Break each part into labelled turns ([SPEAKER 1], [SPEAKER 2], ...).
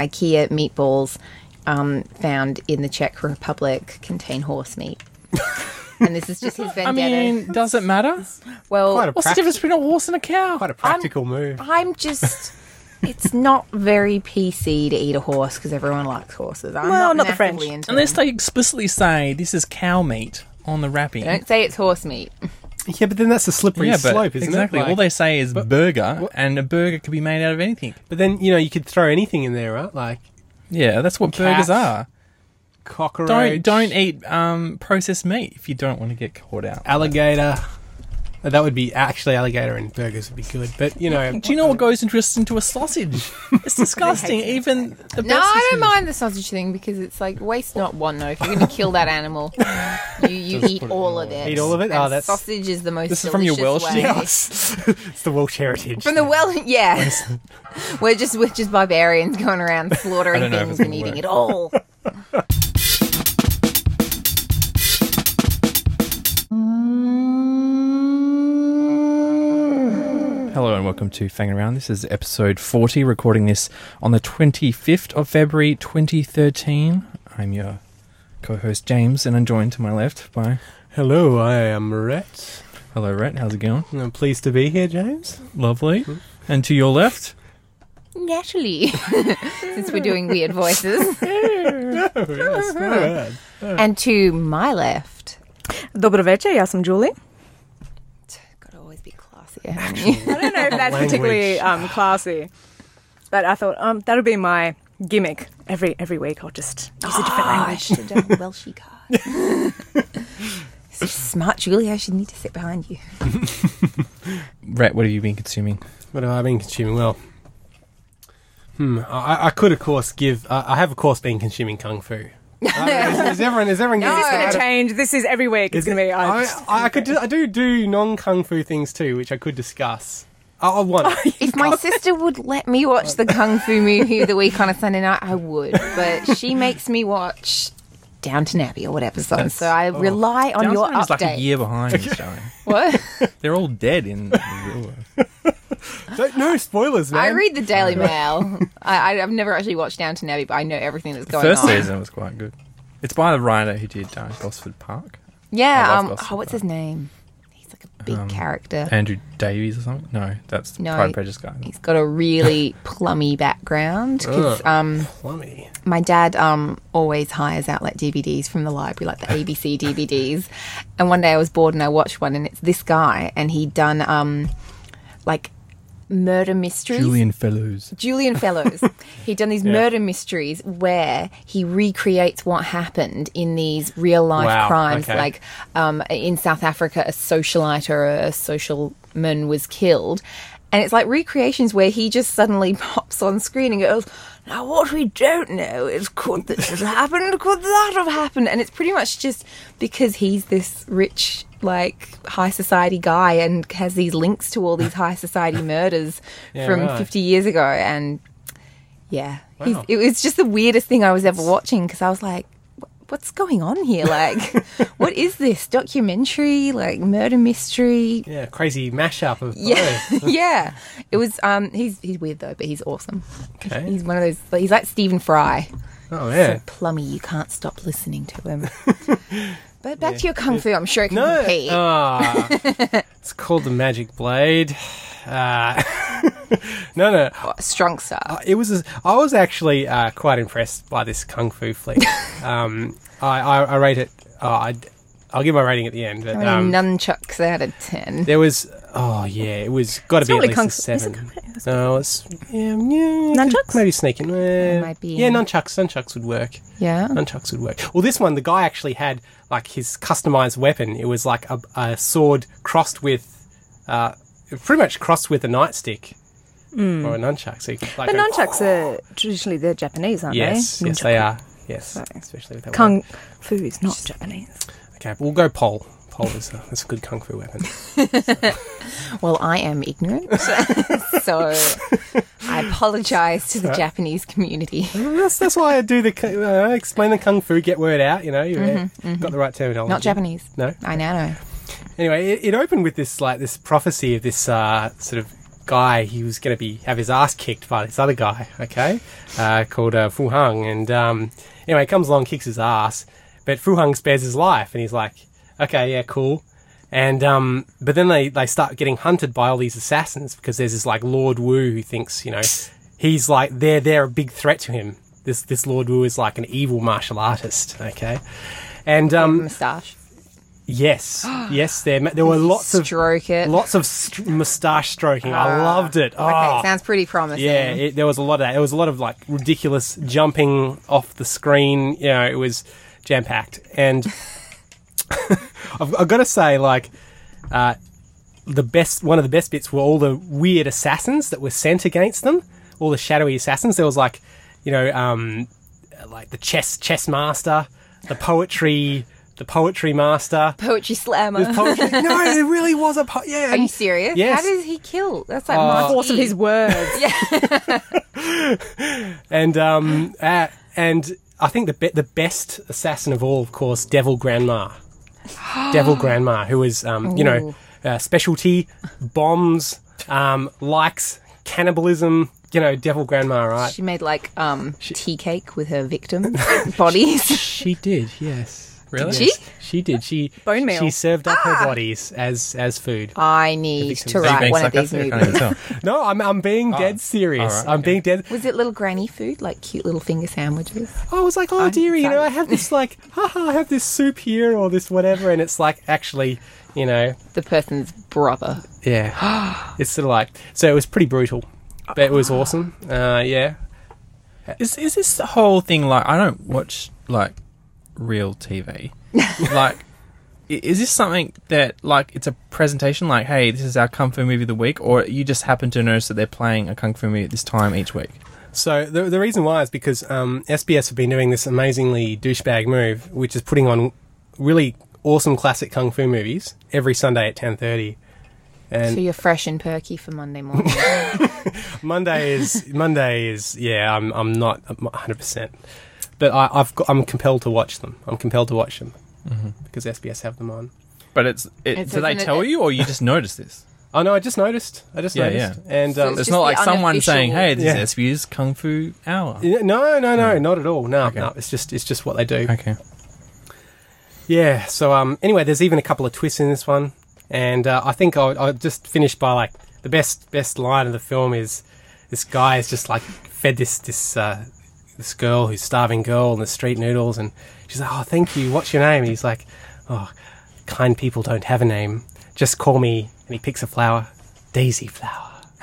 [SPEAKER 1] IKEA meatballs um, found in the Czech Republic contain horse meat. and this is just his
[SPEAKER 2] I
[SPEAKER 1] vendetta.
[SPEAKER 2] mean, does it matter?
[SPEAKER 1] well,
[SPEAKER 3] quite a,
[SPEAKER 2] What's the
[SPEAKER 3] prac-
[SPEAKER 2] difference between a horse and a cow?
[SPEAKER 3] quite a practical move.
[SPEAKER 1] I'm just. It's not very PC to eat a horse because everyone likes horses. I'm
[SPEAKER 2] Well,
[SPEAKER 1] not,
[SPEAKER 2] not
[SPEAKER 1] not
[SPEAKER 2] the French.
[SPEAKER 1] Into
[SPEAKER 2] Unless
[SPEAKER 1] them.
[SPEAKER 2] they explicitly say this is cow meat on the wrapping.
[SPEAKER 1] don't say it's horse meat.
[SPEAKER 3] Yeah, but then that's a slippery
[SPEAKER 2] Yeah, but
[SPEAKER 3] slope, isn't
[SPEAKER 2] exactly.
[SPEAKER 3] it? Like-
[SPEAKER 2] All they say is burger, and a burger could be made out of anything.
[SPEAKER 3] but then you know you could throw anything in there, right? Like
[SPEAKER 2] Yeah, that's what
[SPEAKER 3] Cat.
[SPEAKER 2] burgers are.
[SPEAKER 3] cockroach,
[SPEAKER 2] Don't don't eat um, processed meat if you don't want to get caught out.
[SPEAKER 3] alligator. Uh, That would be actually alligator and burgers would be good, but you know,
[SPEAKER 2] Do you know what goes into a, into a sausage? It's disgusting. Even the
[SPEAKER 1] No,
[SPEAKER 2] best
[SPEAKER 1] I
[SPEAKER 2] is-
[SPEAKER 1] don't mind the sausage thing because it's like waste not, want no. If you're going to kill that animal, you, you eat all of it.
[SPEAKER 3] Eat all of it?
[SPEAKER 1] And
[SPEAKER 3] Oh, that's-
[SPEAKER 1] sausage is the most.
[SPEAKER 2] This is from your
[SPEAKER 1] delicious
[SPEAKER 2] Welsh
[SPEAKER 1] way.
[SPEAKER 2] thing?
[SPEAKER 3] it's the Welsh heritage.
[SPEAKER 1] From the well, yeah. we're just we're just barbarians going around
[SPEAKER 2] I
[SPEAKER 1] slaughtering
[SPEAKER 2] don't know if it's
[SPEAKER 1] things and
[SPEAKER 2] gonna
[SPEAKER 1] eating
[SPEAKER 2] work.
[SPEAKER 1] it all.
[SPEAKER 2] Hello and welcome to Fang Around. This is episode 40, recording this on the 25th of February 2013. I'm your co host James, and I'm joined to my left by.
[SPEAKER 3] Hello, I am Rhett.
[SPEAKER 2] Hello, Rhett. How's it going?
[SPEAKER 3] I'm pleased to be here, James.
[SPEAKER 2] Lovely. And to your left,
[SPEAKER 1] Naturally, since we're doing weird voices, and to my left,
[SPEAKER 4] Dobro večer, ja sam Julie.
[SPEAKER 1] gotta always be classy. haven't you?
[SPEAKER 4] I don't know if that's
[SPEAKER 3] Language.
[SPEAKER 4] particularly um, classy, but I thought um, that'll be my gimmick. Every every week I'll just use a different
[SPEAKER 1] Oh, I
[SPEAKER 4] language.
[SPEAKER 1] should have done Welshy card. Such Smart Julie, I should need to sit behind you.
[SPEAKER 2] Rhett, what have you been consuming?
[SPEAKER 3] What have I been consuming? Well, hmm, I, I could of course give. I I have of course been consuming kung fu. I don't know, is, is everyone? Is everyone?
[SPEAKER 1] No.
[SPEAKER 3] getting
[SPEAKER 1] Is this
[SPEAKER 3] tired
[SPEAKER 4] It's
[SPEAKER 3] of-
[SPEAKER 4] gonna change. This is every week. It's gonna be. I,
[SPEAKER 3] I, I, I could do, I do do non kung fu things too, which I could discuss. I, I want.
[SPEAKER 1] If my sister would let me watch the Kung Fu movie of the week on a Sunday night, I would. But she makes me watch Downton Abbey or whatever song. So I rely on your
[SPEAKER 2] oh, Downton is
[SPEAKER 1] update.
[SPEAKER 2] like a year behind this show.
[SPEAKER 1] What?
[SPEAKER 2] They're all dead in the real world.
[SPEAKER 3] Don't, no spoilers, man.
[SPEAKER 1] I read the Daily Mail. I, I- I've never actually watched Downton Abbey, but I know everything that's going
[SPEAKER 2] First
[SPEAKER 1] on.
[SPEAKER 2] season was quite good. It's by the writer who did uh, Gosford Park, I
[SPEAKER 1] Yeah.
[SPEAKER 2] love
[SPEAKER 1] Um,
[SPEAKER 2] Gossip Um,
[SPEAKER 1] oh, what's his name? He's like a big character.
[SPEAKER 2] Andrew Davies or something. No, that's the
[SPEAKER 1] No.
[SPEAKER 2] Pride and Prejudice guy.
[SPEAKER 1] He's got a really plummy background 'cause, um,
[SPEAKER 3] Plummy.
[SPEAKER 1] my dad um, always hires out like DVDs from the library, like the ABC DVDs. And one day I was bored and I watched one, and it's this guy, and he'd done um, like murder mysteries.
[SPEAKER 2] Julian Fellows.
[SPEAKER 1] Julian Fellows. He'd done these murder mysteries where he recreates what happened in these real life
[SPEAKER 3] Wow,
[SPEAKER 1] crimes.
[SPEAKER 3] okay.
[SPEAKER 1] Like um, in South Africa, a socialite or a socialman was killed. And it's like recreations where he just suddenly pops on screen and goes, Now, what we don't know is could this have happened? Could that have happened? And it's pretty much just because he's this rich, like, high society guy and has these links to all these high society murders
[SPEAKER 3] Yeah,
[SPEAKER 1] from
[SPEAKER 3] right.
[SPEAKER 1] 50 50 years ago and yeah He's
[SPEAKER 3] Wow.
[SPEAKER 1] it was just the weirdest thing i was ever watching because i was like "Wh- what's going on here like what is this documentary like murder mystery
[SPEAKER 3] Yeah, crazy mashup of
[SPEAKER 1] yeah
[SPEAKER 3] both.
[SPEAKER 1] yeah it was um he's he's weird though but he's awesome
[SPEAKER 3] Okay.
[SPEAKER 1] he's one of those like, he's like stephen fry
[SPEAKER 3] Oh yeah.
[SPEAKER 1] so plummy you can't stop listening to him but back to your kung fu i'm sure it can
[SPEAKER 3] No.
[SPEAKER 1] compete
[SPEAKER 3] Ah. it's called the Magic Blade. Uh, no, no.
[SPEAKER 1] strong stuff
[SPEAKER 3] It was. I was actually uh, quite impressed by this kung fu flick. um, I, I, I rate it. Oh, I, I'll give my rating at the end. But
[SPEAKER 1] How many
[SPEAKER 3] um,
[SPEAKER 1] nunchucks out of 10
[SPEAKER 3] there was. Oh yeah, it was got to be at
[SPEAKER 4] really
[SPEAKER 3] least
[SPEAKER 4] kung
[SPEAKER 3] a
[SPEAKER 4] fu- is it
[SPEAKER 3] seven. No, it's yeah, yeah nunchucks.
[SPEAKER 4] Nunchucks?
[SPEAKER 3] Maybe sneaking. Yeah,
[SPEAKER 1] might be,
[SPEAKER 3] yeah,
[SPEAKER 1] yeah.
[SPEAKER 3] nunchucks. Nunchucks would work.
[SPEAKER 4] Oh.
[SPEAKER 1] yeah
[SPEAKER 3] Nunchucks would work. Well, this one, the guy actually had like his customized weapon. It was like a, a sword crossed with, uh, pretty much crossed with a nightstick or a nunchuck. So you could, like,
[SPEAKER 4] Hmm. but
[SPEAKER 3] go-
[SPEAKER 4] nunchucks are traditionally they're Japanese, aren't
[SPEAKER 3] Yes,
[SPEAKER 4] they?
[SPEAKER 3] yes,
[SPEAKER 4] Nunchaku.
[SPEAKER 3] they are. Yes, especially with that one.
[SPEAKER 4] Kung fu is not Japanese.
[SPEAKER 3] Okay, we'll go pole. Pole is a, that's a good kung fu weapon.
[SPEAKER 1] Well, I am ignorant, so I apologise to the Japanese community.
[SPEAKER 3] that's, that's why I do the ku- uh, explain the kung fu, get word out. You know, you got the right terminology.
[SPEAKER 1] Mm-hmm, Not Japanese.
[SPEAKER 3] No.
[SPEAKER 1] I now know.
[SPEAKER 3] Anyway, it, it opened with this like this prophecy of this uh, sort of guy he was going to be have his ass kicked by this other guy, okay, uh, called uh, Fu Hung. And um, anyway, he comes along, kicks his ass, but Fu Hung spares his life, and he's like, okay, yeah, cool. And um, but then they they start getting hunted by all these assassins because there's this like Lord Wu who thinks you know he's like they're they're a big threat to him. This this Lord Wu is like an evil martial artist, okay. And um,
[SPEAKER 1] Moustache.
[SPEAKER 3] Yes, yes. There, ma- there were lots of
[SPEAKER 1] Stroke it. Ah.
[SPEAKER 3] lots of st- moustache stroking. I loved it. Oh,
[SPEAKER 1] Okay, sounds pretty promising.
[SPEAKER 3] yeah. It, there was a lot of that. There was a lot of like ridiculous jumping off the screen. You know, it was jam packed. And I've, I've got to say, like, uh, the best one of the best bits were all the weird assassins that were sent against them. All the shadowy assassins. There was like, you know, um, like the chess chess master, the poetry. The poetry master,
[SPEAKER 1] Poetry
[SPEAKER 3] with
[SPEAKER 1] slammer.
[SPEAKER 3] poetry. no, it really was a po- yeah.
[SPEAKER 1] Are you serious?
[SPEAKER 3] Yes.
[SPEAKER 1] How does he kill? That's like
[SPEAKER 4] The
[SPEAKER 3] Oh.
[SPEAKER 1] Mark
[SPEAKER 4] force of
[SPEAKER 1] E.
[SPEAKER 4] his words.
[SPEAKER 3] and um, uh, and I think the be- the best assassin of all, of course, Devil Grandma, Devil Grandma, who is um, you know uh, specialty bombs, um, likes cannibalism. You know, Devil Grandma, right?
[SPEAKER 1] She made like um, tea cake with her victim bodies.
[SPEAKER 3] She did, yes. Really?
[SPEAKER 1] she?
[SPEAKER 3] She did. She
[SPEAKER 4] Bone meal.
[SPEAKER 3] She served up her bodies as as food.
[SPEAKER 1] I need to
[SPEAKER 3] victim's-
[SPEAKER 2] Are you
[SPEAKER 1] write
[SPEAKER 2] being
[SPEAKER 1] one of these
[SPEAKER 2] sarcastic? I can't
[SPEAKER 1] movies.
[SPEAKER 2] even tell.
[SPEAKER 3] No, I'm I'm being dead serious.
[SPEAKER 2] all right,
[SPEAKER 3] I'm being dead.
[SPEAKER 1] Was it little granny food, like cute little finger sandwiches?
[SPEAKER 3] I was like, oh dearie, you know, I
[SPEAKER 1] excited.
[SPEAKER 3] have this like, haha, I have this soup here or this whatever, and it's like actually, you know,
[SPEAKER 1] The person's brother.
[SPEAKER 3] Yeah. it's sort of like so it was pretty brutal, but it was awesome. Uh, yeah.
[SPEAKER 2] Is is this the whole thing like I don't watch like real TV. like i- is this something that like it's a presentation like hey this is our kung fu movie of the week or you just happen to notice that they're playing a kung fu movie at this time each week?
[SPEAKER 3] So the the reason why is because um, SBS have been doing this amazingly douchebag move, which is putting on really awesome classic kung fu movies every Sunday at ten thirty.
[SPEAKER 1] So you're fresh and perky for Monday morning.
[SPEAKER 3] Monday is Monday is yeah. I'm I'm not hundred percent, but I, I've got, I'm compelled to watch them. I'm compelled to watch them
[SPEAKER 2] Mm-hmm.
[SPEAKER 3] because SBS have them on.
[SPEAKER 2] But it's it,
[SPEAKER 1] It's-
[SPEAKER 2] do they
[SPEAKER 1] isn't it-
[SPEAKER 2] tell you or you just notice this?
[SPEAKER 3] Oh no, I just noticed. I just
[SPEAKER 2] Yeah,
[SPEAKER 3] noticed.
[SPEAKER 2] yeah.
[SPEAKER 3] And um,
[SPEAKER 1] it's
[SPEAKER 2] It's
[SPEAKER 1] just
[SPEAKER 2] not
[SPEAKER 1] the
[SPEAKER 2] like someone
[SPEAKER 1] unofficial-
[SPEAKER 2] saying hey this
[SPEAKER 3] Yeah.
[SPEAKER 2] is SBU's kung fu hour.
[SPEAKER 3] Yeah, No, no, no, not at all. No, no. It's just it's just what they do.
[SPEAKER 2] Okay.
[SPEAKER 3] Yeah. So um, anyway, there's even a couple of twists in this one, and uh, I think I'll, I'll just finish by like the best best line of the film is this guy is just like fed this this uh, this girl who's starving girl and the street noodles, and she's like, oh, thank you. What's your name? And he's like, oh, kind people don't have a name. Just call me. And he picks a flower, Daisy flower.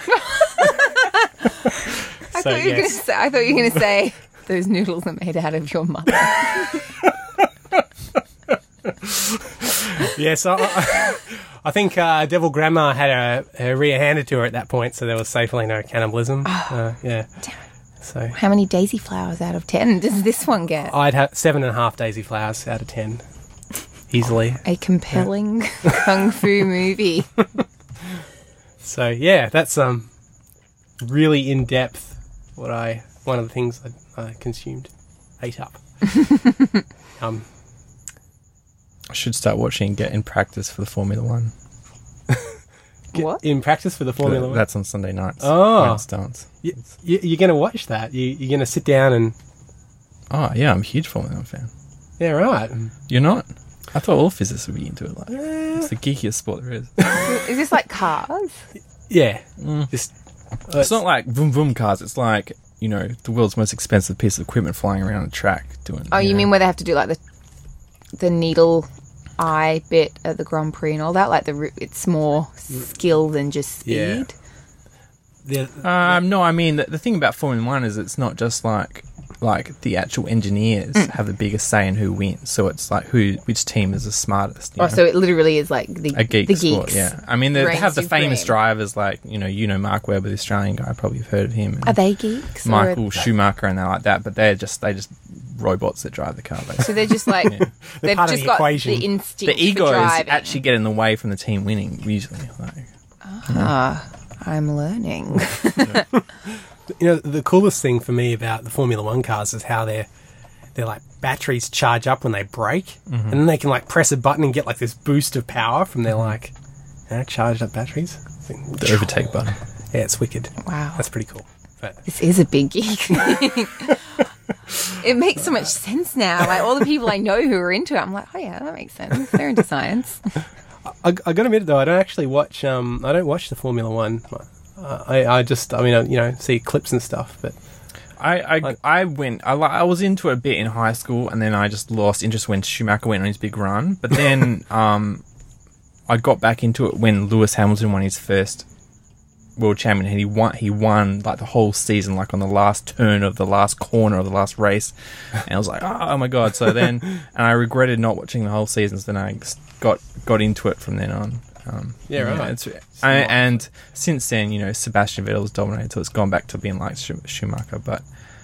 [SPEAKER 1] I,
[SPEAKER 3] So,
[SPEAKER 1] thought you were gonna
[SPEAKER 3] yes.
[SPEAKER 1] say, I thought you were going to say, those noodles are made out of your mother.
[SPEAKER 3] Yeah, so I, I think uh, Devil Grandma had a, a rear handed to her at that point, so there was safely no cannibalism. Uh, yeah. So
[SPEAKER 1] How many daisy flowers out of 10 does this one
[SPEAKER 2] Oh.
[SPEAKER 1] get?
[SPEAKER 3] I'd have seven and a half daisy flowers out of ten, easily.
[SPEAKER 1] A compelling kung fu movie.
[SPEAKER 3] So yeah, that's um really in depth. What I one of the things I, I consumed, ate up. um,
[SPEAKER 2] I should start watching and get in practice for the Formula 1.
[SPEAKER 1] What?
[SPEAKER 3] in practice for the Formula One.
[SPEAKER 2] That's on Sunday nights.
[SPEAKER 3] Oh.
[SPEAKER 2] when it starts.
[SPEAKER 3] You, you, you're going to watch that. You, you're going to sit down and
[SPEAKER 2] Oh, yeah, I'm a huge Formula 1 fan.
[SPEAKER 3] yeah, right.
[SPEAKER 2] You're not? I thought all physicists would be into it. Like, it's the geekiest sport there is.
[SPEAKER 1] Is this like cars?
[SPEAKER 3] Yeah, just uh,
[SPEAKER 2] It's not like vroom vroom cars. It's like you know the world's most expensive piece of equipment flying around a track doing.
[SPEAKER 1] Oh, you
[SPEAKER 2] know.
[SPEAKER 1] mean where they have to do like the the needle eye bit at the Grand Prix and all that? Like the ru- it's more skill than just
[SPEAKER 3] Yeah.
[SPEAKER 1] speed.
[SPEAKER 3] the-
[SPEAKER 2] Um, no, I mean the, the thing about Formula One is it's not just like like the actual engineers
[SPEAKER 1] Mm.
[SPEAKER 2] have the biggest say in who wins. So it's like who which team is the smartest. you
[SPEAKER 1] Oh,
[SPEAKER 2] know?
[SPEAKER 1] so it literally is like the
[SPEAKER 2] a geek
[SPEAKER 1] the
[SPEAKER 2] sport,
[SPEAKER 1] geeks.
[SPEAKER 2] yeah. I mean, they, they
[SPEAKER 1] reign
[SPEAKER 2] have the famous
[SPEAKER 1] supreme.
[SPEAKER 2] drivers like you know, you know Mark Webber, the Australian guy. Probably have heard of him. and
[SPEAKER 1] Are they geeks? or are-
[SPEAKER 2] Michael Schumacher and they like that, but they're just they just robots that drive the car. Basically.
[SPEAKER 1] So they're just like they've
[SPEAKER 3] part of
[SPEAKER 1] just
[SPEAKER 3] the
[SPEAKER 1] got
[SPEAKER 3] equation.
[SPEAKER 1] the instinct.
[SPEAKER 2] the egos
[SPEAKER 1] for driving.
[SPEAKER 2] actually get in the way from the team winning usually. Like,
[SPEAKER 1] I'm learning.
[SPEAKER 3] you know the coolest thing for me about the Formula One cars is how they're they're like batteries charge up when they break,
[SPEAKER 2] Mm-hmm.
[SPEAKER 3] and then they can like press a button and get
[SPEAKER 2] Mm-hmm.
[SPEAKER 3] like this boost of power from their like you know, charged up batteries.
[SPEAKER 2] the overtake button.
[SPEAKER 3] Yeah, it's wicked.
[SPEAKER 1] Wow.
[SPEAKER 3] That's pretty cool. But
[SPEAKER 1] This is a big geek. it makes so much sense now. Like all the people I know who are into it, I'm like, oh yeah, that makes sense. They're into science.
[SPEAKER 3] I, I gotta admit though, I don't actually watch. Um, I don't watch the Formula One. I, I just, I mean, I, you know, see clips and stuff, but
[SPEAKER 2] I, I, I went. I, li- I was into it a bit in high school, and then I just lost interest when Schumacher went on his big run. But then, um, I got back into it when Lewis Hamilton won his first world champion, and he won. He won like the whole season, like on the last turn of the last corner of the last race. And I was like, oh my god! So then, and I regretted not watching the whole season. So then I s- got got into it from then on. Um,
[SPEAKER 3] Yeah, right.
[SPEAKER 2] it's- I, and since then, you know, Sebastian Vettel's dominated, so it's gone back to being like Schum- Schumacher. But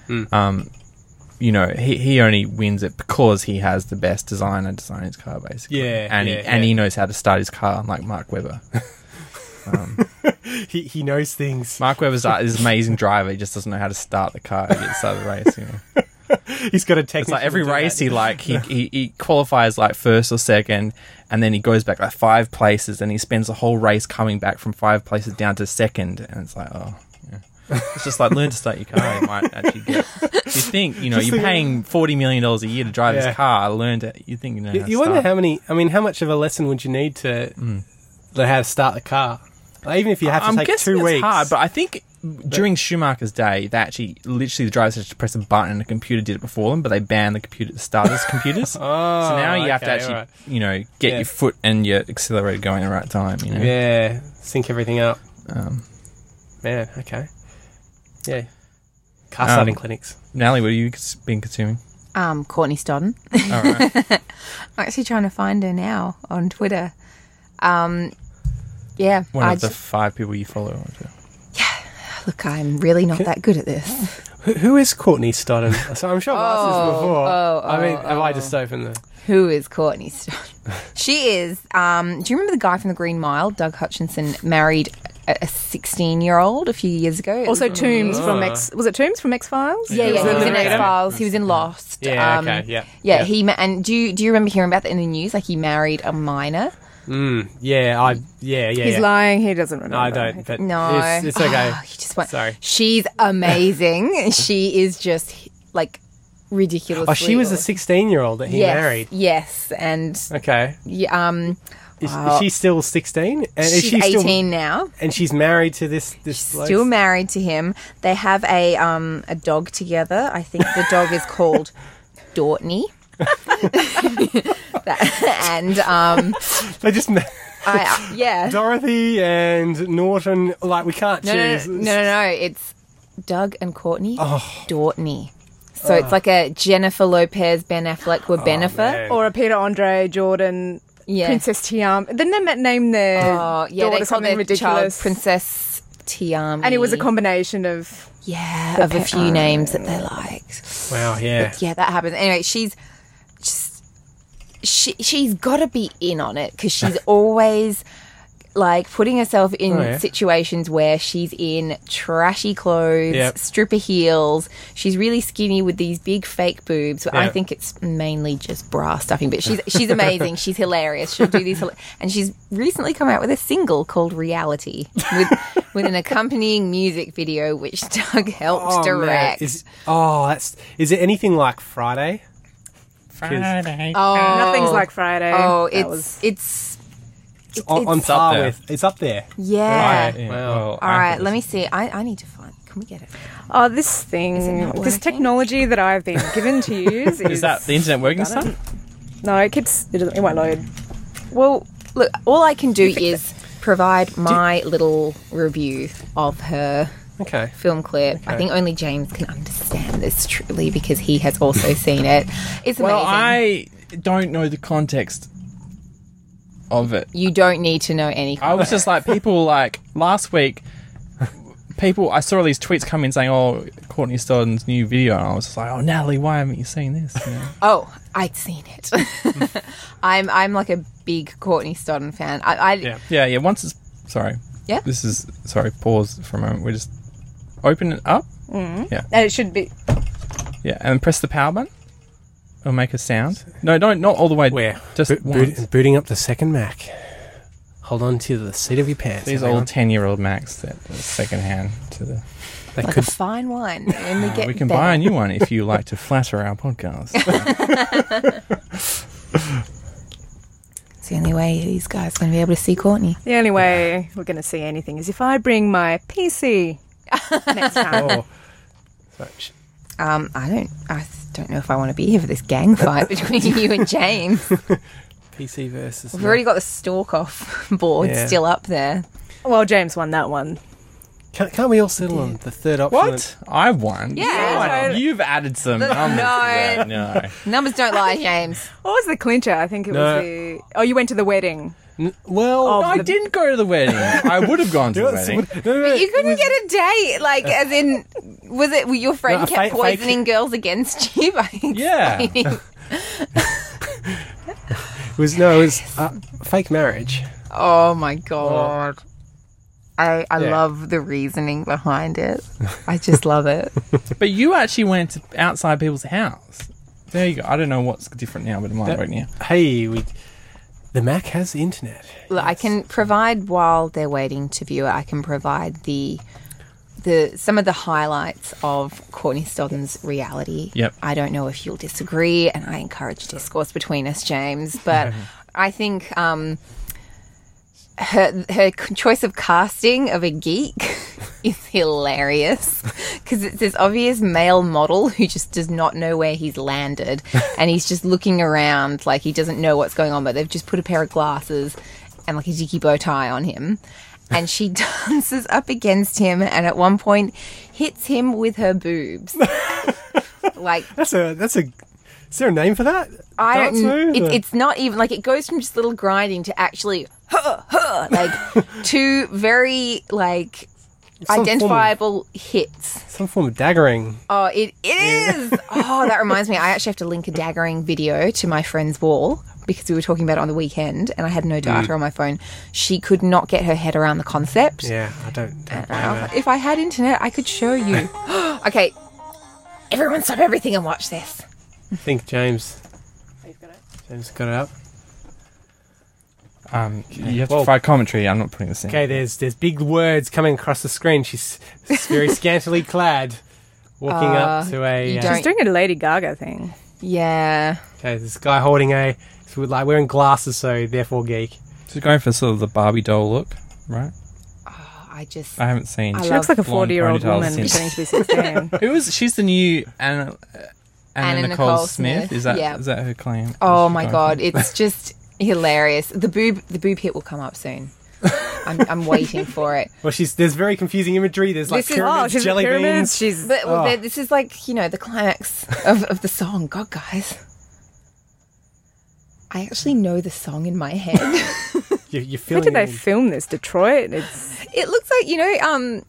[SPEAKER 3] Hmm.
[SPEAKER 2] um, you know, he, he only wins it because he has the best designer designing his car, basically.
[SPEAKER 3] Yeah,
[SPEAKER 2] and
[SPEAKER 3] yeah,
[SPEAKER 2] he, and
[SPEAKER 3] yeah.
[SPEAKER 2] he knows how to start his car, like Mark Webber.
[SPEAKER 3] he he knows things.
[SPEAKER 2] Mark Webber's like this amazing driver. He just doesn't know how to start the car at the start of the race. You know,
[SPEAKER 3] He's got a technique.
[SPEAKER 2] it's like every race he like he, he he qualifies like first or second, and then he goes back like five places, and he spends the whole race coming back from five places down to second, and it's like oh. yeah. It's just like learn to start your car. You might actually get. You think you know you're paying forty million dollars a year to drive
[SPEAKER 3] Yeah.
[SPEAKER 2] this car. Learn to. You think you know.
[SPEAKER 3] You,
[SPEAKER 2] how to
[SPEAKER 3] you wonder
[SPEAKER 2] start. Mm.
[SPEAKER 3] how many. I mean, how much of a lesson would you need to learn how to start the car? Like, even if you have to
[SPEAKER 2] I'm
[SPEAKER 3] take
[SPEAKER 2] guessing
[SPEAKER 3] two
[SPEAKER 2] it's
[SPEAKER 3] weeks.
[SPEAKER 2] hard, but I think during Schumacher's day, they actually literally the drivers had to press a button and the computer did it before them, but they banned the computer, the starters' computers.
[SPEAKER 3] Oh.
[SPEAKER 2] so now you have to
[SPEAKER 3] okay,
[SPEAKER 2] actually,
[SPEAKER 3] alright.
[SPEAKER 2] you know, get
[SPEAKER 3] Yeah.
[SPEAKER 2] your foot and your accelerator going at the right time. You know,
[SPEAKER 3] yeah, sync everything up.
[SPEAKER 2] Um,
[SPEAKER 3] Man, okay. Yeah. Car
[SPEAKER 2] Um.
[SPEAKER 3] starting clinics.
[SPEAKER 2] Nally, what have you cons- been consuming?
[SPEAKER 1] Um, Courtney Stodden.
[SPEAKER 2] All right.
[SPEAKER 1] I'm actually trying to find her now on Twitter. Um, yeah,
[SPEAKER 2] One
[SPEAKER 1] I
[SPEAKER 2] of the
[SPEAKER 1] just-
[SPEAKER 2] five people you follow. on Twitter.
[SPEAKER 1] look, I'm really not that good at this.
[SPEAKER 3] Who, who is Courtney Stodden? So I'm sure I've asked this before.
[SPEAKER 1] oh,
[SPEAKER 3] I mean,
[SPEAKER 1] oh,
[SPEAKER 3] have I just opened the.
[SPEAKER 1] Who is Courtney Stodden? she is. Um, do you remember the guy from The Green Mile? Doug Hutchinson married a 16 year old a few years ago. It
[SPEAKER 2] Oh,
[SPEAKER 1] was-
[SPEAKER 4] Also, Tombs from
[SPEAKER 3] Uh.
[SPEAKER 4] X. Was it Tombs from X Files?
[SPEAKER 1] Yeah, yeah,
[SPEAKER 3] was
[SPEAKER 1] he was
[SPEAKER 3] in
[SPEAKER 1] in
[SPEAKER 3] the
[SPEAKER 1] X
[SPEAKER 3] Reader.
[SPEAKER 1] Files. He was in Lost. Um,
[SPEAKER 3] Yeah, okay, yeah,
[SPEAKER 1] yeah.
[SPEAKER 3] yeah.
[SPEAKER 1] He ma- and do you do you remember hearing about that in the news? Like he married a minor.
[SPEAKER 3] mm, Yeah, I. Yeah, yeah.
[SPEAKER 4] He's
[SPEAKER 3] yeah.
[SPEAKER 4] lying. He doesn't remember.
[SPEAKER 3] No, I don't. But
[SPEAKER 1] No,
[SPEAKER 3] It's, it's okay.
[SPEAKER 1] Oh, he just went.
[SPEAKER 3] Sorry.
[SPEAKER 1] She's amazing. she is just like ridiculous.
[SPEAKER 3] Oh, she was a 16 year old that he
[SPEAKER 1] yes,
[SPEAKER 3] married.
[SPEAKER 1] Yes, and
[SPEAKER 3] Okay.
[SPEAKER 1] yeah, um,
[SPEAKER 3] Is,
[SPEAKER 1] Wow.
[SPEAKER 3] is she still 16? And
[SPEAKER 1] she's
[SPEAKER 3] is she
[SPEAKER 1] eighteen
[SPEAKER 3] still,
[SPEAKER 1] now.
[SPEAKER 3] And she's married to this. this bloke?
[SPEAKER 1] Still married to him. They have a um a dog together. I think the dog is called Dortney. That- and um,
[SPEAKER 3] They just. ma-
[SPEAKER 1] I, uh, yeah,
[SPEAKER 3] Dorothy and Norton. Like, we can't
[SPEAKER 1] No, no,
[SPEAKER 3] choose.
[SPEAKER 1] no, no, no, no. It's Doug and Courtney Dortney. So it's like a Jennifer Lopez, Ben Affleck were benefit.
[SPEAKER 3] man.
[SPEAKER 4] Or a Peter Andre Jordan.
[SPEAKER 1] Yeah.
[SPEAKER 4] Princess Tiam. Didn't they ma- name their
[SPEAKER 1] Oh, yeah,
[SPEAKER 4] daughter
[SPEAKER 1] they called
[SPEAKER 4] something
[SPEAKER 1] their
[SPEAKER 4] ridiculous?
[SPEAKER 1] child Princess Tiami.
[SPEAKER 4] and it was a combination of
[SPEAKER 1] yeah of a few names that they liked.
[SPEAKER 3] Wow, yeah.
[SPEAKER 1] Yeah, that happens. Anyway, she's just she she's got to be in on it because she's always like putting herself in
[SPEAKER 3] Oh, yeah.
[SPEAKER 1] situations where she's in trashy clothes,
[SPEAKER 3] Yep.
[SPEAKER 1] stripper heels. She's really skinny with these big fake boobs. But I
[SPEAKER 3] Yeah.
[SPEAKER 1] think it's mainly just bra stuffing. But she's she's amazing. she's hilarious. She'll do these, hila- and she's recently come out with a single called Reality with with an accompanying music video which Doug helped
[SPEAKER 3] Oh, man,
[SPEAKER 1] direct.
[SPEAKER 3] Is, oh, that's. Is it anything like Friday?
[SPEAKER 1] oh,
[SPEAKER 4] nothing's like Friday.
[SPEAKER 1] Oh,
[SPEAKER 4] That
[SPEAKER 1] it's
[SPEAKER 4] was-
[SPEAKER 1] it's
[SPEAKER 3] It's on, on
[SPEAKER 1] it's-
[SPEAKER 3] par
[SPEAKER 2] there.
[SPEAKER 3] with. It's up there.
[SPEAKER 1] yeah.
[SPEAKER 2] Yeah,
[SPEAKER 3] Wow.
[SPEAKER 2] well,
[SPEAKER 1] All
[SPEAKER 2] I
[SPEAKER 1] right,
[SPEAKER 2] thought
[SPEAKER 1] let
[SPEAKER 2] it
[SPEAKER 1] me see. I, I need to find. Can we get it?
[SPEAKER 4] oh this thing,
[SPEAKER 1] not
[SPEAKER 4] this
[SPEAKER 1] working?
[SPEAKER 4] technology that I've been given to use is,
[SPEAKER 2] was- Is that the internet working stuff?
[SPEAKER 4] no, it keeps it, doesn't- it won't load.
[SPEAKER 1] Well, look, all I can do is provide my little review of her
[SPEAKER 3] Okay.
[SPEAKER 1] film clip. I think only James can understand this truly because he has also seen it. It's amazing.
[SPEAKER 2] Well, I don't know the context of it.
[SPEAKER 1] you don't need to know any.
[SPEAKER 2] I was just like, people like last week. People, I saw all these tweets come in saying, "Oh, Courtney Stodden's new video," and I was just like, "Oh, Natalie, why haven't you seen this?" You know?
[SPEAKER 1] Oh, I'd seen it. I'm I'm like a big Courtney Stodden fan. I, I
[SPEAKER 3] Yeah.
[SPEAKER 2] yeah, yeah. Once it's sorry.
[SPEAKER 1] Yeah?
[SPEAKER 2] This is sorry. Pause for a moment. We just open it up.
[SPEAKER 4] And it should be
[SPEAKER 2] Yeah, and press the power button. It'll make a sound. No, don't not all the way.
[SPEAKER 3] Where?
[SPEAKER 2] Just
[SPEAKER 3] Bo- boot-
[SPEAKER 2] once.
[SPEAKER 3] booting up the second Mac. Hold on to the seat of your pants.
[SPEAKER 2] These
[SPEAKER 3] everyone.
[SPEAKER 2] old ten-year-old Macs that are secondhand to the.
[SPEAKER 3] They
[SPEAKER 1] like
[SPEAKER 3] could
[SPEAKER 1] a fine wine. And they
[SPEAKER 2] Uh,
[SPEAKER 1] get
[SPEAKER 2] we can
[SPEAKER 1] better.
[SPEAKER 2] buy a new one if you like to flatter our podcast.
[SPEAKER 1] It's the only way these guys are going to be able to see Courtney.
[SPEAKER 4] The only way we're going to see anything is if I bring my PC next time.
[SPEAKER 3] oh. Sorry, sh-
[SPEAKER 1] Um, I don't, I don't know if I want to be here for this gang fight between you and James.
[SPEAKER 3] PC versus.
[SPEAKER 1] We've already got the stalk off board
[SPEAKER 3] Yeah.
[SPEAKER 1] still up there.
[SPEAKER 4] Well, James won that one.
[SPEAKER 3] Can, can't we all settle on the third option?
[SPEAKER 2] what? I won.
[SPEAKER 1] Yeah,
[SPEAKER 2] You won.
[SPEAKER 1] totally.
[SPEAKER 2] You've added some
[SPEAKER 1] No.
[SPEAKER 2] numbers. to that. No.
[SPEAKER 1] Numbers don't lie, James.
[SPEAKER 4] What was the clincher? I think it
[SPEAKER 3] No.
[SPEAKER 4] was the. Oh, you went to the wedding.
[SPEAKER 3] N- well,
[SPEAKER 4] Oh,
[SPEAKER 2] No, I
[SPEAKER 4] the-
[SPEAKER 2] didn't go to the wedding. I would have gone to
[SPEAKER 3] you
[SPEAKER 2] the
[SPEAKER 3] know, it's-
[SPEAKER 2] wedding.
[SPEAKER 3] no, no, no,
[SPEAKER 1] You couldn't get a date, like as in, was it your friend
[SPEAKER 3] No, a
[SPEAKER 1] kept
[SPEAKER 3] fake-
[SPEAKER 1] poisoning girls against you by
[SPEAKER 2] Yeah.
[SPEAKER 1] explaining-
[SPEAKER 3] it was no, it was uh, fake marriage.
[SPEAKER 1] Oh my god. I I
[SPEAKER 3] Yeah.
[SPEAKER 1] love the reasoning behind it. I just love it.
[SPEAKER 2] But you actually went to outside people's house. There you go. I don't know what's different now, but it might
[SPEAKER 3] That-
[SPEAKER 2] work now.
[SPEAKER 3] Hey, we. The Mac has the internet.
[SPEAKER 1] Look, I can provide while they're waiting to view it. I can provide the the some of the highlights of Courtney Stodden's reality.
[SPEAKER 2] Yep.
[SPEAKER 1] I don't know if you'll disagree, and I encourage discourse between us, James. But I think um, her her c- choice of casting of a geek is hilarious because it's this obvious male model who just does not know where he's landed, and he's just looking around like he doesn't know what's going on. But they've just put a pair of glasses and like a dicky bow tie on him. And she dances up against him, and at one point hits him with her boobs. like
[SPEAKER 3] That's a. That's a. Is there a name for that?
[SPEAKER 1] I
[SPEAKER 3] Dance
[SPEAKER 1] don't. kn-
[SPEAKER 3] move?
[SPEAKER 1] It, it's not even like it goes from just little grinding to actually, huh, huh, like two very like
[SPEAKER 3] form of-
[SPEAKER 1] identifiable hits.
[SPEAKER 3] some form of daggering.
[SPEAKER 1] Oh, it is. oh, that reminds me. I actually have to link a daggering video to my friend's wall because we were talking about it on the weekend, and I had no
[SPEAKER 3] Mm.
[SPEAKER 1] data on my phone. She could not get her head around the concept.
[SPEAKER 3] Yeah, I don't. don't blame
[SPEAKER 1] I was
[SPEAKER 3] her.
[SPEAKER 1] like, If I had internet, I could show you. okay, everyone, stop everything and watch this.
[SPEAKER 3] I think James. James got it up.
[SPEAKER 2] Um, You have to
[SPEAKER 3] Well-
[SPEAKER 2] provide commentary. I'm not putting this in.
[SPEAKER 3] Okay, there's there's big words coming across the screen. She's s- very scantily clad, walking up to a.
[SPEAKER 1] you
[SPEAKER 3] uh,
[SPEAKER 1] don't-
[SPEAKER 4] She's doing a Lady Gaga thing.
[SPEAKER 1] Yeah.
[SPEAKER 3] okay, this guy holding a. So we're like wearing glasses, so therefore geek.
[SPEAKER 2] She's going for sort of the Barbie doll look, right?
[SPEAKER 1] I just.
[SPEAKER 2] I haven't seen.
[SPEAKER 1] I
[SPEAKER 4] She
[SPEAKER 1] love
[SPEAKER 4] looks like a
[SPEAKER 2] blonde
[SPEAKER 4] 40 year old
[SPEAKER 2] ponytails
[SPEAKER 4] woman
[SPEAKER 2] since-
[SPEAKER 4] pretending to be 16.
[SPEAKER 2] Who is she's the new Anna, uh, Anna, Nicole, Smith. Is that is
[SPEAKER 1] yeah.
[SPEAKER 2] that her claim?
[SPEAKER 1] Oh
[SPEAKER 2] She's
[SPEAKER 1] my
[SPEAKER 2] going
[SPEAKER 1] god,
[SPEAKER 2] for-
[SPEAKER 1] it's just hilarious. The boob, the boob hit will come up soon. I'm, I'm waiting for it.
[SPEAKER 3] Well, she's there's very confusing imagery. There's like
[SPEAKER 1] This is-
[SPEAKER 3] pyramids,
[SPEAKER 1] oh,
[SPEAKER 4] she's
[SPEAKER 3] jelly
[SPEAKER 4] pyramids.
[SPEAKER 3] beans.
[SPEAKER 4] She's
[SPEAKER 1] But well, there- this is like you know the climax of, of the song. God, guys, I actually know the song in my head.
[SPEAKER 3] You, you're
[SPEAKER 4] Where
[SPEAKER 3] feeling.
[SPEAKER 4] did they
[SPEAKER 3] it in.
[SPEAKER 4] film this? Detroit? It's
[SPEAKER 1] it looks like you know um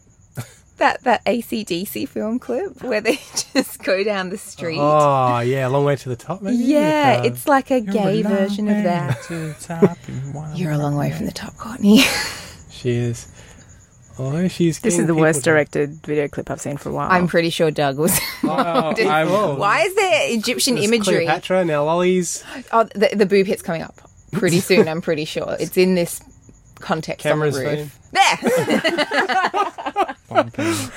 [SPEAKER 1] that that ACDC film clip where they just go down the street.
[SPEAKER 3] Oh yeah, a long way to the top. Maybe.
[SPEAKER 1] yeah,
[SPEAKER 3] With, uh,
[SPEAKER 1] it's like a
[SPEAKER 2] You're
[SPEAKER 1] gay
[SPEAKER 2] a long
[SPEAKER 1] version of
[SPEAKER 2] way
[SPEAKER 1] that.
[SPEAKER 2] to the top, you wild-
[SPEAKER 1] You're a long way from the top, Courtney.
[SPEAKER 3] she is. Oh, she's.
[SPEAKER 4] this
[SPEAKER 3] getting
[SPEAKER 4] is the
[SPEAKER 3] people
[SPEAKER 4] worst
[SPEAKER 3] to-
[SPEAKER 4] directed video clip I've seen for a while.
[SPEAKER 1] I'm pretty sure Doug was.
[SPEAKER 2] Oh, I will.
[SPEAKER 1] Why is there Egyptian
[SPEAKER 3] There's
[SPEAKER 1] imagery?
[SPEAKER 3] Cleopatra now lollies.
[SPEAKER 1] Oh, the, the boob hit's coming up pretty soon. I'm pretty sure it's in this context.
[SPEAKER 3] Cameras.
[SPEAKER 1] on the
[SPEAKER 3] fading.
[SPEAKER 1] roof. There,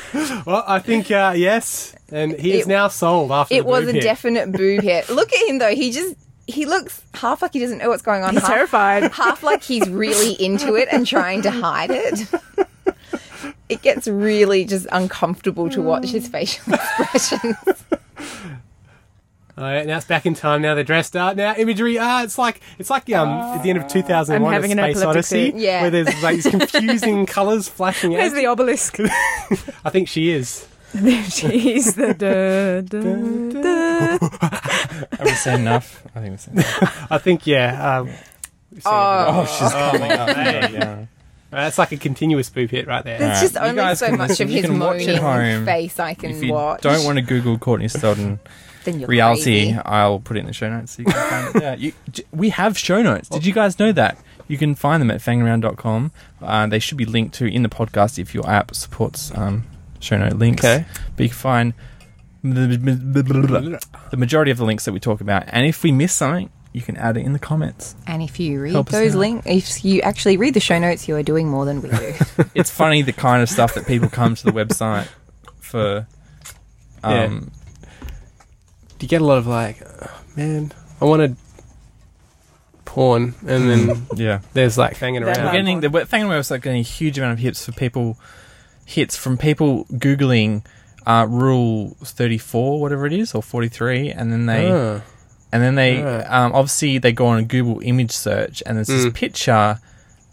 [SPEAKER 3] Well, I think uh, yes, and he is
[SPEAKER 1] It-
[SPEAKER 3] now sold after
[SPEAKER 1] it
[SPEAKER 3] the
[SPEAKER 1] was
[SPEAKER 3] boob
[SPEAKER 1] a
[SPEAKER 3] hit.
[SPEAKER 1] definite boob hit. Look at him though. He just he looks half like he doesn't know what's going on.
[SPEAKER 4] He's
[SPEAKER 1] half,
[SPEAKER 4] terrified.
[SPEAKER 1] Half like he's really into it and trying to hide it. It gets really just uncomfortable to watch his facial expressions.
[SPEAKER 3] All right, now it's back in time. Now they're dressed up. Now imagery. Ah, it's like it's like um at the end of 2001,
[SPEAKER 4] I'm having
[SPEAKER 3] a
[SPEAKER 4] an
[SPEAKER 3] Space
[SPEAKER 4] epileptic
[SPEAKER 3] Odyssey,
[SPEAKER 1] fit. Yeah.
[SPEAKER 3] where there's like these confusing colours flashing
[SPEAKER 4] Where's
[SPEAKER 3] out.
[SPEAKER 4] the obelisk?
[SPEAKER 3] I think she is.
[SPEAKER 4] there she is. The da, da, da.
[SPEAKER 2] Have we seen enough? I think we've seen enough.
[SPEAKER 3] I think yeah. Um, we've seen
[SPEAKER 1] Oh.
[SPEAKER 2] Oh, she's coming up. Yeah.
[SPEAKER 3] it. That's Uh, like a continuous boob hit right there.
[SPEAKER 1] There's just
[SPEAKER 2] You
[SPEAKER 1] only
[SPEAKER 2] guys
[SPEAKER 1] so
[SPEAKER 2] can
[SPEAKER 1] much
[SPEAKER 2] listen.
[SPEAKER 1] of
[SPEAKER 2] You
[SPEAKER 1] his
[SPEAKER 2] can watch
[SPEAKER 1] moaning
[SPEAKER 2] at home
[SPEAKER 1] face I can
[SPEAKER 2] If you
[SPEAKER 1] watch.
[SPEAKER 2] don't want to Google Courtney Stodden
[SPEAKER 1] then you're
[SPEAKER 2] reality,
[SPEAKER 1] crazy.
[SPEAKER 2] I'll put it in the show notes. So you can find it there. You, j- we have show notes. Did you guys know that? You can find them at fangaround.com. Uh, they should be linked to in the podcast if your app supports um, show note links.
[SPEAKER 3] Okay.
[SPEAKER 2] But you can find the, the majority of the links that we talk about. And if we miss something, you can add it in the comments.
[SPEAKER 1] And if you read
[SPEAKER 2] Help us
[SPEAKER 1] those
[SPEAKER 2] out.
[SPEAKER 1] links, if you actually read the show notes, you are doing more than we do.
[SPEAKER 2] It's funny the kind of stuff that people come to the website for.
[SPEAKER 3] Yeah.
[SPEAKER 2] Um,
[SPEAKER 3] you get a lot of like, "Oh, man, I wanted porn, and then
[SPEAKER 2] yeah.
[SPEAKER 3] there's like hanging
[SPEAKER 4] That
[SPEAKER 2] We're
[SPEAKER 3] around.
[SPEAKER 4] one.
[SPEAKER 2] getting the we- thing on the website getting a huge amount of hits for people hits from people googling uh, rule 34 whatever it is or 43 and then they
[SPEAKER 3] Oh.
[SPEAKER 2] and then they
[SPEAKER 3] Right.
[SPEAKER 2] um, obviously they go on a google image search and there's this
[SPEAKER 3] Mm.
[SPEAKER 2] picture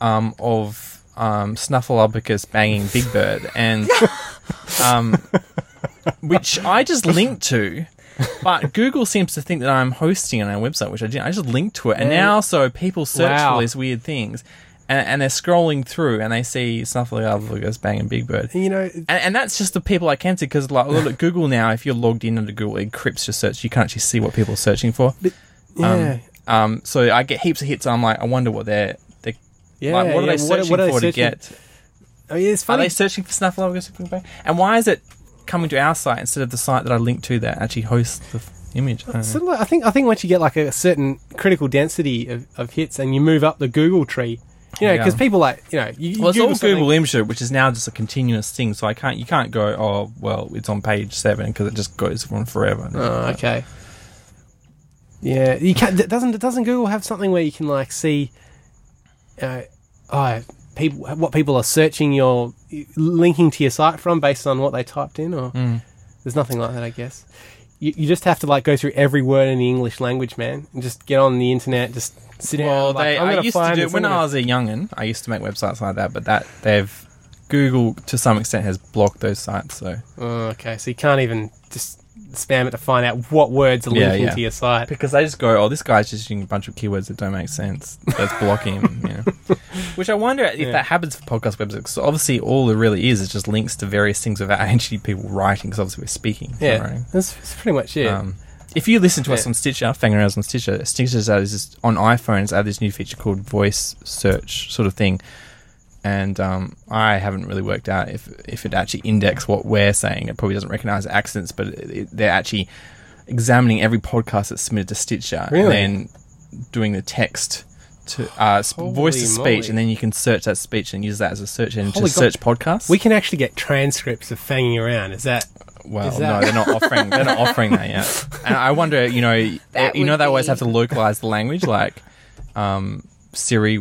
[SPEAKER 2] um, of um, snuffleupagus banging big bird and um, which i just linked to but google seems to think that i'm hosting on our website which i didn't i just linked to it and now so people search
[SPEAKER 3] Wow.
[SPEAKER 2] for these weird things and, and they're scrolling through and they see snuffleupagus banging big bird
[SPEAKER 3] You know,
[SPEAKER 2] and, and that's just the people I can see because like look at Google now. If you're logged in under Google, it crypts your search. You can't actually see what people are searching for.
[SPEAKER 3] yeah,
[SPEAKER 2] Um, um, so I get heaps of hits. I'm like, I wonder what they're. they're
[SPEAKER 3] yeah.
[SPEAKER 2] like, what are
[SPEAKER 3] yeah.
[SPEAKER 2] they searching
[SPEAKER 3] what are they
[SPEAKER 2] for to
[SPEAKER 3] searching-
[SPEAKER 2] get?
[SPEAKER 3] I mean, it's
[SPEAKER 2] Are
[SPEAKER 3] funny.
[SPEAKER 2] they searching for snuffleupagus? And why is it coming to our site instead of the site that I linked to that actually hosts the f- image? I don't know.
[SPEAKER 3] Sort of like- I think I think once you get like a certain critical density of, of hits, and you move up the Google tree, you know,
[SPEAKER 2] Yeah.
[SPEAKER 3] because people like you know, you, you
[SPEAKER 2] Well, it's
[SPEAKER 3] Google
[SPEAKER 2] all
[SPEAKER 3] something-
[SPEAKER 2] Google Image, Search, which is now just a continuous thing. So I can't, you can't go, oh, well, it's on page seven because it just goes on forever.
[SPEAKER 3] Oh, okay. Yeah, you can't. th- Doesn't doesn't Google have something where you can like see, uh, oh, people what people are searching your linking to your site from based on what they typed in, or
[SPEAKER 2] Hmm.
[SPEAKER 3] there's nothing like that, I guess. You, you just have to like go through every word in the English language, man, and just get on the internet, just sit down.
[SPEAKER 2] Well,
[SPEAKER 3] like,
[SPEAKER 2] they,
[SPEAKER 3] I'm
[SPEAKER 2] I
[SPEAKER 3] gonna
[SPEAKER 2] used to
[SPEAKER 3] find
[SPEAKER 2] do
[SPEAKER 3] this,
[SPEAKER 2] when
[SPEAKER 3] I'm
[SPEAKER 2] I
[SPEAKER 3] gonna-
[SPEAKER 2] was a youngin. I used to make websites like that, but that they've Google to some extent has blocked those sites. So
[SPEAKER 3] Oh, okay, so you can't even just spam it to find out what words are
[SPEAKER 2] Yeah,
[SPEAKER 3] linking
[SPEAKER 2] yeah.
[SPEAKER 3] to your site.
[SPEAKER 2] because they just go, oh, this guy's just using a bunch of keywords that don't make sense. That's blocking him. You know? Which I wonder if
[SPEAKER 3] Yeah.
[SPEAKER 2] that happens for podcast websites. 'cause obviously, all there really is is just links to various things without actually people writing. Because obviously, we're speaking. not
[SPEAKER 3] Yeah,
[SPEAKER 2] writing.
[SPEAKER 3] that's, that's pretty much it.
[SPEAKER 2] Um, if you listen to us
[SPEAKER 3] Yeah.
[SPEAKER 2] on Stitcher, finger around on Stitcher, Stitcher's out is just on iPhones. Add this new feature called voice search sort of thing, and um, I haven't really worked out if if it actually indexes what we're saying. It probably doesn't recognize accents, but it, it, they're actually examining every podcast that's submitted to Stitcher
[SPEAKER 3] Really?
[SPEAKER 2] and then doing the text. To uh,
[SPEAKER 3] Holy
[SPEAKER 2] voice to
[SPEAKER 3] moly.
[SPEAKER 2] speech, and then you can search that speech and use that as a search engine
[SPEAKER 3] Holy
[SPEAKER 2] to
[SPEAKER 3] God.
[SPEAKER 2] search podcasts.
[SPEAKER 3] We can actually get transcripts of fanging around. Is that
[SPEAKER 2] Well,
[SPEAKER 3] Is
[SPEAKER 2] no,
[SPEAKER 3] that-
[SPEAKER 2] they're not offering. They're not offering that yet. And I wonder, you know, you
[SPEAKER 1] That
[SPEAKER 2] know,
[SPEAKER 1] would
[SPEAKER 2] they always
[SPEAKER 1] be-
[SPEAKER 2] have to localize the language. Like um, Siri,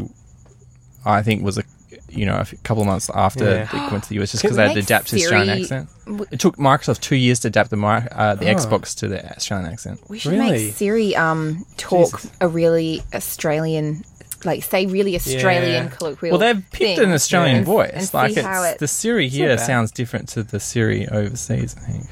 [SPEAKER 2] I think was a, you know, a f- couple of months after
[SPEAKER 3] Yeah.
[SPEAKER 2] it went to the US, just because they had to
[SPEAKER 1] Make
[SPEAKER 2] adapt to Australian
[SPEAKER 1] Siri- Oh.
[SPEAKER 2] accent. It took Microsoft two years to adapt the mi- uh, the Xbox to the Australian accent.
[SPEAKER 1] We should
[SPEAKER 3] Really?
[SPEAKER 1] make Siri um, talk a really Australian, like say really Australian
[SPEAKER 3] Yeah.
[SPEAKER 1] colloquial.
[SPEAKER 2] Well, they've
[SPEAKER 1] thing.
[SPEAKER 2] picked an Australian
[SPEAKER 1] And-
[SPEAKER 2] voice.
[SPEAKER 1] and
[SPEAKER 2] like
[SPEAKER 1] see
[SPEAKER 2] it's,
[SPEAKER 1] how it-
[SPEAKER 2] the Siri here
[SPEAKER 3] bad.
[SPEAKER 2] sounds different to the Siri overseas. I think.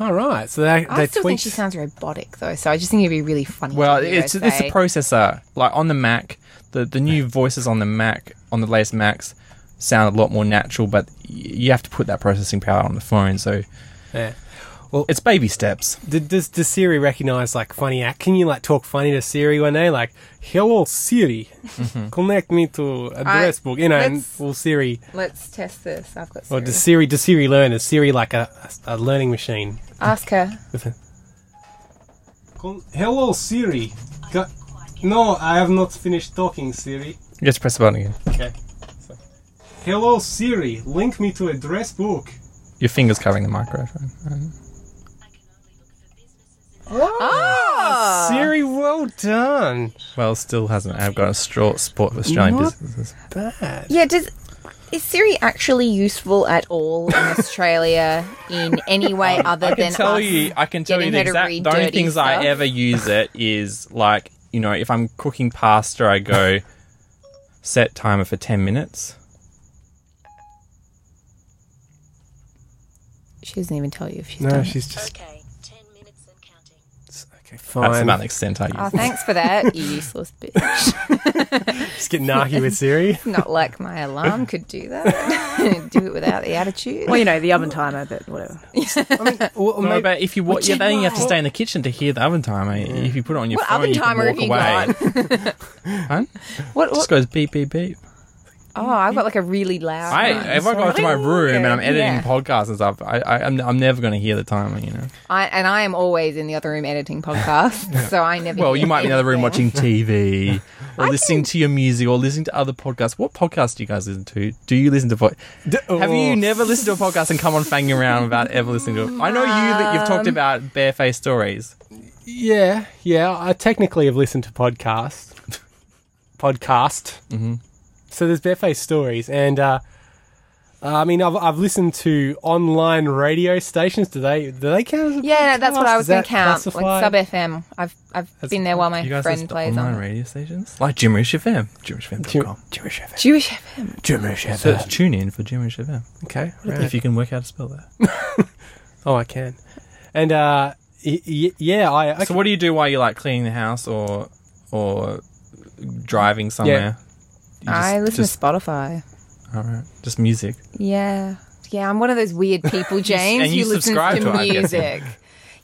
[SPEAKER 3] all right? So they,
[SPEAKER 1] I
[SPEAKER 3] they
[SPEAKER 1] still think
[SPEAKER 3] tweaked.
[SPEAKER 1] she sounds robotic though, so I just think it'd be really funny.
[SPEAKER 2] Well,
[SPEAKER 1] to hear
[SPEAKER 2] it's
[SPEAKER 1] her
[SPEAKER 2] it's the
[SPEAKER 1] say-
[SPEAKER 2] processor. Like on the Mac, the the new voices on the Mac on the latest Macs sound a lot more natural, but y- you have to put that processing power on the phone. So
[SPEAKER 3] yeah.
[SPEAKER 2] it's baby steps.
[SPEAKER 3] D- does does Siri recognize like funny act? Can you like talk funny to Siri one day? Like, hello Siri, connect me to address book. You know, and
[SPEAKER 1] let's-
[SPEAKER 3] will Siri
[SPEAKER 1] Let's test this. I've got
[SPEAKER 3] or
[SPEAKER 1] Siri.
[SPEAKER 3] does Siri does Siri learn? Is Siri like a, a, a learning machine?
[SPEAKER 1] Ask her.
[SPEAKER 3] With a- Con- hello Siri. Ca- no, I have not finished talking, Siri.
[SPEAKER 2] Just press the button again.
[SPEAKER 3] Okay. So, hello Siri, link me to address book.
[SPEAKER 2] Your fingers covering the microphone.
[SPEAKER 1] Oh,
[SPEAKER 2] Ah.
[SPEAKER 3] Siri, well done.
[SPEAKER 2] Well, still hasn't. I've got a straw sport for Australian
[SPEAKER 3] Not-
[SPEAKER 2] businesses.
[SPEAKER 3] Bad.
[SPEAKER 1] yeah. Does is Siri actually useful at all in Australia in any way other
[SPEAKER 2] Um, I
[SPEAKER 1] than
[SPEAKER 2] can tell
[SPEAKER 1] us
[SPEAKER 2] you. I can tell you
[SPEAKER 1] getting
[SPEAKER 2] the
[SPEAKER 1] her to
[SPEAKER 2] exact.
[SPEAKER 1] read
[SPEAKER 2] The only
[SPEAKER 1] dirty
[SPEAKER 2] things I
[SPEAKER 1] stuff?
[SPEAKER 2] ever use it is like you know if I'm cooking pasta, I go set timer for ten minutes.
[SPEAKER 1] She doesn't even tell you if she's
[SPEAKER 3] No,
[SPEAKER 1] done.
[SPEAKER 3] she's just
[SPEAKER 5] Okay, 10 minutes and counting.
[SPEAKER 3] okay.
[SPEAKER 2] That's
[SPEAKER 3] Fine.
[SPEAKER 2] about the extent I use.
[SPEAKER 1] Oh,
[SPEAKER 2] it.
[SPEAKER 1] thanks for that, you useless bitch.
[SPEAKER 3] Just get narky with Siri.
[SPEAKER 1] Not like my alarm could do that. do it without the attitude.
[SPEAKER 4] Well, you know, the oven timer, but whatever.
[SPEAKER 3] Well,
[SPEAKER 2] No,
[SPEAKER 3] maybe-
[SPEAKER 2] but if you wa-
[SPEAKER 1] Which
[SPEAKER 2] yeah,
[SPEAKER 1] is
[SPEAKER 2] then you have to
[SPEAKER 1] why-
[SPEAKER 2] stay in the kitchen to hear the oven timer. If you put it on your
[SPEAKER 1] What
[SPEAKER 2] phone,
[SPEAKER 1] oven
[SPEAKER 2] you can
[SPEAKER 1] timer
[SPEAKER 2] walk
[SPEAKER 1] have you
[SPEAKER 2] away. Huh?
[SPEAKER 1] What?
[SPEAKER 2] Just
[SPEAKER 1] what
[SPEAKER 2] goes beep beep beep.
[SPEAKER 1] Oh, I've got like a really loud.
[SPEAKER 2] I,
[SPEAKER 1] one.
[SPEAKER 2] if I go up to my room and I'm editing
[SPEAKER 1] Yeah.
[SPEAKER 2] podcasts and stuff, I, I, I'm, I'm never going to hear the timer, you know.
[SPEAKER 1] I, and I am always in the other room editing podcasts, so I never.
[SPEAKER 2] Well,
[SPEAKER 1] hear
[SPEAKER 2] you might be in the other room
[SPEAKER 1] anything.
[SPEAKER 2] watching TV or listening to your music or listening to other podcasts. What podcasts do you guys listen to? Do you listen to pod- Have
[SPEAKER 3] oh.
[SPEAKER 2] you never listened to a podcast and come on fanging around without ever listening to it? I know you that you've talked about barefaced stories.
[SPEAKER 3] Yeah, yeah. I technically have listened to podcasts. podcast. Mm-hmm. So there's barefaced stories, and uh, I mean, I've, I've listened to online radio stations. Do they do they count? As a
[SPEAKER 1] Yeah, no, that's what
[SPEAKER 3] podcast?
[SPEAKER 1] I was
[SPEAKER 3] Is
[SPEAKER 1] going
[SPEAKER 3] that
[SPEAKER 1] to count.
[SPEAKER 3] classified?
[SPEAKER 1] Like Sub FM, I've I've been there while my
[SPEAKER 2] you guys
[SPEAKER 1] friend
[SPEAKER 2] listen to
[SPEAKER 1] plays
[SPEAKER 2] online
[SPEAKER 1] on.
[SPEAKER 2] radio stations like Jimmerish FM, JimmerishFM.com.
[SPEAKER 3] Jewish FM.
[SPEAKER 1] Jewish FM.
[SPEAKER 3] Jewish
[SPEAKER 2] Search
[SPEAKER 3] FM.
[SPEAKER 2] tune in for Jimmerish FM
[SPEAKER 3] Okay.
[SPEAKER 2] if you can work out how to spell that.
[SPEAKER 3] Oh, I can. And uh, y- y- yeah, I. I
[SPEAKER 2] So, what do you do while you're like cleaning the house or or driving somewhere? You just-
[SPEAKER 1] I listen
[SPEAKER 2] just-
[SPEAKER 1] to Spotify.
[SPEAKER 2] All right, just music.
[SPEAKER 1] Yeah, yeah. I'm one of those weird people, James.
[SPEAKER 2] and you
[SPEAKER 1] who listens
[SPEAKER 2] subscribe to it, I guess.
[SPEAKER 1] music.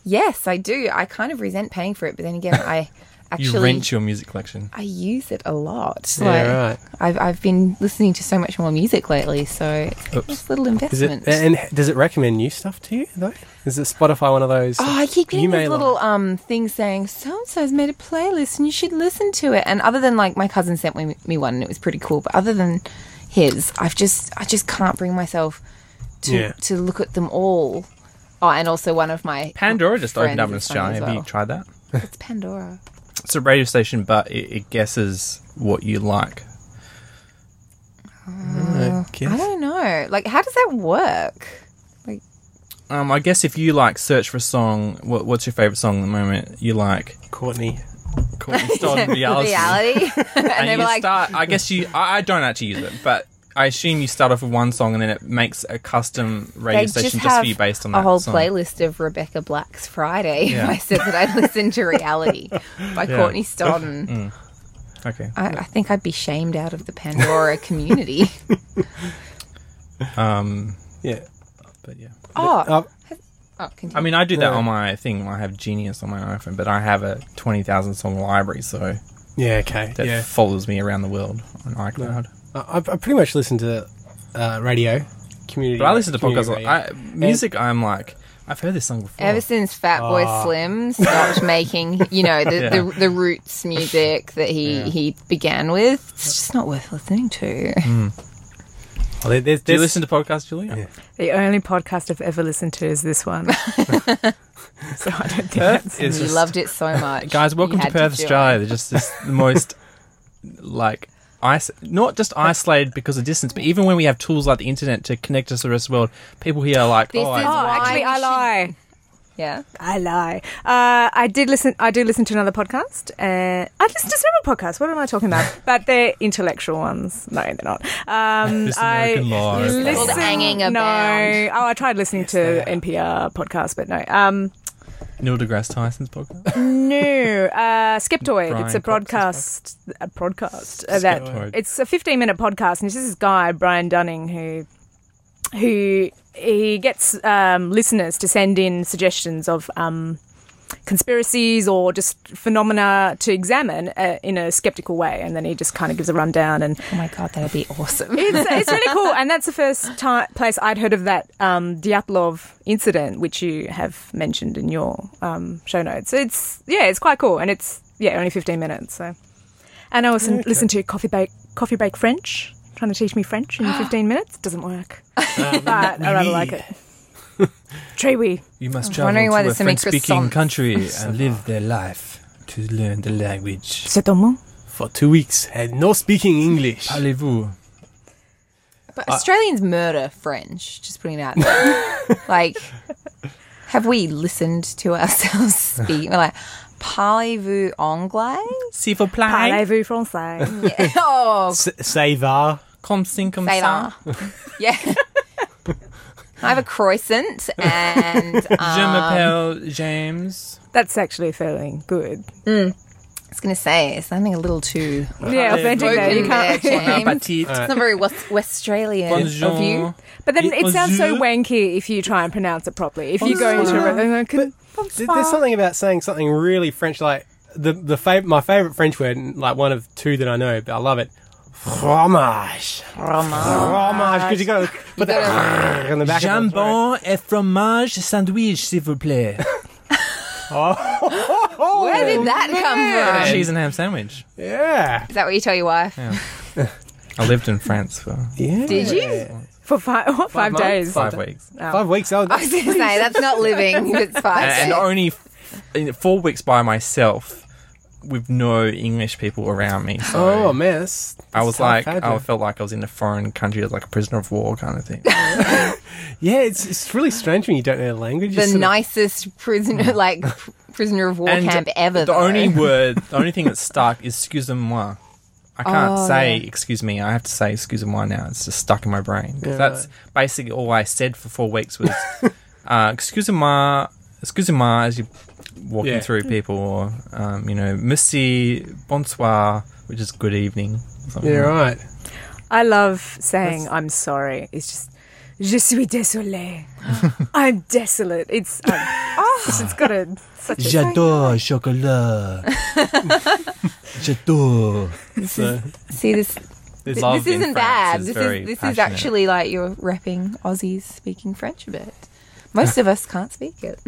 [SPEAKER 1] yes, I do. I kind of resent paying for it, but then again, I
[SPEAKER 2] You
[SPEAKER 1] actually
[SPEAKER 2] rent your music collection.
[SPEAKER 1] I use it a lot.
[SPEAKER 3] Yeah,
[SPEAKER 1] like,
[SPEAKER 3] right.
[SPEAKER 1] I've I've been listening to so much more music lately, so it's
[SPEAKER 2] Oops.
[SPEAKER 1] this little
[SPEAKER 3] Is
[SPEAKER 1] investment.
[SPEAKER 3] it and does it recommend new stuff to you though? Is it Spotify one of those?
[SPEAKER 1] Oh, I keep
[SPEAKER 3] you
[SPEAKER 1] getting
[SPEAKER 3] may
[SPEAKER 1] these little um things saying so and so's made a playlist and you should listen to it. And other than like my cousin sent me, me one and it was pretty cool, but other than his, I've just I just can't bring myself to
[SPEAKER 3] Yeah.
[SPEAKER 1] to look at them all. Oh, and also one of my
[SPEAKER 2] Pandora just
[SPEAKER 1] friends
[SPEAKER 2] opened up in
[SPEAKER 1] is funny
[SPEAKER 2] Australia.
[SPEAKER 1] as
[SPEAKER 2] Have you
[SPEAKER 1] well.
[SPEAKER 2] tried that?
[SPEAKER 1] It's Pandora.
[SPEAKER 2] It's a radio station, but it, it guesses what you like.
[SPEAKER 3] I
[SPEAKER 1] I
[SPEAKER 3] guess.
[SPEAKER 1] don't know. Like, how does that work?
[SPEAKER 2] Um, I guess if you like search for a song, what, what's your favorite song at the moment? You like
[SPEAKER 3] Courtney.
[SPEAKER 2] Courtney Stone reality,
[SPEAKER 1] Reality, and,
[SPEAKER 2] and,
[SPEAKER 1] they were
[SPEAKER 2] you
[SPEAKER 1] like,
[SPEAKER 2] start. I guess you. I, I don't actually use it, but I assume you start off with one song and then it makes a custom radio
[SPEAKER 1] they
[SPEAKER 2] station just,
[SPEAKER 1] have
[SPEAKER 2] for you based on
[SPEAKER 1] a
[SPEAKER 2] that
[SPEAKER 1] whole
[SPEAKER 2] song.
[SPEAKER 1] playlist of Rebecca Black's Friday.
[SPEAKER 2] Yeah.
[SPEAKER 1] I said that I listened to Reality by Courtney Stodden.
[SPEAKER 2] Mm. Okay.
[SPEAKER 1] I, I think I'd be shamed out of the Pandora community.
[SPEAKER 2] Um,
[SPEAKER 3] Yeah.
[SPEAKER 2] but yeah.
[SPEAKER 1] oh,
[SPEAKER 3] Uh,
[SPEAKER 1] oh, continue.
[SPEAKER 2] I mean, I do that
[SPEAKER 3] Yeah.
[SPEAKER 2] on my thing. I have Genius on my iPhone, but I have a twenty thousand song library, so
[SPEAKER 3] yeah. Okay.
[SPEAKER 2] that
[SPEAKER 3] yeah.
[SPEAKER 2] follows me around the world on iCloud.
[SPEAKER 3] I, I I pretty much listen to uh, radio community.
[SPEAKER 2] But I listen to
[SPEAKER 3] community
[SPEAKER 2] podcasts.
[SPEAKER 3] radio.
[SPEAKER 2] I, music, I'm like, I've heard this song before.
[SPEAKER 1] Ever since Fat Boy
[SPEAKER 2] Ah.
[SPEAKER 1] Slim stopped making, you know, the, the, the roots music that he, he began with, it's just not worth listening to.
[SPEAKER 3] Oh, there- there's,
[SPEAKER 2] do you
[SPEAKER 3] there's-
[SPEAKER 2] listen to podcasts, Julia?
[SPEAKER 4] The only podcast I've ever listened to is this one. so I don't think that's.
[SPEAKER 2] It's
[SPEAKER 1] you
[SPEAKER 2] just-
[SPEAKER 1] loved it so much.
[SPEAKER 2] Guys, welcome
[SPEAKER 1] you
[SPEAKER 2] to
[SPEAKER 1] had
[SPEAKER 2] Perth,
[SPEAKER 1] do it.
[SPEAKER 2] Australia. They're just, just the most, like, ice, not just isolated because of distance, but even when we have tools like the internet to connect us to the rest of the world, people here are like,
[SPEAKER 1] This
[SPEAKER 2] oh,
[SPEAKER 1] is-
[SPEAKER 4] Oh,
[SPEAKER 2] I,
[SPEAKER 4] actually, I lie.
[SPEAKER 1] Yeah.
[SPEAKER 4] I lie. Uh, I did listen. I do listen to another podcast. Uh, I listen to several podcasts. What am I talking about? but they're intellectual ones. No, they're not. Um,
[SPEAKER 2] This
[SPEAKER 4] I
[SPEAKER 2] American Law.
[SPEAKER 4] listen.
[SPEAKER 1] Called Hanging Abound.
[SPEAKER 4] No. Oh, I tried listening to NPR podcasts, but no. Um,
[SPEAKER 2] Neil deGrasse Tyson's podcast.
[SPEAKER 4] no. Uh, Skeptoid.
[SPEAKER 2] Brian
[SPEAKER 4] it's a
[SPEAKER 2] Cox's
[SPEAKER 4] broadcast. A broadcast. uh, that
[SPEAKER 2] Skeptoid.
[SPEAKER 4] it's a 15 minute podcast, and it's just this guy Brian Dunning who who he gets um, listeners to send in suggestions of um, conspiracies or just phenomena to examine uh, in a skeptical way, and then he just kind of gives a rundown and
[SPEAKER 1] Oh my God, that'd be awesome.
[SPEAKER 4] it's, it's really cool, and that's the first time, place I'd heard of that um, Dyatlov incident, which you have mentioned in your um, show notes. It's yeah, it's quite cool, and it's yeah, only fifteen minutes. So, and I also listen to coffee break coffee break French, trying to teach me French in fifteen minutes. Doesn't work,
[SPEAKER 2] um,
[SPEAKER 4] but I rather like it. Tree wee.
[SPEAKER 2] You must
[SPEAKER 1] I'm wondering
[SPEAKER 2] travel
[SPEAKER 1] why
[SPEAKER 2] to a
[SPEAKER 1] there's so many
[SPEAKER 2] French-speaking
[SPEAKER 1] croissants.
[SPEAKER 2] country and live their life to learn the language.
[SPEAKER 4] C'est ton mot?
[SPEAKER 3] for two weeks and no speaking English.
[SPEAKER 2] Parlez-vous?
[SPEAKER 1] But Australians murder French. Just putting it out there. like, have we listened to ourselves speak? We're like, parlez-vous anglais?
[SPEAKER 2] S'il vous plaît.
[SPEAKER 4] Parlez-vous français?
[SPEAKER 1] Yeah. Oh,
[SPEAKER 3] S- Savar.
[SPEAKER 2] Comme cinq comme
[SPEAKER 1] They
[SPEAKER 2] ça.
[SPEAKER 1] yeah. I have a croissant and
[SPEAKER 2] Je
[SPEAKER 1] um,
[SPEAKER 2] m'appelle James.
[SPEAKER 4] That's actually feeling good.
[SPEAKER 1] I was going to say it's sounding a little too
[SPEAKER 4] Yeah, authentic there. You
[SPEAKER 1] open there,
[SPEAKER 4] can't.
[SPEAKER 1] James.
[SPEAKER 2] Petite.
[SPEAKER 1] It's not very West, West Australian
[SPEAKER 2] Bonjour.
[SPEAKER 1] of you.
[SPEAKER 4] But then
[SPEAKER 2] It
[SPEAKER 4] it sounds so
[SPEAKER 2] was-
[SPEAKER 4] wanky if you try and pronounce it properly. If you go into a American,
[SPEAKER 3] Th- There's something about saying something really French, like the the fav- my favorite French word, and, like one of two that I know, but I love it. fromage. Fromage, because you got to put that in the back of the throat.
[SPEAKER 2] Jambon et fromage sandwich, s'il vous plaît.
[SPEAKER 1] Where did that come from?
[SPEAKER 2] Cheese and ham sandwich.
[SPEAKER 3] Yeah.
[SPEAKER 1] Is that what you tell your wife?
[SPEAKER 2] I lived in France for
[SPEAKER 3] yeah.
[SPEAKER 1] Did you?
[SPEAKER 4] for five, what, five,
[SPEAKER 3] months?
[SPEAKER 4] days.
[SPEAKER 2] five weeks. And,
[SPEAKER 3] Five weeks. Oh,
[SPEAKER 1] I was going to say that's not living. It's fine.
[SPEAKER 2] and only f- in four weeks by myself with no English people around me. So
[SPEAKER 3] oh man. That's,
[SPEAKER 2] I
[SPEAKER 3] that's
[SPEAKER 2] was
[SPEAKER 3] tough,
[SPEAKER 2] like,
[SPEAKER 3] had
[SPEAKER 2] I
[SPEAKER 3] ya?
[SPEAKER 2] felt like I was in a foreign country, as like a prisoner of war kind of thing.
[SPEAKER 3] yeah, it's, it's really strange when you don't know the language. You
[SPEAKER 1] the
[SPEAKER 3] sort of-
[SPEAKER 1] nicest prisoner, like pr- prisoner of war
[SPEAKER 2] And
[SPEAKER 1] camp ever.
[SPEAKER 2] The
[SPEAKER 1] though.
[SPEAKER 2] only word, the only thing that's stuck is "excusez-moi." I can't
[SPEAKER 1] Oh,
[SPEAKER 2] say
[SPEAKER 1] yeah.
[SPEAKER 2] "excuse me." I have to say "excusez-moi" now. It's just stuck in my brain. 'Cause that's basically all I said for four weeks was uh, "excusez-moi," "excusez-moi" as you're walking
[SPEAKER 3] Yeah.
[SPEAKER 2] through people, or um, you know, "merci," "bonsoir," which is "good evening." or something
[SPEAKER 3] Yeah,
[SPEAKER 2] like
[SPEAKER 3] right.
[SPEAKER 4] I love saying I'm sorry. It's just je suis désolé. I'm desolate. It's um, oh, it's just got a such a
[SPEAKER 6] J'adore chocolat. J'adore.
[SPEAKER 1] See this.
[SPEAKER 2] that.
[SPEAKER 1] Th-
[SPEAKER 2] Love
[SPEAKER 1] this
[SPEAKER 2] in
[SPEAKER 1] isn't
[SPEAKER 2] France
[SPEAKER 1] bad. This
[SPEAKER 2] very
[SPEAKER 1] is this is
[SPEAKER 2] passionate.
[SPEAKER 1] actually like you're repping Aussies speaking French a bit. Most of us can't speak it.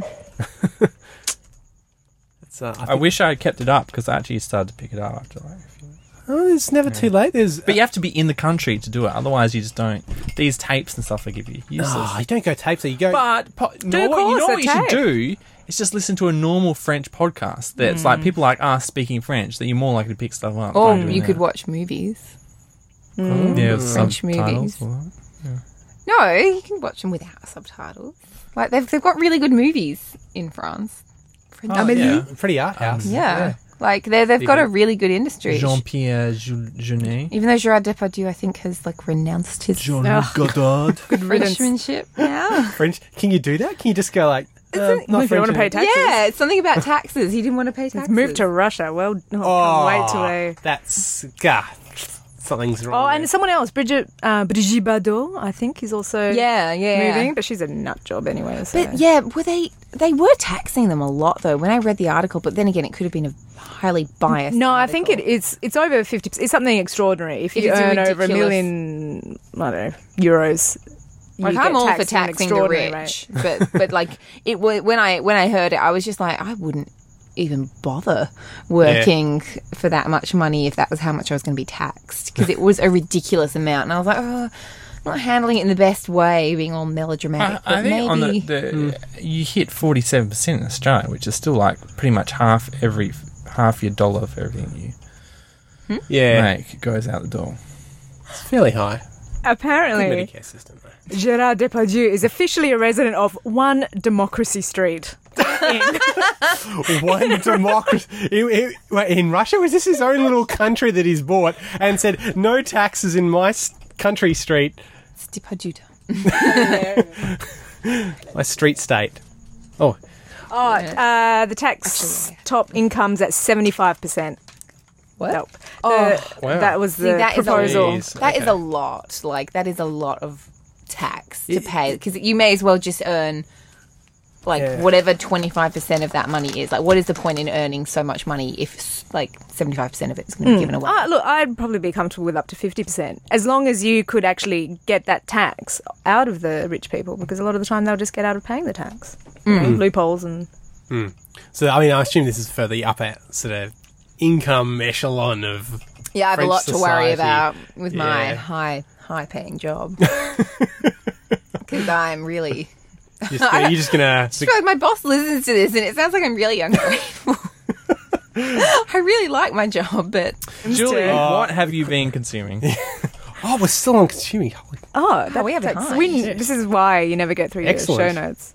[SPEAKER 3] It's, uh, I
[SPEAKER 2] I
[SPEAKER 3] think,
[SPEAKER 2] wish I had kept it up because I actually started to pick it up after like. a few-
[SPEAKER 3] oh, it's never too late. There's,
[SPEAKER 2] But you have to be in the country to do it. Otherwise, you just don't. These tapes and stuff they give you useless.
[SPEAKER 3] Ah, you don't go tape, so you go.
[SPEAKER 2] But po- no, what- you
[SPEAKER 4] course,
[SPEAKER 2] know what you
[SPEAKER 4] they're
[SPEAKER 2] should do is just listen to a normal French podcast that's like people like us speaking French that you're more likely to pick stuff up.
[SPEAKER 1] Or
[SPEAKER 2] by doing
[SPEAKER 1] Hmm. Oh, you could
[SPEAKER 2] that. Hmm?
[SPEAKER 1] watch movies.
[SPEAKER 2] yeah,
[SPEAKER 1] French movies.
[SPEAKER 2] subtitles or that.
[SPEAKER 1] No, you can watch them without subtitles. Like they've they've got really good movies in France. French
[SPEAKER 3] Oh,
[SPEAKER 1] movies.
[SPEAKER 3] yeah. Pretty art house.
[SPEAKER 1] Yeah. Like they they've got a really good industry.
[SPEAKER 2] Jean-Pierre Jul- Jeunet.
[SPEAKER 1] Even though Gerard Depardieu, I think, has like renounced his
[SPEAKER 6] Jean Luc Godard.
[SPEAKER 4] riddance.
[SPEAKER 1] Frenchmanship
[SPEAKER 2] Um,
[SPEAKER 1] now.
[SPEAKER 3] French. Can you do that? Can you just go like? Uh,
[SPEAKER 4] Well,
[SPEAKER 3] not
[SPEAKER 4] if you want to pay
[SPEAKER 3] French.
[SPEAKER 4] taxes,
[SPEAKER 1] yeah, it's something about taxes. He didn't want to pay taxes.
[SPEAKER 4] move to Russia. Well, oh,
[SPEAKER 3] Oh,
[SPEAKER 4] can't wait till they.
[SPEAKER 3] That's gah. Something's wrong.
[SPEAKER 4] Oh,
[SPEAKER 3] there.
[SPEAKER 4] and someone else, Bridget uh, Brigitte Bardot, I think, is also
[SPEAKER 1] Yeah, yeah.
[SPEAKER 4] moving, but she's a nut job anyway. So.
[SPEAKER 1] But yeah, were they they were taxing them a lot though when I read the article, but then again it could have been a highly biased
[SPEAKER 4] No, I think it
[SPEAKER 1] article.
[SPEAKER 4] is. It's over fifty. percent. It's something extraordinary. If
[SPEAKER 1] It
[SPEAKER 4] you
[SPEAKER 1] is a
[SPEAKER 4] earn over a
[SPEAKER 1] ridiculous-
[SPEAKER 4] million, I don't know, euros. You
[SPEAKER 1] like
[SPEAKER 4] get
[SPEAKER 1] I'm all for
[SPEAKER 4] taxed at an
[SPEAKER 1] taxing the
[SPEAKER 4] extraordinary
[SPEAKER 1] rich,
[SPEAKER 4] rate.
[SPEAKER 1] but but like it wa- when I when I heard it, I was just like I wouldn't even bother working for that much money if that was how much I was going to be taxed because it was a ridiculous amount, and I was like, oh, not handling it in the best way, being all melodramatic.
[SPEAKER 2] I, I
[SPEAKER 1] but
[SPEAKER 2] think
[SPEAKER 1] maybe Hmm.
[SPEAKER 2] on the, the you hit forty-seven percent in Australia, which is still like pretty much half every half your dollar for everything you
[SPEAKER 3] yeah,
[SPEAKER 2] make goes out the door.
[SPEAKER 3] it's fairly high.
[SPEAKER 4] Apparently,
[SPEAKER 3] Medicare system. Though.
[SPEAKER 4] Gerard Depardieu is officially a resident of One Democracy Street. in-
[SPEAKER 3] one democracy. In, in- wait, in Russia, was this his own little country that he's bought and said no taxes in my s- country street,
[SPEAKER 1] It's Depardieu.
[SPEAKER 3] my street state? Oh,
[SPEAKER 4] oh, uh, the tax
[SPEAKER 1] Actually, yeah.
[SPEAKER 4] top income's at seventy-five percent.
[SPEAKER 1] What?
[SPEAKER 4] Nope.
[SPEAKER 1] Oh.
[SPEAKER 4] The-
[SPEAKER 3] Wow.
[SPEAKER 4] That was the
[SPEAKER 1] See, that is
[SPEAKER 4] proposal.
[SPEAKER 1] a
[SPEAKER 3] Jeez,
[SPEAKER 1] that is
[SPEAKER 3] okay.
[SPEAKER 1] a lot. Like that is a lot of tax to pay because you may as well just earn like
[SPEAKER 3] Yeah.
[SPEAKER 1] whatever twenty five percent of that money is. Like, what is the point in earning so much money if s- like seventy five percent of it's going to be given away?
[SPEAKER 4] Uh, look, I'd probably be comfortable with up to 50%, as long as you could actually get that tax out of the rich people, because a lot of the time they'll just get out of paying the tax. Loopholes and.
[SPEAKER 3] so I mean, I assume this is for the upper sort of income echelon of.
[SPEAKER 1] yeah, I have
[SPEAKER 3] French
[SPEAKER 1] a lot to worry
[SPEAKER 3] society.
[SPEAKER 1] about with my
[SPEAKER 3] Yeah.
[SPEAKER 1] high high paying job because I'm really.
[SPEAKER 3] You're just gonna, you're just gonna
[SPEAKER 1] I feel like my boss listens to this, and it sounds like I'm really ungrateful. I really like my job, but
[SPEAKER 2] Julie,
[SPEAKER 3] Uh,
[SPEAKER 4] too.
[SPEAKER 2] what have you been consuming?
[SPEAKER 3] oh, we're still on consuming. Holy
[SPEAKER 4] Oh, that,
[SPEAKER 1] we are
[SPEAKER 4] that's-
[SPEAKER 1] behind.
[SPEAKER 4] we- This is why you never get through your
[SPEAKER 3] Excellent.
[SPEAKER 4] show notes.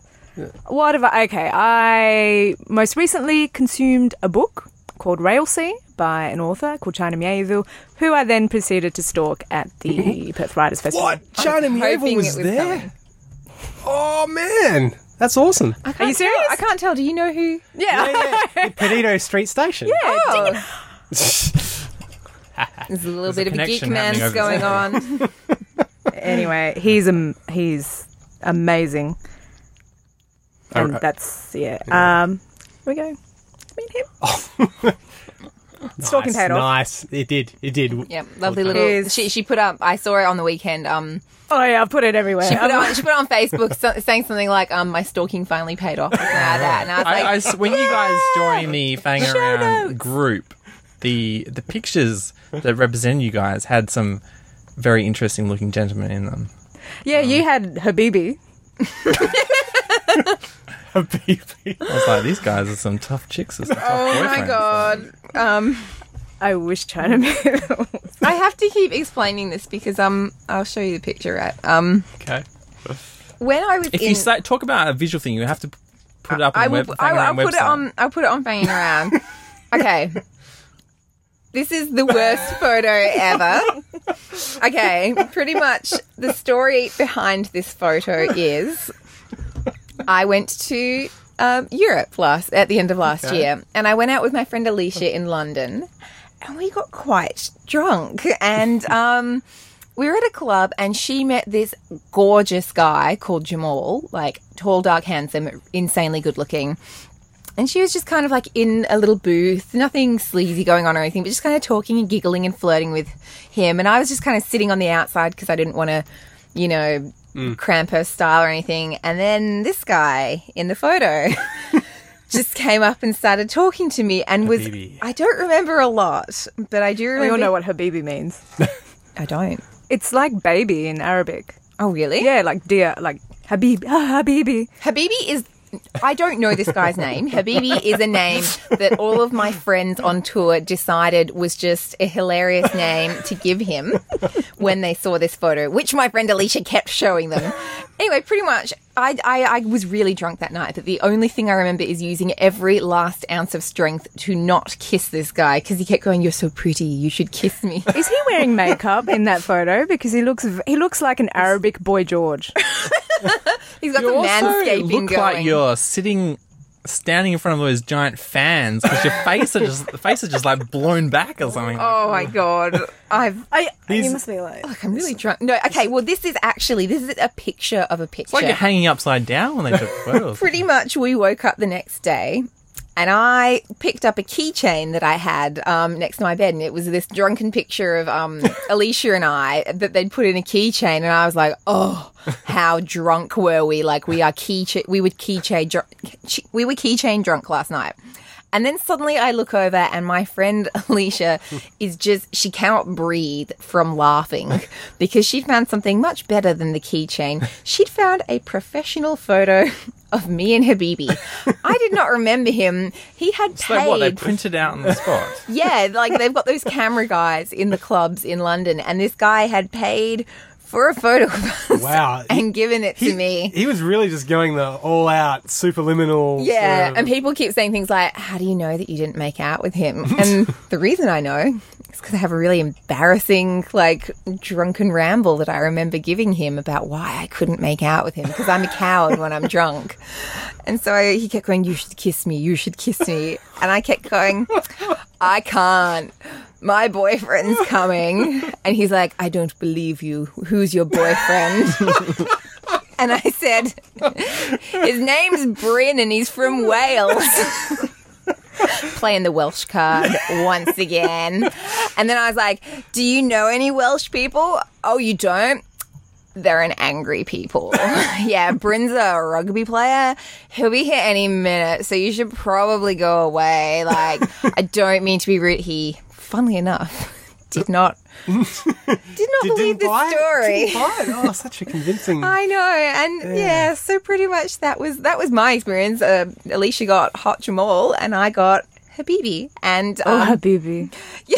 [SPEAKER 4] What have I. Okay, I most recently consumed a book called Railsea by an author called China Mieville, who I then proceeded to stalk at the Perth Writers Festival.
[SPEAKER 3] what? China Naval
[SPEAKER 1] hoping
[SPEAKER 3] was
[SPEAKER 1] it was
[SPEAKER 3] there.
[SPEAKER 1] coming.
[SPEAKER 3] Oh man, that's awesome.
[SPEAKER 1] I
[SPEAKER 4] Are you
[SPEAKER 1] can't tell-
[SPEAKER 4] serious?
[SPEAKER 1] I can't tell. Do you know who?
[SPEAKER 4] Yeah.
[SPEAKER 3] yeah, yeah. Perdido Street Station.
[SPEAKER 4] Yeah,
[SPEAKER 1] Oh. There's a little bit of a geek
[SPEAKER 2] connection happening
[SPEAKER 1] man's
[SPEAKER 2] over
[SPEAKER 1] going on.
[SPEAKER 4] anyway, he's um he's amazing, and that's yeah. Um, here we go. Meet him. Stalking
[SPEAKER 3] nice,
[SPEAKER 4] paid off.
[SPEAKER 3] Nice. It did. It did.
[SPEAKER 1] Yeah, lovely
[SPEAKER 3] Well done.
[SPEAKER 1] little.
[SPEAKER 4] Yes.
[SPEAKER 1] She she put up. I saw it on the weekend. Um,
[SPEAKER 4] Oh yeah, I've put it everywhere. Um,
[SPEAKER 1] she put, it on, she put it on Facebook so, saying something like, "Um, my stalking finally paid off." or something like that. And I was
[SPEAKER 2] I,
[SPEAKER 1] like,
[SPEAKER 2] I s- when you guys join the Fang Around group, the the pictures that represent you guys had some very interesting looking gentlemen in them.
[SPEAKER 4] yeah, you had Habibi.
[SPEAKER 2] I was like, these guys are some tough chicks. Or some tough
[SPEAKER 1] "Oh my
[SPEAKER 2] boyfriends.
[SPEAKER 1] god." Um,
[SPEAKER 4] I wish China Male.
[SPEAKER 1] I have to keep explaining this because um, I'll show you the picture. At um,
[SPEAKER 3] Okay.
[SPEAKER 1] when I was
[SPEAKER 2] If
[SPEAKER 1] in,
[SPEAKER 2] you start, talk about a visual thing, you have to p- put it up on
[SPEAKER 1] I
[SPEAKER 2] the
[SPEAKER 1] will.
[SPEAKER 2] web,
[SPEAKER 1] I,
[SPEAKER 2] Fang
[SPEAKER 1] will- I'll
[SPEAKER 2] Around
[SPEAKER 1] put it
[SPEAKER 2] website.
[SPEAKER 1] on. I'll put it on banging around. okay. This is the worst photo ever. Okay, pretty much the story behind this photo is I went to um, Europe last at the end of last year, and I went out with my friend Alicia in London, and we got quite drunk, and um, we were at a club, and she met this gorgeous guy called Jamal, like tall, dark, handsome, insanely good looking. And she was just kind of like in a little booth, nothing sleazy going on or anything, but just kind of talking and giggling and flirting with him. And I was just kind of sitting on the outside because I didn't want to, you know, cramp her style or anything. And then this guy in the photo just came up and started talking to me and was.
[SPEAKER 3] Habibi.
[SPEAKER 1] I don't remember a lot, but
[SPEAKER 2] Oh,
[SPEAKER 1] I do remember.
[SPEAKER 4] We all know what Habibi means.
[SPEAKER 1] I don't.
[SPEAKER 4] It's like baby in Arabic.
[SPEAKER 1] Oh, really?
[SPEAKER 4] Yeah, like dear, like Habib, ah, Habibi.
[SPEAKER 1] Habibi is. I don't know this guy's name. Habibi is a name that all of my friends on tour decided was just a hilarious name to give him when they saw this photo, which my friend Alicia kept showing them. Anyway, pretty much, I, I, I was really drunk that night, but the only thing I remember is using every last ounce of strength to not kiss this guy because he kept going, You're so pretty, you should kiss me.
[SPEAKER 4] Is he wearing makeup in that photo? Because he looks v- he looks like an Arabic boy George.
[SPEAKER 1] He's got
[SPEAKER 2] You
[SPEAKER 1] some
[SPEAKER 2] also
[SPEAKER 1] manscaping
[SPEAKER 2] look
[SPEAKER 1] going.
[SPEAKER 2] like you're sitting, standing in front of those giant fans because your face are just the face are just like blown back or something.
[SPEAKER 1] oh my god. I've.
[SPEAKER 4] I,
[SPEAKER 3] He's-
[SPEAKER 4] must be like
[SPEAKER 1] I'm really drunk. No, okay. Well, this is actually this is a picture of a
[SPEAKER 2] It's like
[SPEAKER 1] picture.
[SPEAKER 2] you're hanging upside down when they took photos.
[SPEAKER 1] Pretty much, we woke up the next day, and I picked up a keychain that I had um, next to my bed, and it was this drunken picture of um, Alicia and I that they'd put in a keychain, and I was like, oh, how drunk were we? Like we are keychain, we were keychain, dr- key- we were keychain drunk last night. And then suddenly I look over and my friend Alicia is just, she cannot breathe from laughing because she found something much better than the keychain. She'd found a professional photo of me and Habibi. I did not remember him. He had
[SPEAKER 2] So what they
[SPEAKER 1] paid.
[SPEAKER 2] printed out on the spot.
[SPEAKER 1] yeah, like they've got those camera guys in the clubs in London and this guy had paid for a photo of us
[SPEAKER 3] Wow.
[SPEAKER 1] and given it to me.
[SPEAKER 3] He was really just going the all out superliminal.
[SPEAKER 1] Yeah,
[SPEAKER 3] sort of-
[SPEAKER 1] and people keep saying things like, "How do you know that you didn't make out with him?" And the reason I know is because I have a really embarrassing, like, drunken ramble that I remember giving him about why I couldn't make out with him because I'm a coward when I'm drunk. And so he kept going, "You should kiss me. You should kiss me," and I kept going, "I can't." My boyfriend's coming, and he's like, "I don't believe you. Who's your boyfriend?" and I said, his name's Bryn and he's from Wales. Playing the Welsh card once again. And then I was like, Do you know any Welsh people? Oh, you don't? They're an angry people. yeah, Bryn's a rugby player. He'll be here any minute, so you should probably go away. Like, I don't mean to be rude. He, funnily enough, did not did not
[SPEAKER 3] Did-
[SPEAKER 1] believe
[SPEAKER 3] didn't
[SPEAKER 1] this
[SPEAKER 3] buy it?
[SPEAKER 1] story.
[SPEAKER 3] Didn't buy it. Oh, such a convincing.
[SPEAKER 1] I know, and yeah. so pretty much that was that was my experience. Uh, Alicia got hot Jamal, and I got Habibi, and
[SPEAKER 4] oh
[SPEAKER 1] um,
[SPEAKER 4] Habibi.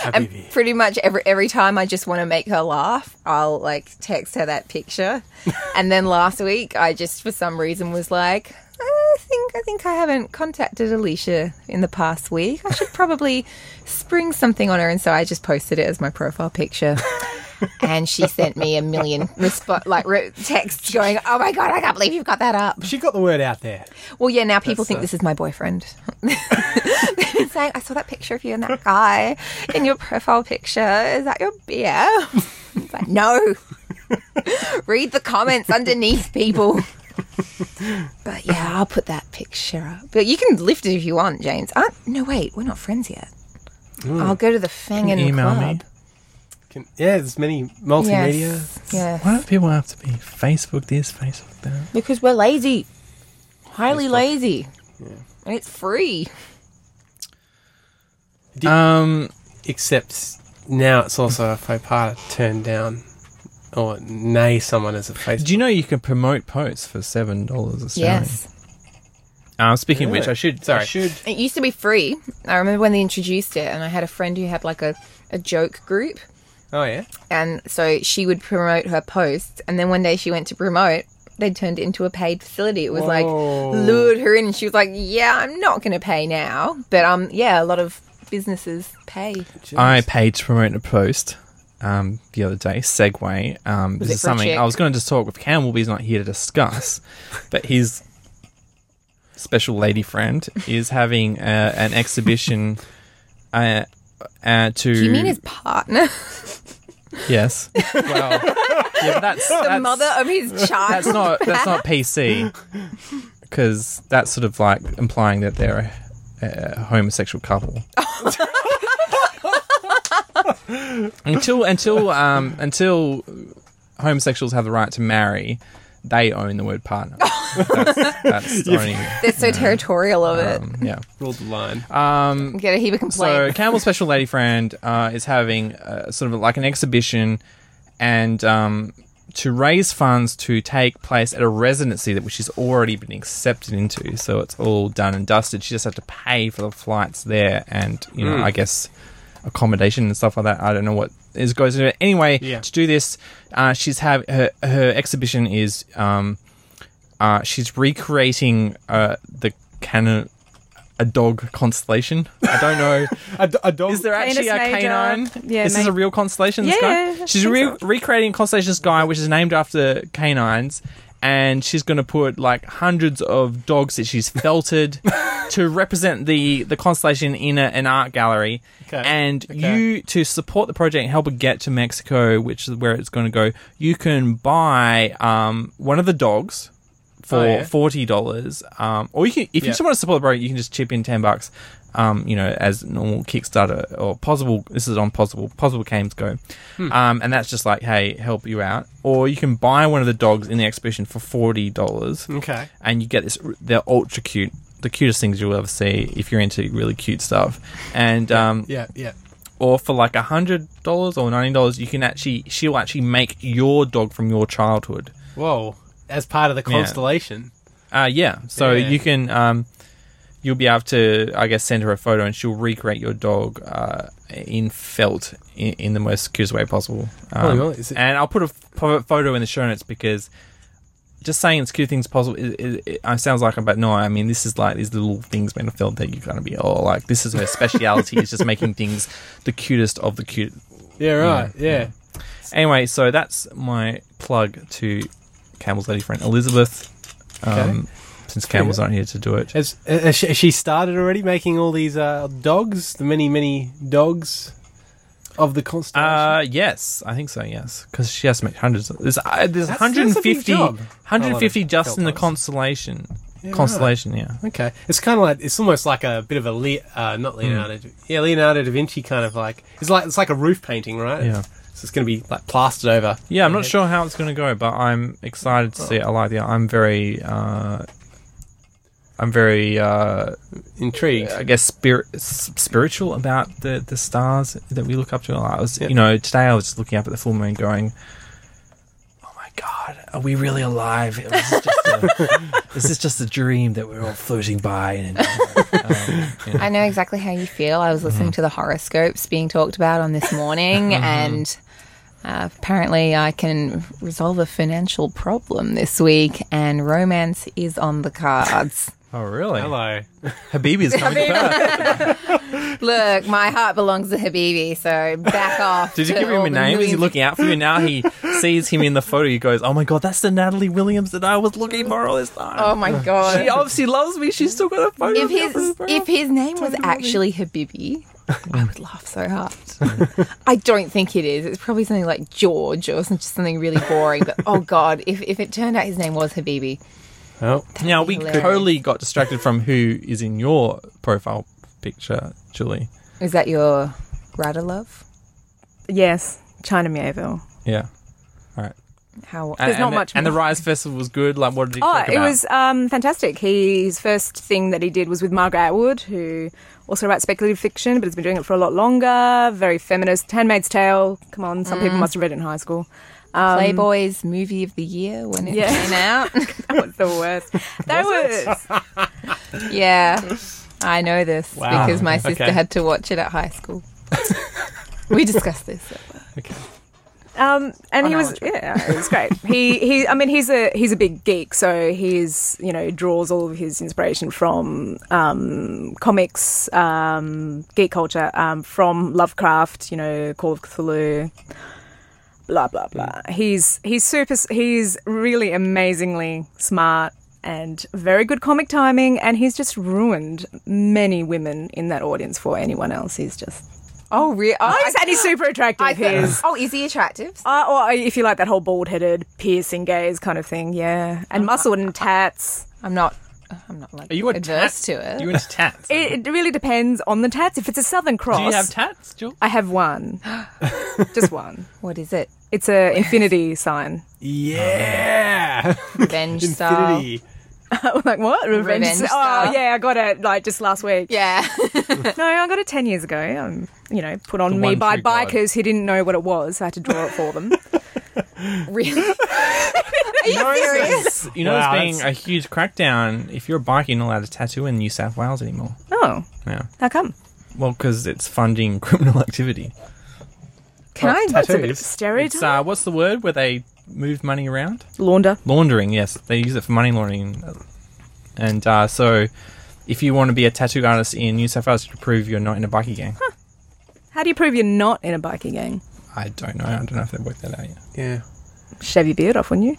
[SPEAKER 3] Habibi.
[SPEAKER 1] pretty much every every time I just want to make her laugh, I'll like text her that picture. and then last week, I just for some reason was like, I think I think I haven't contacted Alicia in the past week. I should probably spring something on her, and so I just posted it as my profile picture. and she sent me a million respo- like re- texts going, "Oh my god, I can't believe you've got that up."
[SPEAKER 3] She got the word out there.
[SPEAKER 1] Well, yeah, now people think this is my boyfriend. They've been saying, I saw that picture of you and that guy in your profile picture. Is that your beer? It's like, no. Read the comments underneath, people. But yeah, I'll put that picture up. But you can lift it if you want, James. Uh, no, wait, we're not friends yet. I'll go to the Fang and
[SPEAKER 2] Hmm. Email
[SPEAKER 1] Club.
[SPEAKER 2] me.
[SPEAKER 3] Can, yeah, there's many multimedia.
[SPEAKER 1] Yes. yes.
[SPEAKER 2] Why do people have to be Facebook this, Facebook that?
[SPEAKER 1] Because we're lazy. Highly lazy. And it's free.
[SPEAKER 2] Um,
[SPEAKER 3] Except now it's also a faux pas to turn down or nay someone as a Facebook.
[SPEAKER 2] do you know you can promote posts for seven dollars Australian?
[SPEAKER 1] Yes.
[SPEAKER 2] Uh, speaking of which,
[SPEAKER 3] Really?
[SPEAKER 2] I should.
[SPEAKER 3] Sorry.
[SPEAKER 2] I should.
[SPEAKER 1] It used to be free. I remember when they introduced it, and I had a friend who had like a, a joke group.
[SPEAKER 3] oh yeah.
[SPEAKER 1] And so she would promote her posts. And then one day she went to promote, they turned it into a paid facility. It was like
[SPEAKER 3] Whoa.
[SPEAKER 1] lured her in. And she was like, Yeah, I'm not going to pay now. But um, yeah, a lot of businesses pay.
[SPEAKER 2] I paid to promote a post um, the other day. Segway. Um, this
[SPEAKER 1] it
[SPEAKER 2] is
[SPEAKER 1] for a
[SPEAKER 2] something
[SPEAKER 1] chick?
[SPEAKER 2] I was going to just talk with Campbell, but he's not here to discuss. but his special lady friend is having uh, an exhibition. Uh, uh, to
[SPEAKER 1] Do you mean his partner?
[SPEAKER 2] yes? well, yeah, but that's
[SPEAKER 1] the
[SPEAKER 2] that's-
[SPEAKER 1] mother of his child?
[SPEAKER 2] That's not that's not PC because that's sort of like implying that they're a, a homosexual couple. until until um, until homosexuals have the right to marry, they own the word partner. That's, that's the only
[SPEAKER 1] They're so territorial of it.
[SPEAKER 2] um, yeah.
[SPEAKER 3] Ruled the line.
[SPEAKER 1] Get a heap of
[SPEAKER 2] So
[SPEAKER 1] complaints.
[SPEAKER 2] Campbell's special lady friend uh, is having uh, sort of like an exhibition, and um, to raise funds to take place at a residency that which she's already been accepted into. So it's all done and dusted. She just had to pay for the flights there, and you know, I guess accommodation and stuff like that. I don't know what is goes into it. Anyway,
[SPEAKER 3] Yeah.
[SPEAKER 2] to do this, uh, she's have her her exhibition is. Um, uh, she's recreating uh, the canon a dog constellation. I don't know.
[SPEAKER 3] A, d- a dog.
[SPEAKER 2] Is there
[SPEAKER 4] Canis
[SPEAKER 2] actually a
[SPEAKER 4] major.
[SPEAKER 2] canine?
[SPEAKER 4] Yeah,
[SPEAKER 2] is this
[SPEAKER 4] ma-
[SPEAKER 2] a real constellation? This
[SPEAKER 4] Yeah,
[SPEAKER 2] guy?
[SPEAKER 4] yeah, I
[SPEAKER 2] she's
[SPEAKER 4] think
[SPEAKER 2] re- recreating constellation sky, which is named after canines, and she's going to put like hundreds of dogs that she's felted to represent the the constellation in a, an art gallery.
[SPEAKER 3] Okay.
[SPEAKER 2] And
[SPEAKER 3] Okay.
[SPEAKER 2] you to support the project and help it get to Mexico, which is where it's going to go. You can buy um, one of the dogs for
[SPEAKER 3] Oh, yeah.
[SPEAKER 2] forty dollars. Um, or you can, if you
[SPEAKER 3] Yeah.
[SPEAKER 2] just want to support the project, you can just chip in ten bucks. Um, you know, as normal Kickstarter or possible. This is on possible. Possible games go,
[SPEAKER 3] Hmm.
[SPEAKER 2] um, and that's just like, hey, help you out. Or you can buy one of the dogs in the exhibition for forty dollars.
[SPEAKER 3] Okay.
[SPEAKER 2] and you get this. They're ultra cute. The cutest things you'll ever see if you're into really cute stuff. And um,
[SPEAKER 3] Yeah, yeah.
[SPEAKER 2] or for like a hundred dollars or ninety dollars, you can actually she'll actually make your dog from your childhood.
[SPEAKER 3] Whoa. As part of the constellation.
[SPEAKER 2] Uh, yeah. So
[SPEAKER 3] Yeah.
[SPEAKER 2] you can, um, you'll be able to, I guess, send her a photo and she'll recreate your dog uh, in felt in, in the most secure way possible.
[SPEAKER 3] Holy
[SPEAKER 2] Um,
[SPEAKER 3] moly, is it-
[SPEAKER 2] And I'll put a f- po- photo in the show notes because just saying it's cute things possible it, it, it, uh, sounds like, but no, I mean this is like these little things made of felt that you're gonna be oh like this is her speciality is just making things the cutest of the cute.
[SPEAKER 3] Yeah, right. Yeah.
[SPEAKER 2] Anyway, so that's my plug to Campbell's lady friend Elizabeth. Um, Since Campbell's not here to do it,
[SPEAKER 3] Has, has, she, has she started already making all these uh, dogs? The many, many dogs of the constellation?
[SPEAKER 2] Uh, yes, I think so. Yes, because she has to make hundreds. Of, there's uh, there's
[SPEAKER 3] That's- that's a big
[SPEAKER 2] 150,
[SPEAKER 3] job.
[SPEAKER 2] 150
[SPEAKER 3] Oh, I love it.
[SPEAKER 2] just
[SPEAKER 3] Felt
[SPEAKER 2] in the
[SPEAKER 3] those.
[SPEAKER 2] constellation. constellation, yeah.
[SPEAKER 3] Okay, it's kind of like it's almost like a bit of a Le- uh,
[SPEAKER 2] Hmm.
[SPEAKER 3] not Leonardo, da- yeah Leonardo da Vinci kind of like it's like it's like a roof painting, right?
[SPEAKER 2] Yeah.
[SPEAKER 3] so it's going to be like plastered over.
[SPEAKER 2] Yeah, I'm not sure how it's going to go, but I'm excited
[SPEAKER 3] Oh.
[SPEAKER 2] to see it. I like the. I'm very. Uh, I'm very, uh,
[SPEAKER 3] Intrigued.
[SPEAKER 2] I guess, spirit, s- spiritual about the, the stars that we look up to. I was, you know, today I was just looking up at the full moon, going, "Oh my god, are we really alive? It was just a,
[SPEAKER 6] Is this just a dream that we're all floating by? And
[SPEAKER 1] I know exactly how you feel. I was
[SPEAKER 2] Mm.
[SPEAKER 1] listening to the horoscopes being talked about on this morning,
[SPEAKER 2] Mm-hmm.
[SPEAKER 1] and uh, apparently, I can resolve a financial problem this week, and romance is on the cards.
[SPEAKER 2] oh really?
[SPEAKER 3] Hello.
[SPEAKER 2] Habibi's coming to Perth.
[SPEAKER 1] Look, my heart belongs to Habibi, so back off.
[SPEAKER 2] Did you
[SPEAKER 1] to
[SPEAKER 2] give him
[SPEAKER 1] all the
[SPEAKER 2] a name? Is he
[SPEAKER 1] millions-
[SPEAKER 2] looking out for you? Now he sees him in the photo. He goes, "Oh my god, that's the Natalie Williams that I was looking for all this time."
[SPEAKER 1] Oh my god!
[SPEAKER 2] she obviously loves me. She's still got a photo.
[SPEAKER 1] if
[SPEAKER 2] of me up in
[SPEAKER 1] his
[SPEAKER 2] her
[SPEAKER 1] if
[SPEAKER 2] profile.
[SPEAKER 1] his name was actually Habibi, I would laugh so hard. I don't think it is. It's probably something like George or some- just something really boring. But oh god, if if it turned out his name was Habibi,
[SPEAKER 3] Oh,
[SPEAKER 2] now we
[SPEAKER 1] Hilarious.
[SPEAKER 2] totally got distracted from who is in your profile picture, Julie.
[SPEAKER 1] Is that your rider love?
[SPEAKER 4] Yes, China Mieville.
[SPEAKER 2] Yeah.
[SPEAKER 1] How uh,
[SPEAKER 2] And,
[SPEAKER 4] There's not
[SPEAKER 2] and the-
[SPEAKER 4] much
[SPEAKER 2] And the
[SPEAKER 4] more.
[SPEAKER 2] Rise Festival was good. Like, what did you
[SPEAKER 4] Oh,
[SPEAKER 2] talk
[SPEAKER 4] it
[SPEAKER 2] about?
[SPEAKER 4] was um, fantastic. He, his first thing that he did was with Margaret Atwood, who also writes speculative fiction, but has been doing it for a lot longer. Very feminist. Handmaid's Tale. Come on, some
[SPEAKER 2] Mm.
[SPEAKER 4] people must have read it in high school. Um,
[SPEAKER 1] Playboy's movie of the year when it
[SPEAKER 4] Yeah.
[SPEAKER 1] came out?
[SPEAKER 4] That was the worst. That was.
[SPEAKER 1] yeah, I know this
[SPEAKER 3] Wow.
[SPEAKER 1] because my sister
[SPEAKER 3] Okay.
[SPEAKER 1] had to watch it at high school. we discussed this.
[SPEAKER 4] Um, and he
[SPEAKER 1] no,
[SPEAKER 4] was
[SPEAKER 1] that's
[SPEAKER 4] yeah, it was great. he he, I mean, he's a he's a big geek, so he's you know draws all of his inspiration from um, comics, um, geek culture, um, from Lovecraft, you know, Call of Cthulhu, blah blah blah. He's he's super. s- He's really amazingly smart. And very good comic timing, and he's just ruined many women in that audience for anyone else. He's just
[SPEAKER 1] Oh, really?
[SPEAKER 4] oh, he's, and he's super attractive. he is.
[SPEAKER 1] oh, is he attractive?
[SPEAKER 4] Uh, or if you like that whole bald-headed, piercing gaze kind of thing, yeah,
[SPEAKER 2] Uh-huh.
[SPEAKER 4] and muscle and tats.
[SPEAKER 1] I'm not. I'm not like
[SPEAKER 2] Are you a
[SPEAKER 1] adverse
[SPEAKER 2] tat?
[SPEAKER 1] to it.
[SPEAKER 2] You into tats?
[SPEAKER 4] It, it really depends on the tats. If it's a Southern Cross,
[SPEAKER 2] Do you have tats, Jill?
[SPEAKER 4] I have one, just one.
[SPEAKER 1] what is it?
[SPEAKER 4] It's a infinity sign.
[SPEAKER 3] Yeah.
[SPEAKER 1] Revenge style.
[SPEAKER 3] Infinity.
[SPEAKER 4] I'm like what? Revenge?
[SPEAKER 1] Revenge
[SPEAKER 4] oh
[SPEAKER 1] style.
[SPEAKER 4] yeah, I got it like just last week.
[SPEAKER 1] Yeah.
[SPEAKER 4] No, I got it ten years ago. Um, you know, put on
[SPEAKER 2] The
[SPEAKER 4] me
[SPEAKER 2] one
[SPEAKER 4] by
[SPEAKER 2] true god.
[SPEAKER 4] bikers who didn't know what it was. I had to draw it for them.
[SPEAKER 1] really? Are you serious?
[SPEAKER 2] You know,
[SPEAKER 3] Wow,
[SPEAKER 2] there's being a
[SPEAKER 3] that's-
[SPEAKER 2] huge crackdown. If you're a biker, you're not allowed to tattoo in New South Wales anymore.
[SPEAKER 4] oh,
[SPEAKER 2] Yeah.
[SPEAKER 4] how come?
[SPEAKER 2] Well, because it's funding criminal activity.
[SPEAKER 4] Can
[SPEAKER 3] Oh,
[SPEAKER 4] I? That's a bit of
[SPEAKER 3] tattoos.
[SPEAKER 4] stereotype.
[SPEAKER 2] It's, uh, what's the word where they move money around?
[SPEAKER 4] Launder.
[SPEAKER 2] Laundering, yes. They use it for money laundering. And uh, so, if you want to be a tattoo artist in New South Wales, you have to prove you're not in a bikie gang.
[SPEAKER 4] How do you prove you're not in a biker gang?
[SPEAKER 2] I don't know. I don't know if they've worked that out yet.
[SPEAKER 3] Yeah.
[SPEAKER 4] Shave your beard off, wouldn't you?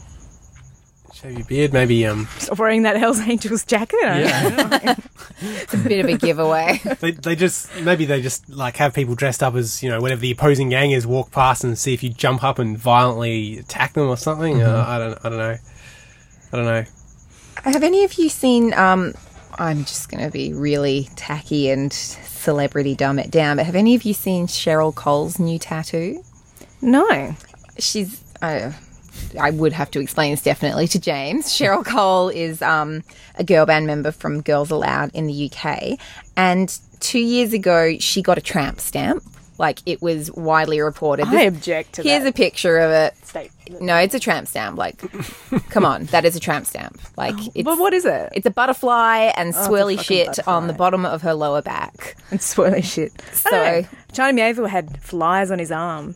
[SPEAKER 3] Shave your beard, maybe. Um,
[SPEAKER 4] Stop wearing that Hell's Angels jacket.
[SPEAKER 3] yeah.
[SPEAKER 1] It's a bit of a giveaway.
[SPEAKER 3] they, they just maybe they just like have people dressed up as you know whatever the opposing gang is walk past and see if you jump up and violently attack them or something.
[SPEAKER 2] Mm-hmm.
[SPEAKER 3] Uh, I don't. I don't know. I don't know.
[SPEAKER 1] Have any of you seen? Um, I'm just going to be really tacky and celebrity dumb it down. But have any of you seen Cheryl Cole's new tattoo?
[SPEAKER 4] No.
[SPEAKER 1] She's. I, I would have to explain this definitely to James. Cheryl Cole is um, a girl band member from Girls Aloud in the UK, and two years ago she got a tramp stamp. Like it was widely reported.
[SPEAKER 4] I object to
[SPEAKER 1] Here's
[SPEAKER 4] that.
[SPEAKER 1] a picture of it.
[SPEAKER 4] State.
[SPEAKER 1] No, it's a tramp stamp. Like, come on, that is a tramp stamp. Like, it's,
[SPEAKER 4] But what is it?
[SPEAKER 1] Oh, it's a butterfly and swirly
[SPEAKER 4] fucking
[SPEAKER 1] shit on
[SPEAKER 4] butterfly.
[SPEAKER 1] the bottom of her lower back.
[SPEAKER 4] It's swirly shit.
[SPEAKER 1] So-
[SPEAKER 4] So China Mieville had flies on his arm.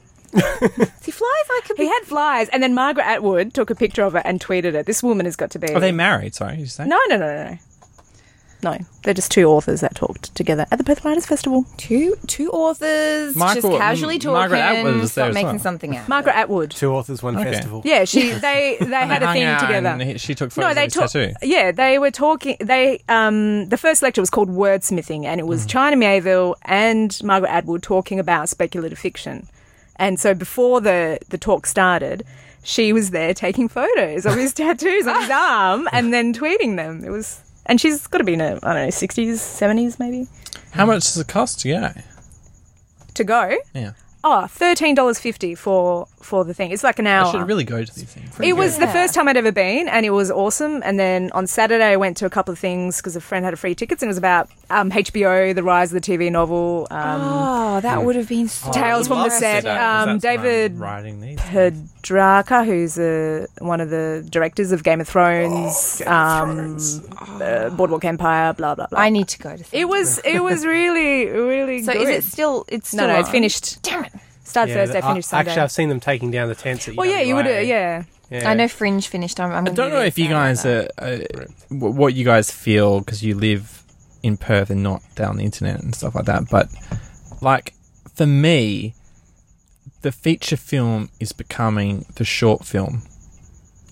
[SPEAKER 1] See, flies I could
[SPEAKER 4] He had flies, and then Margaret Atwood took a picture of it and tweeted it. This woman has got to be.
[SPEAKER 2] Are they Oh, married? Sorry, you say?
[SPEAKER 4] no, no, no, no, no. No, they're just two authors that talked together at the Perth Writers Festival.
[SPEAKER 1] two two authors
[SPEAKER 2] Michael-
[SPEAKER 1] just casually
[SPEAKER 2] M-
[SPEAKER 1] talking,
[SPEAKER 2] Margaret Atwood was there
[SPEAKER 1] start
[SPEAKER 2] as
[SPEAKER 1] making
[SPEAKER 2] well.
[SPEAKER 1] something out.
[SPEAKER 4] Margaret Atwood.
[SPEAKER 3] Two authors, one
[SPEAKER 2] Okay.
[SPEAKER 3] festival.
[SPEAKER 4] Yeah, she they they had a
[SPEAKER 2] hung
[SPEAKER 4] thing
[SPEAKER 2] out
[SPEAKER 4] together.
[SPEAKER 2] and he- she took photos of his
[SPEAKER 4] talk-
[SPEAKER 2] tattoo.
[SPEAKER 4] Yeah, they were talking. They um, the first lecture was called wordsmithing, and it was
[SPEAKER 2] Mm.
[SPEAKER 4] China Mieville and Margaret Atwood talking about speculative fiction. And so before the the talk started, she was there taking photos of his tattoos on his arm and then tweeting them. It was. And she's got to be in her, I don't know, 60s, 70s maybe,
[SPEAKER 2] How much does it cost? Yeah.
[SPEAKER 4] to go.
[SPEAKER 2] Yeah.
[SPEAKER 4] Oh, $13.50 for, for the thing. It's like an hour.
[SPEAKER 2] I should really go to these things.
[SPEAKER 4] Oh, It was the first time I'd ever been, and it was awesome. And then on Saturday, I went to a couple of things because a friend had a free tickets, and it was about um, HBO, the rise of the TV novel, um,
[SPEAKER 1] Oh,
[SPEAKER 2] Mm.
[SPEAKER 1] that would have been so
[SPEAKER 4] Tales from the Set. Um, David
[SPEAKER 2] writing these.
[SPEAKER 4] Pedraca, who's uh, one of the directors of Game of
[SPEAKER 1] Oh,
[SPEAKER 4] Thrones, um, Uh, Boardwalk Empire, blah blah blah.
[SPEAKER 1] I need to go to.
[SPEAKER 4] it was it was really really
[SPEAKER 1] so.
[SPEAKER 4] good.
[SPEAKER 1] Is it still? It's
[SPEAKER 4] no
[SPEAKER 1] still
[SPEAKER 4] no, it's
[SPEAKER 1] on?
[SPEAKER 4] finished.
[SPEAKER 1] Damn it!
[SPEAKER 4] Started
[SPEAKER 3] Yeah,
[SPEAKER 4] Thursday,
[SPEAKER 3] the- I-
[SPEAKER 4] finished Sunday.
[SPEAKER 3] Actually, I've seen them taking down the tents. At
[SPEAKER 4] well, yeah, you would, uh,
[SPEAKER 3] UWA.
[SPEAKER 4] yeah.
[SPEAKER 3] Yeah.
[SPEAKER 1] I know Fringe finished. I'm. I'm
[SPEAKER 2] I don't know if you guys are, uh, w- what you guys feel because you live in Perth and not down the internet and stuff like that. But like for me, the feature film is becoming the short film.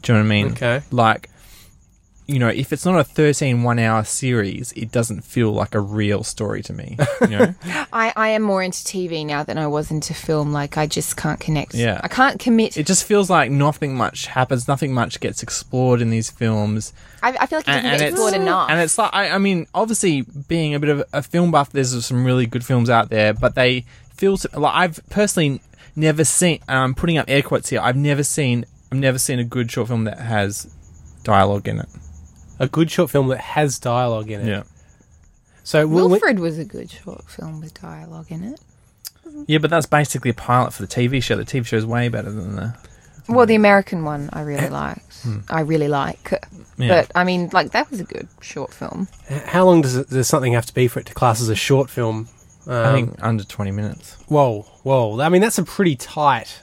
[SPEAKER 2] Do you know what I mean?
[SPEAKER 3] Okay.
[SPEAKER 2] Like you know, if it's not a 13 one hour series, it doesn't feel like a real story to me. You know?
[SPEAKER 1] I, I am more into TV now than I was into film. Like, I just can't connect.
[SPEAKER 2] Yeah.
[SPEAKER 1] I can't commit.
[SPEAKER 2] it just feels like nothing much happens, nothing much gets explored in these films.
[SPEAKER 1] I, I feel like it doesn't get explored enough.
[SPEAKER 2] And it's like, I, I mean, obviously, being a bit of a film buff, there's some really good films out there, but they feel to, like I've personally never seen. And I'm putting up air quotes here. I've never seen. I've never seen a good short film that has dialogue in it.
[SPEAKER 3] A good short film that has dialogue in it.
[SPEAKER 2] Yeah,
[SPEAKER 3] So we'll-
[SPEAKER 1] Wilfred was a good short film with dialogue in it.
[SPEAKER 2] yeah, but that's basically a pilot for the TV show. The TV show is way better than the.
[SPEAKER 1] Well, the American one I
[SPEAKER 2] Eh.
[SPEAKER 1] really liked.
[SPEAKER 2] Hmm.
[SPEAKER 1] I really like. But I mean, like that was a good short film.
[SPEAKER 3] how long does, it, does something have to be for it to class as a short film? Um,
[SPEAKER 2] I think under 20 minutes.
[SPEAKER 3] Whoa, whoa! I mean, that's a pretty tight.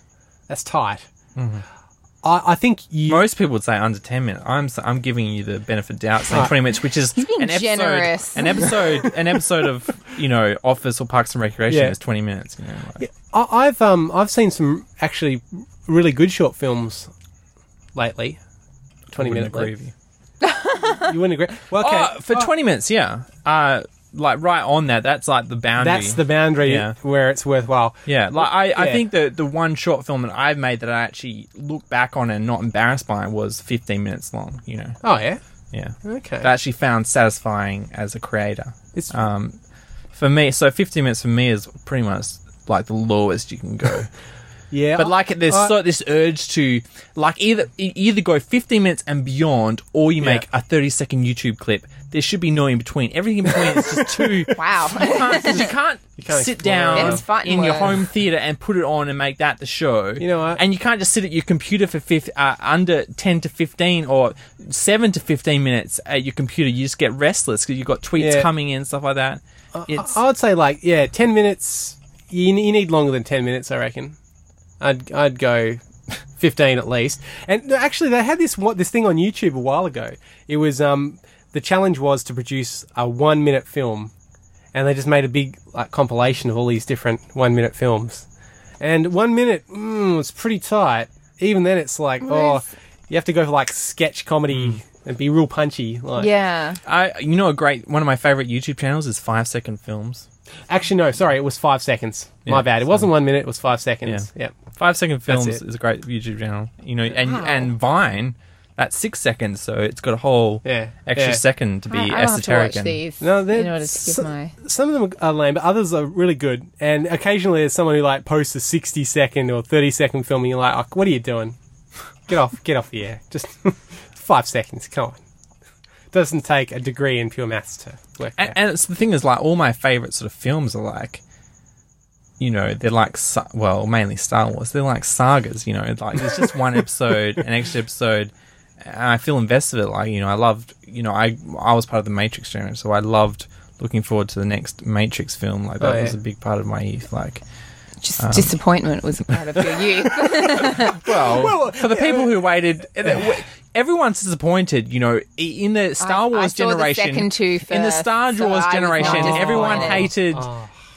[SPEAKER 3] That's tight.
[SPEAKER 2] Mm-hmm.
[SPEAKER 3] I, I think you.
[SPEAKER 2] Most people would say under 10 minutes. I'm s- I'm giving you the benefit of doubt saying
[SPEAKER 3] Ah.
[SPEAKER 2] 20 minutes, which is
[SPEAKER 1] being
[SPEAKER 2] an episode,
[SPEAKER 1] generous.
[SPEAKER 2] An episode, an episode of you know Office or Parks and Recreation
[SPEAKER 3] Yeah.
[SPEAKER 2] is 20 minutes. You know, like-
[SPEAKER 3] I, I've um I've seen some actually really good short films lately. Twenty
[SPEAKER 2] wouldn't
[SPEAKER 3] minute
[SPEAKER 2] agree
[SPEAKER 3] late.
[SPEAKER 2] with you.
[SPEAKER 3] You wouldn't agree. Well, okay.
[SPEAKER 2] Oh, for 20 minutes, yeah. Uh, like right on that, that's like the boundary.
[SPEAKER 3] That's the boundary
[SPEAKER 2] Yeah.
[SPEAKER 3] where it's worthwhile.
[SPEAKER 2] yeah. Like I, I
[SPEAKER 3] Yeah.
[SPEAKER 2] think the the one short film that I've made that I actually look back on and not embarrassed by was 15 minutes long. You know,
[SPEAKER 3] Oh yeah.
[SPEAKER 2] yeah.
[SPEAKER 3] Okay.
[SPEAKER 2] That I actually found satisfying as a creator.
[SPEAKER 3] It's-
[SPEAKER 2] um, for me. So 15 minutes for me is pretty much like the lowest you can go.
[SPEAKER 3] yeah. Uh,
[SPEAKER 2] But like there's
[SPEAKER 3] I-
[SPEAKER 2] so this urge to like either e- either go 15 minutes and beyond, or you make a 30 second YouTube clip. There should be no in between. Everything in between is just too.
[SPEAKER 1] Wow.
[SPEAKER 2] You can't, 'cause you can't
[SPEAKER 3] can't
[SPEAKER 2] sit
[SPEAKER 3] explore.
[SPEAKER 2] down
[SPEAKER 1] It's fighting
[SPEAKER 2] in your
[SPEAKER 1] words.
[SPEAKER 2] home theater and put it on and make that the show.
[SPEAKER 3] You know what?
[SPEAKER 2] And you can't just sit at your computer for fif- uh, under 10 to 15 or 7 to 15 minutes at your computer. You just get restless because you've got tweets
[SPEAKER 3] Yeah. Uh,
[SPEAKER 2] coming in stuff like that. It's
[SPEAKER 3] I would say like yeah, ten minutes. You, ne- you need longer than ten minutes, I reckon. I'd I'd go fifteen at least. And no, actually, they had this what this thing on YouTube a while ago. It was um the challenge was to produce a one minute film, and they just made a big like compilation of all these different one minute films. And one minute mm, was pretty tight. Even then, it's like oh, you have to go for like sketch comedy and be real punchy. Like
[SPEAKER 1] Yeah.
[SPEAKER 2] I you know a great one of my favorite YouTube channels is 5 second films.
[SPEAKER 3] Actually, no, sorry, it was five seconds.
[SPEAKER 2] Yeah,
[SPEAKER 3] My bad. It wasn't one minute, it was five seconds.
[SPEAKER 2] Yeah.
[SPEAKER 3] Yeah.
[SPEAKER 2] Five second films
[SPEAKER 3] That's it.
[SPEAKER 2] is a great YouTube channel, you know, and and Vine, that's six seconds, so it's got a whole
[SPEAKER 3] Yeah,
[SPEAKER 2] extra
[SPEAKER 3] yeah.
[SPEAKER 2] second to be
[SPEAKER 1] I, I don't have to
[SPEAKER 2] esoteric
[SPEAKER 1] watch
[SPEAKER 2] and
[SPEAKER 1] these
[SPEAKER 3] No, they're
[SPEAKER 1] in order to give
[SPEAKER 3] so-
[SPEAKER 1] my.
[SPEAKER 3] Some of them are lame, but others are really good. And occasionally there's someone who like posts a 60 second or 30 second film and you're like, oh, what are you doing? Get off, get off the air. Just five seconds, come on. Doesn't take a degree in pure maths to work
[SPEAKER 2] and,
[SPEAKER 3] out.
[SPEAKER 2] and it's the thing is like all my favorite sort of films are like you know they're like sa- well mainly star wars they're like sagas you know it's like there's just one episode an extra episode and i feel invested in it like you know i loved you know i i was part of the matrix genre so i loved looking forward to the next matrix film like that
[SPEAKER 3] Oh, yeah.
[SPEAKER 2] was a big part of my youth like
[SPEAKER 1] Just
[SPEAKER 2] Oh.
[SPEAKER 1] disappointment was a part of your youth.
[SPEAKER 2] well, for the people who waited, everyone's disappointed. You know, i- in the Star
[SPEAKER 1] I
[SPEAKER 2] Wars
[SPEAKER 1] saw the
[SPEAKER 2] generation,
[SPEAKER 1] second two
[SPEAKER 2] in the
[SPEAKER 1] first,
[SPEAKER 2] Star
[SPEAKER 1] so
[SPEAKER 2] Wars
[SPEAKER 1] I was
[SPEAKER 2] generation,
[SPEAKER 1] not
[SPEAKER 2] everyone
[SPEAKER 1] disappointed.
[SPEAKER 2] hated.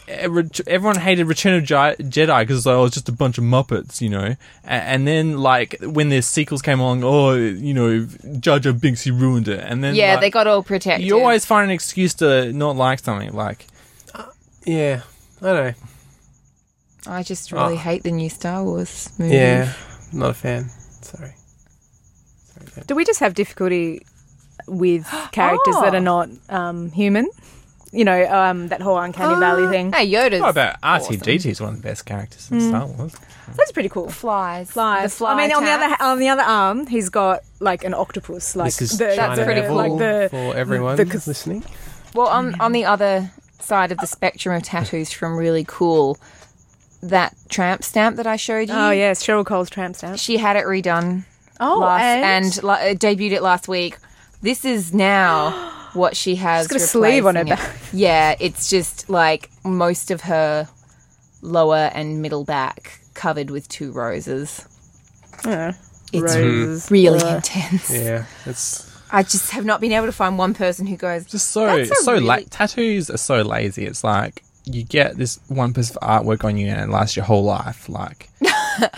[SPEAKER 2] eh, ret- Everyone hated Return of Ji- Jedi because oh, it's just a bunch of Muppets, you know. A- And then, like when the sequels came along, oh, you know, Jar Jar Binks he ruined it. And then,
[SPEAKER 1] yeah,
[SPEAKER 2] like,
[SPEAKER 1] they got all protected.
[SPEAKER 2] You always find an excuse to not like something. Like,
[SPEAKER 3] yeah. I don't know.
[SPEAKER 1] I just really
[SPEAKER 3] Oh.
[SPEAKER 1] hate the new Star Wars
[SPEAKER 3] Mm-hmm.
[SPEAKER 1] movie.
[SPEAKER 3] Yeah. Not a fan. Sorry.
[SPEAKER 4] Do we just have difficulty with characters that
[SPEAKER 1] Oh.
[SPEAKER 4] are not um, human? You know, um, that whole uncanny
[SPEAKER 1] Uh,
[SPEAKER 4] valley thing.
[SPEAKER 1] Hey, Yoda's.
[SPEAKER 2] what about RTDT is one of the best characters in Star Wars.
[SPEAKER 4] That's pretty cool.
[SPEAKER 1] flies?
[SPEAKER 4] Flies.
[SPEAKER 1] The fly
[SPEAKER 4] I mean, on the other
[SPEAKER 1] attack.
[SPEAKER 4] ha- on the other arm, he's got like an octopus. Like
[SPEAKER 3] This is
[SPEAKER 4] the,
[SPEAKER 3] China
[SPEAKER 1] pretty
[SPEAKER 4] the,
[SPEAKER 1] cool.
[SPEAKER 4] Like the
[SPEAKER 3] for everyone
[SPEAKER 4] the cas-
[SPEAKER 3] listening.
[SPEAKER 1] Well, on on the other side of the spectrum of tattoos, from really cool, that tramp stamp that I showed you.
[SPEAKER 4] oh yes, Cheryl Cole's tramp stamp.
[SPEAKER 1] She had it redone.
[SPEAKER 4] Oh,
[SPEAKER 1] last,
[SPEAKER 4] and?
[SPEAKER 1] and la- uh, debuted it last week. This is now what she has.
[SPEAKER 4] She's got a sleeve on her
[SPEAKER 1] replacing
[SPEAKER 4] back.
[SPEAKER 1] it. Yeah, it's just like most of her lower and middle back covered with two roses.
[SPEAKER 4] Yeah.
[SPEAKER 1] It's
[SPEAKER 4] Roses.
[SPEAKER 1] really
[SPEAKER 4] Uh,
[SPEAKER 1] intense.
[SPEAKER 3] Yeah. It's
[SPEAKER 1] I just have not been able to find one person who goes.
[SPEAKER 2] just so
[SPEAKER 1] That's a
[SPEAKER 2] so la-
[SPEAKER 1] really-
[SPEAKER 2] tattoos are so lazy. It's like you get this one piece of artwork on you and it lasts your whole life. Like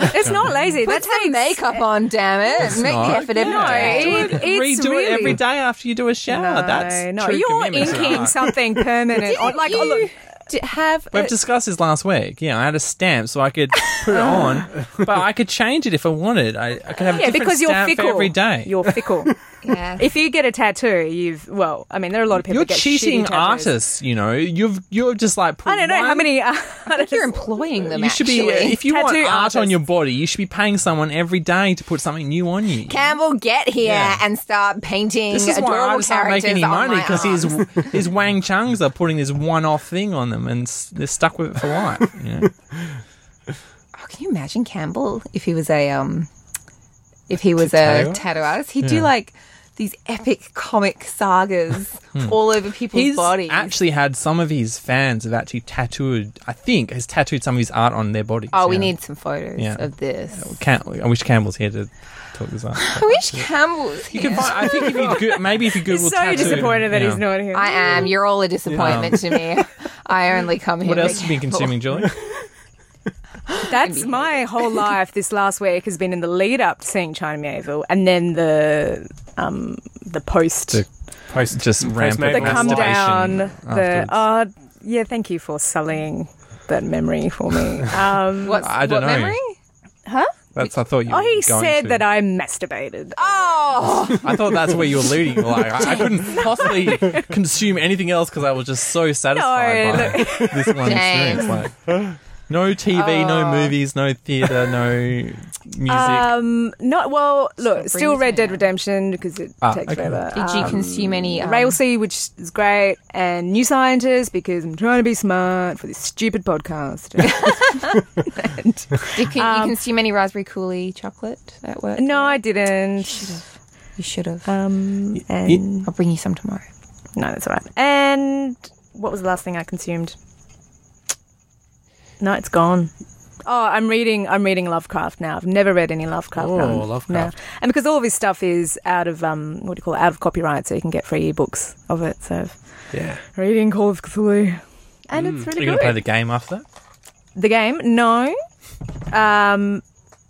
[SPEAKER 4] It's not lazy.
[SPEAKER 1] Put
[SPEAKER 4] That's how
[SPEAKER 1] some
[SPEAKER 4] you
[SPEAKER 1] makeup on, damn it. Make
[SPEAKER 2] not.
[SPEAKER 1] the effort every day.
[SPEAKER 4] No, it- it's
[SPEAKER 2] Redo
[SPEAKER 4] really,
[SPEAKER 2] it every day after you do a shower.
[SPEAKER 4] No,
[SPEAKER 2] That's
[SPEAKER 4] no,
[SPEAKER 2] true
[SPEAKER 4] you're
[SPEAKER 2] commitment to
[SPEAKER 4] inking
[SPEAKER 2] art.
[SPEAKER 4] something permanent. or like, oh, look,
[SPEAKER 1] d- have
[SPEAKER 2] We've
[SPEAKER 1] a-
[SPEAKER 2] discussed this last week. Yeah, I had a stamp so I could put it on, but I could change it if I wanted. I, I could have a
[SPEAKER 4] yeah,
[SPEAKER 2] different
[SPEAKER 4] because you're
[SPEAKER 2] stamp for
[SPEAKER 4] fickle
[SPEAKER 2] every day.
[SPEAKER 4] You're fickle.
[SPEAKER 1] yeah.
[SPEAKER 4] if you get a tattoo, you've well, I mean, there are a lot of people.
[SPEAKER 2] You're
[SPEAKER 4] that get
[SPEAKER 2] cheating
[SPEAKER 4] shitty tattoos.
[SPEAKER 2] artists. You know, you've you're just like put
[SPEAKER 4] I don't know how
[SPEAKER 2] one-
[SPEAKER 4] many. Uh,
[SPEAKER 1] I think you're employing them.
[SPEAKER 2] You should be uh,
[SPEAKER 1] actually.
[SPEAKER 2] if you want
[SPEAKER 4] Tattoo
[SPEAKER 2] art on
[SPEAKER 4] artists.
[SPEAKER 2] your body, you should be paying someone every day to put something new on you.
[SPEAKER 1] Campbell, get here
[SPEAKER 2] Yeah.
[SPEAKER 1] and start painting
[SPEAKER 2] this is why
[SPEAKER 1] adorable
[SPEAKER 2] artists aren't
[SPEAKER 1] characters
[SPEAKER 2] making any
[SPEAKER 1] on
[SPEAKER 2] money
[SPEAKER 1] my
[SPEAKER 2] because
[SPEAKER 1] arm.
[SPEAKER 2] his his Wang Chungs are putting this one-off thing on them and s- they're stuck with it for life. You know?
[SPEAKER 1] Oh, can you imagine Campbell if he was a um, if he was a tattoo artist? He'd do like these epic comic sagas all over people's
[SPEAKER 2] Hmm. He's
[SPEAKER 1] bodies.
[SPEAKER 2] actually had some of his fans have actually tattooed. I think has tattooed some of his art on their bodies.
[SPEAKER 1] oh, we
[SPEAKER 2] yeah.
[SPEAKER 1] need some photos
[SPEAKER 2] Yeah.
[SPEAKER 1] of this.
[SPEAKER 2] Cam- I wish Campbell's here to talk this up.
[SPEAKER 1] I wish Campbell was
[SPEAKER 2] You
[SPEAKER 1] here.
[SPEAKER 2] can find. I think if you go- maybe if you Google
[SPEAKER 4] so
[SPEAKER 2] tattoo,
[SPEAKER 4] disappointed that
[SPEAKER 2] yeah.
[SPEAKER 4] he's not here.
[SPEAKER 1] I am. You're all a disappointment to me. I only come here.
[SPEAKER 2] What
[SPEAKER 1] to
[SPEAKER 2] else have you been
[SPEAKER 1] Campbell.
[SPEAKER 2] consuming, Julie?
[SPEAKER 4] That's my whole life. This last week has been in the lead up to seeing China Mayville, and then the um the post,
[SPEAKER 2] The
[SPEAKER 4] the,
[SPEAKER 3] Post
[SPEAKER 2] Just rampant
[SPEAKER 3] Maybach
[SPEAKER 4] come
[SPEAKER 3] masturbation
[SPEAKER 4] down, the
[SPEAKER 2] afterwards.
[SPEAKER 4] uh, yeah. Thank you for sullying that memory for me. Um,
[SPEAKER 1] What's,
[SPEAKER 2] I don't
[SPEAKER 1] what
[SPEAKER 2] know.
[SPEAKER 1] memory?
[SPEAKER 2] That's I thought you.
[SPEAKER 4] oh,
[SPEAKER 2] were
[SPEAKER 4] he
[SPEAKER 2] going
[SPEAKER 4] said
[SPEAKER 2] to.
[SPEAKER 4] that I masturbated.
[SPEAKER 1] Oh,
[SPEAKER 2] I thought that's where you were leading. Like I, I couldn't possibly consume anything else because I was just so satisfied
[SPEAKER 4] No,
[SPEAKER 2] by this one
[SPEAKER 1] Dang.
[SPEAKER 2] experience. Like no TV, no movies, no theater, no music.
[SPEAKER 4] Um, not well. Look,
[SPEAKER 1] brings
[SPEAKER 4] still Red
[SPEAKER 1] me
[SPEAKER 4] Dead
[SPEAKER 1] down.
[SPEAKER 4] Redemption because it
[SPEAKER 2] Ah,
[SPEAKER 4] takes
[SPEAKER 2] okay.
[SPEAKER 4] forever.
[SPEAKER 1] did you consume any um,
[SPEAKER 4] Railsea, which is great, and New Scientist because I'm trying to be smart for this stupid podcast.
[SPEAKER 1] Did you, you consume any raspberry coolie chocolate at work?
[SPEAKER 4] Um, no, I didn't.
[SPEAKER 1] You should have.
[SPEAKER 4] Um, and
[SPEAKER 1] I'll bring you some tomorrow.
[SPEAKER 4] no, that's all right. And what was the last thing I consumed? No, it's gone. Oh, I'm reading. I'm reading Lovecraft now. I've never read any Lovecraft.
[SPEAKER 3] Oh,
[SPEAKER 4] no.
[SPEAKER 3] Lovecraft.
[SPEAKER 4] No. and because all of his stuff is out of um, what do you call it? out of copyright, so you can get free ebooks of it. So
[SPEAKER 3] Yeah.
[SPEAKER 4] reading Call of Cthulhu, and it's
[SPEAKER 2] Are
[SPEAKER 4] really
[SPEAKER 2] you going
[SPEAKER 4] good.
[SPEAKER 2] to play the game after that?
[SPEAKER 4] The game? No. Um,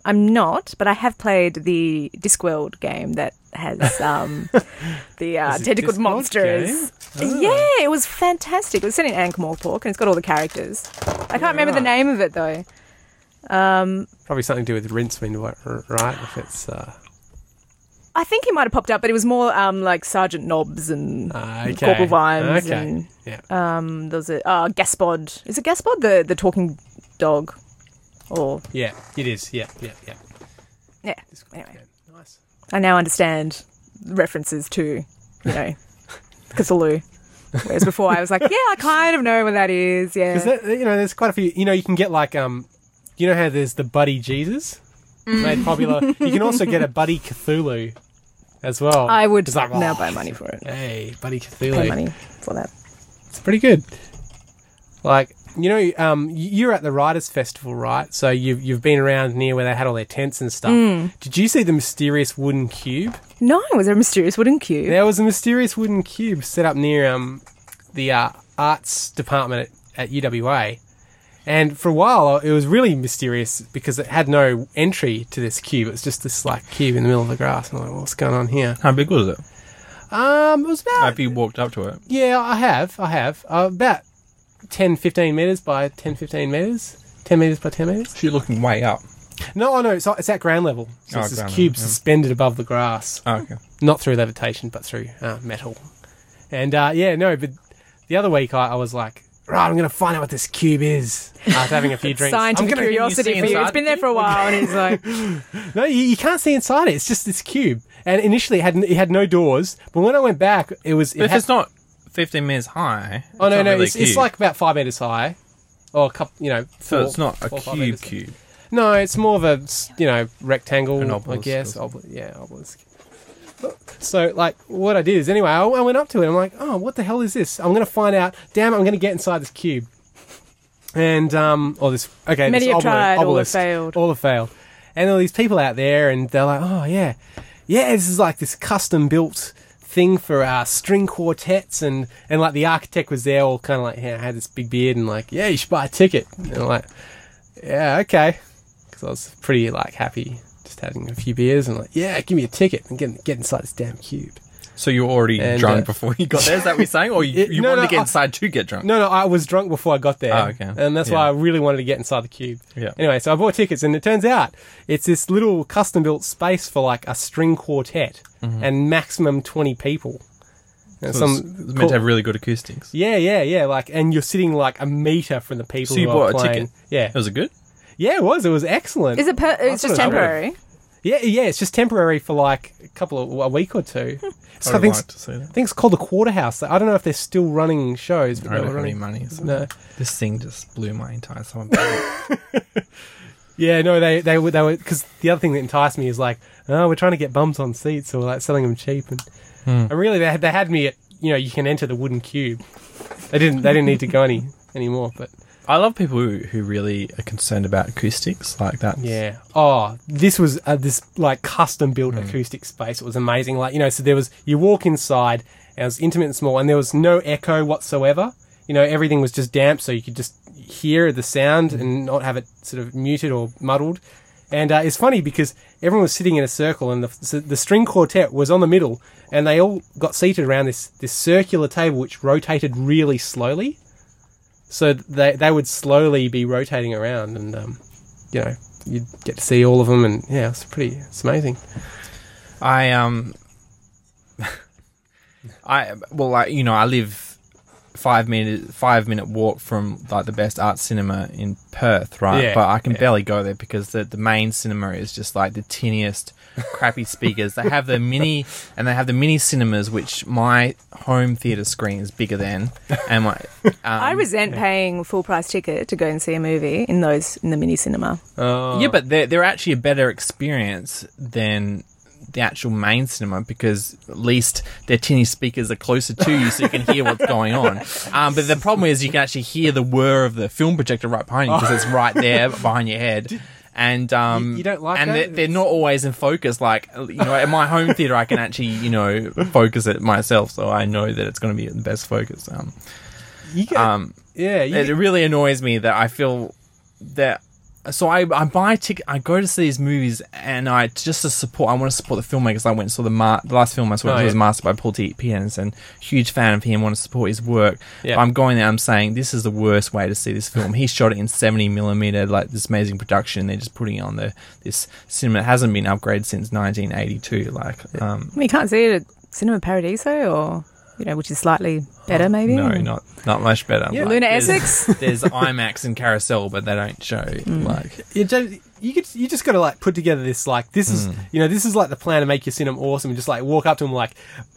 [SPEAKER 4] I'm not, but I have played the Discworld game that has um, the uh,
[SPEAKER 3] it
[SPEAKER 4] tentacled
[SPEAKER 3] Discworld Ah.
[SPEAKER 4] monsters. Yeah, it was fantastic. It was set in Ankh-Morpork and it's got all the characters. I can't remember the
[SPEAKER 3] Right.
[SPEAKER 4] name of it though. Um,
[SPEAKER 3] Probably something to do with rinse, when- right? If it's uh,
[SPEAKER 4] I think he might have popped up, but it was more um, like Sergeant Nobbs and
[SPEAKER 3] Ah, okay.
[SPEAKER 4] Corporal Vimes
[SPEAKER 3] Okay.
[SPEAKER 4] and
[SPEAKER 3] yeah.
[SPEAKER 4] um, there was a uh, Gaspod. Is it Gaspod the the talking dog? Or
[SPEAKER 3] yeah, it is. Yeah, yeah, yeah.
[SPEAKER 4] yeah.
[SPEAKER 3] This-
[SPEAKER 4] Anyway.
[SPEAKER 3] yeah, Nice.
[SPEAKER 4] I now understand references to, you know, Cthulhu. Whereas before I was like, yeah, I kind of know what that is. Yeah.
[SPEAKER 3] Is that you know? There's quite a few. You know, you can get like um, you know how there's the Buddy Jesus
[SPEAKER 4] Mm.
[SPEAKER 3] made popular. you can also get a Buddy Cthulhu as well.
[SPEAKER 4] I would
[SPEAKER 3] It's like,
[SPEAKER 4] now
[SPEAKER 3] "Oh,
[SPEAKER 4] buy money for it.
[SPEAKER 3] Hey, Buddy
[SPEAKER 4] Pay
[SPEAKER 3] Cthulhu.
[SPEAKER 4] money for that.
[SPEAKER 3] It's pretty good. Like you know, um, y- you're at the Writers Festival, right? So you've you've been around near where they had all their tents and stuff.
[SPEAKER 4] Mm.
[SPEAKER 3] Did you see the mysterious wooden cube?
[SPEAKER 4] No, it was there a mysterious wooden cube?
[SPEAKER 3] There was a mysterious wooden cube set up near um, the uh, arts department at, at UWA. And for a while, uh, it was really mysterious because it had no entry to this cube. It was just this like cube in the middle of the grass. And I'm like, what's going on here?
[SPEAKER 2] How big was it?
[SPEAKER 3] Um, it was about,
[SPEAKER 2] Have you walked up to it?
[SPEAKER 3] yeah, I have, I have, uh, about 10, 15 meters by 10, 15 meters. 10 meters by 10 meters?
[SPEAKER 2] You're looking way up.
[SPEAKER 3] No, oh, no, it's, it's at ground level. So
[SPEAKER 2] Oh,
[SPEAKER 3] it's this
[SPEAKER 2] ground
[SPEAKER 3] cube
[SPEAKER 2] level, yeah.
[SPEAKER 3] suspended above the grass.
[SPEAKER 2] Oh, okay.
[SPEAKER 3] not through levitation, but through uh, metal. And uh, yeah, no, but the other week I, I was like, right, I'm going to find out what this cube is. After having a few drinks,
[SPEAKER 4] Scientific
[SPEAKER 3] I'm gonna,
[SPEAKER 4] curiosity
[SPEAKER 2] see
[SPEAKER 4] for you. It's
[SPEAKER 2] inside
[SPEAKER 4] been there for a while, and it's like,
[SPEAKER 3] no, you, you can't see inside it. It's just this cube. And initially, it had n- it had no doors, but when I went back, it was. It
[SPEAKER 2] But if
[SPEAKER 3] had-
[SPEAKER 2] it's not 15 meters high,
[SPEAKER 3] oh
[SPEAKER 2] it's
[SPEAKER 3] no,
[SPEAKER 2] not
[SPEAKER 3] no,
[SPEAKER 2] really
[SPEAKER 3] it's,
[SPEAKER 2] a
[SPEAKER 3] it's
[SPEAKER 2] cube.
[SPEAKER 3] like about five meters high, or a couple, you know.
[SPEAKER 2] so.
[SPEAKER 3] four-
[SPEAKER 2] It's not a
[SPEAKER 3] four or five
[SPEAKER 2] cube
[SPEAKER 3] meters.
[SPEAKER 2] cube.
[SPEAKER 3] No, it's more of a s- you know rectangle.
[SPEAKER 2] An
[SPEAKER 3] I
[SPEAKER 2] obelisk
[SPEAKER 3] guess.
[SPEAKER 2] or
[SPEAKER 3] Obel- yeah, obelisk. So like, what I did is anyway, I, I went up to it. I'm like, oh, what the hell is this? I'm gonna find out. Damn, it, I'm gonna get inside this cube. And um, or this okay,
[SPEAKER 4] Many
[SPEAKER 3] this
[SPEAKER 4] have
[SPEAKER 3] obel-
[SPEAKER 4] tried, all have
[SPEAKER 3] obelisk.
[SPEAKER 4] failed.
[SPEAKER 3] All have failed. And there are these people out there, and they're like, oh yeah, yeah, this is like this custom built thing for uh, string quartets, and and like the architect was there, all kind of like, yeah, had this big beard, and like, yeah, you should buy a ticket. And I'm like, yeah, okay. because I was pretty like happy just having a few beers and like, yeah, give me a ticket and get get inside this damn cube.
[SPEAKER 2] So you were already
[SPEAKER 3] And,
[SPEAKER 2] drunk
[SPEAKER 3] uh,
[SPEAKER 2] before you got there. Is that what you're saying, or you,
[SPEAKER 3] It-
[SPEAKER 2] you
[SPEAKER 3] no,
[SPEAKER 2] wanted
[SPEAKER 3] no,
[SPEAKER 2] to get
[SPEAKER 3] I-
[SPEAKER 2] inside to get drunk?
[SPEAKER 3] No, no, I was drunk before I got there.
[SPEAKER 2] Oh, okay.
[SPEAKER 3] And that's why
[SPEAKER 2] Yeah.
[SPEAKER 3] I really wanted to get inside the cube.
[SPEAKER 2] Yeah.
[SPEAKER 3] Anyway, so I bought tickets, and it turns out it's this little custom built space for like a string quartet and maximum 20 people. And
[SPEAKER 2] Mm-hmm. So it's,
[SPEAKER 3] some
[SPEAKER 2] it's meant
[SPEAKER 3] cool-
[SPEAKER 2] to have really good acoustics.
[SPEAKER 3] yeah, yeah, yeah. Like, and you're sitting like a meter from the people.
[SPEAKER 2] So you
[SPEAKER 3] who are
[SPEAKER 2] bought a
[SPEAKER 3] playing.
[SPEAKER 2] ticket.
[SPEAKER 3] Yeah,
[SPEAKER 2] Was it good?
[SPEAKER 3] yeah, it was. It was excellent.
[SPEAKER 4] Is it? Per- it's
[SPEAKER 3] thought
[SPEAKER 4] just
[SPEAKER 3] it was
[SPEAKER 4] temporary.
[SPEAKER 3] Yeah, yeah. It's just temporary for like a couple of a week or two. so I think
[SPEAKER 2] liked to see that.
[SPEAKER 3] I think it's called the Quarter House. I don't know if they're still running shows,
[SPEAKER 2] I
[SPEAKER 3] but they
[SPEAKER 2] don't
[SPEAKER 3] were
[SPEAKER 2] have any
[SPEAKER 3] running.
[SPEAKER 2] money. So
[SPEAKER 3] No.
[SPEAKER 2] This thing just blew my entire summer.
[SPEAKER 3] Yeah, no, they they were they were because the other thing that enticed me is like, oh, we're trying to get bums on seats, so we're like selling them cheap, and, and really they had they had me at you know you can enter the wooden cube. They didn't they didn't need to go any anymore, but
[SPEAKER 2] I love people who, who really are concerned about acoustics like that.
[SPEAKER 3] Yeah. Oh, this was uh, this like custom built acoustic space. It was amazing. Like you know, so there was you walk inside and it was intimate and small, and there was no echo whatsoever. You know, everything was just damp, so you could just hear the sound and not have it sort of muted or muddled. And uh, it's funny because everyone was sitting in a circle, and the, so the string quartet was on the middle, and they all got seated around this this circular table, which rotated really slowly. So they they would slowly be rotating around, and um, you know, you get to see all of them, and yeah, it's pretty, it's amazing.
[SPEAKER 2] I um, I well, like you know, I live five minute five minute walk from like the best art cinema in Perth, right?
[SPEAKER 3] Yeah,
[SPEAKER 2] but I can
[SPEAKER 3] yeah.
[SPEAKER 2] barely go there because the the main cinema is just like the tiniest, crappy speakers. They have the mini and they have the mini cinemas, which my home theater screen is bigger than, and my um,
[SPEAKER 4] I resent paying full price ticket to go and see a movie in those in the mini cinema.
[SPEAKER 3] Oh,
[SPEAKER 2] Yeah, but they're, they're actually a better experience than the actual main cinema because at least their tinny speakers are closer to you so you can hear what's going on. Um, but the problem is you can actually hear the whir of the film projector right behind you because it's right there behind your head. And um,
[SPEAKER 3] You- you don't like
[SPEAKER 2] and
[SPEAKER 3] that?
[SPEAKER 2] they're, they're not always in focus. Like you know, at my home theater, I can actually you know focus it myself, so I know that it's going to be in the best focus. Um,
[SPEAKER 3] you get,
[SPEAKER 2] um,
[SPEAKER 3] yeah, you
[SPEAKER 2] it
[SPEAKER 3] get-
[SPEAKER 2] really annoys me that I feel that. So I, I buy ticket. I go to see these movies, and I just to support. I want to support the filmmakers. I went and saw the Mar- the last film I saw
[SPEAKER 3] Oh,
[SPEAKER 2] was
[SPEAKER 3] yeah.
[SPEAKER 2] Master by Paul T. P. Anderson. Huge fan of him. Want to support his work.
[SPEAKER 3] Yeah.
[SPEAKER 2] But I'm going there. I'm saying this is the worst way to see this film. he shot it in 70 millimeter, like this amazing production. They're just putting it on the this cinema. It hasn't been upgraded since 1982. Like, um,
[SPEAKER 4] I mean, you can't see it at Cinema Paradiso or you know, which is slightly
[SPEAKER 3] Oh,
[SPEAKER 4] better maybe.
[SPEAKER 2] no, not not much better.
[SPEAKER 3] Yeah.
[SPEAKER 2] Like,
[SPEAKER 4] Luna
[SPEAKER 2] there's-
[SPEAKER 4] Hmm. Essex.
[SPEAKER 2] There's IMAX and Carousel, but they don't show like
[SPEAKER 3] you don't- you get, you just got to like put together this like this
[SPEAKER 2] Hmm.
[SPEAKER 3] is you know this is like the plan to make your cinema awesome. Just like walk up to them like,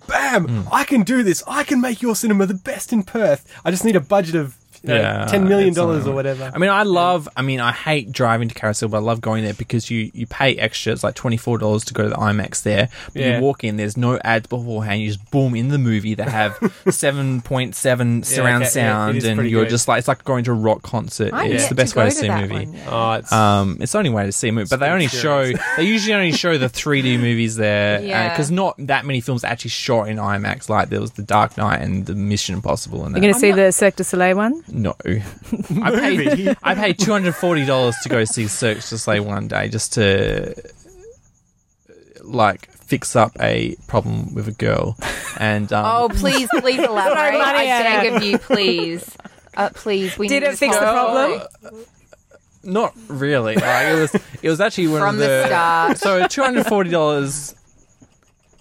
[SPEAKER 3] bam,
[SPEAKER 2] Hmm.
[SPEAKER 3] I can do this. I can make your cinema the best in Perth. I just need a budget of you know,
[SPEAKER 2] Yeah,
[SPEAKER 3] Uh, ten million
[SPEAKER 2] it's something
[SPEAKER 3] dollars or
[SPEAKER 2] like-
[SPEAKER 3] whatever.
[SPEAKER 2] I mean, I love. I mean, I hate driving to Carousel, but I love going there because you you pay extra. It's like twenty four dollars to go to the IMAX there. But
[SPEAKER 3] Yeah.
[SPEAKER 2] you walk in, there's no ads beforehand. You just boom in the movie. They have seven point seven surround
[SPEAKER 3] okay, yeah, it
[SPEAKER 2] sound,
[SPEAKER 3] is
[SPEAKER 2] and
[SPEAKER 3] pretty
[SPEAKER 2] you're
[SPEAKER 3] good.
[SPEAKER 2] just like it's like going to a rock concert.
[SPEAKER 4] I'm
[SPEAKER 2] It's
[SPEAKER 4] yet
[SPEAKER 2] the best
[SPEAKER 4] go
[SPEAKER 2] way to see a
[SPEAKER 4] that
[SPEAKER 2] movie.
[SPEAKER 4] one yet.
[SPEAKER 3] oh, it's
[SPEAKER 2] Um, it's the only way to see a movie, but they only show they usually only show the 3D movies there
[SPEAKER 1] Yeah.
[SPEAKER 2] because not that many films actually shot in IMAX. Like there was The Dark Knight and The Mission Impossible, and that.
[SPEAKER 4] You're going to see the Cirque du Soleil one?
[SPEAKER 2] No. I paid, I paid $240 to go see Cirque du Soleil one day just to like fix up a problem with a girl and um,
[SPEAKER 1] Oh, please, please elaborate.
[SPEAKER 4] money,
[SPEAKER 1] I beg
[SPEAKER 4] Anna.
[SPEAKER 1] of you, please. Uh, please, we
[SPEAKER 4] Did
[SPEAKER 1] need
[SPEAKER 4] it
[SPEAKER 1] this
[SPEAKER 4] fix the
[SPEAKER 1] whole
[SPEAKER 4] Oh, problem?
[SPEAKER 1] story.
[SPEAKER 2] Uh, not really like it was it was actually one
[SPEAKER 1] From
[SPEAKER 2] of
[SPEAKER 1] the start.
[SPEAKER 2] so $240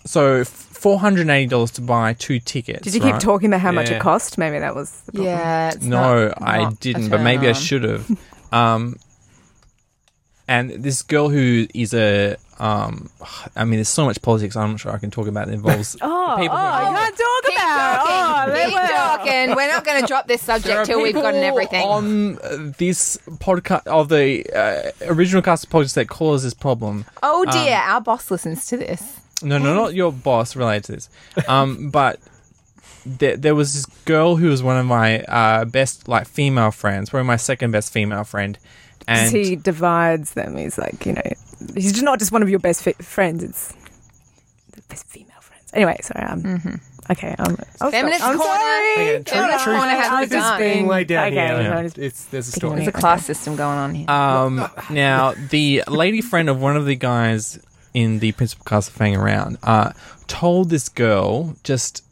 [SPEAKER 2] so $480 to buy two tickets
[SPEAKER 4] Did you keep
[SPEAKER 2] right?
[SPEAKER 4] talking about how much
[SPEAKER 3] Yeah.
[SPEAKER 4] it cost? Maybe that was the problem.
[SPEAKER 1] Yeah. it's
[SPEAKER 2] No,
[SPEAKER 1] not-
[SPEAKER 2] I
[SPEAKER 1] not a
[SPEAKER 2] didn't, but maybe I
[SPEAKER 1] turn-on.
[SPEAKER 2] should have. Um, and this girl who is a, um, I mean, there's so much politics. I'm not sure I can talk about that involves
[SPEAKER 4] Oh,
[SPEAKER 2] people.
[SPEAKER 4] oh, I
[SPEAKER 2] who
[SPEAKER 4] can't talk
[SPEAKER 1] Keep
[SPEAKER 4] about.
[SPEAKER 1] talking.
[SPEAKER 4] Oh, there
[SPEAKER 1] Keep
[SPEAKER 4] we are.
[SPEAKER 1] talking. We're not going to drop this
[SPEAKER 2] There
[SPEAKER 1] subject
[SPEAKER 2] are
[SPEAKER 1] till we've
[SPEAKER 2] people
[SPEAKER 1] gotten everything.
[SPEAKER 2] on uh, this podcast of the uh, original cast of politics that caused this problem.
[SPEAKER 1] oh dear, our boss listens to this.
[SPEAKER 2] No, no, not your boss related to this. Um, but there, there was this girl who was one of my uh, best, like, female friends, probably my second best female friend. And
[SPEAKER 4] he divides them. He's like, you know, he's just not just one of your best fi- friends. It's the best female friends. Anyway, sorry. Um, Okay. Um, I'll
[SPEAKER 1] Mm-hmm.
[SPEAKER 4] stop.
[SPEAKER 1] Feminist
[SPEAKER 4] I'm
[SPEAKER 1] corner.
[SPEAKER 4] sorry.
[SPEAKER 1] Okay,
[SPEAKER 4] Feminist
[SPEAKER 1] truth- truth-
[SPEAKER 4] corner has
[SPEAKER 1] I'm
[SPEAKER 4] begun.
[SPEAKER 1] just being
[SPEAKER 3] laid down
[SPEAKER 4] Okay,
[SPEAKER 3] here.
[SPEAKER 4] yeah.
[SPEAKER 3] It's there's a
[SPEAKER 4] Picking
[SPEAKER 3] story.
[SPEAKER 1] There's a
[SPEAKER 4] Okay.
[SPEAKER 1] class system going on here.
[SPEAKER 2] Um, now, the lady friend of one of the guys in the principal cast of Fang Around uh, told this girl, just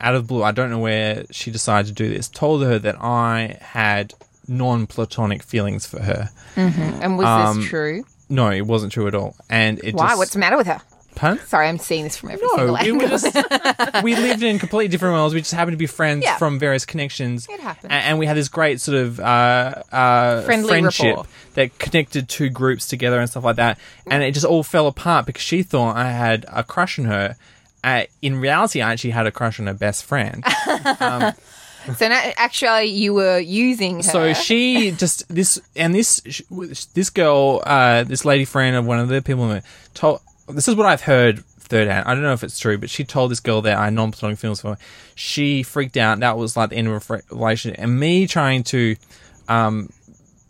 [SPEAKER 2] out of the blue, I don't know where she decided to do this, told her that I had non platonic feelings for her.
[SPEAKER 1] and was
[SPEAKER 2] um,
[SPEAKER 1] this true?
[SPEAKER 2] No, it wasn't true at all. And it
[SPEAKER 1] Why?
[SPEAKER 2] just-
[SPEAKER 1] What's the matter with her?
[SPEAKER 2] Huh?
[SPEAKER 1] Sorry, I'm seeing this from every
[SPEAKER 2] No,
[SPEAKER 1] single
[SPEAKER 2] we
[SPEAKER 1] angle.
[SPEAKER 2] were just we lived in completely different worlds. We just happened to be friends
[SPEAKER 1] Yeah.
[SPEAKER 2] from various connections.
[SPEAKER 1] It happens.
[SPEAKER 2] A- And, we had this great sort of uh, uh,
[SPEAKER 1] Friendly
[SPEAKER 2] friendship
[SPEAKER 1] rapport.
[SPEAKER 2] that connected two groups together and stuff like that. And it just all fell apart because she thought I had a crush on her. Uh, in reality, I actually had a crush on her best friend.
[SPEAKER 1] so now, actually, you were using her.
[SPEAKER 2] So she just this and this sh- this girl, uh, this lady friend of one of the people, in it, told this is what I've heard third hand. I don't know if it's true, but she told this girl that I non platonic films for. her. She freaked out. That was like the end of a relationship, and me trying to. Um,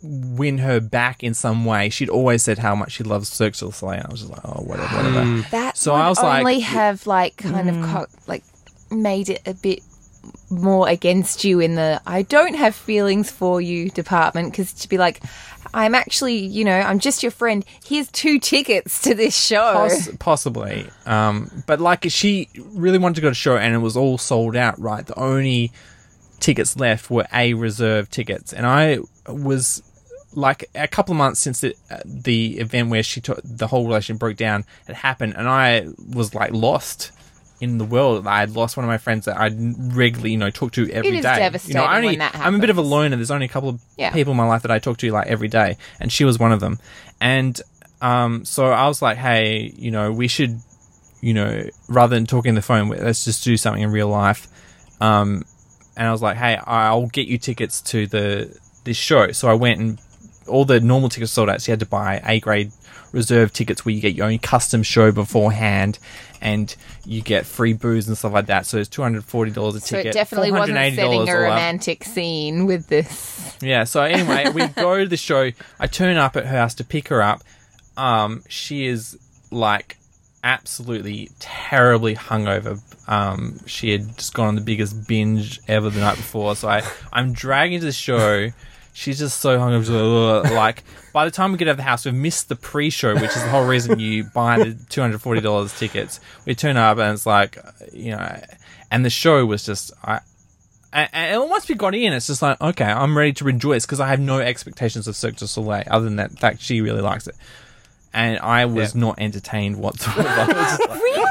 [SPEAKER 2] win her back in some way. She'd always said how much she loves Cirque du Soleil. I was just like, oh, whatever, whatever.
[SPEAKER 1] that
[SPEAKER 2] So
[SPEAKER 1] would
[SPEAKER 2] I was like- Mm.
[SPEAKER 1] only have like kind of co- like made it a bit more against you in the I don't have feelings for you department because to be like I'm actually you know I'm just your friend here's two tickets to this show
[SPEAKER 2] Poss- possibly. Um, but like she really wanted to go to the show and it was all sold out, right? The only tickets left were A reserve tickets. And I was like a couple of months since the, uh, the event where she took the whole relationship broke down had happened and I was like lost in the world. I had lost one of my friends that I regularly, you know, talk to every day.
[SPEAKER 1] is
[SPEAKER 2] You
[SPEAKER 1] devastating
[SPEAKER 2] know, I only,
[SPEAKER 1] when that
[SPEAKER 2] I'm a bit of a
[SPEAKER 1] happens.
[SPEAKER 2] loner. There's only a couple of
[SPEAKER 1] Yeah.
[SPEAKER 2] people in my life that I talk to like every day, and she was one of them. And um, so I was like, hey, you know, we should, you know, rather than talking on the phone, let's just do something in real life. Um, and I was like, hey, I'll get you tickets to the this show. So I went and all the normal tickets sold out. So you had to buy A grade reserve tickets where you get your own custom show beforehand, and you get free booze and stuff like that. So it's two hundred forty dollars a
[SPEAKER 1] so
[SPEAKER 2] ticket.
[SPEAKER 1] it definitely wasn't
[SPEAKER 2] $480
[SPEAKER 1] setting a
[SPEAKER 2] all up.
[SPEAKER 1] romantic scene with this
[SPEAKER 2] Yeah. So anyway, we go to the show. I turn up at her house to pick her up. Um, she is like absolutely terribly hungover. Um, she had just gone on the biggest binge ever the night before. So I, I'm dragging to the show. She's just so hungover. she's like, "Ugh." Like by the time we get out of the house, we've missed the pre-show, which is the whole reason you buy the two hundred forty dollars tickets. We turn up and it's like, you know, and the show was just, I, and, and once we got in, it's just like, okay, I'm ready to rejoice because I have no expectations of Cirque du Soleil other than that fact she really likes it. And I was not entertained whatsoever. I was just like-
[SPEAKER 1] really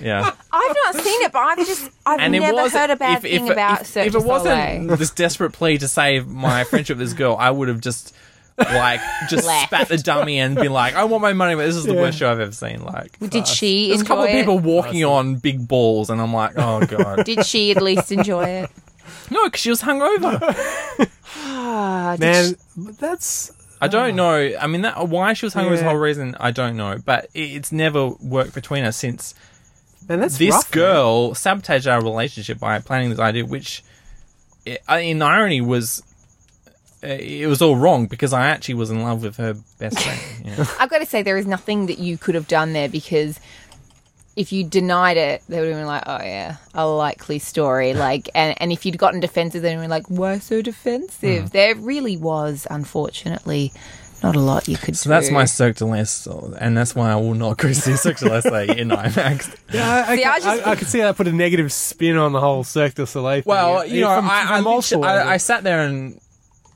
[SPEAKER 2] yeah.
[SPEAKER 1] I've not seen it but I've just I've
[SPEAKER 2] And
[SPEAKER 1] never heard a bad
[SPEAKER 2] if- if-
[SPEAKER 1] thing about
[SPEAKER 2] if,
[SPEAKER 1] Cirque
[SPEAKER 2] if
[SPEAKER 1] du
[SPEAKER 2] it
[SPEAKER 1] Soleil.
[SPEAKER 2] wasn't this desperate plea to save my friendship with this girl, I would have just like just
[SPEAKER 1] Left.
[SPEAKER 2] spat the dummy and been like, I want my money, but this is the worst show I've ever seen. Like
[SPEAKER 1] did she
[SPEAKER 2] there's a
[SPEAKER 1] enjoy
[SPEAKER 2] couple of
[SPEAKER 1] it
[SPEAKER 2] people walking on big balls, and I'm like, oh god,
[SPEAKER 1] did she at least enjoy it
[SPEAKER 2] no, because she was hungover.
[SPEAKER 1] Ah, did
[SPEAKER 3] Man, that's
[SPEAKER 2] I don't know. I mean, that why she was hungry was the
[SPEAKER 3] Oh. Yeah.
[SPEAKER 2] whole reason. I don't know, but it, it's never worked between us since
[SPEAKER 3] man, that's
[SPEAKER 2] this
[SPEAKER 3] rough, man.
[SPEAKER 2] girl sabotaged our relationship by planning this idea, which, i- in irony, was uh, it was all wrong because I actually was in love with her best friend. you know.
[SPEAKER 1] I've got to say, there is nothing that you could have done there because if you denied it, they would have been like, "Oh yeah, a likely story." Like, and, and if you'd gotten defensive, they would have been like, "Why so defensive?"
[SPEAKER 2] Hmm.
[SPEAKER 1] There really was, unfortunately, not a lot you could
[SPEAKER 2] So
[SPEAKER 1] do.
[SPEAKER 2] that's my Cirque du Soleil, so- and that's why I will not go see Cirque du Soleil in IMAX.
[SPEAKER 3] Yeah, I, I,
[SPEAKER 1] See,
[SPEAKER 3] ca-
[SPEAKER 1] I just-
[SPEAKER 3] I, I could see that put a negative spin on the whole Cirque du Soleil. Thing.
[SPEAKER 2] Well,
[SPEAKER 3] Yeah,
[SPEAKER 2] you know,
[SPEAKER 3] from-
[SPEAKER 2] I,
[SPEAKER 3] from
[SPEAKER 2] I,
[SPEAKER 3] multiple
[SPEAKER 2] literally- I, I
[SPEAKER 3] angles.
[SPEAKER 2] sat there and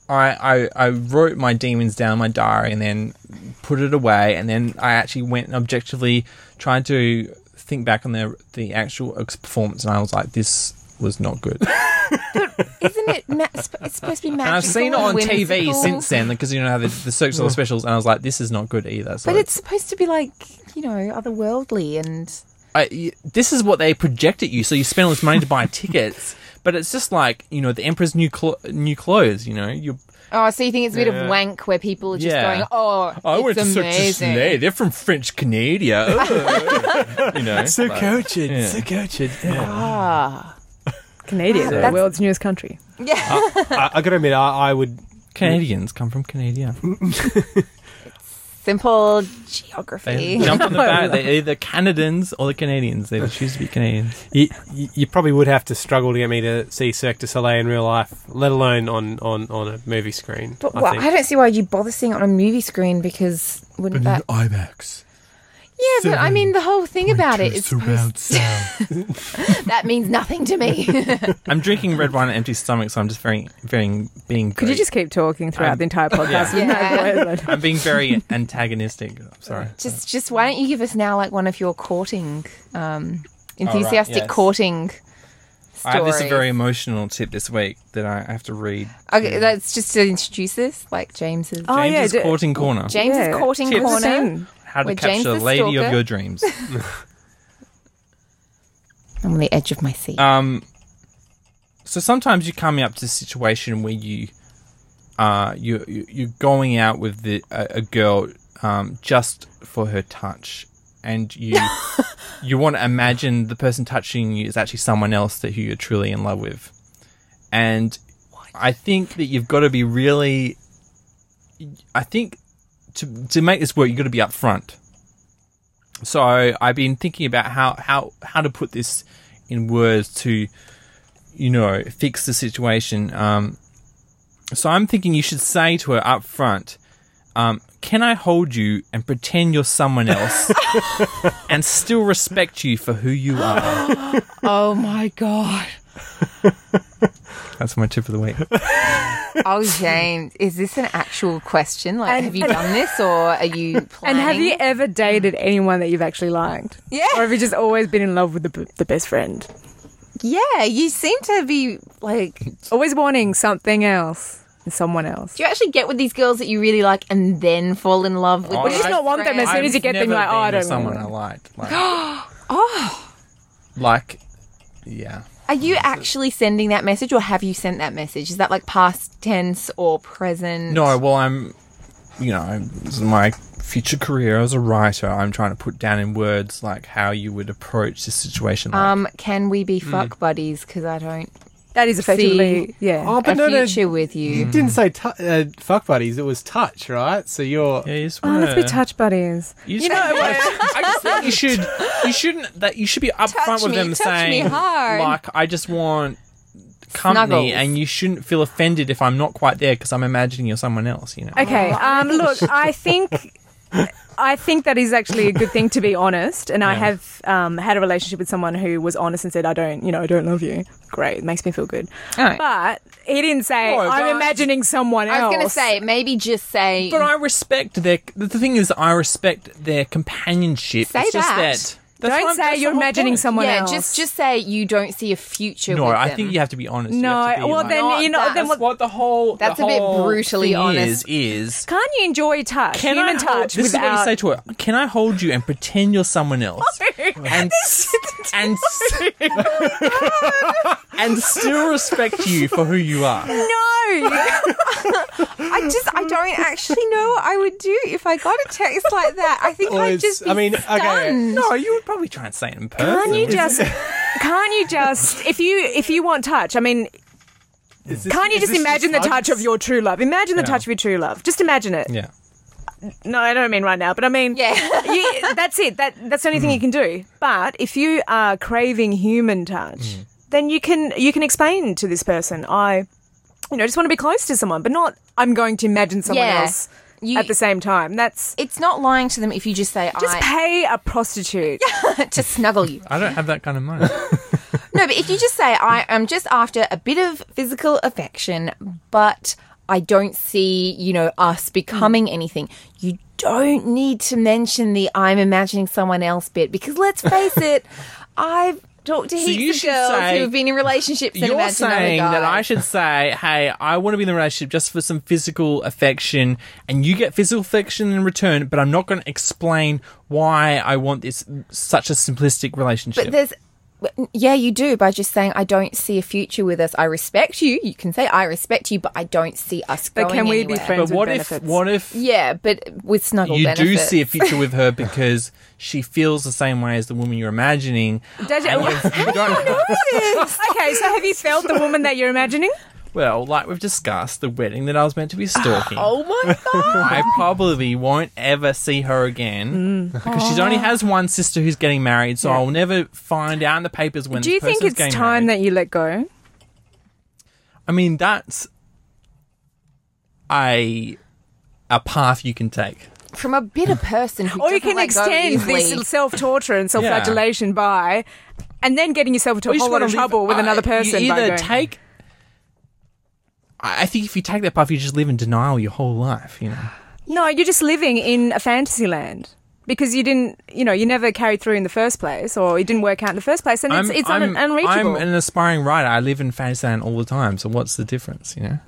[SPEAKER 2] I, I I wrote my demons down in my diary and then put it away, and then I actually went and objectively tried to think back on the the actual ex- performance, and I was like, this was not good.
[SPEAKER 1] Isn't it? Ma- sp- it's supposed to be magical.
[SPEAKER 2] And I've seen it on
[SPEAKER 1] and
[SPEAKER 2] TV
[SPEAKER 1] whimsical.
[SPEAKER 2] since then because you know how the, the Cirque du Soleil specials, and I was like, this is not good either. So
[SPEAKER 1] But it's supposed to be like you know otherworldly and
[SPEAKER 2] I y this is what they project at you. So you spend all this money to buy tickets, but it's just like you know the Emperor's new clo- new clothes. You know you're
[SPEAKER 1] oh, so you think it's a bit
[SPEAKER 3] Yeah.
[SPEAKER 1] of wank where people are just
[SPEAKER 2] Yeah.
[SPEAKER 1] going, "Oh, it's amazing."
[SPEAKER 2] They're from French Canada. Ugh. you know,
[SPEAKER 3] so
[SPEAKER 2] like-
[SPEAKER 3] cultured,
[SPEAKER 2] Yeah.
[SPEAKER 3] so cultured.
[SPEAKER 1] ah,
[SPEAKER 4] Canadian, the
[SPEAKER 1] that's-
[SPEAKER 4] world's newest country.
[SPEAKER 1] yeah.
[SPEAKER 3] I, I gotta admit, I, I would.
[SPEAKER 2] Canadians come from Canada.
[SPEAKER 1] Simple
[SPEAKER 2] They
[SPEAKER 1] geography.
[SPEAKER 2] jump on the back. They're either Canadians or the Canadians. They choose to be Canadians.
[SPEAKER 3] You, you you probably would have to struggle to get me to see Cirque du Soleil in real life, let alone on, on, on a movie screen.
[SPEAKER 1] But
[SPEAKER 3] I
[SPEAKER 1] well,
[SPEAKER 3] think.
[SPEAKER 1] I don't see why you bother seeing it on a movie screen because wouldn't that?
[SPEAKER 6] IMAX.
[SPEAKER 1] Yeah, but I mean the whole thing about it is supposed-
[SPEAKER 6] sound.
[SPEAKER 1] that means nothing to me.
[SPEAKER 2] I'm drinking red wine on an empty stomach, so I'm just very, very being.
[SPEAKER 4] Could you
[SPEAKER 2] very-
[SPEAKER 4] just keep talking throughout
[SPEAKER 2] I'm-
[SPEAKER 4] the entire podcast? with no
[SPEAKER 1] Yeah.
[SPEAKER 4] words?
[SPEAKER 2] I'm being very antagonistic. I'm sorry.
[SPEAKER 1] just, just why don't you give us now like one of your courting, um, enthusiastic
[SPEAKER 2] Oh, yes.
[SPEAKER 1] courting stories?
[SPEAKER 2] I have this very emotional tip this week that I have to read.
[SPEAKER 1] Okay, that's just to introduce this, like James's.
[SPEAKER 4] Oh, yeah,
[SPEAKER 2] James's
[SPEAKER 4] do-
[SPEAKER 2] courting corner.
[SPEAKER 1] James's
[SPEAKER 4] Yeah.
[SPEAKER 1] courting
[SPEAKER 2] Tips.
[SPEAKER 1] corner.
[SPEAKER 4] Scene.
[SPEAKER 2] How to
[SPEAKER 1] With James
[SPEAKER 2] capture the
[SPEAKER 1] the
[SPEAKER 2] lady of
[SPEAKER 1] Stalker.
[SPEAKER 2] your dreams.
[SPEAKER 1] I'm on the edge of my seat.
[SPEAKER 2] Um, so sometimes you come up to a situation where you, uh, you you- you're going out with the, a, a girl um, just for her touch, and you you want to imagine the person touching you is actually someone else that who you're truly in love with, and I think that you've got to be really. I think to to make this work, you've got to be upfront. So I've been thinking about how how how to put this in words to, you know, fix the situation. Um, so I'm thinking you should say to her up front, um, "Can I hold you and pretend you're someone else, and still respect you for who you are?"
[SPEAKER 1] oh my god!
[SPEAKER 2] That's my tip of the week.
[SPEAKER 1] Oh James, is this an actual question? Like,
[SPEAKER 4] And-
[SPEAKER 1] have you
[SPEAKER 4] and-
[SPEAKER 1] done this, or are you planning?
[SPEAKER 4] And have you ever dated anyone that you've actually liked?
[SPEAKER 1] Yeah.
[SPEAKER 4] Or have you just always been in love with the, b- the best friend?
[SPEAKER 1] Yeah, you seem to be like. Do
[SPEAKER 4] Always wanting something else and someone else.
[SPEAKER 1] you actually get with these girls that you really like and then fall in love with?
[SPEAKER 2] Or
[SPEAKER 1] them?
[SPEAKER 2] you just
[SPEAKER 4] not want them as
[SPEAKER 1] Friends.
[SPEAKER 4] soon as you get them, you're like, oh, I
[SPEAKER 2] been with
[SPEAKER 4] don't Oh.
[SPEAKER 2] someone
[SPEAKER 4] know.
[SPEAKER 2] I liked. Like, oh, like, yeah.
[SPEAKER 1] Are you actually sending that message, or have you sent that message? Is that like past tense or present?
[SPEAKER 2] No, well, I'm, you know, I'm- this is my future career as a writer. I'm trying to put down in words like how you would approach this situation. Like,
[SPEAKER 1] Um, can we be
[SPEAKER 2] Mm.
[SPEAKER 1] fuck buddies? Because I don't
[SPEAKER 4] That is effectively, yeah.
[SPEAKER 3] Oh,
[SPEAKER 1] a
[SPEAKER 3] but no, no,
[SPEAKER 1] future with
[SPEAKER 3] you
[SPEAKER 2] Mm.
[SPEAKER 1] you.
[SPEAKER 3] didn't say tu- uh, fuck buddies. It was touch, right? So you're
[SPEAKER 2] yeah, you just
[SPEAKER 4] Oh, let's be
[SPEAKER 2] wanna-
[SPEAKER 4] touch buddies.
[SPEAKER 2] You, just wanna- I just think you should. You shouldn't. That you should be upfront with
[SPEAKER 1] me,
[SPEAKER 2] them,
[SPEAKER 1] touch me
[SPEAKER 2] saying
[SPEAKER 1] hard.
[SPEAKER 2] like, I just want company,
[SPEAKER 1] Snuggles.
[SPEAKER 2] and you shouldn't feel offended if I'm not quite there because I'm imagining you're someone else. You know.
[SPEAKER 4] Okay. Um, look, I think I think that is actually a good thing to be honest. And I
[SPEAKER 2] Yeah.
[SPEAKER 4] have um, had a relationship with someone who was honest and said, "I don't, you know, I don't love you." Great, it makes me feel good.
[SPEAKER 1] Alright.
[SPEAKER 4] But he didn't say,
[SPEAKER 2] No,
[SPEAKER 4] "I'm
[SPEAKER 2] but-
[SPEAKER 4] imagining someone else."
[SPEAKER 1] I was going to say maybe just say.
[SPEAKER 2] But I respect their. The thing is, I respect their companionship.
[SPEAKER 1] Say
[SPEAKER 2] it's
[SPEAKER 1] that.
[SPEAKER 2] just that. that's what
[SPEAKER 4] don't
[SPEAKER 2] I'm- that's
[SPEAKER 4] say
[SPEAKER 2] the
[SPEAKER 4] you're
[SPEAKER 2] whole
[SPEAKER 4] imagining
[SPEAKER 2] point.
[SPEAKER 4] someone
[SPEAKER 1] yeah,
[SPEAKER 4] else.
[SPEAKER 1] just just say you don't see a future.
[SPEAKER 2] No,
[SPEAKER 1] with
[SPEAKER 2] I
[SPEAKER 1] them.
[SPEAKER 2] think you have to be honest.
[SPEAKER 4] No,
[SPEAKER 2] you have to be
[SPEAKER 4] well,
[SPEAKER 2] like-
[SPEAKER 4] then
[SPEAKER 1] Not
[SPEAKER 4] you know,
[SPEAKER 1] that.
[SPEAKER 2] that's
[SPEAKER 4] then what,
[SPEAKER 2] what the whole.
[SPEAKER 1] That's
[SPEAKER 2] the
[SPEAKER 1] a bit
[SPEAKER 2] whole
[SPEAKER 1] brutally
[SPEAKER 2] thing
[SPEAKER 1] honest.
[SPEAKER 2] Is is
[SPEAKER 4] can't you enjoy touch, human
[SPEAKER 2] I hold-
[SPEAKER 4] touch,
[SPEAKER 2] This
[SPEAKER 4] without
[SPEAKER 2] is what you say to her. Can I hold you and pretend you're someone else? and and Oh and still respect you for who you are.
[SPEAKER 1] No, I just I don't actually know what I would do if I got a text like that. I think
[SPEAKER 3] Well,
[SPEAKER 1] I'd
[SPEAKER 3] it's-
[SPEAKER 1] just be
[SPEAKER 3] I mean, okay.
[SPEAKER 1] stunned.
[SPEAKER 2] No, you would probably try and say it in person.
[SPEAKER 4] Can't you just? Can't you just? If you if you want touch, I mean,
[SPEAKER 3] Is this-
[SPEAKER 4] can't you
[SPEAKER 3] is
[SPEAKER 4] just
[SPEAKER 3] this
[SPEAKER 4] imagine the touch of your true love? Imagine the
[SPEAKER 2] Yeah.
[SPEAKER 4] touch of your true love. Just imagine it.
[SPEAKER 2] Yeah.
[SPEAKER 4] No, I don't mean right now, but I mean,
[SPEAKER 1] Yeah.
[SPEAKER 4] you, that's it. That that's the only thing you can do. But if you are craving human touch, then you can you can explain to this person, I, you know, just want to be close to someone, but not I'm going to imagine someone
[SPEAKER 1] Yeah.
[SPEAKER 4] else
[SPEAKER 1] You-
[SPEAKER 4] at the same time. That's
[SPEAKER 1] It's not lying to them if you just say
[SPEAKER 4] just
[SPEAKER 1] I
[SPEAKER 4] pay a prostitute.
[SPEAKER 1] to snuggle you.
[SPEAKER 2] I don't have that kind of money.
[SPEAKER 1] No, but if you just say I am just after a bit of physical affection, but I don't see, you know, us becoming anything. You don't need to mention the I'm imagining someone else bit because let's face it, I've talked to
[SPEAKER 2] you
[SPEAKER 1] heaps
[SPEAKER 2] should
[SPEAKER 1] of girls
[SPEAKER 2] say-
[SPEAKER 1] who've been in relationships and
[SPEAKER 2] You're
[SPEAKER 1] imagined
[SPEAKER 2] saying
[SPEAKER 1] other guys.
[SPEAKER 2] that I should say, "Hey, I want to be in a relationship just for some physical affection, and you get physical affection in return, but I'm not going to explain why I want this such a simplistic relationship."
[SPEAKER 1] But there's, but- yeah, you do by just saying, I don't see a future with us. I respect you. You can say, I respect you, but I don't see us
[SPEAKER 4] But
[SPEAKER 1] going
[SPEAKER 4] can we be
[SPEAKER 1] anywhere.
[SPEAKER 4] friends?
[SPEAKER 2] But what
[SPEAKER 4] with
[SPEAKER 2] if
[SPEAKER 4] benefits.
[SPEAKER 2] what if
[SPEAKER 1] Yeah, but with snuggle
[SPEAKER 2] you
[SPEAKER 1] benefits.
[SPEAKER 2] do see a future with her because she feels the same way as the woman you're imagining?
[SPEAKER 4] Does it-
[SPEAKER 2] And you- you don't-
[SPEAKER 4] okay, so have you felt the woman that you're imagining?
[SPEAKER 2] Well, like we've discussed, the wedding that I was meant to be stalking.
[SPEAKER 1] Oh my god!
[SPEAKER 2] I probably won't ever see her again because she only has one sister who's getting married, so I'll never find out in the papers when.
[SPEAKER 4] Do you think it's time that you let go?
[SPEAKER 2] that? I mean, that's a a path you can take.
[SPEAKER 1] From a bitter person who
[SPEAKER 4] Or you
[SPEAKER 1] doesn't
[SPEAKER 4] can
[SPEAKER 1] let go
[SPEAKER 4] extend
[SPEAKER 1] easily.
[SPEAKER 4] this self torture and self flagellation by, and then getting yourself into Oh, a
[SPEAKER 2] You just
[SPEAKER 4] whole lot
[SPEAKER 2] wanna
[SPEAKER 4] of
[SPEAKER 2] leave-
[SPEAKER 4] trouble with
[SPEAKER 2] I-
[SPEAKER 4] another person.
[SPEAKER 2] You
[SPEAKER 4] by
[SPEAKER 2] either
[SPEAKER 4] going,
[SPEAKER 2] take. I I think if you take that path, you just live in denial your whole life. You know.
[SPEAKER 4] No, you're just living in a fantasy land because you didn't, you know, you never carried through in the first place, or it didn't work out in the first place, and it's, it's un- unreachable.
[SPEAKER 2] I'm an aspiring writer. I live in Fantasyland all the time. So what's the difference? You know.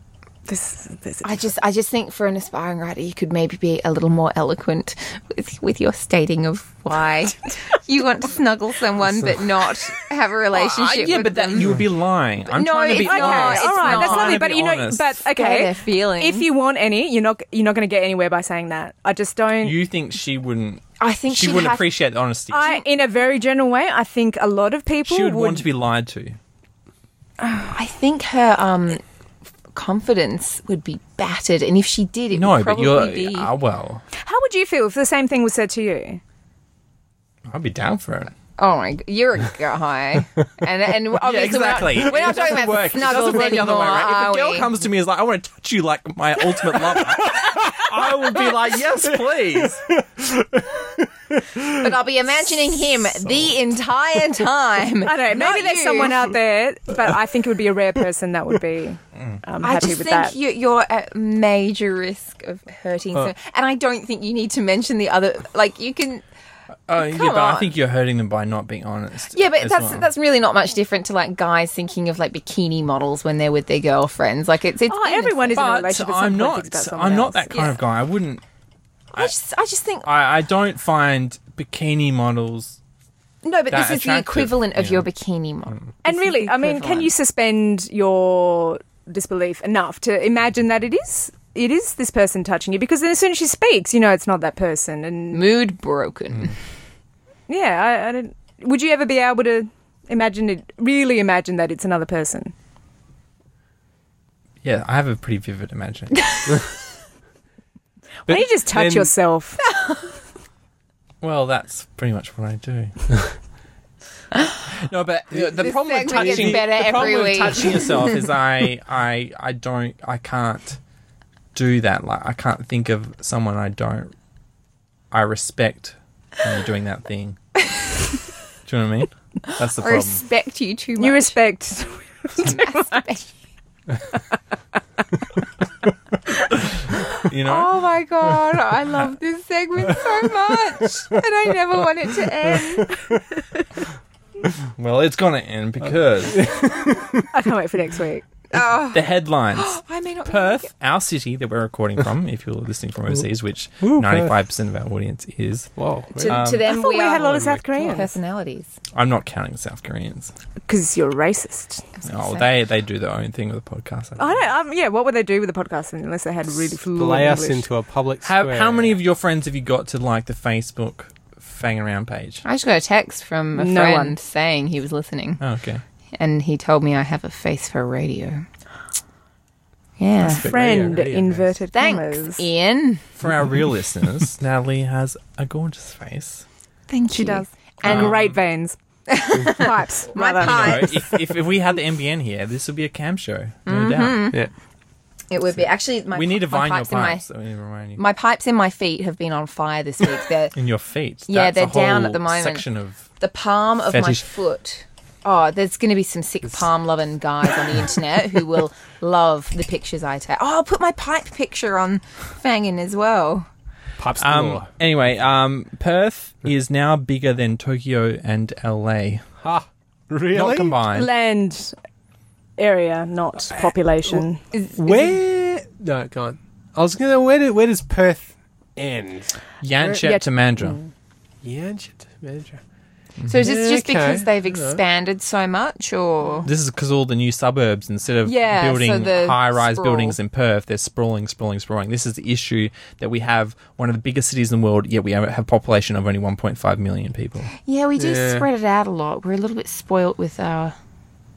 [SPEAKER 4] This- this-
[SPEAKER 1] I just, I just think for an aspiring writer, you could maybe be a little more eloquent with, with your stating of why you want to snuggle someone, but not have a relationship.
[SPEAKER 2] yeah,
[SPEAKER 1] with
[SPEAKER 2] but that
[SPEAKER 1] them.
[SPEAKER 2] you would be lying. I'm
[SPEAKER 1] No,
[SPEAKER 2] trying to be
[SPEAKER 1] it's
[SPEAKER 4] Okay,
[SPEAKER 1] not.
[SPEAKER 2] honest.
[SPEAKER 1] it's
[SPEAKER 4] all right,
[SPEAKER 1] not.
[SPEAKER 4] that's
[SPEAKER 1] I'm
[SPEAKER 4] lovely,
[SPEAKER 2] trying to
[SPEAKER 4] but
[SPEAKER 2] be
[SPEAKER 4] you know,
[SPEAKER 2] honest.
[SPEAKER 4] but
[SPEAKER 1] Spare
[SPEAKER 4] okay,
[SPEAKER 1] their feelings.
[SPEAKER 4] if you want any, you're not you're not going to get anywhere by saying that. I just don't.
[SPEAKER 2] you think she wouldn't?
[SPEAKER 1] I think
[SPEAKER 2] she
[SPEAKER 1] she'd
[SPEAKER 2] wouldn't
[SPEAKER 1] have-
[SPEAKER 2] appreciate the honesty.
[SPEAKER 4] I, in a very general way, I think a lot of people
[SPEAKER 2] she would,
[SPEAKER 4] would,
[SPEAKER 2] want to be lied to.
[SPEAKER 1] I think her um, confidence would be battered, and if she did, it
[SPEAKER 2] No,
[SPEAKER 1] would
[SPEAKER 2] but
[SPEAKER 1] probably
[SPEAKER 2] you're.
[SPEAKER 1] be.
[SPEAKER 2] ah, well,
[SPEAKER 4] How would you feel if the same thing was said to you?
[SPEAKER 2] I'd be down for it.
[SPEAKER 1] Oh my, g- you're a guy, and and obviously
[SPEAKER 2] exactly.
[SPEAKER 1] we're not, we're not talking about
[SPEAKER 2] work. It
[SPEAKER 1] snuggles
[SPEAKER 2] doesn't work the
[SPEAKER 1] anymore.
[SPEAKER 2] other way around.
[SPEAKER 1] are
[SPEAKER 2] If a girl
[SPEAKER 1] we?
[SPEAKER 2] comes to me and is like, I want to touch you like my ultimate lover, I will be like, yes, please.
[SPEAKER 1] but I'll be imagining him the entire time.
[SPEAKER 4] I don't know.
[SPEAKER 1] Not
[SPEAKER 4] Maybe there's
[SPEAKER 1] you.
[SPEAKER 4] someone out there, but I think it would be a rare person that would be um,
[SPEAKER 1] Mm. I
[SPEAKER 4] happy
[SPEAKER 1] just
[SPEAKER 4] with
[SPEAKER 1] think
[SPEAKER 4] that.
[SPEAKER 1] You, you're at major risk of
[SPEAKER 2] Uh.
[SPEAKER 1] hurting, someone. and I don't think you need to mention the other. Like you can,
[SPEAKER 2] Oh, yeah,
[SPEAKER 1] Come
[SPEAKER 2] but I
[SPEAKER 1] on.
[SPEAKER 2] think you're hurting them by not being honest.
[SPEAKER 1] yeah, but
[SPEAKER 2] as
[SPEAKER 1] that's
[SPEAKER 2] well.
[SPEAKER 1] that's really not much different to like guys thinking of like bikini models when they're with their girlfriends. Like it's it's
[SPEAKER 4] Oh, everyone is in a
[SPEAKER 2] But
[SPEAKER 4] relationship. at some
[SPEAKER 2] I'm
[SPEAKER 4] point
[SPEAKER 2] not.
[SPEAKER 4] thinks about someone
[SPEAKER 2] I'm not
[SPEAKER 4] else.
[SPEAKER 2] that kind of guy. I wouldn't.
[SPEAKER 1] I just I just think
[SPEAKER 2] I, I don't find bikini models.
[SPEAKER 1] no, but
[SPEAKER 2] that
[SPEAKER 1] this is the
[SPEAKER 2] attractive,
[SPEAKER 1] equivalent of
[SPEAKER 2] yeah.
[SPEAKER 1] your bikini model.
[SPEAKER 4] And really, I mean, can you suspend your disbelief enough to imagine that it is it is this person touching you? Because then as soon as she speaks, you know it's not that person. And
[SPEAKER 1] Mood broken.
[SPEAKER 4] yeah, I, I don't. Would you ever be able to imagine it? Really imagine that it's another person?
[SPEAKER 2] Yeah, I have a pretty vivid imagination.
[SPEAKER 4] Why don't you just touch
[SPEAKER 2] then-
[SPEAKER 4] yourself?
[SPEAKER 2] Well, that's pretty much what I do. no, but the, the
[SPEAKER 1] This
[SPEAKER 2] problem with
[SPEAKER 1] segment gets
[SPEAKER 2] touching
[SPEAKER 1] better
[SPEAKER 2] the problem
[SPEAKER 1] every
[SPEAKER 2] with
[SPEAKER 1] week.
[SPEAKER 2] touching yourself is I I I don't I can't do that. Like I can't think of someone I don't I respect when they're doing that thing. do you know what I mean? That's the
[SPEAKER 1] I
[SPEAKER 2] problem.
[SPEAKER 1] respect you too much.
[SPEAKER 4] You respect.
[SPEAKER 1] Masturbate.
[SPEAKER 2] you know.
[SPEAKER 1] Oh my god, I love this segment so much, and I never want it to end.
[SPEAKER 2] Well, it's gonna end because
[SPEAKER 4] I can't wait for next week.
[SPEAKER 2] the headlines.
[SPEAKER 1] I may not. be able to
[SPEAKER 2] Perth, our city that we're recording from, if you're listening from overseas, which
[SPEAKER 3] Ooh, Perth.
[SPEAKER 2] 95% of our audience is,
[SPEAKER 3] Whoa.
[SPEAKER 1] get- To, to them,
[SPEAKER 4] Um, I thought we,
[SPEAKER 1] are
[SPEAKER 4] had a lot of South Koreans
[SPEAKER 1] personalities.
[SPEAKER 2] I'm not counting the South Koreans.
[SPEAKER 4] because you're racist.
[SPEAKER 2] Oh, they they do their own thing with the podcast. I
[SPEAKER 4] I
[SPEAKER 2] think.
[SPEAKER 4] don't. Um, yeah, what would they do with the podcast unless they had really fluent
[SPEAKER 3] Lay us
[SPEAKER 4] English?
[SPEAKER 3] into a public
[SPEAKER 2] How,
[SPEAKER 3] square.
[SPEAKER 2] how many of your friends have you got to like the Facebook fang around page?
[SPEAKER 1] I just got a text from a
[SPEAKER 4] No
[SPEAKER 1] friend
[SPEAKER 4] one.
[SPEAKER 1] saying he was listening,
[SPEAKER 2] Oh, okay.
[SPEAKER 1] and he told me I have a face for radio. Yeah.
[SPEAKER 4] friend
[SPEAKER 3] Radio, radio
[SPEAKER 4] inverted
[SPEAKER 1] Thanks,
[SPEAKER 4] commas.
[SPEAKER 1] Ian.
[SPEAKER 2] For our real listeners, Natalie has a gorgeous face.
[SPEAKER 1] Thank
[SPEAKER 4] She
[SPEAKER 1] you.
[SPEAKER 4] does. And
[SPEAKER 1] Um,
[SPEAKER 4] great veins. Pipes.
[SPEAKER 1] My
[SPEAKER 4] rather.
[SPEAKER 2] You know,
[SPEAKER 1] pie.
[SPEAKER 2] if, if, if we had the NBN here, this would be a cam show, no doubt.
[SPEAKER 3] Yeah.
[SPEAKER 1] It would be actually. Mm-hmm. My,
[SPEAKER 2] we need to
[SPEAKER 1] my
[SPEAKER 2] vine your
[SPEAKER 1] pipes in my-
[SPEAKER 2] pipes. that we need to remind you.
[SPEAKER 1] My pipes in my feet have been on fire this week. They're,
[SPEAKER 2] In your feet.
[SPEAKER 1] Yeah,
[SPEAKER 2] That's a
[SPEAKER 1] they're down
[SPEAKER 2] whole
[SPEAKER 1] at the moment.
[SPEAKER 2] Section of
[SPEAKER 1] the palm of my
[SPEAKER 2] Fetish.
[SPEAKER 1] foot. Oh, there's going to be some sick palm loving guys on the internet who will love the pictures I take. Oh, I'll put my pipe picture on Fangin as well.
[SPEAKER 3] Pipes
[SPEAKER 2] Um,
[SPEAKER 3] galore.
[SPEAKER 2] anyway, um, Perth is now bigger than Tokyo and LA.
[SPEAKER 3] Ha. Really?
[SPEAKER 2] Not combined.
[SPEAKER 4] Land area, not population.
[SPEAKER 3] Where? No, go on. I was gonna. Where, do, where does Perth end?
[SPEAKER 2] Yanchep
[SPEAKER 4] Yeah.
[SPEAKER 2] to Mandra.
[SPEAKER 1] Mm.
[SPEAKER 3] Yeah, shit, manager.
[SPEAKER 1] So is this just
[SPEAKER 3] Okay.
[SPEAKER 1] because they've
[SPEAKER 3] Yeah.
[SPEAKER 1] expanded so much or
[SPEAKER 2] This is because all the new suburbs, instead of
[SPEAKER 1] Yeah, so
[SPEAKER 2] building
[SPEAKER 1] the
[SPEAKER 2] high rise
[SPEAKER 1] sprawl.
[SPEAKER 2] buildings in Perth, they're sprawling, sprawling, sprawling. This is the issue that we have one of the biggest cities in the world, yet we have have a population of only 1.5 million people.
[SPEAKER 1] Yeah, we do
[SPEAKER 3] Yeah.
[SPEAKER 1] spread it out a lot. We're a little bit spoilt with our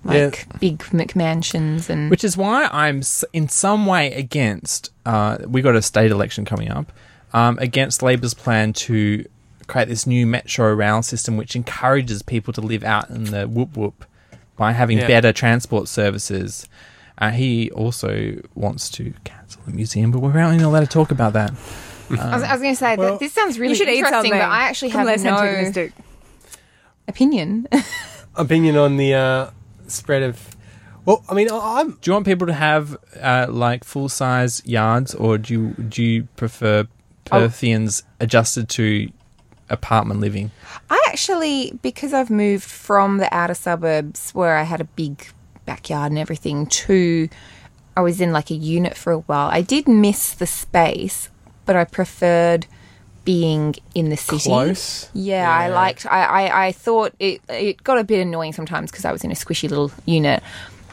[SPEAKER 1] like big McMansions and
[SPEAKER 2] Which is why I'm s- in some way against. Uh, we got a state election coming up. Um, against Labor's plan to create this new metro rail system, which encourages people to live out in the whoop whoop by having
[SPEAKER 7] Yeah.
[SPEAKER 2] better transport services. Uh, he also wants to cancel the museum, but we're only allowed to talk about that.
[SPEAKER 1] I was, I was going to say
[SPEAKER 3] Well-
[SPEAKER 1] that this sounds really
[SPEAKER 4] you should eat
[SPEAKER 1] interesting,
[SPEAKER 4] something.
[SPEAKER 1] but I actually
[SPEAKER 4] Come
[SPEAKER 1] have
[SPEAKER 4] listen to
[SPEAKER 1] no
[SPEAKER 4] Miss Duke.
[SPEAKER 1] opinion.
[SPEAKER 3] Opinion on the uh, spread of. Well, I mean, I- I'm
[SPEAKER 2] Do you want people to have uh, like full size yards, or do you do you prefer Perthians adjusted to apartment living?
[SPEAKER 1] I actually, because I've moved from the outer suburbs where I had a big backyard and everything to, I was in like a unit for a while. I did miss the space, but I preferred being in the city.
[SPEAKER 7] Close.
[SPEAKER 1] Yeah, I liked. I, I, I thought it it got a bit annoying sometimes because I was in a squishy little unit,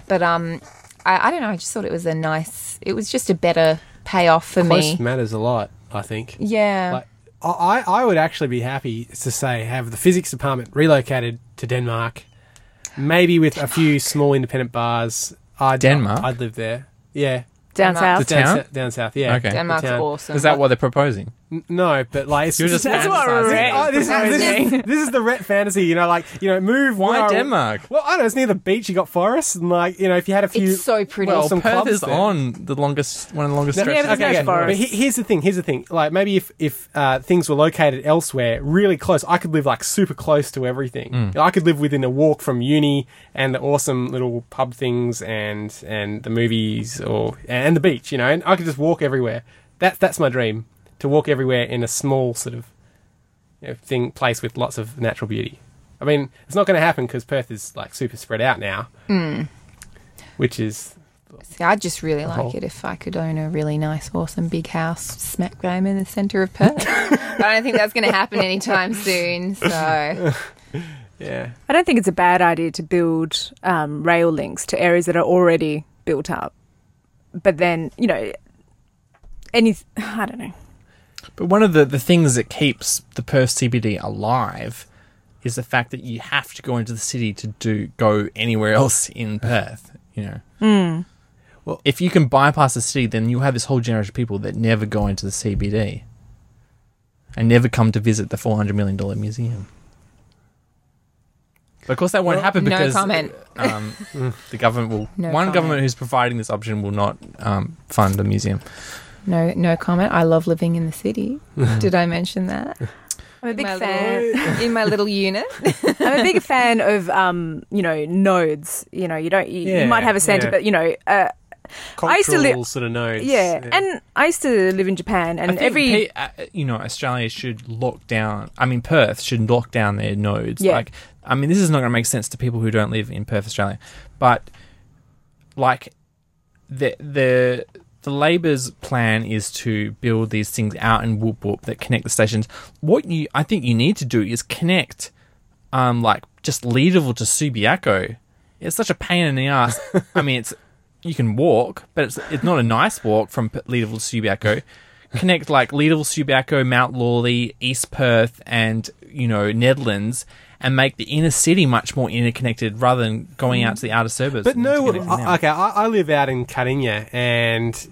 [SPEAKER 1] but um, I, I don't know. I just thought it was a nice. It was just a better payoff for me.
[SPEAKER 3] close matters a lot. I think.
[SPEAKER 1] Yeah.
[SPEAKER 3] Like, I, I I would actually be happy to say have the physics department relocated to Denmark, maybe with a few small independent bars. I'd,
[SPEAKER 2] Denmark?
[SPEAKER 3] I'd live there. Yeah.
[SPEAKER 4] Down
[SPEAKER 1] Denmark.
[SPEAKER 4] south.
[SPEAKER 2] The town?
[SPEAKER 3] Down, sou- down south. Yeah.
[SPEAKER 2] Okay.
[SPEAKER 3] The
[SPEAKER 1] Denmark's
[SPEAKER 3] town.
[SPEAKER 1] awesome.
[SPEAKER 2] Is that what they're proposing?
[SPEAKER 3] N- No, but like it's
[SPEAKER 2] You're just That's what fantasizing. Rhett
[SPEAKER 3] Oh, this,
[SPEAKER 4] is
[SPEAKER 3] is, this, is-
[SPEAKER 4] fantasizing.
[SPEAKER 3] this is the Rhett fantasy, you know, like you know, move.
[SPEAKER 2] Why
[SPEAKER 3] where I-
[SPEAKER 2] Denmark?
[SPEAKER 3] Well, I don't know. It's near the beach. You got forests, and like you know, if you had a few,
[SPEAKER 1] It's so pretty.
[SPEAKER 3] well,
[SPEAKER 1] Well,
[SPEAKER 3] some
[SPEAKER 2] Perth
[SPEAKER 3] clubs
[SPEAKER 2] is
[SPEAKER 3] there.
[SPEAKER 2] on the longest one of the longest
[SPEAKER 3] No,
[SPEAKER 2] stretches.
[SPEAKER 4] but there's no
[SPEAKER 2] of
[SPEAKER 4] forest.
[SPEAKER 3] But he- here's the thing. Here's the thing. Like maybe if if uh, things were located elsewhere, really close, I could live like super close to everything. I could live within a walk from uni and the awesome little pub things and and the movies or and the beach. You know, and I could just walk everywhere. That's that's my dream to walk everywhere in a small sort of you know, thing place with lots of natural beauty. I mean, it's not going to happen because Perth is like super spread out now,
[SPEAKER 4] Mm.
[SPEAKER 3] which is
[SPEAKER 1] See, I'd just really
[SPEAKER 3] whole-
[SPEAKER 1] like it if I could own a really nice, awesome big house smack bang in the centre of Perth. but I don't think that's going to happen anytime soon. So
[SPEAKER 3] yeah.
[SPEAKER 4] I don't think it's a bad idea to build um, rail links to areas that are already built up. But then, you know, any I don't know.
[SPEAKER 2] But one of the, the things that keeps the Perth CBD alive is the fact that you have to go into the city to do go anywhere else in Perth. You know,
[SPEAKER 1] Hmm.
[SPEAKER 2] well, if you can bypass the city, then you'll have this whole generation of people that never go into the CBD and never come to visit the four hundred million dollar museum. But of course, that won't happen
[SPEAKER 1] no
[SPEAKER 2] because
[SPEAKER 1] comment.
[SPEAKER 2] Um, the government will.
[SPEAKER 1] No
[SPEAKER 2] one
[SPEAKER 1] comment.
[SPEAKER 2] government who's providing this option will not um, fund the museum.
[SPEAKER 1] no, no comment. I love living in the city. Did I mention that?
[SPEAKER 4] I'm a big
[SPEAKER 1] my
[SPEAKER 4] fan.
[SPEAKER 1] Little, in my little unit.
[SPEAKER 4] I'm a big fan of um, you know nodes. You know, you don't you,
[SPEAKER 3] Yeah,
[SPEAKER 4] you might have a center,
[SPEAKER 3] yeah.
[SPEAKER 4] but you know, uh,
[SPEAKER 3] Cultural
[SPEAKER 4] I used to li-
[SPEAKER 3] sort of nodes.
[SPEAKER 4] yeah. And I used to live in Japan,
[SPEAKER 2] I
[SPEAKER 4] and
[SPEAKER 2] think
[SPEAKER 4] every
[SPEAKER 2] pe- uh, you know Australia should lock down. I mean Perth should lock down their nodes.
[SPEAKER 4] Yeah.
[SPEAKER 2] Like I mean this is not going to make sense to people who don't live in Perth, Australia. But like the the the Labor's plan is to build these things out in whoop whoop that connect the stations. What you I think you need to do is connect um like just Leaderville to Subiaco. It's such a pain in the ass. I mean it's you can walk, but it's it's not a nice walk from P- Leaderville to Subiaco. Connect like Leaderville, Subiaco, Mount Lawley, East Perth, and you know Netherlands, and make the inner city much more interconnected rather than going out to the outer suburbs.
[SPEAKER 3] But
[SPEAKER 2] and
[SPEAKER 3] no,
[SPEAKER 2] interconnecting them.
[SPEAKER 3] I, okay, I, I live out in Carinya, and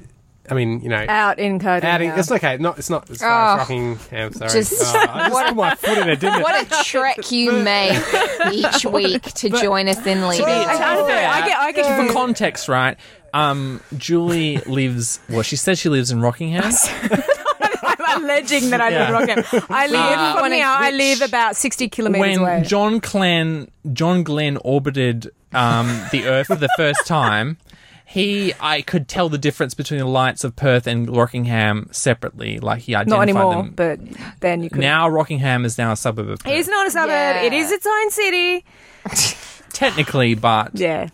[SPEAKER 3] I mean, you know,
[SPEAKER 4] out in Kodiak.
[SPEAKER 3] out in, it's okay. Not, it's not as far as
[SPEAKER 1] Oh.
[SPEAKER 3] rocking. Yeah, I'm sorry.
[SPEAKER 1] Just-
[SPEAKER 3] Oh, I just put my foot in it, didn't it?
[SPEAKER 1] what a trek you make each week to join us in
[SPEAKER 4] I,
[SPEAKER 1] Leeds.
[SPEAKER 4] I don't know. I get. I get.
[SPEAKER 2] for context, right? Um, Julie lives. Well, she says she lives in Rockingham.
[SPEAKER 4] I'm alleging that I live in Rockingham. I live
[SPEAKER 1] Uh,
[SPEAKER 4] from here. I
[SPEAKER 1] which-
[SPEAKER 4] live about sixty kilometers
[SPEAKER 2] when
[SPEAKER 4] away.
[SPEAKER 2] John Glenn John Glenn orbited um, the Earth for the first time, he I could tell the difference between the lights of Perth and Rockingham separately. Like he identified
[SPEAKER 4] Not anymore,
[SPEAKER 2] them.
[SPEAKER 4] but then you could.
[SPEAKER 2] now Rockingham is now a suburb of Perth,
[SPEAKER 4] It's not a suburb.
[SPEAKER 1] Yeah.
[SPEAKER 4] It is its own city.
[SPEAKER 2] technically, but
[SPEAKER 4] Yeah.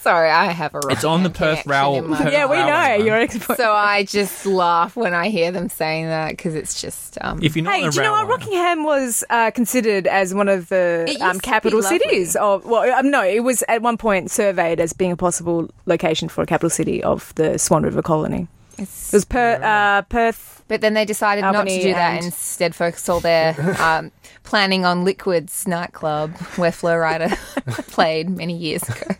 [SPEAKER 1] Sorry, I have a.
[SPEAKER 2] it's on the
[SPEAKER 1] Rockingham
[SPEAKER 2] Perth
[SPEAKER 1] connection
[SPEAKER 2] rail.
[SPEAKER 1] in my
[SPEAKER 2] Perth
[SPEAKER 4] Yeah, we
[SPEAKER 2] rail
[SPEAKER 4] know.
[SPEAKER 2] line.
[SPEAKER 4] You're expert.
[SPEAKER 1] So I just laugh when I hear them saying that because it's just. Um,
[SPEAKER 2] if you're not
[SPEAKER 4] Hey,
[SPEAKER 2] on the
[SPEAKER 4] do you know
[SPEAKER 2] rail line-
[SPEAKER 4] what? Rockingham was uh, considered as one of the
[SPEAKER 1] It used
[SPEAKER 4] um,
[SPEAKER 1] to be
[SPEAKER 4] capital
[SPEAKER 1] lovely.
[SPEAKER 4] cities of. Well, um, no, it was at one point surveyed as being a possible location for a capital city of the Swan River Colony. It was per, uh, Perth.
[SPEAKER 1] But then they decided not
[SPEAKER 4] Albany
[SPEAKER 1] to do that
[SPEAKER 4] and-
[SPEAKER 1] and instead focused all their um, planning on Liquids nightclub where Flo Rida played many years ago.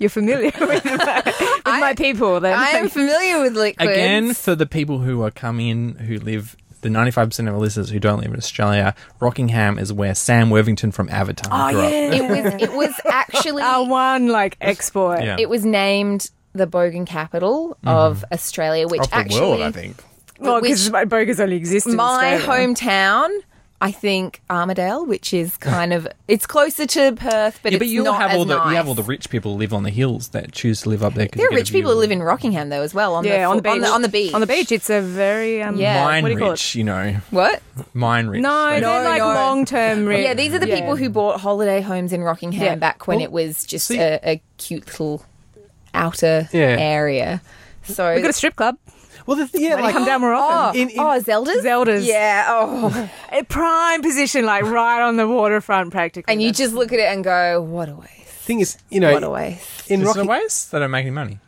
[SPEAKER 4] You're familiar with my, with my people. Then.
[SPEAKER 1] I am familiar with Liquids.
[SPEAKER 2] Again, for the people who are coming in who live, the 95% of our listeners who don't live in Australia, Rockingham is where Sam Worthington from
[SPEAKER 1] Oh,
[SPEAKER 2] Avatar grew up.
[SPEAKER 1] it was it was actually
[SPEAKER 4] Our one like export.
[SPEAKER 2] Yeah.
[SPEAKER 1] it was named the Bogan capital of Australia, which
[SPEAKER 2] Mm-hmm. Of the
[SPEAKER 1] actually
[SPEAKER 2] world, I think.
[SPEAKER 4] Well, because
[SPEAKER 1] Which-
[SPEAKER 4] my bogus only exists in
[SPEAKER 1] my
[SPEAKER 4] Australia.
[SPEAKER 1] hometown. I think Armadale, which is kind of it's closer to Perth, but
[SPEAKER 2] yeah,
[SPEAKER 1] it's
[SPEAKER 2] but you
[SPEAKER 1] not
[SPEAKER 2] have
[SPEAKER 1] as
[SPEAKER 2] all the you have
[SPEAKER 1] nice.
[SPEAKER 2] all the rich people who live on the hills that choose to live up there. 'cause
[SPEAKER 1] There
[SPEAKER 2] you
[SPEAKER 1] are
[SPEAKER 2] get a
[SPEAKER 1] rich people
[SPEAKER 2] view
[SPEAKER 1] who
[SPEAKER 2] of
[SPEAKER 1] live in Rockingham though as well on
[SPEAKER 4] Yeah,
[SPEAKER 1] the,
[SPEAKER 4] on the
[SPEAKER 1] fo-
[SPEAKER 4] beach.
[SPEAKER 1] on the on the beach
[SPEAKER 4] On the beach, it's a very um,
[SPEAKER 1] Yeah.
[SPEAKER 2] mine
[SPEAKER 4] What do you call
[SPEAKER 2] rich, you know,
[SPEAKER 1] What?
[SPEAKER 2] mine rich.
[SPEAKER 4] it? No,
[SPEAKER 2] Like,
[SPEAKER 4] they're
[SPEAKER 1] No,
[SPEAKER 4] like
[SPEAKER 1] no.
[SPEAKER 4] long-term. Rich.
[SPEAKER 1] Yeah, these are the people who bought holiday homes in Rockingham
[SPEAKER 4] Yeah.
[SPEAKER 1] back when
[SPEAKER 2] Well,
[SPEAKER 1] it was just
[SPEAKER 2] see-
[SPEAKER 1] a, a cute little outer
[SPEAKER 3] Yeah.
[SPEAKER 1] area. So
[SPEAKER 4] We got a strip club.
[SPEAKER 3] Well, the, yeah,
[SPEAKER 4] They
[SPEAKER 3] like
[SPEAKER 4] come down more
[SPEAKER 1] Oh,
[SPEAKER 4] often.
[SPEAKER 3] in- in-
[SPEAKER 1] oh, Zelda's?
[SPEAKER 4] Zelda's.
[SPEAKER 1] Yeah. Oh.
[SPEAKER 4] A prime position, like right on the waterfront, practically.
[SPEAKER 1] and you
[SPEAKER 4] That's-
[SPEAKER 1] just look at it and go, what a waste.
[SPEAKER 3] thing is, you
[SPEAKER 1] What a
[SPEAKER 3] know,
[SPEAKER 1] waste.
[SPEAKER 3] in
[SPEAKER 2] is there
[SPEAKER 3] Rocky,
[SPEAKER 2] ways they don't make any money?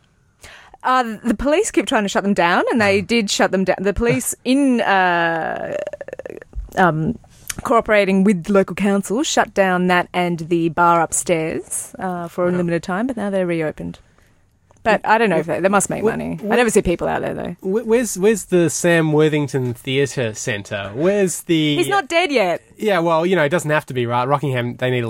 [SPEAKER 4] uh, the police kept trying to shut them down, and
[SPEAKER 2] Mm.
[SPEAKER 4] they did shut them down. The police in. Uh, um, cooperating with the local council shut down that and the bar upstairs uh, for a limited time but now they're reopened but i don't know if they, they must make money i never see people out there though
[SPEAKER 3] wh- where's where's the Sam Worthington Theatre Centre? Where's the?
[SPEAKER 4] he's not dead yet
[SPEAKER 3] Yeah, well, you know, it doesn't have to be right. Rockingham, they need a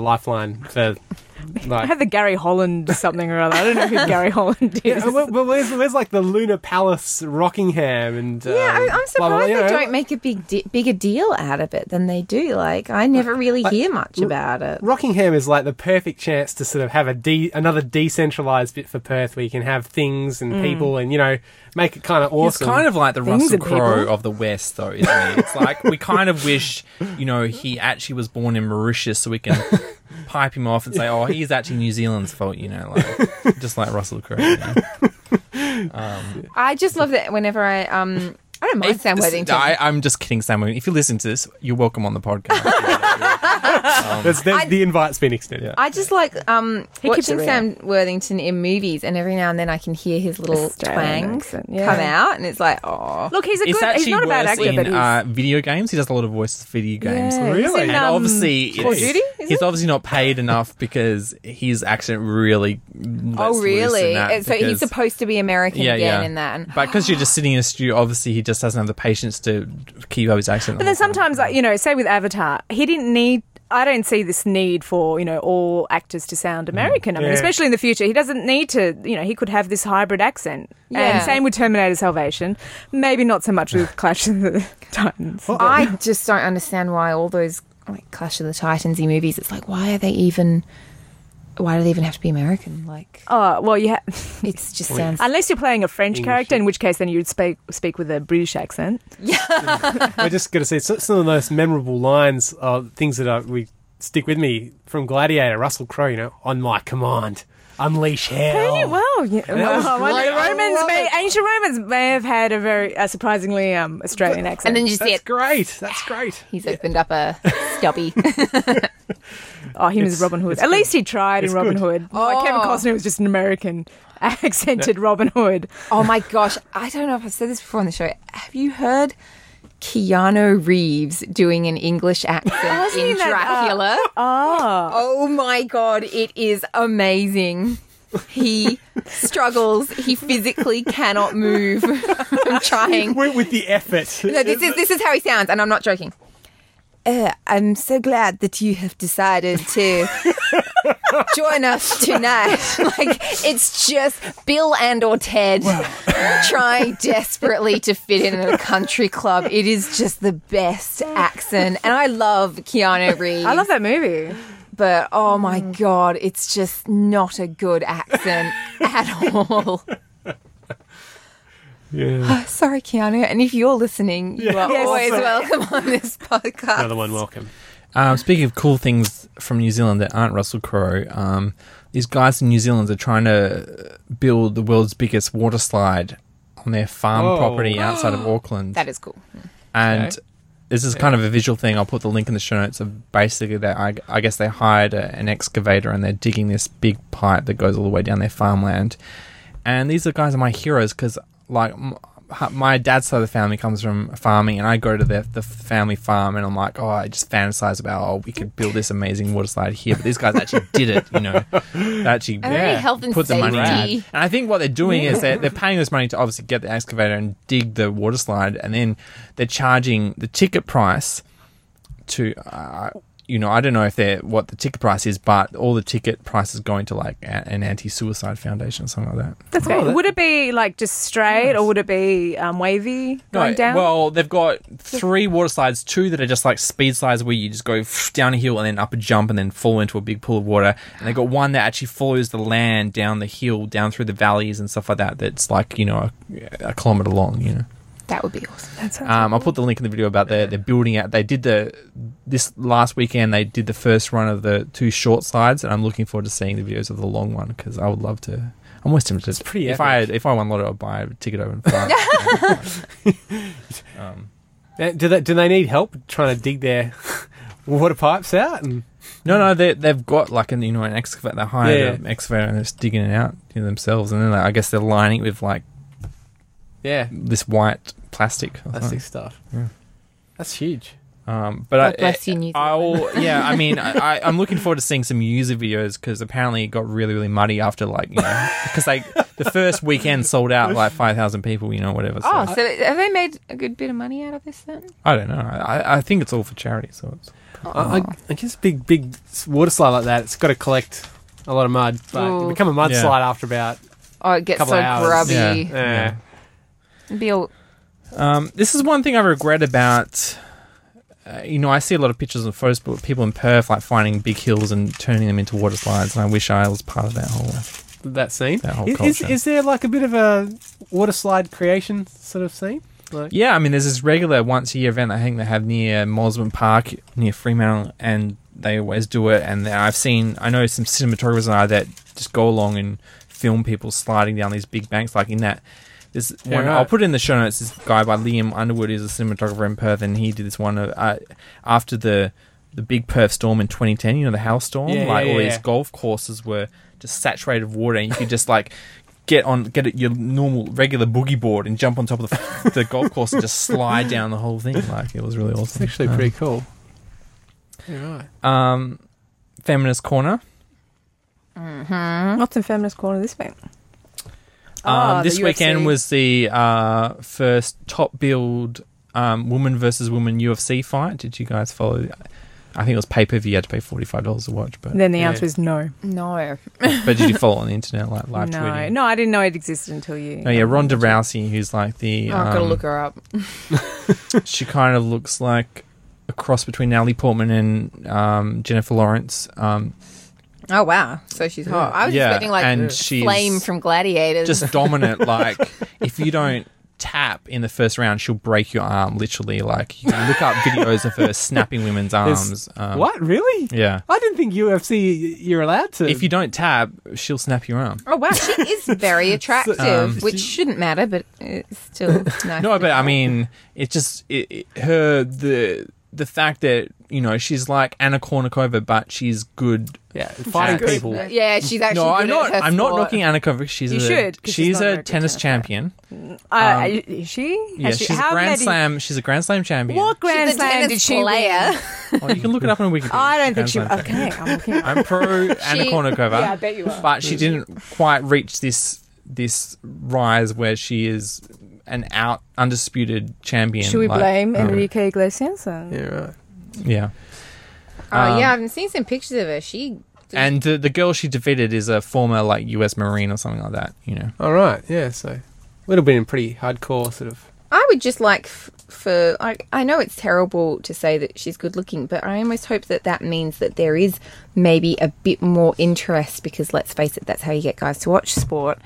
[SPEAKER 3] lifeline for.
[SPEAKER 4] I
[SPEAKER 3] Like,
[SPEAKER 4] had the Gary Holland something or other. I don't know who Gary Holland is.
[SPEAKER 3] Yeah, well, but uh, where's, where's like the Lunar Palace, Rockingham, and uh,
[SPEAKER 1] Yeah, I, I'm surprised
[SPEAKER 3] blah, blah, you
[SPEAKER 1] they
[SPEAKER 3] know.
[SPEAKER 1] don't make a big di- bigger deal out of it than they do. Like, I never really hear much about it.
[SPEAKER 3] Rockingham is like the perfect chance to sort of have a de- another decentralized bit for Perth, where you can have things
[SPEAKER 1] Mm.
[SPEAKER 3] and people, and you know, make it kind of
[SPEAKER 2] It's
[SPEAKER 3] awesome.
[SPEAKER 2] kind of like the
[SPEAKER 4] Things
[SPEAKER 2] Russell
[SPEAKER 4] and people.
[SPEAKER 2] Crowe of the West, though, isn't it? It's like we kind of wish, you know, he actually was born in Mauritius so we can pipe him off and say, oh, he's actually New Zealand's fault, you know, like just like Russell Crowe. You know?
[SPEAKER 1] I just love that whenever I, um, I don't mind Sam
[SPEAKER 2] This-
[SPEAKER 1] Worthington.
[SPEAKER 2] I, I'm just kidding, Sam Worthington. If you listen to this, you're welcome on the podcast.
[SPEAKER 3] That's- that's-
[SPEAKER 1] I-
[SPEAKER 3] the invite's been extended.
[SPEAKER 1] I just like um,
[SPEAKER 4] He keeps
[SPEAKER 1] watching
[SPEAKER 4] it real.
[SPEAKER 1] Sam Worthington in movies, and every now and then I can hear his little
[SPEAKER 4] Australian
[SPEAKER 1] twang
[SPEAKER 4] accent, yeah.
[SPEAKER 1] come out, and it's like, oh,
[SPEAKER 4] Look, he's a
[SPEAKER 2] it's
[SPEAKER 4] good. He's
[SPEAKER 2] actually
[SPEAKER 4] not a bad
[SPEAKER 2] worse
[SPEAKER 4] actor,
[SPEAKER 2] in
[SPEAKER 4] but he's,
[SPEAKER 2] uh, video games. He does a lot of voices for video games.
[SPEAKER 4] Yeah, he's
[SPEAKER 3] Really?
[SPEAKER 4] in,
[SPEAKER 2] And
[SPEAKER 4] um,
[SPEAKER 2] obviously,
[SPEAKER 3] Call of
[SPEAKER 2] it's,
[SPEAKER 3] Duty,
[SPEAKER 4] is
[SPEAKER 2] he's
[SPEAKER 4] it?
[SPEAKER 2] obviously not paid enough because his accent really. lets
[SPEAKER 1] oh,
[SPEAKER 2] loose
[SPEAKER 1] really?
[SPEAKER 2] in that
[SPEAKER 1] And so he's
[SPEAKER 2] because-
[SPEAKER 1] supposed to be American again in that. And
[SPEAKER 2] But because you're just sitting in a studio, obviously he just doesn't have the patience to keep up his accent.
[SPEAKER 4] But then sometimes, like you know, say with Avatar, he didn't need. I don't see this need for you know all actors to sound American. I mean,
[SPEAKER 3] Mm. Yeah.
[SPEAKER 4] especially in the future, he doesn't need to. You know, he could have this hybrid accent.
[SPEAKER 1] Yeah.
[SPEAKER 4] And same with Terminator Salvation. Maybe not so much with Clash of the Titans.
[SPEAKER 1] I just don't understand why all those like Clash of the Titans movies. It's like, why are they even? Why do they even have to be American? Like,
[SPEAKER 4] Oh well, you ha-
[SPEAKER 1] it just sounds.
[SPEAKER 4] unless you're playing a French
[SPEAKER 3] English.
[SPEAKER 4] character, in which case then you'd speak speak with a British accent.
[SPEAKER 3] We're just going to see so- some of the most memorable lines, uh, things that are, we stick with me from Gladiator, Russell Crowe, you know, on my command, unleash hell.
[SPEAKER 4] Yeah, well, yeah,
[SPEAKER 3] Oh. was
[SPEAKER 4] well, well,
[SPEAKER 3] great.
[SPEAKER 4] the
[SPEAKER 3] I
[SPEAKER 4] Romans
[SPEAKER 3] love
[SPEAKER 4] may,
[SPEAKER 3] it.
[SPEAKER 4] ancient Romans may have had a very a surprisingly um, Australian accent.
[SPEAKER 1] And then you see
[SPEAKER 3] That's
[SPEAKER 1] it.
[SPEAKER 3] great. That's great.
[SPEAKER 1] He's opened up a stubby.
[SPEAKER 4] Oh, him as
[SPEAKER 3] It's-
[SPEAKER 4] Robin Hood.
[SPEAKER 3] it's
[SPEAKER 4] At
[SPEAKER 3] good.
[SPEAKER 4] least he tried
[SPEAKER 3] It's
[SPEAKER 4] in Robin
[SPEAKER 3] good.
[SPEAKER 4] Hood. Like Kevin
[SPEAKER 1] Oh.
[SPEAKER 4] Costner was just an American accented Robin Hood.
[SPEAKER 1] Oh my gosh, I don't know if I've said this before on the show. Have you heard Keanu Reeves doing an English accent
[SPEAKER 4] he
[SPEAKER 1] in
[SPEAKER 4] in that, uh,
[SPEAKER 1] Dracula?
[SPEAKER 4] Oh.
[SPEAKER 1] oh my god, it is amazing. He struggles. He physically cannot move from trying.
[SPEAKER 3] Went with the effort.
[SPEAKER 1] No, this is this is how he sounds, and I'm not joking. Uh, I'm so glad that you have decided to join us tonight. like it's just Bill and or Ted trying desperately to fit in at a country club. It is just the best accent, and I love Keanu Reeves.
[SPEAKER 4] I love that movie.
[SPEAKER 1] but oh my god, it's just not a good accent at all.
[SPEAKER 3] Yeah.
[SPEAKER 1] Sorry, Keanu, and if you're listening, you
[SPEAKER 3] Yeah.
[SPEAKER 1] are
[SPEAKER 3] Yes.
[SPEAKER 1] always welcome on this podcast.
[SPEAKER 3] Another one, welcome.
[SPEAKER 2] Um, speaking of cool things from New Zealand that aren't Russell Crowe, um, these guys in New Zealand are trying to build the world's biggest water slide on their farm
[SPEAKER 3] Whoa.
[SPEAKER 2] property outside of Auckland.
[SPEAKER 1] That is cool.
[SPEAKER 2] and
[SPEAKER 3] Okay.
[SPEAKER 2] this is kind of a visual thing. I'll put the link in the show notes of basically that I, I guess they hired a, an excavator and they're digging this big pipe that goes all the way down their farmland. And these are guys are my heroes because like m- h- my dad's side of the family comes from farming, and I go to the the family farm, and I'm like, oh, I just fantasize about oh, we could build this amazing water slide here, but these guys actually did it, you know, they actually
[SPEAKER 1] And they really health and
[SPEAKER 2] put the money
[SPEAKER 1] safety.
[SPEAKER 2] in. And I think what they're doing is they're, they're paying this money to obviously get the excavator and dig the water slide, and then they're charging the ticket price to. Uh, you know, I don't know if they're what the ticket price is, but all the ticket price is going to like a- an anti-suicide foundation or something like Oh, that.
[SPEAKER 4] That's great. would it be like just straight, or would it be um, wavy going
[SPEAKER 2] No,
[SPEAKER 4] down?
[SPEAKER 2] Well, they've got three water slides, two that are just like speed slides where you just go down a hill and then up a jump and then fall into a big pool of water. And they've got one that actually follows the land down the hill, down through the valleys and stuff like that. That's like, you know, a, a kilometer long, you know.
[SPEAKER 1] That would be awesome.
[SPEAKER 4] That sounds-
[SPEAKER 2] Um, I'll put the link in the video about the, the building out. They did the, this last weekend, they did the first run of the two short slides. And I'm looking forward to seeing the videos of the long one because I would love to. I'm always tempted. It's
[SPEAKER 3] pretty
[SPEAKER 2] If I if I won lotto, I'd buy a ticket over and fly.
[SPEAKER 3] Uh, Do they, do they need help trying to dig their water pipes out? And
[SPEAKER 2] No, no, they they've got like an you know an excavator. They hired
[SPEAKER 3] Yeah.
[SPEAKER 2] an excavator and they're just digging it out you know, themselves, and then like, I guess they're lining it with like
[SPEAKER 3] yeah,
[SPEAKER 2] this white plastic. or
[SPEAKER 3] plastic stuff.
[SPEAKER 2] Yeah.
[SPEAKER 3] That's huge.
[SPEAKER 2] something. Um, but I,
[SPEAKER 1] God bless you, New
[SPEAKER 2] I'll yeah. I mean, I, I, I'm looking forward to seeing some user videos because apparently it got really really muddy after like you know because like the first weekend sold out like five thousand people, you know whatever. So
[SPEAKER 1] Oh, so have they made a good bit of money out of this then?
[SPEAKER 2] I don't know. I, I think it's all for charity, so it's
[SPEAKER 3] I, I, I guess big big s- water slide like that, it's got to collect a lot of mud. But
[SPEAKER 1] Ooh.
[SPEAKER 3] it become a mud
[SPEAKER 2] Yeah.
[SPEAKER 3] slide after about.
[SPEAKER 1] Oh, it gets
[SPEAKER 3] Couple
[SPEAKER 1] so
[SPEAKER 3] hours.
[SPEAKER 1] grubby.
[SPEAKER 2] Yeah.
[SPEAKER 3] Uh,
[SPEAKER 2] Yeah.
[SPEAKER 1] It'd Be all,
[SPEAKER 2] Um, this is one thing I regret about. Uh, you know, I see a lot of pictures and photos of people in Perth like finding big hills and turning them into water slides, and I wish I was part of that whole.
[SPEAKER 3] That scene.
[SPEAKER 2] That whole
[SPEAKER 3] Is, is,
[SPEAKER 2] culture.
[SPEAKER 3] is there like a bit of a water slide creation sort of scene? Like,
[SPEAKER 2] Yeah, I mean, there's this regular once a year event I think they have near Mosman Park, near Fremantle, and they always do it. And I've seen, I know some cinematographers and I that just go along and film people sliding down these big banks, like in that. This
[SPEAKER 3] Yeah,
[SPEAKER 2] one,
[SPEAKER 3] right.
[SPEAKER 2] I'll put it in the show notes. This guy by Liam Underwood is a cinematographer in Perth, and he did this one uh, uh, after the the big Perth storm in 2010. You know the hailstorm,
[SPEAKER 3] Yeah,
[SPEAKER 2] like
[SPEAKER 3] yeah,
[SPEAKER 2] all
[SPEAKER 3] yeah,
[SPEAKER 2] these
[SPEAKER 3] yeah.
[SPEAKER 2] golf courses were just saturated with water, and you could just like get on get at your normal regular boogie board and jump on top of the, the golf course and just slide down the whole thing. Like it was really awesome.
[SPEAKER 3] It's actually
[SPEAKER 2] Um,
[SPEAKER 3] pretty cool. Yeah, right.
[SPEAKER 2] Um, feminist corner.
[SPEAKER 4] What's in Mm-hmm. feminist corner this week?
[SPEAKER 2] Um,
[SPEAKER 4] Ah, the
[SPEAKER 2] this weekend
[SPEAKER 4] UFC.
[SPEAKER 2] was the uh, first top build um, woman versus woman UFC fight. Did you guys follow? I think it was pay per view. You had to pay forty five dollars to watch, but
[SPEAKER 4] Then the
[SPEAKER 3] Yeah.
[SPEAKER 4] answer is no.
[SPEAKER 1] no. Oh,
[SPEAKER 2] but did you follow on the internet like live
[SPEAKER 4] no,
[SPEAKER 2] tweeting?
[SPEAKER 4] no, I didn't know it existed until you. um,
[SPEAKER 2] No, yeah, Ronda Rousey, who's like the
[SPEAKER 1] Oh, I've got to
[SPEAKER 2] um,
[SPEAKER 1] look her up.
[SPEAKER 2] she kind of looks like a cross between Natalie Portman and um, Jennifer Lawrence. Um,
[SPEAKER 1] Oh wow! So she's hot. I was
[SPEAKER 2] Yeah,
[SPEAKER 1] expecting like
[SPEAKER 2] and
[SPEAKER 1] flame
[SPEAKER 2] she's
[SPEAKER 1] from Gladiators.
[SPEAKER 2] just dominant. like if you don't tap in the first round, she'll break your arm. Literally, like you can look up videos of her snapping women's arms. Um,
[SPEAKER 3] what really?
[SPEAKER 2] Yeah.
[SPEAKER 3] I didn't think UFC you're allowed to.
[SPEAKER 2] If you don't tap, she'll snap your arm.
[SPEAKER 1] oh wow, she is very attractive, which shouldn't matter, but it's still nice.
[SPEAKER 2] Um, No, but I mean, it's just it, it- her the the fact that you know she's like Anna Kournikova, but she's good
[SPEAKER 3] yeah, fighting
[SPEAKER 2] Good.
[SPEAKER 3] people.
[SPEAKER 1] yeah, she's actually.
[SPEAKER 2] No, I'm
[SPEAKER 1] good
[SPEAKER 2] not.
[SPEAKER 1] at her
[SPEAKER 2] I'm not
[SPEAKER 1] sport.
[SPEAKER 2] knocking Anna Kovic. She's
[SPEAKER 4] You
[SPEAKER 2] a,
[SPEAKER 4] should, 'cause
[SPEAKER 2] She's,
[SPEAKER 4] she's not a
[SPEAKER 2] a
[SPEAKER 4] very good
[SPEAKER 2] tennis
[SPEAKER 4] tennis
[SPEAKER 2] champion.
[SPEAKER 4] Uh, is she?
[SPEAKER 2] Um, Yeah,
[SPEAKER 4] Has she-
[SPEAKER 2] she's a
[SPEAKER 4] how
[SPEAKER 2] grand
[SPEAKER 4] many-
[SPEAKER 2] slam. She's a grand slam champion.
[SPEAKER 4] What grand
[SPEAKER 1] She's a
[SPEAKER 4] slam
[SPEAKER 1] tennis
[SPEAKER 4] did she win?
[SPEAKER 1] player.
[SPEAKER 2] Oh, you can look it up on Wikipedia.
[SPEAKER 4] I don't think
[SPEAKER 2] Grand
[SPEAKER 4] she.
[SPEAKER 2] Slam champion.
[SPEAKER 4] Okay, I'm looking. At
[SPEAKER 2] I'm pro Anna
[SPEAKER 1] She-
[SPEAKER 2] Kournikova.
[SPEAKER 4] yeah, I bet you are.
[SPEAKER 2] But she didn't quite reach this this rise where she is an out undisputed champion.
[SPEAKER 4] Should we
[SPEAKER 2] like-
[SPEAKER 4] blame
[SPEAKER 2] um,
[SPEAKER 4] Enrique Iglesias? And...
[SPEAKER 3] Yeah, right.
[SPEAKER 2] Yeah.
[SPEAKER 1] Oh
[SPEAKER 2] Um,
[SPEAKER 1] yeah, I've seen some pictures of her. She.
[SPEAKER 2] And the, the girl she defeated is a former like U.S. Marine or something like that. You know.
[SPEAKER 3] All right. Yeah. So would have been a pretty hardcore sort of.
[SPEAKER 1] I would just like f- for. I, I know it's terrible to say that she's good looking, but I almost hope that that means that there is maybe a bit more interest because let's face it, that's how you get guys to watch sport.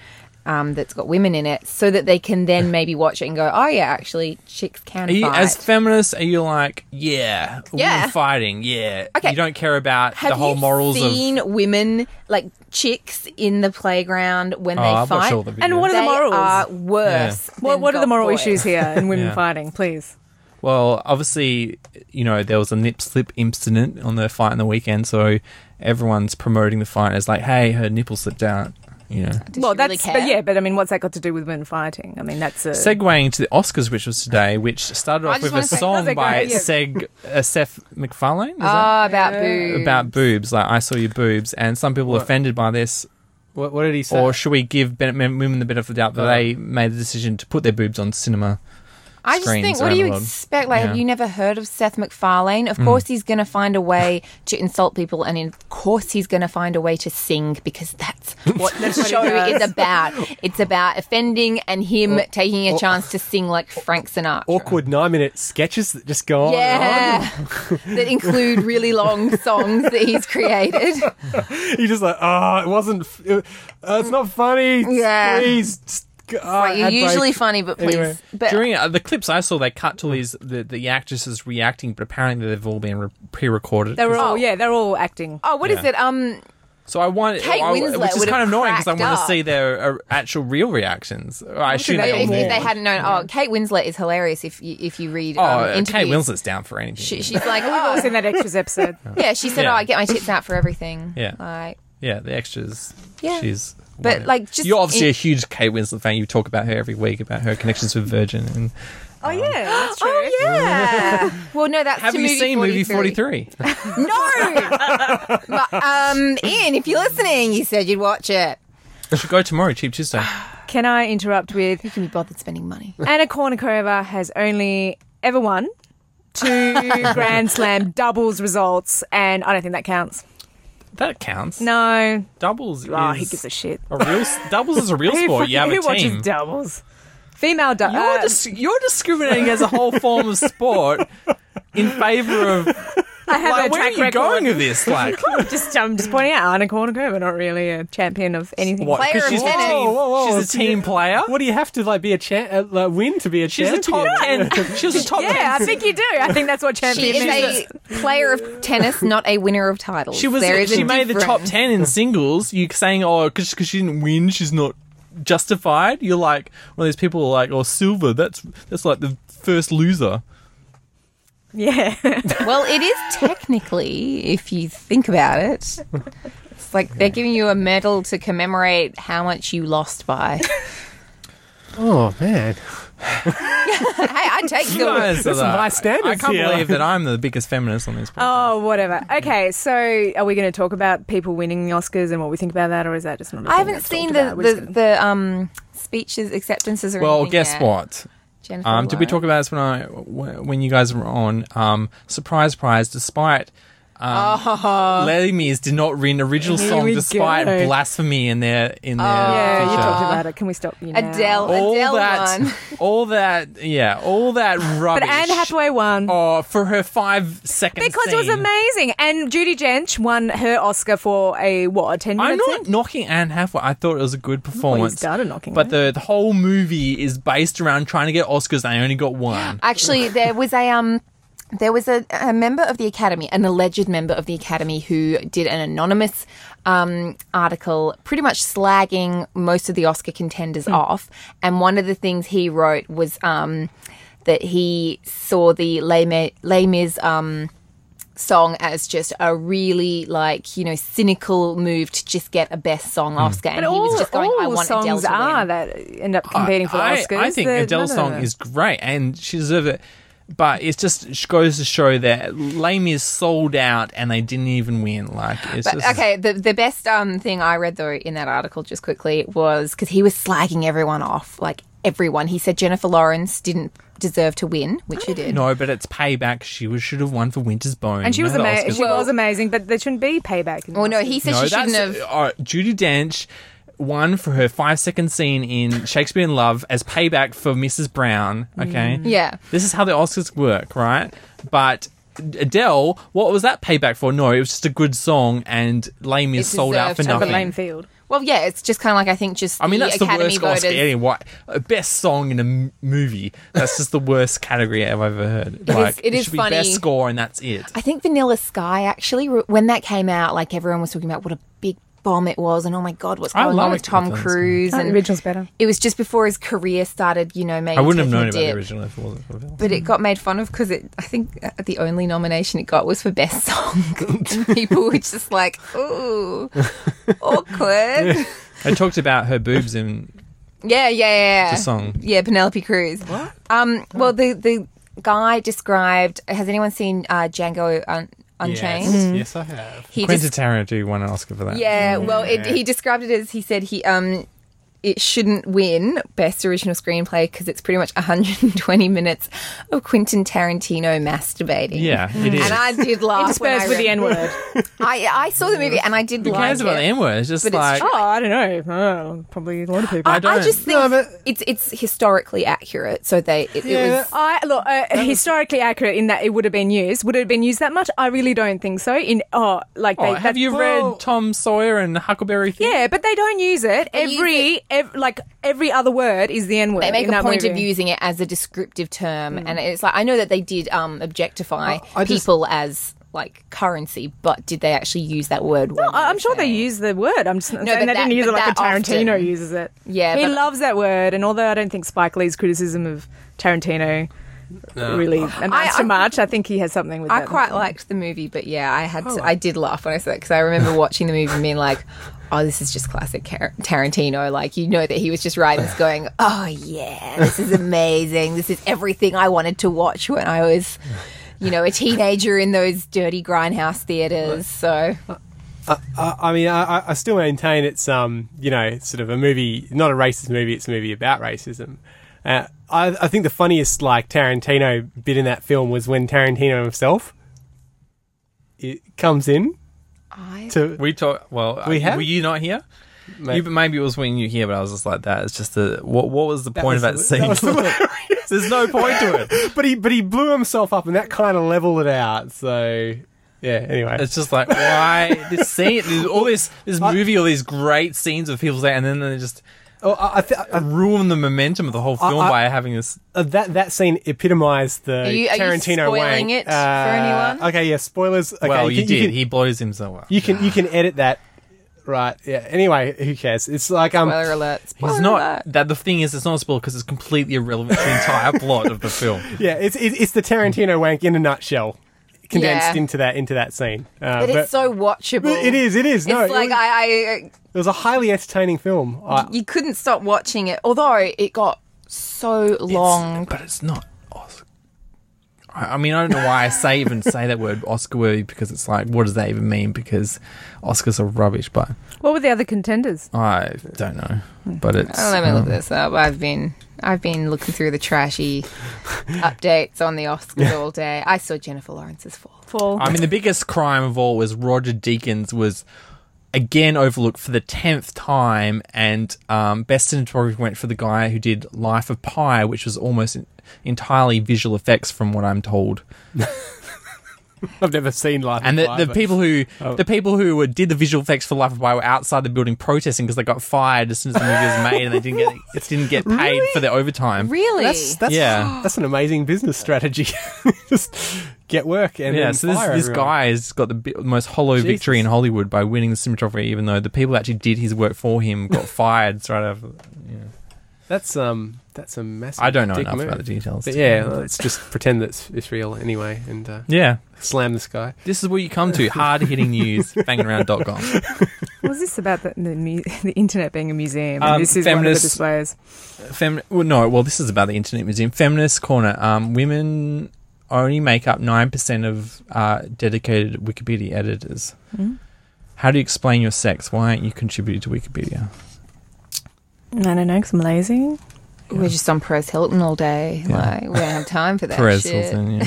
[SPEAKER 1] Um, that's got women in it, so that they can then maybe watch it and go, "Oh yeah, actually, chicks can
[SPEAKER 2] Are you,
[SPEAKER 1] fight."
[SPEAKER 2] as feminists, are you like, yeah,
[SPEAKER 1] Yeah.
[SPEAKER 2] women fighting, yeah?
[SPEAKER 1] Okay.
[SPEAKER 2] You don't care about
[SPEAKER 1] Have
[SPEAKER 2] the whole
[SPEAKER 1] you
[SPEAKER 2] morals of
[SPEAKER 1] seen women like chicks in the playground when they
[SPEAKER 2] I've
[SPEAKER 1] fight?
[SPEAKER 2] watched all the
[SPEAKER 4] And what
[SPEAKER 2] videos.
[SPEAKER 4] are the
[SPEAKER 1] They
[SPEAKER 4] morals?
[SPEAKER 1] are worse.
[SPEAKER 4] What,
[SPEAKER 1] than
[SPEAKER 4] what are the
[SPEAKER 1] Golf
[SPEAKER 4] moral
[SPEAKER 1] Boy.
[SPEAKER 4] issues here in women
[SPEAKER 2] Yeah.
[SPEAKER 4] fighting? Please.
[SPEAKER 2] Well, obviously, you know there was a nip slip incident on the fight on the weekend, so everyone's promoting the fight as like, "Hey, her nipple slipped out." You know.
[SPEAKER 1] Does
[SPEAKER 4] well,
[SPEAKER 1] she really
[SPEAKER 4] that's
[SPEAKER 1] care?
[SPEAKER 4] but yeah, but I mean, what's that got to do with women fighting? I mean, that's a
[SPEAKER 2] Segueing to the Oscars, which was today, which started
[SPEAKER 1] I
[SPEAKER 2] off
[SPEAKER 1] just
[SPEAKER 2] with a
[SPEAKER 1] wanna say-
[SPEAKER 2] song
[SPEAKER 4] Seg-
[SPEAKER 2] by
[SPEAKER 4] yeah.
[SPEAKER 2] Seg uh, Seth MacFarlane. is that?
[SPEAKER 1] Ah, about boobs.
[SPEAKER 2] about boobs, like I saw your boobs, and some people were
[SPEAKER 3] What?
[SPEAKER 2] offended by this.
[SPEAKER 3] What, what did he say?
[SPEAKER 2] Or should we give ben- men- women the benefit of the doubt
[SPEAKER 1] Uh-huh.
[SPEAKER 2] that
[SPEAKER 3] Uh.
[SPEAKER 2] they made the decision to put their boobs on cinema?
[SPEAKER 1] I just
[SPEAKER 2] screens
[SPEAKER 1] think, what do
[SPEAKER 2] around the
[SPEAKER 1] you
[SPEAKER 2] world.
[SPEAKER 1] expect? Like, have
[SPEAKER 2] Yeah. Hmm.
[SPEAKER 1] you never heard of Seth MacFarlane? Of course, he's going to find a way to insult people, and of course, he's going to find a way to sing because that's what the show is about. It's about offending and him taking a chance to sing like Frank Sinatra.
[SPEAKER 3] Awkward nine minute sketches that just go on. And
[SPEAKER 1] Yeah, that include really long songs that he's created.
[SPEAKER 3] on. You're just like, oh, it wasn't. F- it- uh, it's not funny.
[SPEAKER 1] Yeah.
[SPEAKER 3] Please. Just, g- oh,
[SPEAKER 1] Like, you're
[SPEAKER 3] ad break.
[SPEAKER 1] usually funny, but please,
[SPEAKER 3] Anyway,
[SPEAKER 1] but Mm.
[SPEAKER 2] During uh, the clips I saw, they cut to these the, the actresses reacting, but apparently they've all been re- pre-recorded.
[SPEAKER 4] they're all yeah, they're all acting.
[SPEAKER 1] oh, what is
[SPEAKER 2] Yeah.
[SPEAKER 1] it? Um,
[SPEAKER 2] so I wanted,
[SPEAKER 1] Kate
[SPEAKER 2] I-
[SPEAKER 1] Winslet
[SPEAKER 2] which is
[SPEAKER 1] would
[SPEAKER 2] kind
[SPEAKER 1] have
[SPEAKER 2] of annoying because I
[SPEAKER 1] cracked
[SPEAKER 2] want to
[SPEAKER 1] up.
[SPEAKER 2] see their uh, actual real reactions. I assume
[SPEAKER 1] if,
[SPEAKER 2] they all
[SPEAKER 1] if
[SPEAKER 2] did.
[SPEAKER 1] they hadn't known, oh, Kate Winslet is hilarious. If you if you read,
[SPEAKER 2] Oh,
[SPEAKER 1] um,
[SPEAKER 2] uh, Kate
[SPEAKER 1] interviews.
[SPEAKER 2] Winslet's down for anything.
[SPEAKER 1] She, she's like, oh,
[SPEAKER 4] We've all seen that extras episode.
[SPEAKER 1] Yeah, she said,
[SPEAKER 2] Yeah.
[SPEAKER 1] "Oh, I get my tits out for everything."
[SPEAKER 2] Yeah.
[SPEAKER 1] like
[SPEAKER 2] yeah, the extras.
[SPEAKER 1] Yeah.
[SPEAKER 2] she's.
[SPEAKER 1] But,
[SPEAKER 2] whatever.
[SPEAKER 1] like, just
[SPEAKER 2] you're obviously
[SPEAKER 1] in-
[SPEAKER 2] a huge Kate Winslet fan. You talk about her every week about her connections with Virgin and
[SPEAKER 4] oh yeah, that's true.
[SPEAKER 1] yeah. well, no, that's
[SPEAKER 2] Have
[SPEAKER 1] to
[SPEAKER 2] you
[SPEAKER 1] movie
[SPEAKER 2] seen
[SPEAKER 1] 43.
[SPEAKER 2] movie 43?
[SPEAKER 1] No. but, um, Ian, if you're listening, you said you'd watch it.
[SPEAKER 2] I should go tomorrow, Cheap Tuesday.
[SPEAKER 4] Can I interrupt with
[SPEAKER 1] Who can be bothered spending money?
[SPEAKER 4] Anna Kournikova has only ever won two Grand Slam doubles results, and I don't think that counts.
[SPEAKER 2] That counts.
[SPEAKER 4] No,
[SPEAKER 2] Doubles
[SPEAKER 1] Ah,
[SPEAKER 4] oh,
[SPEAKER 2] is
[SPEAKER 4] he gives a shit.
[SPEAKER 2] a real s- doubles is a real
[SPEAKER 4] Who,
[SPEAKER 2] sport. You have a
[SPEAKER 4] fucking- who
[SPEAKER 2] team.
[SPEAKER 4] watches doubles? Female uh, doubles.
[SPEAKER 1] Ah.
[SPEAKER 2] you're, dis- you're discriminating as a whole form of sport in favor of.
[SPEAKER 4] I have
[SPEAKER 2] Like,
[SPEAKER 4] a
[SPEAKER 2] where are
[SPEAKER 4] track
[SPEAKER 2] you
[SPEAKER 4] record.
[SPEAKER 2] going with this? Like,
[SPEAKER 4] just, I'm just pointing out, Anna Kournikova not really a champion of anything.
[SPEAKER 2] what? 'cause
[SPEAKER 1] Player of
[SPEAKER 2] she's a
[SPEAKER 1] tennis.
[SPEAKER 2] team.
[SPEAKER 1] Whoa,
[SPEAKER 3] whoa, whoa.
[SPEAKER 2] She's a team player.
[SPEAKER 3] What do you have to like be a cha- uh, like, win to be a
[SPEAKER 2] She's a
[SPEAKER 3] champion?
[SPEAKER 2] top ten. She was a top ten.
[SPEAKER 4] Yeah, I think you do. I think that's what
[SPEAKER 1] She
[SPEAKER 4] champion means.
[SPEAKER 1] is a player of tennis, not a winner of titles.
[SPEAKER 2] She was.
[SPEAKER 1] There is a
[SPEAKER 2] she made the top
[SPEAKER 1] difference.
[SPEAKER 2] ten in singles. You saying, "Oh, because she didn't win, she's not justified." You're like one of those people who are like, "Oh, silver. That's that's like the first loser."
[SPEAKER 4] Yeah.
[SPEAKER 1] Well, it is technically, if you think about it, it's like they're giving you a medal to commemorate how much you lost by. hey,
[SPEAKER 3] Oh man.
[SPEAKER 1] I take
[SPEAKER 2] guys
[SPEAKER 1] the.
[SPEAKER 2] are
[SPEAKER 3] That's
[SPEAKER 2] the-
[SPEAKER 3] my standards
[SPEAKER 2] I can't
[SPEAKER 3] here.
[SPEAKER 2] believe that I'm the biggest feminist on this. podcast.
[SPEAKER 4] Oh, whatever. Okay, so are we going to talk about people winning the Oscars and what we think about that, or is that just not? a
[SPEAKER 1] I
[SPEAKER 4] thing
[SPEAKER 1] haven't
[SPEAKER 4] that's
[SPEAKER 1] seen
[SPEAKER 4] talked
[SPEAKER 1] the
[SPEAKER 4] about? We're just
[SPEAKER 1] the, the um speeches acceptances or
[SPEAKER 4] Oh,
[SPEAKER 2] well,
[SPEAKER 1] anything
[SPEAKER 2] guess
[SPEAKER 1] yet.
[SPEAKER 2] what?
[SPEAKER 1] Jennifer
[SPEAKER 2] Um, did we
[SPEAKER 1] Lawrence.
[SPEAKER 2] talk about this when I when you guys were on? Um, surprise, prize. Despite um, Les Mis did not win original
[SPEAKER 4] Ah. Here
[SPEAKER 2] song,
[SPEAKER 4] we
[SPEAKER 2] despite
[SPEAKER 4] go. Oh,
[SPEAKER 2] blasphemy in their in their
[SPEAKER 4] Yeah, you
[SPEAKER 2] feature.
[SPEAKER 4] talked about it. Can we stop you now?
[SPEAKER 1] Adele,
[SPEAKER 2] all
[SPEAKER 1] Adele
[SPEAKER 2] that,
[SPEAKER 1] won.
[SPEAKER 2] all that, yeah, all that
[SPEAKER 4] But
[SPEAKER 2] rubbish.
[SPEAKER 4] Anne Hathaway won.
[SPEAKER 2] oh, for her five seconds.
[SPEAKER 4] Because it was amazing, and Judy Dench won her Oscar for a what a ten
[SPEAKER 2] I'm
[SPEAKER 4] minute
[SPEAKER 2] not
[SPEAKER 4] thing.
[SPEAKER 2] knocking Anne Hathaway. I thought it was a good performance.
[SPEAKER 4] started knocking
[SPEAKER 2] but the, the whole movie is based around trying to get Oscars. and I only got one.
[SPEAKER 1] Actually, there was a um. There was a, a member of the Academy, an alleged member of the Academy, who did an anonymous um, article pretty much slagging most of the Oscar contenders off. And one of the things he wrote was um, that he saw the Les, Mi- Les Mis um, song as just a really, like, you know, cynical move to just get a Best Song Oscar. And
[SPEAKER 4] But
[SPEAKER 1] he was
[SPEAKER 4] all,
[SPEAKER 1] just going,
[SPEAKER 4] all
[SPEAKER 1] I want
[SPEAKER 4] songs
[SPEAKER 1] Adele to win.
[SPEAKER 4] are that end up competing for the
[SPEAKER 2] I,
[SPEAKER 4] Oscars.
[SPEAKER 2] I think
[SPEAKER 4] They're-
[SPEAKER 2] Adele's
[SPEAKER 4] none of
[SPEAKER 2] song
[SPEAKER 4] them.
[SPEAKER 2] is great, and she deserves it. But it just sh- goes to show that Lame is sold out, and they didn't even win. Like, it's
[SPEAKER 1] But
[SPEAKER 2] just,
[SPEAKER 1] okay, the the best um thing I read though in that article just quickly was because he was slagging everyone off, like everyone. He said Jennifer Lawrence didn't deserve to win, which she did.
[SPEAKER 2] Oh. No, but it's payback. She was, should have won for Winter's Bone.
[SPEAKER 4] and she
[SPEAKER 2] You
[SPEAKER 4] was
[SPEAKER 2] know the
[SPEAKER 4] amazing.
[SPEAKER 2] Oscars.
[SPEAKER 4] She was amazing, but there shouldn't be payback. in the
[SPEAKER 1] Well, Oh, no,
[SPEAKER 4] Oscars.
[SPEAKER 1] he said she
[SPEAKER 2] that's-
[SPEAKER 1] shouldn't have.
[SPEAKER 2] all right, Judy Dench won for her five second scene in Shakespeare in Love as payback for Mrs. Brown. Okay.
[SPEAKER 1] Mm. Yeah.
[SPEAKER 2] This is how the Oscars work, right? But Adele, what was that payback for? No, it was just a good song, and Lame is
[SPEAKER 1] It
[SPEAKER 2] sold out for
[SPEAKER 1] deserved to have a
[SPEAKER 2] nothing.
[SPEAKER 4] Over Lane Field.
[SPEAKER 1] Well, yeah, it's just kind of like I think just
[SPEAKER 2] I mean,
[SPEAKER 1] the
[SPEAKER 2] that's the,
[SPEAKER 1] Academy
[SPEAKER 2] worst Oscar.
[SPEAKER 1] voters.
[SPEAKER 2] Anyway, Uh, best song in a m- movie. That's just the worst category I've ever heard.
[SPEAKER 1] is-
[SPEAKER 2] like,
[SPEAKER 1] it is
[SPEAKER 2] should be
[SPEAKER 1] funny.
[SPEAKER 2] best score, and that's it.
[SPEAKER 1] I think Vanilla Sky actually re- when that came out, like everyone was talking about what a big bomb it was, and oh my god, what's
[SPEAKER 2] I
[SPEAKER 1] going on
[SPEAKER 2] liked
[SPEAKER 1] with Tom
[SPEAKER 2] Vanilla Sky.
[SPEAKER 1] Cruise?
[SPEAKER 4] Oh, the
[SPEAKER 1] And
[SPEAKER 4] original's better.
[SPEAKER 1] It was just before his career started, you know, maybe
[SPEAKER 2] I wouldn't have
[SPEAKER 1] taking a
[SPEAKER 2] known about the
[SPEAKER 1] dip.
[SPEAKER 2] original if it wasn't for Adele.
[SPEAKER 1] but it got made fun of because it. I think uh, the only nomination it got was for best song. and people were just like, "Ooh, awkward."
[SPEAKER 2] It talked about her boobs in
[SPEAKER 1] Yeah, yeah, yeah.
[SPEAKER 2] The song.
[SPEAKER 1] Yeah, Penelope Cruz. What? Um, well, the the guy described. Has anyone seen uh, Django Un- Unchained?
[SPEAKER 3] Yes. yes, I have.
[SPEAKER 1] He
[SPEAKER 2] Quentin Tarantino won an Oscar for that.
[SPEAKER 1] Yeah, well, it, he described it as he said he um it shouldn't win best original screenplay because it's pretty much 120 minutes of Quentin Tarantino masturbating.
[SPEAKER 2] yeah, it is.
[SPEAKER 1] And I did laugh.
[SPEAKER 4] Interspersed with the
[SPEAKER 1] end.
[SPEAKER 4] N word.
[SPEAKER 1] I, I saw the movie and I did
[SPEAKER 2] Who
[SPEAKER 1] like
[SPEAKER 2] cares about
[SPEAKER 1] it.
[SPEAKER 2] the N word? It's just
[SPEAKER 1] But it's
[SPEAKER 2] like
[SPEAKER 4] oh, I don't know. Oh, probably a lot of people.
[SPEAKER 2] I
[SPEAKER 4] I,
[SPEAKER 1] I
[SPEAKER 2] don't.
[SPEAKER 1] just think it's it's historically accurate, so they it, it was
[SPEAKER 4] look uh, historically accurate in that it would have been used. Would it have been used that much? I really don't think so. In oh, like
[SPEAKER 2] Oh,
[SPEAKER 4] they,
[SPEAKER 2] have
[SPEAKER 4] that-
[SPEAKER 2] you read Tom Sawyer and Huckleberry Finn?
[SPEAKER 4] Yeah, but they don't use it.
[SPEAKER 1] They use
[SPEAKER 4] every ev- like every other word is the N word.
[SPEAKER 1] they make
[SPEAKER 4] in
[SPEAKER 1] a
[SPEAKER 4] that
[SPEAKER 1] point of
[SPEAKER 4] movie.
[SPEAKER 1] using it as a descriptive term, and it's like I know that they did um, objectify
[SPEAKER 6] I just-
[SPEAKER 1] people as like currency, but did they actually use that word? No,
[SPEAKER 4] I- I'm sure they use the word. I'm just not
[SPEAKER 1] No, but
[SPEAKER 4] saying they
[SPEAKER 1] that-
[SPEAKER 4] didn't use it
[SPEAKER 1] but
[SPEAKER 4] like a
[SPEAKER 1] that
[SPEAKER 4] Tarantino
[SPEAKER 1] often.
[SPEAKER 4] uses it.
[SPEAKER 1] Yeah,
[SPEAKER 4] he
[SPEAKER 1] but-
[SPEAKER 4] loves that word, and although I don't think Spike Lee's criticism of Tarantino really amounts
[SPEAKER 1] I-
[SPEAKER 4] to much, I think he has something with
[SPEAKER 1] I
[SPEAKER 4] that.
[SPEAKER 1] quite liked the movie, but yeah, I had
[SPEAKER 3] Oh,
[SPEAKER 1] to, I did laugh when I saw that because I remember watching the movie and being like, "Oh, this is just classic Car- Tarantino." Like you know that he was just writing this, going, "Oh yeah, this is amazing. this is everything I wanted to watch when I was." You know, a teenager in those dirty grindhouse theaters. So
[SPEAKER 3] I, I mean, I, I- I still maintain it's um, you know, sort of a movie, not a racist movie. It's a movie about racism. Uh, I, I think the funniest like Tarantino bit in that film was when Tarantino himself it comes in
[SPEAKER 1] I
[SPEAKER 3] to
[SPEAKER 2] We talk. Well,
[SPEAKER 3] We
[SPEAKER 2] uh,
[SPEAKER 3] have?
[SPEAKER 2] were you not here?
[SPEAKER 3] Ma-
[SPEAKER 2] You- maybe it was when you were here, but I was just like that. It's just the what? What was the point of that
[SPEAKER 3] was
[SPEAKER 2] scene? There's no point to it.
[SPEAKER 3] but he but he blew himself up and that kind of leveled it out. So yeah. Anyway,
[SPEAKER 2] It's just like why this scene, there's all this this movie, all these great scenes of people saying, and then they just
[SPEAKER 3] oh, I, I th- I-
[SPEAKER 2] ruin the momentum of the whole film
[SPEAKER 3] I-
[SPEAKER 2] by having this.
[SPEAKER 3] uh, that that scene epitomised the
[SPEAKER 1] Are you- are you
[SPEAKER 3] Tarantino
[SPEAKER 1] spoiling
[SPEAKER 3] wank. Uh,
[SPEAKER 1] it for anyone?
[SPEAKER 3] Okay, yeah, spoilers. Okay,
[SPEAKER 2] well, you,
[SPEAKER 3] can-
[SPEAKER 2] did.
[SPEAKER 3] can-
[SPEAKER 2] he blows himself up.
[SPEAKER 3] You can you can edit that, right? Yeah. Anyway, who cares? It's like um.
[SPEAKER 1] spoiler alert.
[SPEAKER 2] It's
[SPEAKER 1] spoiler
[SPEAKER 2] not
[SPEAKER 1] alert.
[SPEAKER 2] that the thing is, it's not a spoiler because it's completely irrelevant to the entire plot of the film.
[SPEAKER 3] Yeah, it's it, it's the Tarantino wank in a nutshell, condensed
[SPEAKER 1] Yeah.
[SPEAKER 3] into that into that scene. Uh,
[SPEAKER 1] But, it's so watchable.
[SPEAKER 3] It is. It
[SPEAKER 1] It's
[SPEAKER 3] is. No, it
[SPEAKER 1] like
[SPEAKER 3] was,
[SPEAKER 1] I,
[SPEAKER 3] it was a highly entertaining film. I,
[SPEAKER 1] I, you couldn't stop watching it. Although it got so long.
[SPEAKER 2] but it's not Oscar. I I mean, I don't know why I say even say that word Oscar worthy because it's like, what does that even mean? Because Oscars are rubbish, but
[SPEAKER 4] What were the other contenders?
[SPEAKER 2] I don't know. But it's
[SPEAKER 1] Oh, let me
[SPEAKER 2] um,
[SPEAKER 1] look this up. I've been I've been looking through the trashy updates on the Oscars all day. I saw Jennifer Lawrence's fall.
[SPEAKER 4] Paul.
[SPEAKER 2] I mean, the biggest crime of all was Roger Deakins was again overlooked for the tenth time, and um, best cinematography went for the guy who did Life of Pi, which was almost en- entirely visual effects, from what I'm told.
[SPEAKER 3] I've never seen Life.
[SPEAKER 2] And
[SPEAKER 3] of
[SPEAKER 2] the,
[SPEAKER 3] Pi,
[SPEAKER 2] the
[SPEAKER 3] but-
[SPEAKER 2] people who
[SPEAKER 3] Oh.
[SPEAKER 2] the people who were, did the visual effects for Life of Pi were outside the building protesting because they got fired as soon as the movie was made, and they didn't get it didn't get paid for their overtime.
[SPEAKER 1] Really?
[SPEAKER 3] That's, that's
[SPEAKER 2] Yeah.
[SPEAKER 3] That's an amazing business strategy. Just get work and
[SPEAKER 2] Yeah,
[SPEAKER 3] then
[SPEAKER 2] so this,
[SPEAKER 3] fire
[SPEAKER 2] this
[SPEAKER 3] everyone.
[SPEAKER 2] guy has got the bi- most hollow
[SPEAKER 3] Jesus.
[SPEAKER 2] victory in Hollywood by winning the cinematography, even though the people who actually did his work for him got fired straight after.
[SPEAKER 3] That's um. That's a massive.
[SPEAKER 2] I don't know
[SPEAKER 3] dick
[SPEAKER 2] enough
[SPEAKER 3] move.
[SPEAKER 2] about the details.
[SPEAKER 3] But
[SPEAKER 2] to-
[SPEAKER 3] yeah, let's just pretend that's it's real anyway, and uh,
[SPEAKER 2] yeah.
[SPEAKER 3] slam this guy.
[SPEAKER 2] This is what you come to hard hitting news, bangaround.com.
[SPEAKER 4] was this about the, the, mu- the internet being a museum?
[SPEAKER 2] Um,
[SPEAKER 4] and this is one of the
[SPEAKER 2] feminist-
[SPEAKER 4] displays.
[SPEAKER 2] Fem- well, no, well, this is about the Internet Museum. Feminist Corner. Um, women only make up 9% of uh, dedicated Wikipedia editors.
[SPEAKER 1] Hmm?
[SPEAKER 2] How do you explain your sex? Why aren't you contributing to Wikipedia?
[SPEAKER 4] I don't know because I'm lazy.
[SPEAKER 1] We're just on Perez Hilton all day.
[SPEAKER 2] Yeah.
[SPEAKER 1] Like we don't have time for that
[SPEAKER 2] Perez
[SPEAKER 1] shit.
[SPEAKER 2] Hilton. yeah,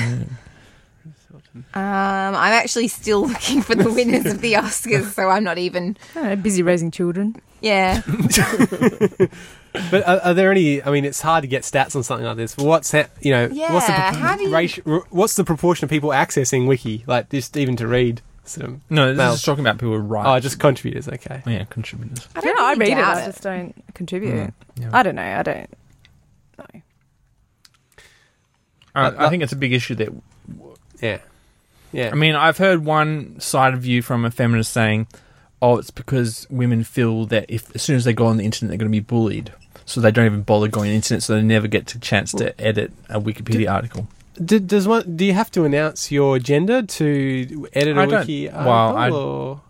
[SPEAKER 2] yeah.
[SPEAKER 1] Um, I'm actually still looking for the winners of the Oscars, so I'm not even.
[SPEAKER 4] I don't know, busy raising children.
[SPEAKER 1] Yeah,
[SPEAKER 3] But are, are there any? I mean, it's hard to get stats on something like this. But what's ha- you know? what's the
[SPEAKER 1] Yeah,
[SPEAKER 3] propor-
[SPEAKER 1] how do you-
[SPEAKER 3] ratio- r- what's the proportion of people accessing Wiki? Like just even to read. Sort of,
[SPEAKER 2] No, this
[SPEAKER 3] Well-
[SPEAKER 2] is talking about people who write.
[SPEAKER 3] oh, just contributors. Okay.
[SPEAKER 2] yeah, contributors.
[SPEAKER 4] I
[SPEAKER 1] don't
[SPEAKER 4] don't know. I
[SPEAKER 1] really
[SPEAKER 4] read it.
[SPEAKER 1] doubt
[SPEAKER 4] I
[SPEAKER 1] it.
[SPEAKER 4] just don't contribute.
[SPEAKER 2] Mm, yeah.
[SPEAKER 4] I don't know. I don't. know.
[SPEAKER 2] I,
[SPEAKER 3] But-
[SPEAKER 2] I think it's a big issue that
[SPEAKER 3] Yeah. Yeah.
[SPEAKER 2] I mean, I've heard one side of view from a feminist saying, "Oh, it's because women feel that if as soon as they go on the internet, they're going to be bullied, so they don't even bother going on the internet, so they never get a chance to edit a Wikipedia article."
[SPEAKER 3] D- does one? Do you have to announce your gender to edit a
[SPEAKER 2] I don't-
[SPEAKER 3] Wiki?
[SPEAKER 2] well, I-
[SPEAKER 3] article, or-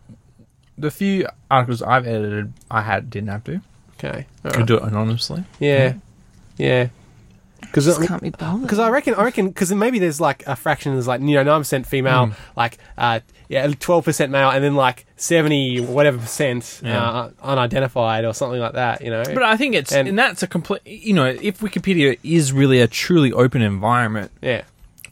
[SPEAKER 2] the few articles I've edited, I had didn't have to.
[SPEAKER 3] Okay.
[SPEAKER 2] I do it anonymously.
[SPEAKER 3] Yeah. Yeah. Because
[SPEAKER 1] Just can't be bothered.
[SPEAKER 3] Because I reckon, I reckon, because maybe there's like a fraction that's like you know nine percent female, like uh, yeah, twelve percent male, and then like seventy whatever percent
[SPEAKER 2] Yeah.
[SPEAKER 3] uh, unidentified or something like that. You know,
[SPEAKER 2] But I think it's
[SPEAKER 3] And-
[SPEAKER 2] and, that's a complete. You know, if Wikipedia is really a truly open environment
[SPEAKER 3] yeah,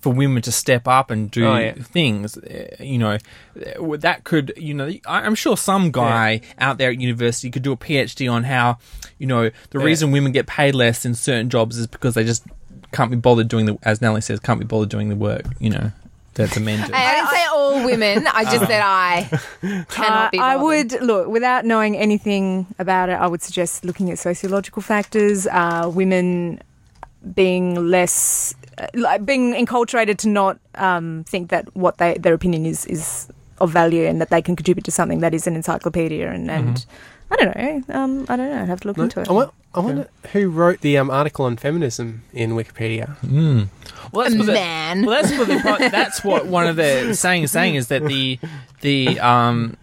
[SPEAKER 2] for women to step up and do
[SPEAKER 3] Oh, yeah.
[SPEAKER 2] things, eh, you know, eh, that could, you know, I- I'm sure some guy out there at university could do a PhD on how, you know, the
[SPEAKER 3] Yeah.
[SPEAKER 2] reason women get paid less in certain jobs is because they just can't be bothered doing the, as Nellie says, can't be bothered doing the work, you know, that the men do.
[SPEAKER 1] I didn't say all women. I just said I cannot be.
[SPEAKER 4] Uh, I
[SPEAKER 1] bothered.
[SPEAKER 4] would look without knowing anything about it. I would suggest looking at sociological factors, uh, women being less, uh, like being enculturated to not um, think that what they, their opinion is is of value and that they can contribute to something that is an encyclopedia. And, and I don't know. Um, I don't know. I'd have to look
[SPEAKER 3] Mm-hmm. No,
[SPEAKER 4] into it.
[SPEAKER 3] I, wa- I wonder who wrote the um, article on feminism in Wikipedia.
[SPEAKER 2] Mm. Well,
[SPEAKER 1] A
[SPEAKER 2] what the-
[SPEAKER 1] man.
[SPEAKER 2] well, that's what the, that's what one of the sayings saying is that the the um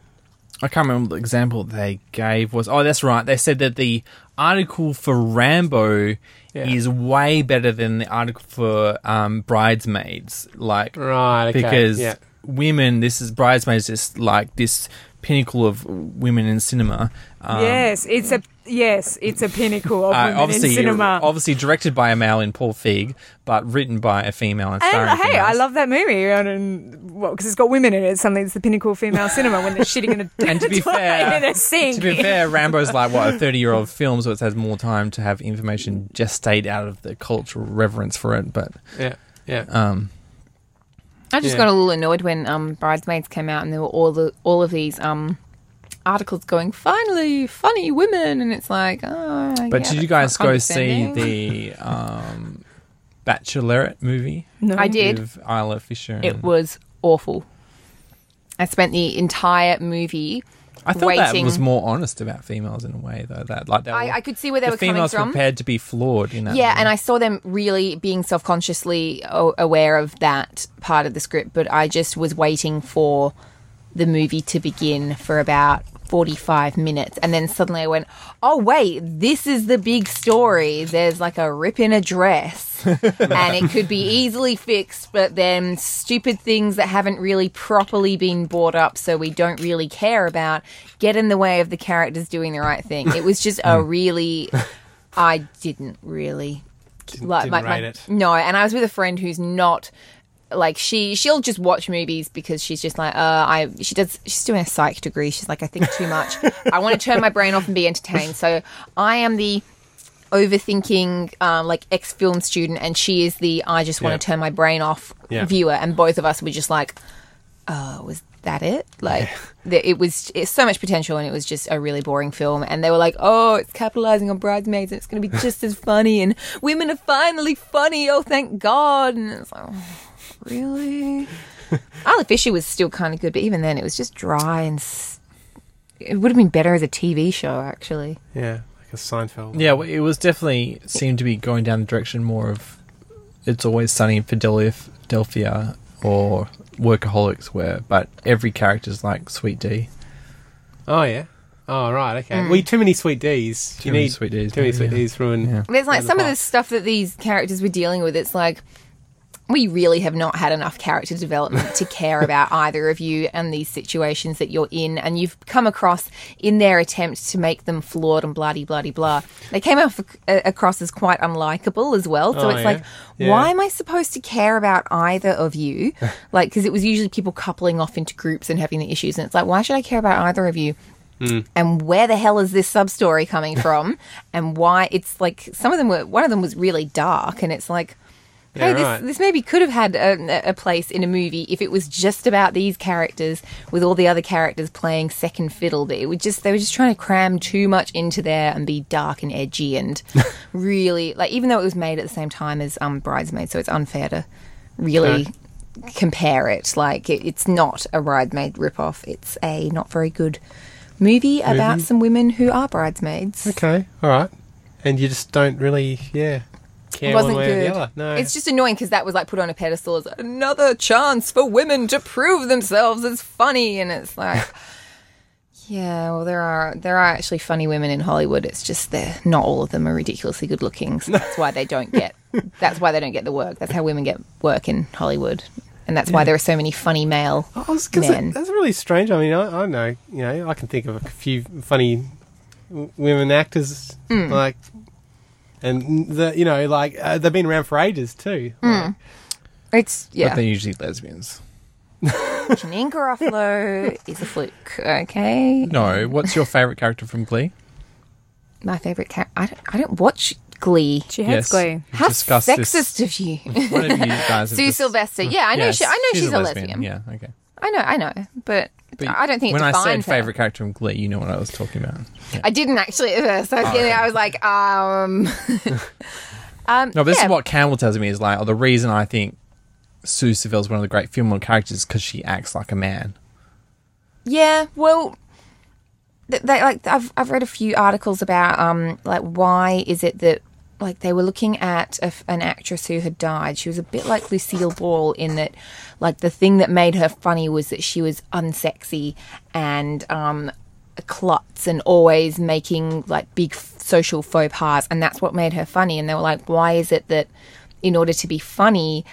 [SPEAKER 2] I can't remember the example they gave was oh that's right they said that the article for Rambo
[SPEAKER 3] Yeah.
[SPEAKER 2] is way better than the article for um, bridesmaids like
[SPEAKER 3] Right, okay,
[SPEAKER 2] because
[SPEAKER 3] yeah.
[SPEAKER 2] women this is bridesmaids is like this pinnacle of women in cinema um,
[SPEAKER 4] yes, it's a yes, it's a pinnacle of
[SPEAKER 2] uh,
[SPEAKER 4] women
[SPEAKER 2] obviously,
[SPEAKER 4] in cinema.
[SPEAKER 2] obviously directed by a male in Paul Feig, but written by a female and starring
[SPEAKER 4] And hey, I
[SPEAKER 2] females.
[SPEAKER 4] love that movie. And, and well, because it's got women in it, it's something that's the pinnacle of female cinema when they're shitting in a
[SPEAKER 2] And to be
[SPEAKER 4] toilet
[SPEAKER 2] fair-
[SPEAKER 4] in a sink.
[SPEAKER 2] To be fair, Rambo's like what a thirty-year-old film, so it has more time to have information gestate out of the cultural reverence for it. But
[SPEAKER 3] Yeah, yeah.
[SPEAKER 2] um,
[SPEAKER 1] I just
[SPEAKER 3] Yeah.
[SPEAKER 1] got a little annoyed when um, bridesmaids came out, and there were all the all of these um, articles going, "Finally, funny women," and it's like, oh.
[SPEAKER 2] but
[SPEAKER 1] yeah,
[SPEAKER 2] did you
[SPEAKER 1] that's not
[SPEAKER 2] guys go see
[SPEAKER 1] condescending.
[SPEAKER 2] the um, Bachelorette movie
[SPEAKER 4] no.
[SPEAKER 1] I did.
[SPEAKER 2] with Isla Fisher?
[SPEAKER 1] It
[SPEAKER 2] and-
[SPEAKER 1] was awful. I spent the entire movie.
[SPEAKER 2] I thought that
[SPEAKER 1] waiting.
[SPEAKER 2] was more honest about females in a way, though. That like they were,
[SPEAKER 1] I, I could see where they
[SPEAKER 2] the
[SPEAKER 1] were coming
[SPEAKER 2] females
[SPEAKER 1] from.
[SPEAKER 2] prepared to be flawed in that.
[SPEAKER 1] Yeah,
[SPEAKER 2] movie.
[SPEAKER 1] and I saw them really being self consciously o- aware of that part of the script, but I just was waiting for the movie to begin for about 45 minutes. And then suddenly I went, oh, wait, this is the big story. There's like a rip in a dress, and it could be easily fixed, but then stupid things that haven't really properly been brought up, so we don't really care about, get in the way of the characters doing the right thing. It was just
[SPEAKER 3] Hmm.
[SPEAKER 1] a really. I didn't really like
[SPEAKER 3] didn't
[SPEAKER 1] my, my-
[SPEAKER 3] rate it.
[SPEAKER 1] no, and I was with a friend who's not like she she'll just watch movies because she's just like uh I she does she's doing a psych degree she's like I think too much I want to turn my brain off and be entertained so I am the overthinking um, like ex film student and she is the I just want
[SPEAKER 3] Yeah.
[SPEAKER 1] to turn my brain off
[SPEAKER 3] Yeah.
[SPEAKER 1] viewer and both of us were just like uh, was that it? Like, the, it was it's so much potential, and it was just a really boring film. And they were like, "Oh, it's capitalizing on bridesmaids, and it's going to be just as funny, and women are finally funny. Oh, thank God!" And it's like, oh, really? Isla Fisher was still kind of good, but even then, it was just dry and. S- it would have been better as a TV show, actually.
[SPEAKER 3] yeah, like a Seinfeld.
[SPEAKER 2] Yeah, well, it was definitely seemed to be going down the direction more of it's always sunny in Philadelphia or workaholics where but every character's like sweet D.
[SPEAKER 3] Oh yeah. Oh right. Okay. We too many sweet D's.
[SPEAKER 2] Too
[SPEAKER 3] you
[SPEAKER 2] many
[SPEAKER 3] need
[SPEAKER 2] sweet Ds,
[SPEAKER 3] Too many
[SPEAKER 2] yeah.
[SPEAKER 3] sweet D's. Ruin.
[SPEAKER 2] Yeah.
[SPEAKER 1] There's like
[SPEAKER 3] Yeah, the
[SPEAKER 1] some of the
[SPEAKER 3] past.
[SPEAKER 1] stuff that these characters were dealing with. It's like we really have not had enough character development to care about either of you and these situations that you're in, and you've come across in their attempt to make them flawed and bloody bloody blah. They came off, uh, across as quite unlikable as well. So
[SPEAKER 3] Oh,
[SPEAKER 1] it's
[SPEAKER 3] yeah.
[SPEAKER 1] like,
[SPEAKER 3] Yeah.
[SPEAKER 1] why am I supposed to care about either of you? like, because it was usually people coupling off into groups and having the issues, and it's like, why should I care about either of you? and where the hell is this sub story coming from and why it's like some of them were one of them was really dark and it's like
[SPEAKER 3] Yeah,
[SPEAKER 1] hey
[SPEAKER 3] right.
[SPEAKER 1] this, this maybe could have had a, a place in a movie if it was just about these characters with all the other characters playing second fiddle but it would just they were just trying to cram too much into there and be dark and edgy and really like even though it was made at the same time as um bridesmaid so it's unfair to really compare it. Like it, it's not a bridesmaid ripoff. It's a not very good movie about some women who are bridesmaids.
[SPEAKER 3] Okay. All right. And you just don't really yeah care
[SPEAKER 1] It wasn't
[SPEAKER 3] one way
[SPEAKER 1] good.
[SPEAKER 3] or the other. No.
[SPEAKER 1] It's just annoying because that was like put on a pedestal as another chance for women to prove themselves as funny, and it's like, Yeah, well, there are there are actually funny women in Hollywood. It's just they're not all of them are ridiculously good looking. So that's why they don't get. That's why they don't get the work. That's how women get work in Hollywood, and that's why there are so many funny male
[SPEAKER 3] I was gonna say,
[SPEAKER 1] men.
[SPEAKER 3] that's really strange. I mean, I, I know, you know, I can think of a few funny w- women actors,
[SPEAKER 1] Mm.
[SPEAKER 3] like, and the, you know, like uh, they've been around for ages too.
[SPEAKER 1] Mm.
[SPEAKER 3] Like,
[SPEAKER 1] It's yeah.
[SPEAKER 2] But they're usually lesbians.
[SPEAKER 1] Janine Garofalo is a fluke. Okay,
[SPEAKER 2] No, what's your favourite character from Glee?
[SPEAKER 1] my favorite character. I don't, I don't watch Glee.
[SPEAKER 4] She hates Glee.
[SPEAKER 2] we've
[SPEAKER 1] How
[SPEAKER 2] discussed
[SPEAKER 1] sexist of you,
[SPEAKER 2] This. One of you guys have
[SPEAKER 1] Sue
[SPEAKER 2] dis-
[SPEAKER 1] Sylvester. Yeah, I know.
[SPEAKER 2] Yes,
[SPEAKER 1] she, I know she's, a lesbian.
[SPEAKER 2] Yeah, okay.
[SPEAKER 1] I know. I know. But, I don't think it
[SPEAKER 2] when I said
[SPEAKER 1] defines her.
[SPEAKER 2] favourite character from Glee, you know what I was talking about. Yeah.
[SPEAKER 1] I didn't actually at first. I
[SPEAKER 2] Oh,
[SPEAKER 1] was, getting- I was like, um, um,
[SPEAKER 2] No, but this
[SPEAKER 1] yeah.
[SPEAKER 2] is what Campbell tells me is like, oh, the reason I think Sue Seville is one of the great film characters because she acts like a man.
[SPEAKER 1] Yeah, well, th- they like I've I've read a few articles about um like why is it that like they were looking at a f an actress who had died. She was a bit like Lucille Ball in that like the thing that made her funny was that she was unsexy and um klutz and always making like big f- social faux pas and that's what made her funny and they were like why is it that in order to be funny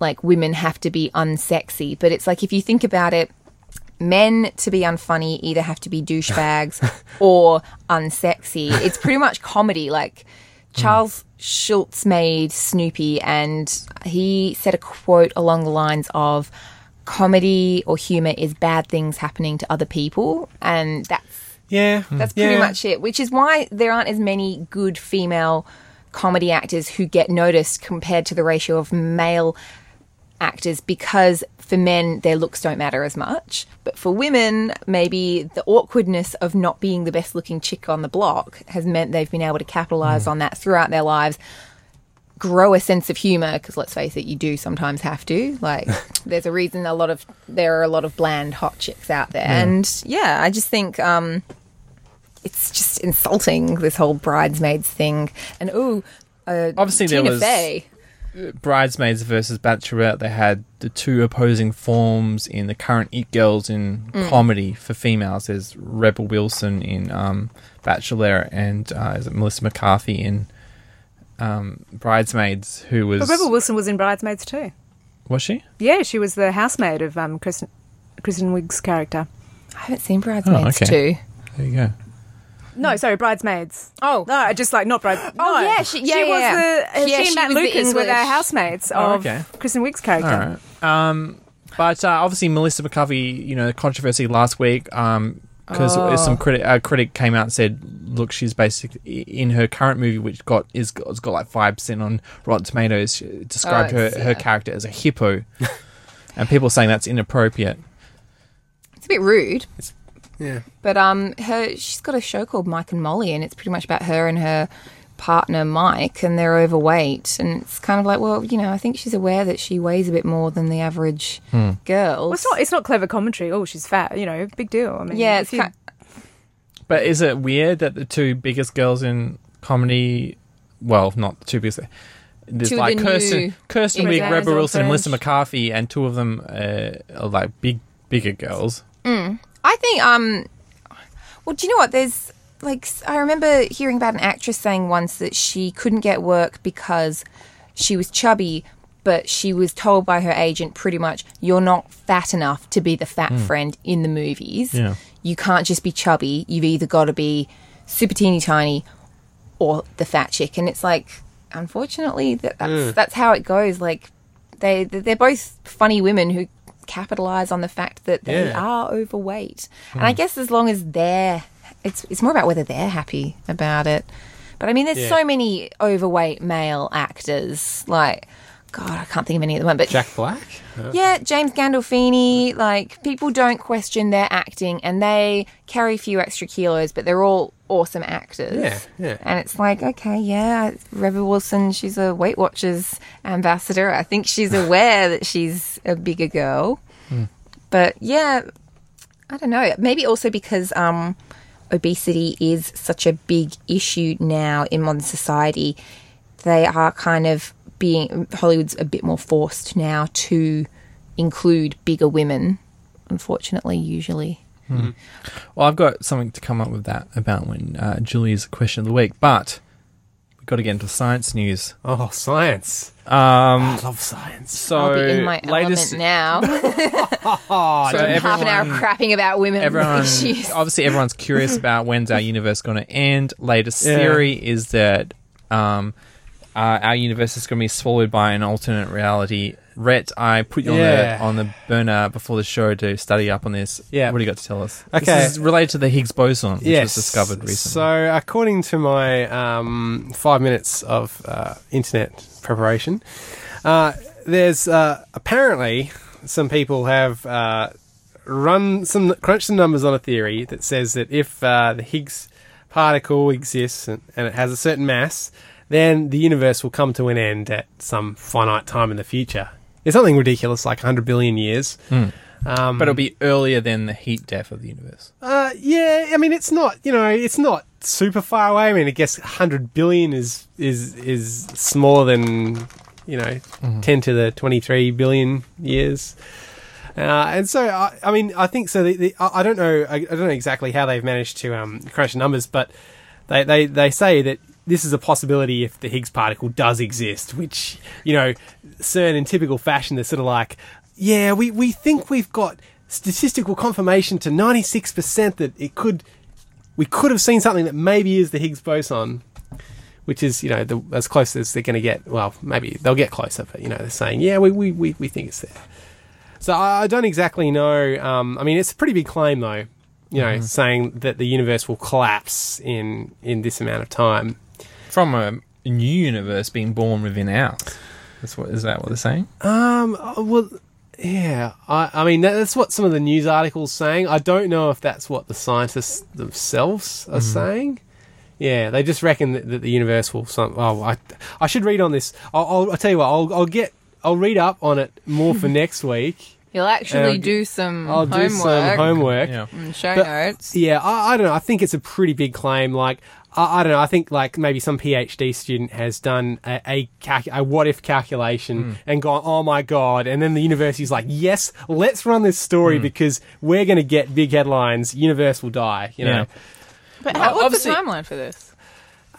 [SPEAKER 1] like women have to be unsexy but it's like if you think about it men to be unfunny either have to be douchebags or unsexy. It's pretty much comedy. Like Charles Schultz made Snoopy, and he said a quote along the lines of comedy or humor is bad things happening to other people, and that's
[SPEAKER 3] yeah,
[SPEAKER 1] that's pretty
[SPEAKER 3] yeah.
[SPEAKER 1] much it, which is why there aren't as many good female comedy actors who get noticed compared to the ratio of male actors because for men their looks don't matter as much but for women maybe the awkwardness of not being the best looking chick on the block has meant they've been able to capitalize on that throughout their lives grow a sense of humor because let's face it you do sometimes have to like there's a reason a lot of there are a lot of bland hot chicks out there and yeah i just think um it's just insulting this whole bridesmaids thing. And ooh, uh,
[SPEAKER 2] Obviously,
[SPEAKER 1] Tina
[SPEAKER 2] there was
[SPEAKER 1] Fey.
[SPEAKER 2] Bridesmaids versus Bachelorette. They had the two opposing forms in the current It Girls in
[SPEAKER 4] Mm.
[SPEAKER 2] comedy for females. There's Rebel Wilson in um, Bachelorette and uh, is it Melissa McCarthy in um, Bridesmaids, who was.
[SPEAKER 4] But Rebel Wilson was in Bridesmaids too.
[SPEAKER 2] was she?
[SPEAKER 4] Yeah, she was the housemaid of um, Kristen, Kristen Wiig's character.
[SPEAKER 1] I haven't seen bridesmaids
[SPEAKER 2] Oh, okay.
[SPEAKER 1] too.
[SPEAKER 2] There you go.
[SPEAKER 4] No, sorry, Bridesmaids.
[SPEAKER 1] Oh.
[SPEAKER 4] no, just like not Bridesmaids.
[SPEAKER 1] Oh, yeah, she- yeah, yeah,
[SPEAKER 4] was
[SPEAKER 1] yeah.
[SPEAKER 4] the uh,
[SPEAKER 1] Yeah,
[SPEAKER 4] she and
[SPEAKER 1] she
[SPEAKER 4] Matt
[SPEAKER 1] was the
[SPEAKER 4] Lucas were the
[SPEAKER 1] English-
[SPEAKER 4] housemates
[SPEAKER 2] Oh,
[SPEAKER 4] of
[SPEAKER 2] okay.
[SPEAKER 4] Kristen Wiig's character.
[SPEAKER 2] All right. Um, but uh, obviously, Melissa McCarthy, you know, the controversy last week because
[SPEAKER 1] Uh.
[SPEAKER 2] some critic a critic came out and said, look, she's basically in her current movie, which got is has got like five percent on Rotten Tomatoes, she described
[SPEAKER 1] Oh,
[SPEAKER 2] her
[SPEAKER 1] it's-
[SPEAKER 2] her
[SPEAKER 1] yeah.
[SPEAKER 2] character as a hippo, and people are saying that's inappropriate.
[SPEAKER 1] It's a bit rude,
[SPEAKER 3] Yeah,
[SPEAKER 1] but um, her she's got a show called Mike and Molly, and it's pretty much about her and her partner Mike, and they're overweight, and it's kind of like, well, you know, I think she's aware that she weighs a bit more than the average girl.
[SPEAKER 4] Well, it's not. It's not clever commentary. Oh, she's fat. You know, big deal. I mean,
[SPEAKER 1] yeah,
[SPEAKER 4] if
[SPEAKER 1] it's
[SPEAKER 4] you-
[SPEAKER 1] kind
[SPEAKER 2] But is it weird that the two biggest girls in comedy, well, not the two biggest, there's
[SPEAKER 1] Two of
[SPEAKER 2] like
[SPEAKER 1] the
[SPEAKER 2] Kirsten,
[SPEAKER 1] new
[SPEAKER 2] Kirsten Wiig,
[SPEAKER 1] English
[SPEAKER 2] Rebel
[SPEAKER 4] or
[SPEAKER 2] Wilson, and
[SPEAKER 4] French.
[SPEAKER 2] Melissa McCarthy, and two of them uh, are like big, bigger girls.
[SPEAKER 1] I think um well do you know what there's like s- I remember hearing about an actress saying once that she couldn't get work because she was chubby but she was told by her agent pretty much you're not fat enough to be the fat friend in the movies.
[SPEAKER 2] Yeah.
[SPEAKER 1] You can't just be chubby. You've either got to be super teeny tiny or the fat chick and it's like unfortunately that that's, that's how it goes like they they're both funny women who capitalize on the fact that they
[SPEAKER 3] Yeah.
[SPEAKER 1] are overweight and
[SPEAKER 3] Hmm.
[SPEAKER 1] i guess as long as they're it's it's more about whether they're happy about it but i mean there's
[SPEAKER 3] Yeah.
[SPEAKER 1] so many overweight male actors like god i can't think of any at the moment but
[SPEAKER 3] Jack Black.
[SPEAKER 1] yeah, James Gandolfini, like people don't question their acting and they carry a few extra kilos, but they're all awesome actors.
[SPEAKER 3] Yeah, yeah.
[SPEAKER 1] And it's like, okay, yeah, Rebel Wilson, she's a Weight Watchers ambassador. I think she's aware that she's a bigger girl.
[SPEAKER 3] Hmm.
[SPEAKER 1] But yeah, I don't know. Maybe also because um, obesity is such a big issue now in modern society, they are kind of being Hollywood's a bit more forced now to include bigger women. Unfortunately, usually
[SPEAKER 2] Well, I've got something to come up with that about when uh, Julia's question of the week, but we've got to get into science news.
[SPEAKER 3] Oh, science.
[SPEAKER 2] Um,
[SPEAKER 3] I love science.
[SPEAKER 2] so
[SPEAKER 1] I'll be in my
[SPEAKER 2] latest,
[SPEAKER 1] element now.
[SPEAKER 3] Oh,
[SPEAKER 2] so
[SPEAKER 1] Half an hour
[SPEAKER 2] everyone,
[SPEAKER 1] crapping about women
[SPEAKER 2] everyone,
[SPEAKER 1] issues.
[SPEAKER 2] obviously everyone's curious about when's our universe going to end. Latest
[SPEAKER 3] Yeah.
[SPEAKER 2] theory is that um, uh, our universe is going to be swallowed by an alternate reality. Rhett, I put you
[SPEAKER 3] Yeah.
[SPEAKER 2] on the on the burner before the show to study up on this.
[SPEAKER 3] Yeah.
[SPEAKER 2] what do you got to tell us?
[SPEAKER 3] Okay.
[SPEAKER 2] this is related to the Higgs boson, which was discovered recently.
[SPEAKER 3] So, according to my um, five minutes of uh, internet preparation, uh, there's uh, apparently some people have uh, run some crunched some numbers on a theory that says that if uh, the Higgs particle exists and, and it has a certain mass, then the universe will come to an end at some finite time in the future. It's something ridiculous, like 100 billion years. Um,
[SPEAKER 2] Hmm. But it'll be earlier than the heat death of the universe.
[SPEAKER 3] Uh, yeah, I mean, it's not you know, it's not super far away. I mean, I guess 100 billion is is is smaller than you know 10 to the 23 billion years. Uh, and so, I, I mean, I think so. The, the, I I don't know. I, I don't know exactly how they've managed to um, crunch numbers, but they, they, they say that this is a possibility if the Higgs particle does exist, which you know, CERN in typical fashion, they're sort of like, yeah, we, we think we've got statistical confirmation to ninety six percent that it could, we could have seen something that maybe is the Higgs boson, which is you know the, as close as they're going to get. Well, maybe they'll get closer, but you know they're saying, yeah, we we, we, we think it's there. So I, I don't exactly know. Um, I mean, it's a pretty big claim, though. You know, saying that the universe will collapse in in this amount of time.
[SPEAKER 2] From a new universe being born within ours. That's what is that what they're saying?
[SPEAKER 3] Um. uh, Well, yeah. I. I mean, that, that's what some of the news articles saying. I don't know if that's what the scientists themselves are saying. Yeah, they just reckon that, that the universe will. Some, oh, I. I should read on this. I'll. I'll, I'll tell you what. I'll. I'll get. I'll read up on it more for next week.
[SPEAKER 1] You'll actually
[SPEAKER 3] I'll
[SPEAKER 1] do some
[SPEAKER 3] I'll
[SPEAKER 1] homework.
[SPEAKER 3] do some homework.
[SPEAKER 2] Yeah.
[SPEAKER 1] and show
[SPEAKER 3] But-
[SPEAKER 1] notes.
[SPEAKER 3] Yeah, I, I don't know. I think it's a pretty big claim. Like, I, I don't know. I think like maybe some PhD student has done a a, calc- a what if
[SPEAKER 2] Hmm.
[SPEAKER 3] calculation and gone, oh my god, and then the university's like, yes, let's run this
[SPEAKER 2] Hmm.
[SPEAKER 3] story because we're going to get big headlines. Universe will die. You know.
[SPEAKER 1] But how, what's the
[SPEAKER 2] obviously-
[SPEAKER 1] timeline for this?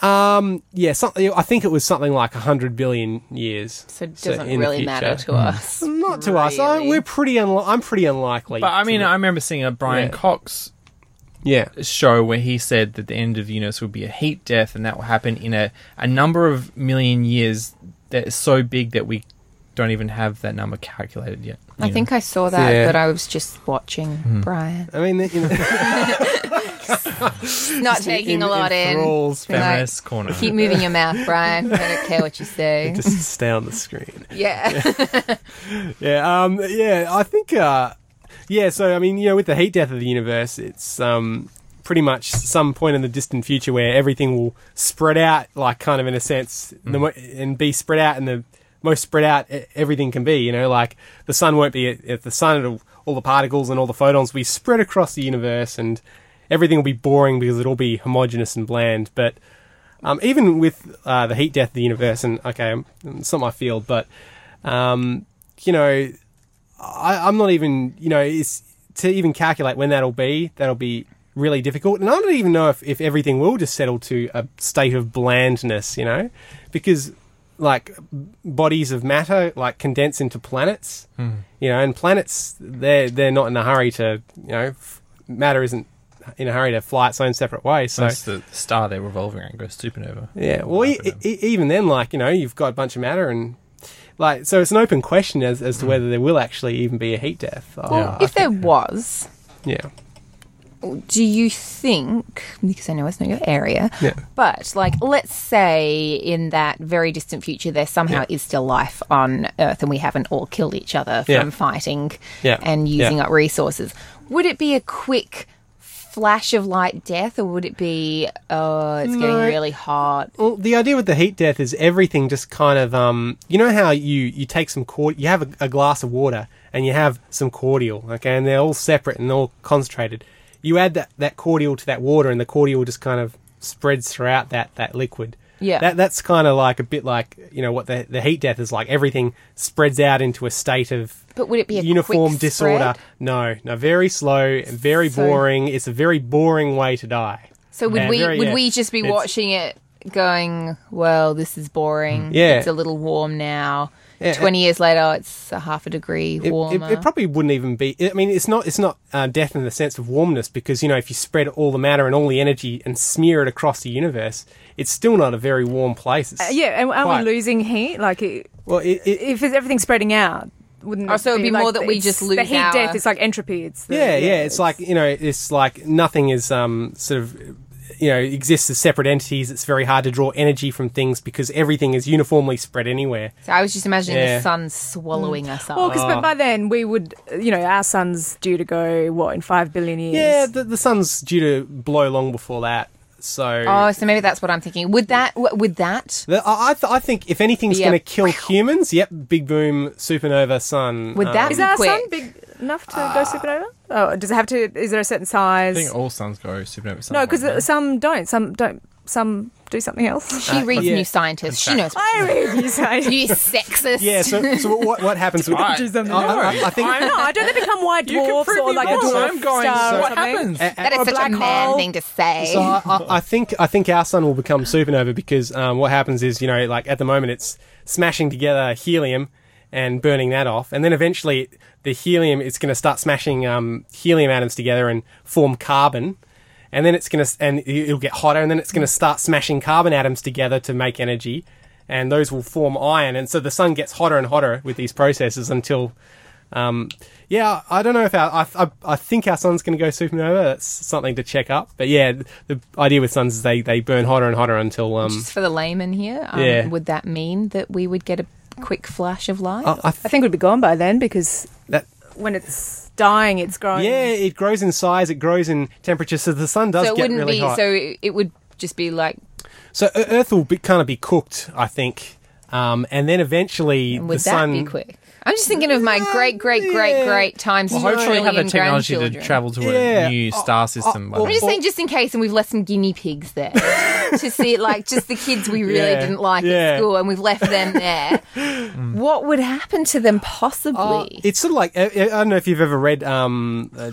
[SPEAKER 3] Um. Yeah. Something. I think it was something like hundred billion years.
[SPEAKER 1] So it
[SPEAKER 3] So
[SPEAKER 1] doesn't
[SPEAKER 3] in the
[SPEAKER 1] really matter
[SPEAKER 3] future.
[SPEAKER 1] to us.
[SPEAKER 3] Not to us. I,
[SPEAKER 1] Really.
[SPEAKER 3] we're pretty. Unli- I'm pretty unlikely.
[SPEAKER 2] But I
[SPEAKER 3] to
[SPEAKER 2] mean,
[SPEAKER 3] be-
[SPEAKER 2] I remember seeing a Brian
[SPEAKER 3] Yeah.
[SPEAKER 2] Cox
[SPEAKER 3] yeah.
[SPEAKER 2] show where he said that the end of the universe would be a heat death and that will happen in a, a number of million years that is so big that we don't even have that number calculated yet.
[SPEAKER 1] I
[SPEAKER 2] you
[SPEAKER 1] think I saw that,
[SPEAKER 3] Yeah.
[SPEAKER 1] but I was just watching Brian,
[SPEAKER 3] I mean, you know,
[SPEAKER 1] not taking
[SPEAKER 3] in-
[SPEAKER 1] a lot in.
[SPEAKER 3] enthralls
[SPEAKER 1] Being like,
[SPEAKER 2] feminist corner.
[SPEAKER 1] Keep moving your mouth, Brian. I don't care what you say.
[SPEAKER 3] just stay on the screen.
[SPEAKER 1] yeah.
[SPEAKER 3] Yeah, um, yeah, I think, uh, yeah, so, I mean, you know, with the heat death of the universe, it's um, pretty much some point in the distant future where everything will spread out, like, kind of in a sense, the mo- and be spread out in the most spread out e- everything can be, you know, like, the sun won't be at, at the sun, it'll, all the particles and all the photons will be spread across the universe, and everything will be boring because it'll be homogeneous and bland, but. Um, even with uh, the heat death of the universe, and okay, um, it's not my field, but um, you know, I, I'm not even, you know, it's, to even calculate when that'll be, that'll be really difficult. And I don't even know if, if everything will just settle to a state of blandness, you know, because like b- bodies of matter like condense into planets, you know, and planets they're they're not in a hurry to, you know, f- matter isn't in a hurry to fly its own separate way. So
[SPEAKER 2] That's the star they're revolving around goes supernova.
[SPEAKER 3] yeah. Well, e-
[SPEAKER 2] Happening.
[SPEAKER 3] e- even then, like you know, you've got a bunch of matter and like so, it's an open question as as to whether there will actually even be a heat death. Oh,
[SPEAKER 1] Well, if there was,
[SPEAKER 3] yeah.
[SPEAKER 1] do you think because i know it's not your area
[SPEAKER 3] Yeah.
[SPEAKER 1] but like let's say in that very distant future there somehow is still life on earth and we haven't all killed each other from
[SPEAKER 3] Yeah.
[SPEAKER 1] fighting
[SPEAKER 3] Yeah.
[SPEAKER 1] and
[SPEAKER 3] Yeah.
[SPEAKER 1] using up resources would it be a quick flash of light death or would it be oh it's getting
[SPEAKER 3] No.
[SPEAKER 1] really hot
[SPEAKER 3] Well, the idea with the heat death is everything just kind of um, you know how you you take some cord, you have a, a glass of water and you have some cordial, okay, and they're all separate and all concentrated. You add that that cordial to that water, and the cordial just kind of spreads throughout that that liquid.
[SPEAKER 1] Yeah.
[SPEAKER 3] That, that's kind of like a bit like, you know, what the, the heat death is like. Everything spreads out into a state of
[SPEAKER 1] But would it be a
[SPEAKER 3] uniform
[SPEAKER 1] quick
[SPEAKER 3] disorder.
[SPEAKER 1] spread?
[SPEAKER 3] No, no, very slow, very
[SPEAKER 1] So-
[SPEAKER 3] boring. It's a very boring way to die.
[SPEAKER 1] So would
[SPEAKER 3] Yeah,
[SPEAKER 1] we
[SPEAKER 3] very-
[SPEAKER 1] would
[SPEAKER 3] yeah.
[SPEAKER 1] we just be
[SPEAKER 3] It's-
[SPEAKER 1] watching it going, well, this is boring.
[SPEAKER 3] Yeah.
[SPEAKER 1] It's a little warm now.
[SPEAKER 3] Yeah,
[SPEAKER 1] 20 years later, it's a half a degree
[SPEAKER 3] It,
[SPEAKER 1] warmer.
[SPEAKER 3] it, it probably wouldn't even be. I mean, it's not. It's not uh, death in the sense of warmness because you know if you spread all the matter and all the energy and smear it across the universe, it's still not a very warm place. It's
[SPEAKER 4] Uh, yeah, and aren't
[SPEAKER 3] quite-
[SPEAKER 4] we losing heat? Like, it,
[SPEAKER 3] Well, it, it,
[SPEAKER 4] if it's everything spreading out, wouldn't
[SPEAKER 1] Oh,
[SPEAKER 4] it
[SPEAKER 1] so it'd be more that we
[SPEAKER 4] it's-
[SPEAKER 1] just
[SPEAKER 4] the
[SPEAKER 1] lose
[SPEAKER 4] heat
[SPEAKER 1] our-
[SPEAKER 4] death. It's like entropy. It's the,
[SPEAKER 3] yeah, yeah, It's, like you know, it's like nothing is um sort of you know exists as separate entities. It's very hard to draw energy from things because everything is uniformly spread anywhere.
[SPEAKER 1] so I was just imagining
[SPEAKER 3] Yeah.
[SPEAKER 1] the sun swallowing
[SPEAKER 3] Mm.
[SPEAKER 1] us up.
[SPEAKER 3] Oh,
[SPEAKER 1] Oh,
[SPEAKER 4] Well, because
[SPEAKER 2] ah.
[SPEAKER 4] but by then we would, uh, you know, our sun's due to go what in five billion years.
[SPEAKER 3] Yeah, the, the sun's due to blow long before that. So
[SPEAKER 1] oh, so maybe that's what I'm thinking. Would that w- would that
[SPEAKER 3] The- I, I, th- I think if anything's
[SPEAKER 1] Yeah.
[SPEAKER 3] going to kill humans, yep, big boom, supernova, sun. um,
[SPEAKER 1] Would that
[SPEAKER 4] is our
[SPEAKER 1] Quick.
[SPEAKER 4] sun big enough to go supernova? Oh, does it have to? Is there a certain
[SPEAKER 2] I
[SPEAKER 4] size?
[SPEAKER 2] Ah. think all suns go supernova.
[SPEAKER 4] no, because
[SPEAKER 2] somewhere.
[SPEAKER 4] some don't. Some don't. Some do something else.
[SPEAKER 1] she reads
[SPEAKER 3] Uh, yeah.
[SPEAKER 1] New Scientist? She knows.
[SPEAKER 4] I read you say.
[SPEAKER 1] you sexist.
[SPEAKER 3] Yeah, so, so what, what happens with
[SPEAKER 2] Right.
[SPEAKER 3] I, I- I think
[SPEAKER 4] No, I don't they become white
[SPEAKER 2] can
[SPEAKER 4] dwarfs
[SPEAKER 2] prove
[SPEAKER 4] or
[SPEAKER 2] me
[SPEAKER 4] like a
[SPEAKER 2] wrong.
[SPEAKER 4] dwarf
[SPEAKER 2] I'm going,
[SPEAKER 4] star
[SPEAKER 2] so
[SPEAKER 4] or
[SPEAKER 2] what
[SPEAKER 4] something?
[SPEAKER 2] happens?
[SPEAKER 3] a-
[SPEAKER 1] that
[SPEAKER 3] a
[SPEAKER 1] is such a
[SPEAKER 3] black
[SPEAKER 1] man
[SPEAKER 3] hole.
[SPEAKER 1] thing to say.
[SPEAKER 3] So I, I, I think I think our sun will become supernova because um, what happens is you know like at the moment it's smashing together helium and burning that off, and then eventually the helium it's going to start smashing um, helium atoms together and form carbon, and then it's going to and it'll get hotter, and then it's going to start smashing carbon atoms together to make energy, and those will form iron, and so the sun gets hotter and hotter with these processes until. Um, yeah, I don't know if our, I, I, I think our sun's going to go supernova. That's something to check up. But yeah, the idea with suns is they, they burn hotter and hotter until um.
[SPEAKER 1] just for the layman here, um,
[SPEAKER 3] Yeah.
[SPEAKER 1] would that mean that we would get a quick flash of light?
[SPEAKER 3] I, I
[SPEAKER 4] I
[SPEAKER 3] th-
[SPEAKER 4] think it would be gone by then because
[SPEAKER 3] that
[SPEAKER 4] when it's dying, it's growing.
[SPEAKER 3] yeah, it grows in size, it grows in temperature, so the sun does
[SPEAKER 1] so it
[SPEAKER 3] get
[SPEAKER 1] wouldn't
[SPEAKER 3] really
[SPEAKER 1] be.
[SPEAKER 3] hot.
[SPEAKER 1] So it, it would just be like
[SPEAKER 3] So E- Earth will be, kind of be cooked, I think, um, and then eventually
[SPEAKER 1] And
[SPEAKER 3] the
[SPEAKER 1] would
[SPEAKER 3] sun.
[SPEAKER 1] that be quick? I'm just thinking of my great, great, great,
[SPEAKER 3] yeah.
[SPEAKER 1] great times.
[SPEAKER 2] Well, hopefully, have
[SPEAKER 1] trillion
[SPEAKER 2] a technology to
[SPEAKER 1] grandchildren.
[SPEAKER 2] travel to
[SPEAKER 3] Yeah.
[SPEAKER 2] a new star system. by
[SPEAKER 3] oh,
[SPEAKER 1] I'm
[SPEAKER 2] then.
[SPEAKER 1] just saying, just in case, and we've left some guinea pigs there to see, like, just the kids we really
[SPEAKER 3] Yeah.
[SPEAKER 1] didn't like
[SPEAKER 3] Yeah.
[SPEAKER 1] at school, and we've left them there. What would happen to them
[SPEAKER 3] Uh,
[SPEAKER 1] possibly?
[SPEAKER 3] it's sort of like I, I don't know if you've ever read. Um, uh,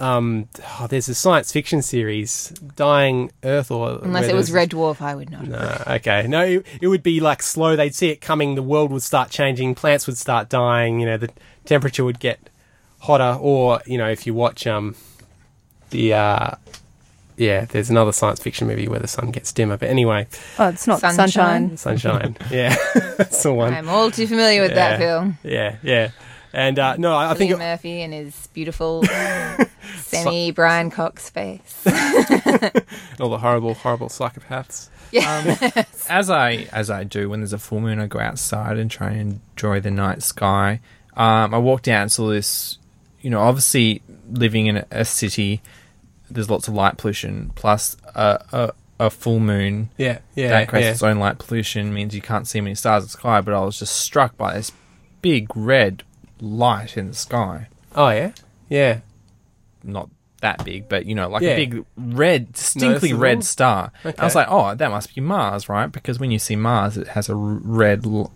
[SPEAKER 3] um, oh, there's a science fiction series, "Dying Earth," or
[SPEAKER 1] Unless
[SPEAKER 3] where
[SPEAKER 1] it was
[SPEAKER 3] there's-
[SPEAKER 1] Red Dwarf, I would not.
[SPEAKER 3] No, okay. No, it, it would be like slow. They'd see it coming. The world would start changing. Plants would start dying. You know, the temperature would get hotter. Or you know, if you watch um, the uh, yeah, there's another science fiction movie where the sun gets dimmer. But anyway,
[SPEAKER 4] Oh, it's not
[SPEAKER 1] Sunshine.
[SPEAKER 4] sunshine.
[SPEAKER 3] sunshine. yeah, that's the one.
[SPEAKER 1] I'm all too familiar with Um, that
[SPEAKER 3] Yeah.
[SPEAKER 1] film.
[SPEAKER 3] Yeah, yeah. And uh, no, I, I think
[SPEAKER 1] Cillian Murphy and his beautiful semi Brian Cox face.
[SPEAKER 3] all the horrible, horrible psychopaths.
[SPEAKER 2] as I as I do when there's a full moon, I go outside and try and enjoy the night sky. Um, I walk down to this, you know, obviously living in a, a city, there's lots of light pollution. Plus, a a, a full moon
[SPEAKER 3] Yeah, yeah,
[SPEAKER 2] that creates
[SPEAKER 3] yeah.
[SPEAKER 2] its own light pollution means you can't see many stars in the sky. But I was just struck by this big red light in the sky.
[SPEAKER 3] Oh yeah, yeah.
[SPEAKER 2] Not that big, but you know, like
[SPEAKER 3] Yeah.
[SPEAKER 2] a big red, distinctly
[SPEAKER 3] Noticeable?
[SPEAKER 2] red star. And I was
[SPEAKER 3] Okay.
[SPEAKER 2] like, oh, that must be Mars, right? Because when you see Mars, it has a r- red l-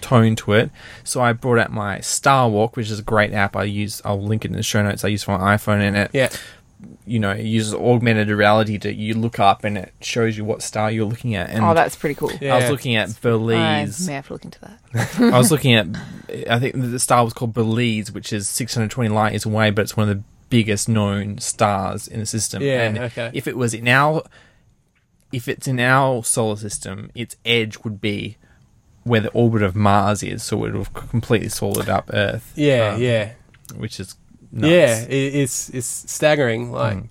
[SPEAKER 2] tone to it. So I brought out my Star Walk, which is a great app. I use. I'll link it in the show notes. I use for my iPhone, and it,
[SPEAKER 3] Yeah.
[SPEAKER 2] you know, it uses augmented reality to you look up, and it shows you what star you're looking at. And
[SPEAKER 1] Oh, that's pretty cool.
[SPEAKER 3] Yeah.
[SPEAKER 2] I was looking at Belize.
[SPEAKER 1] I may have to look into that.
[SPEAKER 2] I was looking at, I think the star was called Belize, which is 620 light years away, but it's one of the biggest known stars in the system.
[SPEAKER 3] Yeah,
[SPEAKER 2] and
[SPEAKER 3] okay.
[SPEAKER 2] If it was in our, if it's in our solar system, its edge would be where the orbit of Mars is, so it would have completely swallowed up Earth.
[SPEAKER 3] Yeah,
[SPEAKER 2] um,
[SPEAKER 3] yeah,
[SPEAKER 2] Which is nuts. Hmm.
[SPEAKER 3] yeah. It, it's it's staggering. Like,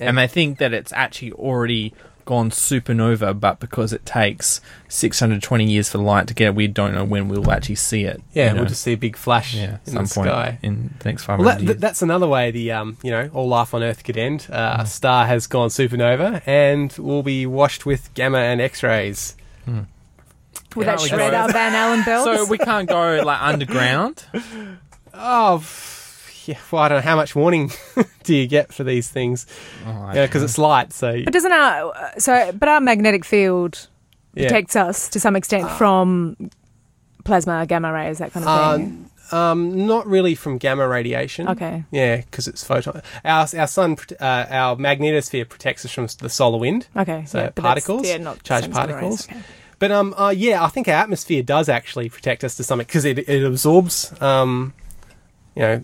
[SPEAKER 2] and they think that it's actually already gone supernova, but because it takes 620 years for light to get, we don't know when we'll actually see it.
[SPEAKER 3] yeah,
[SPEAKER 2] you know.
[SPEAKER 3] we'll just see a big flash
[SPEAKER 2] yeah,
[SPEAKER 3] in
[SPEAKER 2] some
[SPEAKER 3] the
[SPEAKER 2] point
[SPEAKER 3] sky.
[SPEAKER 2] in the next 500
[SPEAKER 3] Well, that,
[SPEAKER 2] years.
[SPEAKER 3] th- that's another way the um, you know all life on Earth could end. Uh, A star has gone supernova and will be washed with gamma and X-rays.
[SPEAKER 4] Would
[SPEAKER 2] Yeah,
[SPEAKER 4] that
[SPEAKER 2] we
[SPEAKER 4] shred
[SPEAKER 2] go.
[SPEAKER 4] our Van Allen belts?
[SPEAKER 2] So we can't go like underground.
[SPEAKER 3] Oh, f- yeah, well, I don't know how much warning do you get for these things?
[SPEAKER 2] I
[SPEAKER 3] Yeah, because it's light, so
[SPEAKER 4] But doesn't our uh, so but our magnetic field
[SPEAKER 3] yeah. Ah.
[SPEAKER 4] protects us to some extent from plasma, gamma rays, that kind of thing.
[SPEAKER 3] Um, um, not really from gamma radiation.
[SPEAKER 4] Okay.
[SPEAKER 3] Yeah, because it's photon. Our our sun, prote- uh, our magnetosphere protects us from the solar wind.
[SPEAKER 4] Okay.
[SPEAKER 3] So
[SPEAKER 4] yeah, but that's-
[SPEAKER 3] particles,
[SPEAKER 4] yeah, not
[SPEAKER 3] charged
[SPEAKER 4] same sort of rays,
[SPEAKER 3] particles.
[SPEAKER 4] okay.
[SPEAKER 3] But um, uh, yeah, I think our atmosphere does actually protect us to some because it it absorbs um, you know,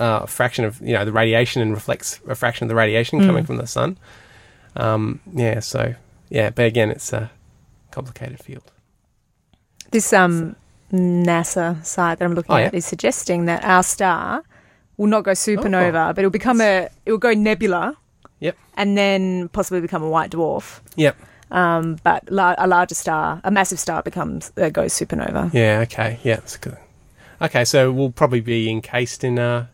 [SPEAKER 3] uh, a fraction of you know the radiation and reflects a fraction of the radiation
[SPEAKER 4] Mm.
[SPEAKER 3] coming from the sun. Um, yeah. So yeah, but again, it's a complicated field.
[SPEAKER 4] This um, NASA site that I'm looking
[SPEAKER 3] Oh,
[SPEAKER 4] at
[SPEAKER 3] yeah.
[SPEAKER 4] is suggesting that our star will not go supernova, but it'll become a it'll go nebula.
[SPEAKER 3] Oh. Yep.
[SPEAKER 4] And then possibly become a white dwarf.
[SPEAKER 3] Yep.
[SPEAKER 4] Um, but la- a larger star, a massive star, becomes uh, goes supernova.
[SPEAKER 3] Yeah. Okay. Yeah. That's good. Okay. So we'll probably be encased in. Uh,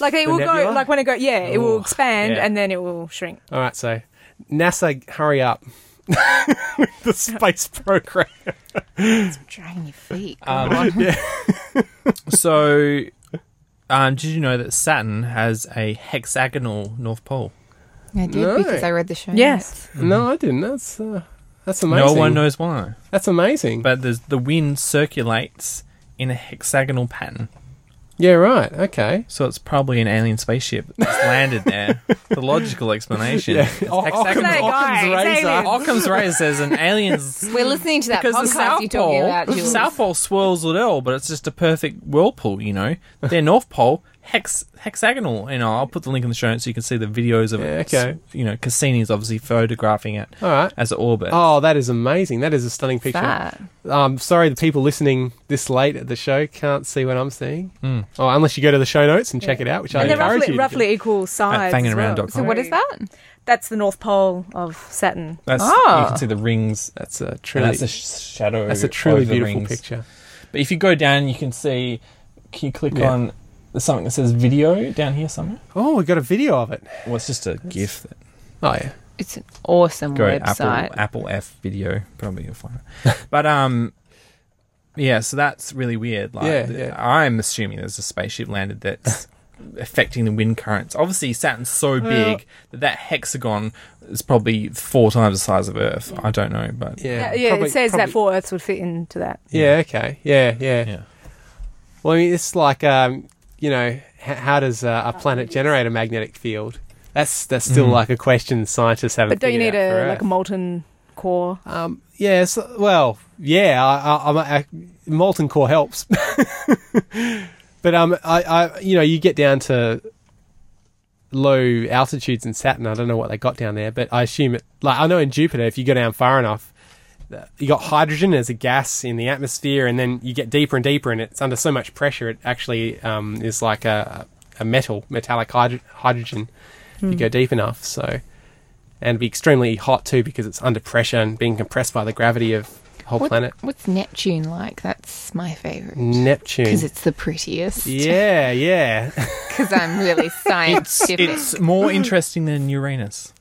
[SPEAKER 4] Like it
[SPEAKER 3] The
[SPEAKER 4] will go,
[SPEAKER 3] nebula?
[SPEAKER 4] like when it go, yeah, it will
[SPEAKER 3] Ooh,
[SPEAKER 4] expand
[SPEAKER 3] yeah.
[SPEAKER 4] and then it will shrink.
[SPEAKER 3] all right. So NASA, hurry up. the space program.
[SPEAKER 1] Dragging your feet.
[SPEAKER 3] Uh,
[SPEAKER 2] so, um, did you know that Saturn has a hexagonal north pole?
[SPEAKER 1] I did
[SPEAKER 3] No.
[SPEAKER 1] because I read the show.
[SPEAKER 4] Yes.
[SPEAKER 3] Mm-hmm. No, I didn't. That's uh, that's amazing.
[SPEAKER 2] No one knows why,
[SPEAKER 3] That's amazing.
[SPEAKER 2] but there's, the wind circulates in a hexagonal pattern.
[SPEAKER 3] yeah. Right. Okay.
[SPEAKER 2] So it's probably an alien spaceship that's landed there. the logical explanation.
[SPEAKER 3] Yeah.
[SPEAKER 2] It's
[SPEAKER 3] Oh,
[SPEAKER 2] hexagonal.
[SPEAKER 4] Occam's-
[SPEAKER 3] Occam's
[SPEAKER 4] guy, it's
[SPEAKER 3] razor.
[SPEAKER 4] alien.
[SPEAKER 2] Occam's razor says an alien's
[SPEAKER 1] We're listening to that
[SPEAKER 2] because the
[SPEAKER 1] podcast you're
[SPEAKER 2] South Pole,
[SPEAKER 1] talking about,
[SPEAKER 2] the
[SPEAKER 1] Jules.
[SPEAKER 2] South Pole swirls it all, but it's just a perfect whirlpool, you know. Their North Pole hex hexagonal, you know. I'll put the link in the show notes so you can see the videos of
[SPEAKER 3] Yeah,
[SPEAKER 2] it.
[SPEAKER 3] okay.
[SPEAKER 2] You know, Cassini's obviously photographing it
[SPEAKER 3] All right.
[SPEAKER 2] as it orbits.
[SPEAKER 3] Oh, that is amazing. That is a stunning picture.
[SPEAKER 1] that?
[SPEAKER 3] Um, sorry, the people listening this late at the show can't see what I'm seeing.
[SPEAKER 2] Hmm.
[SPEAKER 3] Mm. Oh, unless you go to the show notes and check it out, which I
[SPEAKER 4] And they're
[SPEAKER 3] encourage you.
[SPEAKER 4] roughly,
[SPEAKER 3] to
[SPEAKER 4] roughly equal size. as well.
[SPEAKER 2] fangingaround.com.
[SPEAKER 4] So
[SPEAKER 1] What is that?
[SPEAKER 4] That's the North Pole of Saturn.
[SPEAKER 2] That's
[SPEAKER 1] Ah.
[SPEAKER 2] you can see the rings.
[SPEAKER 3] do. That's a
[SPEAKER 2] And
[SPEAKER 3] truly,
[SPEAKER 2] that's a sh- shadow.
[SPEAKER 3] that's a truly
[SPEAKER 2] of the
[SPEAKER 3] beautiful
[SPEAKER 2] rings.
[SPEAKER 3] picture.
[SPEAKER 2] But if you go down, you can see. Can you click
[SPEAKER 3] Yeah.
[SPEAKER 2] on there's something that says video down here somewhere?
[SPEAKER 3] Oh, we got a video of it.
[SPEAKER 2] Well, it's just a GIF. That,
[SPEAKER 3] Oh yeah.
[SPEAKER 1] It's an awesome
[SPEAKER 2] go
[SPEAKER 1] website.
[SPEAKER 2] Apple Apple F video. Probably you'll find it. but um, yeah. So that's really weird. Like,
[SPEAKER 3] Yeah,
[SPEAKER 2] th-
[SPEAKER 3] yeah.
[SPEAKER 2] I'm assuming there's a spaceship landed that's affecting the wind currents. Obviously, Saturn's so big that that hexagon is probably four times the size of Earth. I don't know, but
[SPEAKER 3] Yeah.
[SPEAKER 4] Yeah, yeah,
[SPEAKER 3] Probably-
[SPEAKER 4] it says
[SPEAKER 3] probably-
[SPEAKER 4] that four Earths would fit into that.
[SPEAKER 3] Yeah. Okay. Yeah. Yeah.
[SPEAKER 2] Yeah.
[SPEAKER 3] Well, I mean, it's like um, you know, h- how does uh, a planet generate a magnetic field? That's that's still
[SPEAKER 2] Mhm.
[SPEAKER 3] like a question scientists haven't.
[SPEAKER 4] But don't you
[SPEAKER 3] figured
[SPEAKER 4] need
[SPEAKER 3] out for
[SPEAKER 4] a
[SPEAKER 3] Earth.
[SPEAKER 4] like a molten core?
[SPEAKER 3] Um, yeah, so, well, yeah, I, I, I'm a, I, molten core helps, but um, I, I, you know, you get down to low altitudes in Saturn. I don't know what they got down there, but I assume it. Like I know in Jupiter, if you go down far enough, th- you got hydrogen as a gas in the atmosphere, and then you get deeper and deeper, and it's under so much pressure, it actually um, is like a, a metal, metallic hydro- hydrogen. If you
[SPEAKER 1] Hmm.
[SPEAKER 3] go deep enough, so and it'd be extremely hot too because it's under pressure and being compressed by the gravity of the whole
[SPEAKER 1] What-
[SPEAKER 3] planet.
[SPEAKER 1] What's Neptune like? That's my favourite.
[SPEAKER 3] Neptune.
[SPEAKER 1] Because it's the prettiest.
[SPEAKER 3] yeah, yeah.
[SPEAKER 1] Because I'm really scientific.
[SPEAKER 2] It's more interesting than Uranus.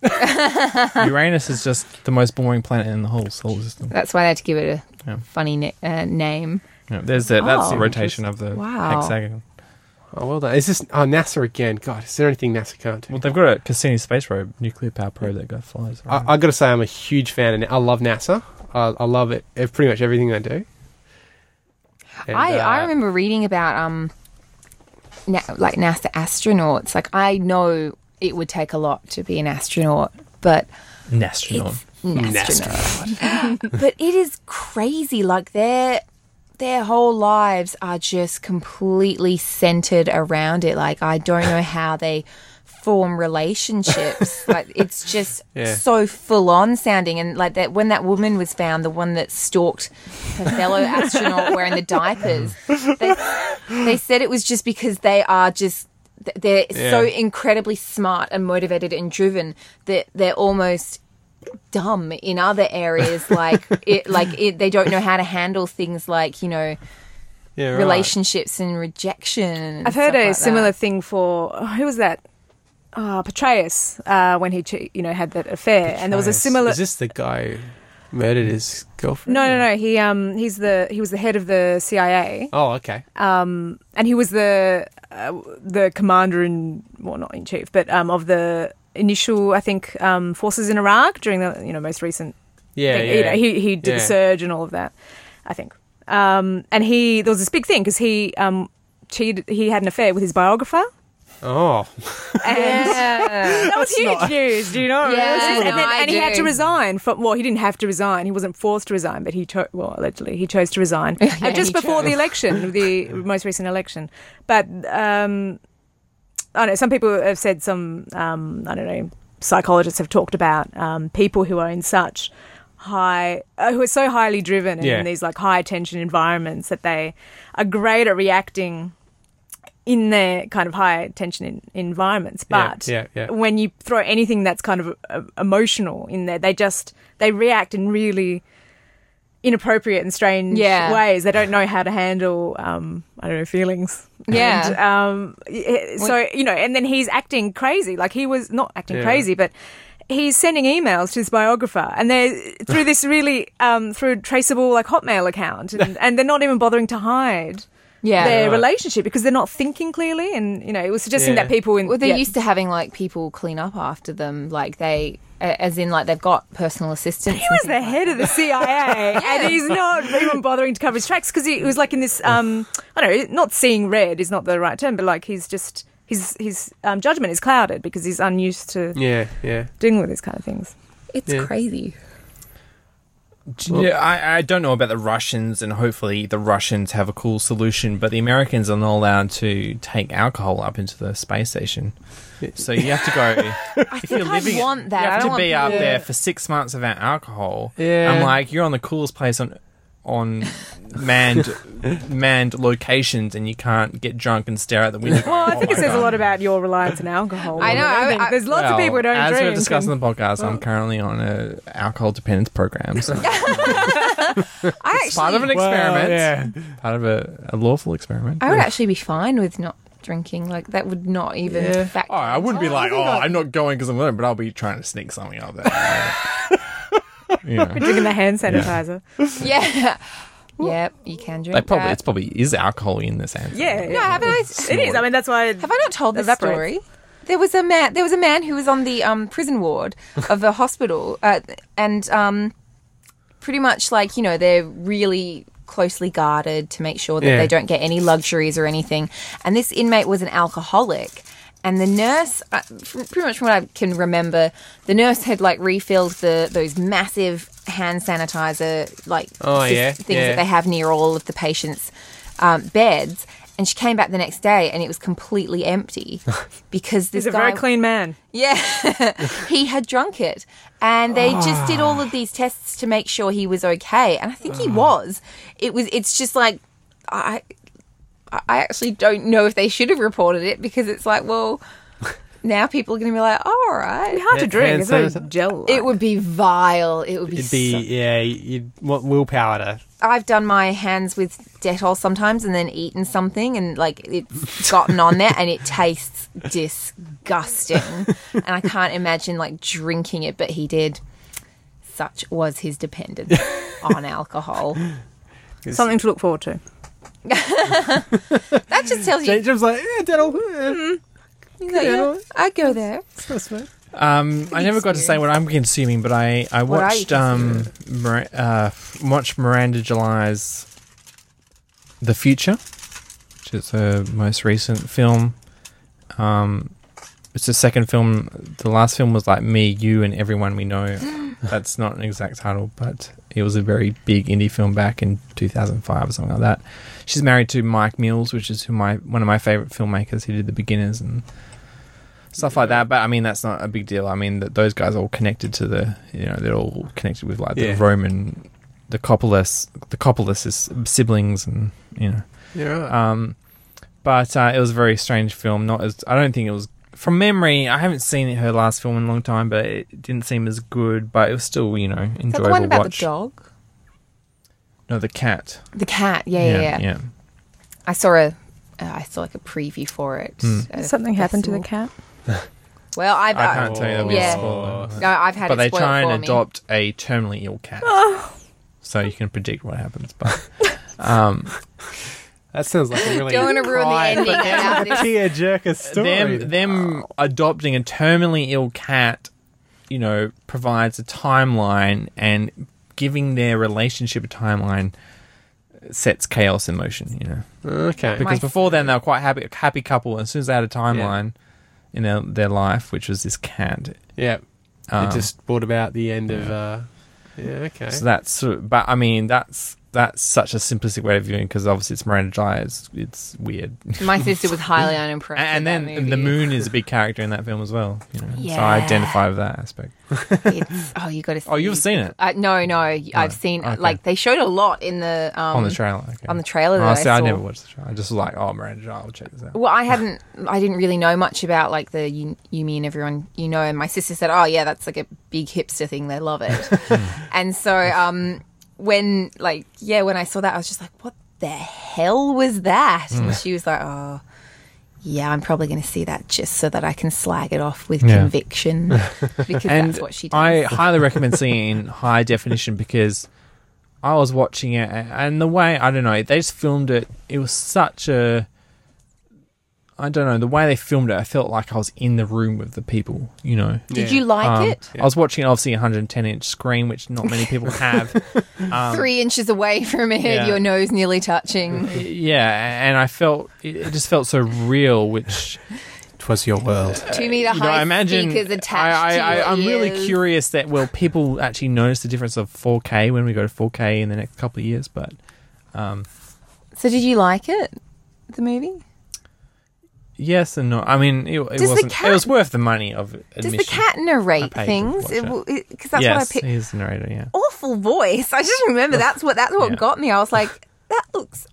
[SPEAKER 2] Uranus is just the most boring planet in the whole solar system.
[SPEAKER 1] That's why I had to give it a
[SPEAKER 2] Yeah.
[SPEAKER 1] funny na- uh, name.
[SPEAKER 2] Yeah, there's the, that's the
[SPEAKER 1] Oh,
[SPEAKER 2] rotation of the
[SPEAKER 1] wow.
[SPEAKER 2] hexagon.
[SPEAKER 3] Oh, well done. Is this oh NASA again? God, is there anything NASA can't do?
[SPEAKER 2] Well, they've got a Cassini space probe, nuclear power probe that guy flies.
[SPEAKER 3] I,
[SPEAKER 2] around.
[SPEAKER 3] I got to say, I'm a huge fan, and I love NASA. I, I love it, eh, pretty much everything they do. And,
[SPEAKER 1] I,
[SPEAKER 3] uh,
[SPEAKER 1] I remember reading about um, na- like NASA astronauts. Like I know it would take a lot to be an astronaut, but
[SPEAKER 2] An astronaut.
[SPEAKER 1] an astronaut. but it is crazy. Like their their whole lives are just completely centered around it. Like I don't know how they form relationships. like it's just
[SPEAKER 3] Yeah.
[SPEAKER 1] so full on sounding. And like that when that woman was found, the one that stalked her fellow astronaut wearing the diapers, they, they said it was just because they are just th- they're so
[SPEAKER 3] Yeah.
[SPEAKER 1] incredibly smart and motivated and driven that they're almost dumb in other areas like it like it, they don't know how to handle things like you know
[SPEAKER 3] yeah, right.
[SPEAKER 1] relationships and rejection and
[SPEAKER 4] I've heard
[SPEAKER 1] stuff
[SPEAKER 4] a
[SPEAKER 1] like
[SPEAKER 4] similar
[SPEAKER 1] that.
[SPEAKER 4] thing for oh, who was that? Ah, Uh, Petraeus, uh, when he che- you know had that affair, and there was a
[SPEAKER 3] Nice.
[SPEAKER 4] similar.
[SPEAKER 3] Is this the guy? murdered his girlfriend?
[SPEAKER 4] No, no, no. He um he's the he was the head of the CIA.
[SPEAKER 3] Oh, okay.
[SPEAKER 4] Um, and he was the uh, the commander in well not in chief, but um of the initial I think um forces in Iraq during the you know most recent
[SPEAKER 3] Yeah,
[SPEAKER 4] thing.
[SPEAKER 3] yeah.
[SPEAKER 4] You know, he he did the
[SPEAKER 3] Yeah.
[SPEAKER 4] surge and all of that. I think. Um, and he there was this big thing because he um cheated. He had an affair with his biographer.
[SPEAKER 3] oh,
[SPEAKER 4] And
[SPEAKER 1] Yeah.
[SPEAKER 4] that was huge news. Do you know? what I mean?
[SPEAKER 1] Yeah,
[SPEAKER 4] It was just-
[SPEAKER 1] no,
[SPEAKER 4] and, then-
[SPEAKER 1] I
[SPEAKER 4] and he had
[SPEAKER 1] do.
[SPEAKER 4] to resign from. Well, he didn't have to resign. He wasn't forced to resign, but he chose. Well, allegedly, he chose to resign
[SPEAKER 1] Yeah,
[SPEAKER 4] and just
[SPEAKER 1] he
[SPEAKER 4] before the
[SPEAKER 1] chose.
[SPEAKER 4] election, the most recent election. But um, I don't know. Some people have said some. Um, I don't know. Psychologists have talked about um, people who are in such high, uh, who are so highly driven and
[SPEAKER 3] Yeah.
[SPEAKER 4] in these like high tension environments that they are great at reacting in their kind of high tension in, environments.
[SPEAKER 3] Yeah,
[SPEAKER 4] But
[SPEAKER 3] yeah, yeah.
[SPEAKER 4] when you throw anything that's kind of uh, emotional in there, they just they react in really inappropriate and strange
[SPEAKER 1] Yeah.
[SPEAKER 4] ways. They don't know how to handle um, I don't know feelings.
[SPEAKER 1] Yeah.
[SPEAKER 4] And, um, y- so you know, and then he's acting crazy. Like he was not acting
[SPEAKER 3] Yeah.
[SPEAKER 4] crazy, but. He's sending emails to his biographer, and they're through this really um, through a traceable like Hotmail account, and, and they're not even bothering to hide
[SPEAKER 1] yeah.
[SPEAKER 4] their
[SPEAKER 3] Right.
[SPEAKER 4] relationship because they're not thinking clearly, and you know it was suggesting
[SPEAKER 3] Yeah.
[SPEAKER 4] that people in
[SPEAKER 1] Well, they're
[SPEAKER 4] yeah.
[SPEAKER 1] used to having like people clean up after them, like they, a- as in like they've got personal assistants.
[SPEAKER 4] he was the head of the CIA, and he's not even bothering to cover his tracks because he was like in this. Um, I don't know, not seeing red is not the right term, but like he's just his his um, judgment is clouded because he's unused to
[SPEAKER 3] yeah, yeah.
[SPEAKER 4] dealing with these kind of things.
[SPEAKER 1] It's
[SPEAKER 3] Yeah.
[SPEAKER 1] crazy.
[SPEAKER 2] yeah, I, I don't know about the Russians, and hopefully the Russians have a cool solution. But the Americans are not allowed to take alcohol up into the space station, so you have to go. if you're
[SPEAKER 1] I want that.
[SPEAKER 2] you
[SPEAKER 1] I don't
[SPEAKER 2] have to
[SPEAKER 1] want
[SPEAKER 2] be
[SPEAKER 1] people-
[SPEAKER 2] out there for six months without alcohol.
[SPEAKER 3] Yeah.
[SPEAKER 2] I'm like, you're on the coolest place on on manned manned locations, and you can't get drunk and stare out the window.
[SPEAKER 4] Well, I
[SPEAKER 2] Oh
[SPEAKER 4] think it
[SPEAKER 2] my
[SPEAKER 4] says a
[SPEAKER 2] God.
[SPEAKER 4] lot about your reliance on alcohol.
[SPEAKER 1] I know,
[SPEAKER 4] and
[SPEAKER 1] I-
[SPEAKER 4] everything.
[SPEAKER 1] I-
[SPEAKER 4] There's lots of
[SPEAKER 2] Well,
[SPEAKER 4] people who don't
[SPEAKER 2] as
[SPEAKER 4] drink.
[SPEAKER 2] we're discussing
[SPEAKER 4] and-
[SPEAKER 2] the podcast, I'm currently on a alcohol dependence program. So
[SPEAKER 1] I actually,
[SPEAKER 2] it's part of an
[SPEAKER 3] Well,
[SPEAKER 2] experiment.
[SPEAKER 3] yeah.
[SPEAKER 2] Part of a, a lawful experiment.
[SPEAKER 1] I would actually be fine with not drinking. Like that would not even
[SPEAKER 3] Yeah.
[SPEAKER 1] fact.
[SPEAKER 2] Oh, I wouldn't be like, oh,
[SPEAKER 3] I-
[SPEAKER 2] I'm not going because I'm alone, but I'll be trying to sneak something up there. yeah.
[SPEAKER 4] Drinking the hand sanitizer.
[SPEAKER 1] Yeah. yep. You can drink.
[SPEAKER 2] They probably,
[SPEAKER 1] that.
[SPEAKER 2] it's probably is alcohol in this answer.
[SPEAKER 4] Yeah,
[SPEAKER 1] No,
[SPEAKER 4] yeah.
[SPEAKER 1] haven't I?
[SPEAKER 4] it is. I mean, that's why.
[SPEAKER 1] Have I not told this
[SPEAKER 4] Evaporates.
[SPEAKER 1] story? There was a man. There was a man who was on the um, prison ward of a hospital, uh, and um, pretty much like you know they're really closely guarded to make sure that
[SPEAKER 3] Yeah.
[SPEAKER 1] they don't get any luxuries or anything. And this inmate was an alcoholic. And the nurse, uh, from, pretty much from what I can remember, the nurse had like refilled the those massive hand sanitizer like
[SPEAKER 3] Oh,
[SPEAKER 1] sys-
[SPEAKER 3] yeah,
[SPEAKER 1] things
[SPEAKER 3] yeah.
[SPEAKER 1] that they have near all of the patients' um, beds. And she came back the next day, and it was completely empty because this
[SPEAKER 4] He's a
[SPEAKER 1] guy,
[SPEAKER 4] very clean man.
[SPEAKER 1] yeah, he had drunk it, and they just did all
[SPEAKER 3] Ah.
[SPEAKER 1] of these tests to make sure he was okay. And I think he was. It was. It's just like I, I actually don't know if they should have reported it because it's like, well, now people are going to be like, oh, all right,
[SPEAKER 4] Hard to
[SPEAKER 3] Yeah,
[SPEAKER 4] drink.
[SPEAKER 3] hand
[SPEAKER 4] It's very
[SPEAKER 3] sanitizer.
[SPEAKER 4] gel.
[SPEAKER 1] it would be vile. It would be.
[SPEAKER 3] It'd be
[SPEAKER 1] so-
[SPEAKER 3] yeah. You'd want willpower to
[SPEAKER 1] I've done my hands with Dettol sometimes and then eaten something and like it's gotten on there and it tastes disgusting. and I can't imagine like drinking it, but he did. Such was his dependence on alcohol.
[SPEAKER 4] Something to look forward to.
[SPEAKER 1] That just tells you,
[SPEAKER 3] Jacob's like, yeah, Daniel,
[SPEAKER 4] Mm-hmm.
[SPEAKER 3] yeah,
[SPEAKER 1] you know, yeah, I go there.
[SPEAKER 3] it's not smart."
[SPEAKER 2] Um, I never got to say what I'm consuming, but I, I
[SPEAKER 1] What are you
[SPEAKER 2] watched um, Mir- uh, watched Miranda July's The Future, which is her most recent film. Um, it's the second film. The last film was like Me, You, and Everyone We Know. That's not an exact title, but it was a very big indie film back in 2005 or something like that. She's married to Mike Mills, which is who my one of my favorite filmmakers. He did The Beginners and stuff like that. But I mean, that's not a big deal. I mean, that those guys are all connected to the, you know, they're all connected with like
[SPEAKER 3] Yeah.
[SPEAKER 2] the Roman, the Coppolis, the Coppolis is siblings, and you know.
[SPEAKER 3] You're right.
[SPEAKER 2] Um, but uh, it was a very strange film. Not as I don't think it was from memory. I haven't seen her last film in a long time, but it didn't seem as good. But it was still, you know,
[SPEAKER 1] Is that
[SPEAKER 2] enjoyable
[SPEAKER 1] the one about
[SPEAKER 2] watch.
[SPEAKER 1] the dog?
[SPEAKER 2] No, the cat.
[SPEAKER 1] The cat, yeah, yeah, yeah.
[SPEAKER 2] yeah. yeah.
[SPEAKER 1] I saw a, uh, I saw like a preview for it. at a
[SPEAKER 4] Something happened to the
[SPEAKER 1] festival.
[SPEAKER 4] cat.
[SPEAKER 1] Well, I've
[SPEAKER 2] Hmm. I can't tell you that
[SPEAKER 1] uh,
[SPEAKER 2] be
[SPEAKER 1] yeah.
[SPEAKER 2] a spoiler.
[SPEAKER 1] No, I've had
[SPEAKER 2] but
[SPEAKER 1] it
[SPEAKER 2] they
[SPEAKER 1] spoiled
[SPEAKER 2] try
[SPEAKER 1] for
[SPEAKER 2] and
[SPEAKER 1] me. Oh.
[SPEAKER 2] adopt a terminally ill cat. so you can predict what happens. But
[SPEAKER 3] That sounds like a really
[SPEAKER 1] Don't want to ruin the ending. about this.
[SPEAKER 3] tear jerker story.
[SPEAKER 2] them them
[SPEAKER 1] Oh.
[SPEAKER 2] adopting a terminally ill cat, you know, provides a timeline and giving their relationship a timeline sets chaos in motion, you know.
[SPEAKER 3] okay.
[SPEAKER 2] Because
[SPEAKER 1] My-
[SPEAKER 2] before then they were quite happy happy couple and as soon as they had a timeline in their, their life, which was this cat,
[SPEAKER 3] yeah.
[SPEAKER 2] um,
[SPEAKER 3] it just brought about the end of. Uh, yeah. Okay.
[SPEAKER 1] Eh?
[SPEAKER 2] So that's sort of- but I mean that's that's such a simplistic way of viewing because obviously it's Miranda Dyer. It's, it's weird, and,
[SPEAKER 1] My sister was highly unimpressed. with
[SPEAKER 2] and then
[SPEAKER 1] that
[SPEAKER 2] the
[SPEAKER 1] movie.
[SPEAKER 2] moon is a big character in that film as well. You know, so I
[SPEAKER 1] Yeah.
[SPEAKER 2] identify with that aspect.
[SPEAKER 1] It's, oh, you got to.
[SPEAKER 2] Oh, you've seen it
[SPEAKER 1] Uh, no, no, I've seen
[SPEAKER 2] okay.
[SPEAKER 1] like they showed a lot in the um,
[SPEAKER 2] on the trailer. Okay.
[SPEAKER 1] on the trailer
[SPEAKER 2] Oh,
[SPEAKER 1] that I
[SPEAKER 2] see, I,
[SPEAKER 1] saw.
[SPEAKER 2] never watched the trailer. I just was like, oh, Miranda Dyer, I'll check this out.
[SPEAKER 1] Well, I hadn't, I didn't really know much about like the you, you me and everyone you know. And my sister said, "Oh yeah, that's like a big hipster thing. They love it." and so, um, when like yeah, when I saw that, I was just like, "What the hell was that?" And
[SPEAKER 2] Mm.
[SPEAKER 1] she was like, "Oh." Yeah, I'm probably going to see that just so that I can slag it off with
[SPEAKER 2] Yeah.
[SPEAKER 1] conviction because
[SPEAKER 2] and
[SPEAKER 1] that's what she does.
[SPEAKER 2] I highly recommend seeing it in high definition because I was watching it a- and the way I don't know they just filmed it. It was such a I don't know the way they filmed it. I felt like I was in the room with the people. You know,
[SPEAKER 1] Did
[SPEAKER 3] Yeah.
[SPEAKER 1] you like
[SPEAKER 2] Um,
[SPEAKER 1] it?
[SPEAKER 2] I was watching it obviously 110 inch screen, which not many people have.
[SPEAKER 1] Three inches away from it,
[SPEAKER 2] um, yeah.
[SPEAKER 1] your nose nearly touching.
[SPEAKER 2] yeah, and I felt it, it just felt so real, which
[SPEAKER 3] Twas your world.
[SPEAKER 1] Two meter
[SPEAKER 2] you know,
[SPEAKER 1] high
[SPEAKER 2] I imagine.
[SPEAKER 1] speakers attached
[SPEAKER 2] I, I,
[SPEAKER 1] to your
[SPEAKER 2] I, I'm really
[SPEAKER 1] ears.
[SPEAKER 2] curious that will people actually notice the difference of 4K when we go to 4K in the next couple of years, but. Um,
[SPEAKER 1] So, did you like it, the movie?
[SPEAKER 2] Yes and no. I mean, it, it
[SPEAKER 1] the
[SPEAKER 2] wasn't.
[SPEAKER 1] cat-
[SPEAKER 2] it was worth the money of admission.
[SPEAKER 1] Does the cat
[SPEAKER 2] I
[SPEAKER 1] narrate
[SPEAKER 2] paid to
[SPEAKER 1] things?
[SPEAKER 2] watch it.
[SPEAKER 1] Because that's
[SPEAKER 2] yes,
[SPEAKER 1] what I picked.
[SPEAKER 2] he's the narrator. Yeah.
[SPEAKER 1] Awful voice. I just remember that's what that's what
[SPEAKER 2] Yeah.
[SPEAKER 1] got me. I was like, that looks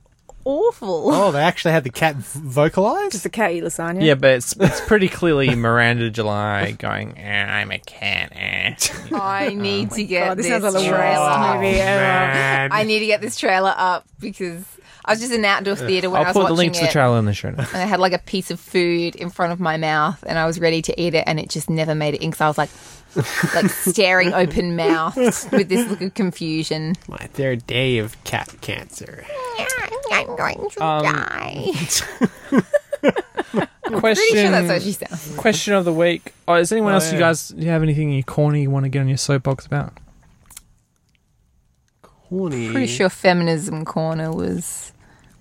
[SPEAKER 1] awful.
[SPEAKER 3] Oh, they actually had the cat vocalized.
[SPEAKER 4] Just a cat eat lasagna.
[SPEAKER 2] Yeah, but it's it's pretty clearly Miranda July going. Eh, I'm a cat. Eh.
[SPEAKER 1] I need
[SPEAKER 2] Oh
[SPEAKER 1] to get
[SPEAKER 4] God, Oh, this
[SPEAKER 1] this,
[SPEAKER 4] sounds like the
[SPEAKER 1] trailer.
[SPEAKER 4] worst
[SPEAKER 1] up.
[SPEAKER 4] movie ever.
[SPEAKER 1] I need to get this trailer up because I was just in an outdoor theater when I
[SPEAKER 2] I'll
[SPEAKER 1] was
[SPEAKER 2] put the
[SPEAKER 1] watching
[SPEAKER 2] link to the
[SPEAKER 1] it.
[SPEAKER 2] trailer in the show notes.
[SPEAKER 1] and I had like a piece of food in front of my mouth, and I was ready to eat it, and it just never made it in. Because I was like, like staring open mouthed with this look of confusion.
[SPEAKER 3] My third day of cat cancer.
[SPEAKER 1] I'm going to die. Pretty
[SPEAKER 2] Question.
[SPEAKER 1] sure that's what she sounds.
[SPEAKER 2] question of the week. Oh, is anyone
[SPEAKER 3] Oh,
[SPEAKER 2] else?
[SPEAKER 3] yeah.
[SPEAKER 2] You guys, you have anything you corny you want to get on your soapbox about?
[SPEAKER 3] Horny.
[SPEAKER 1] Pretty sure feminism corner was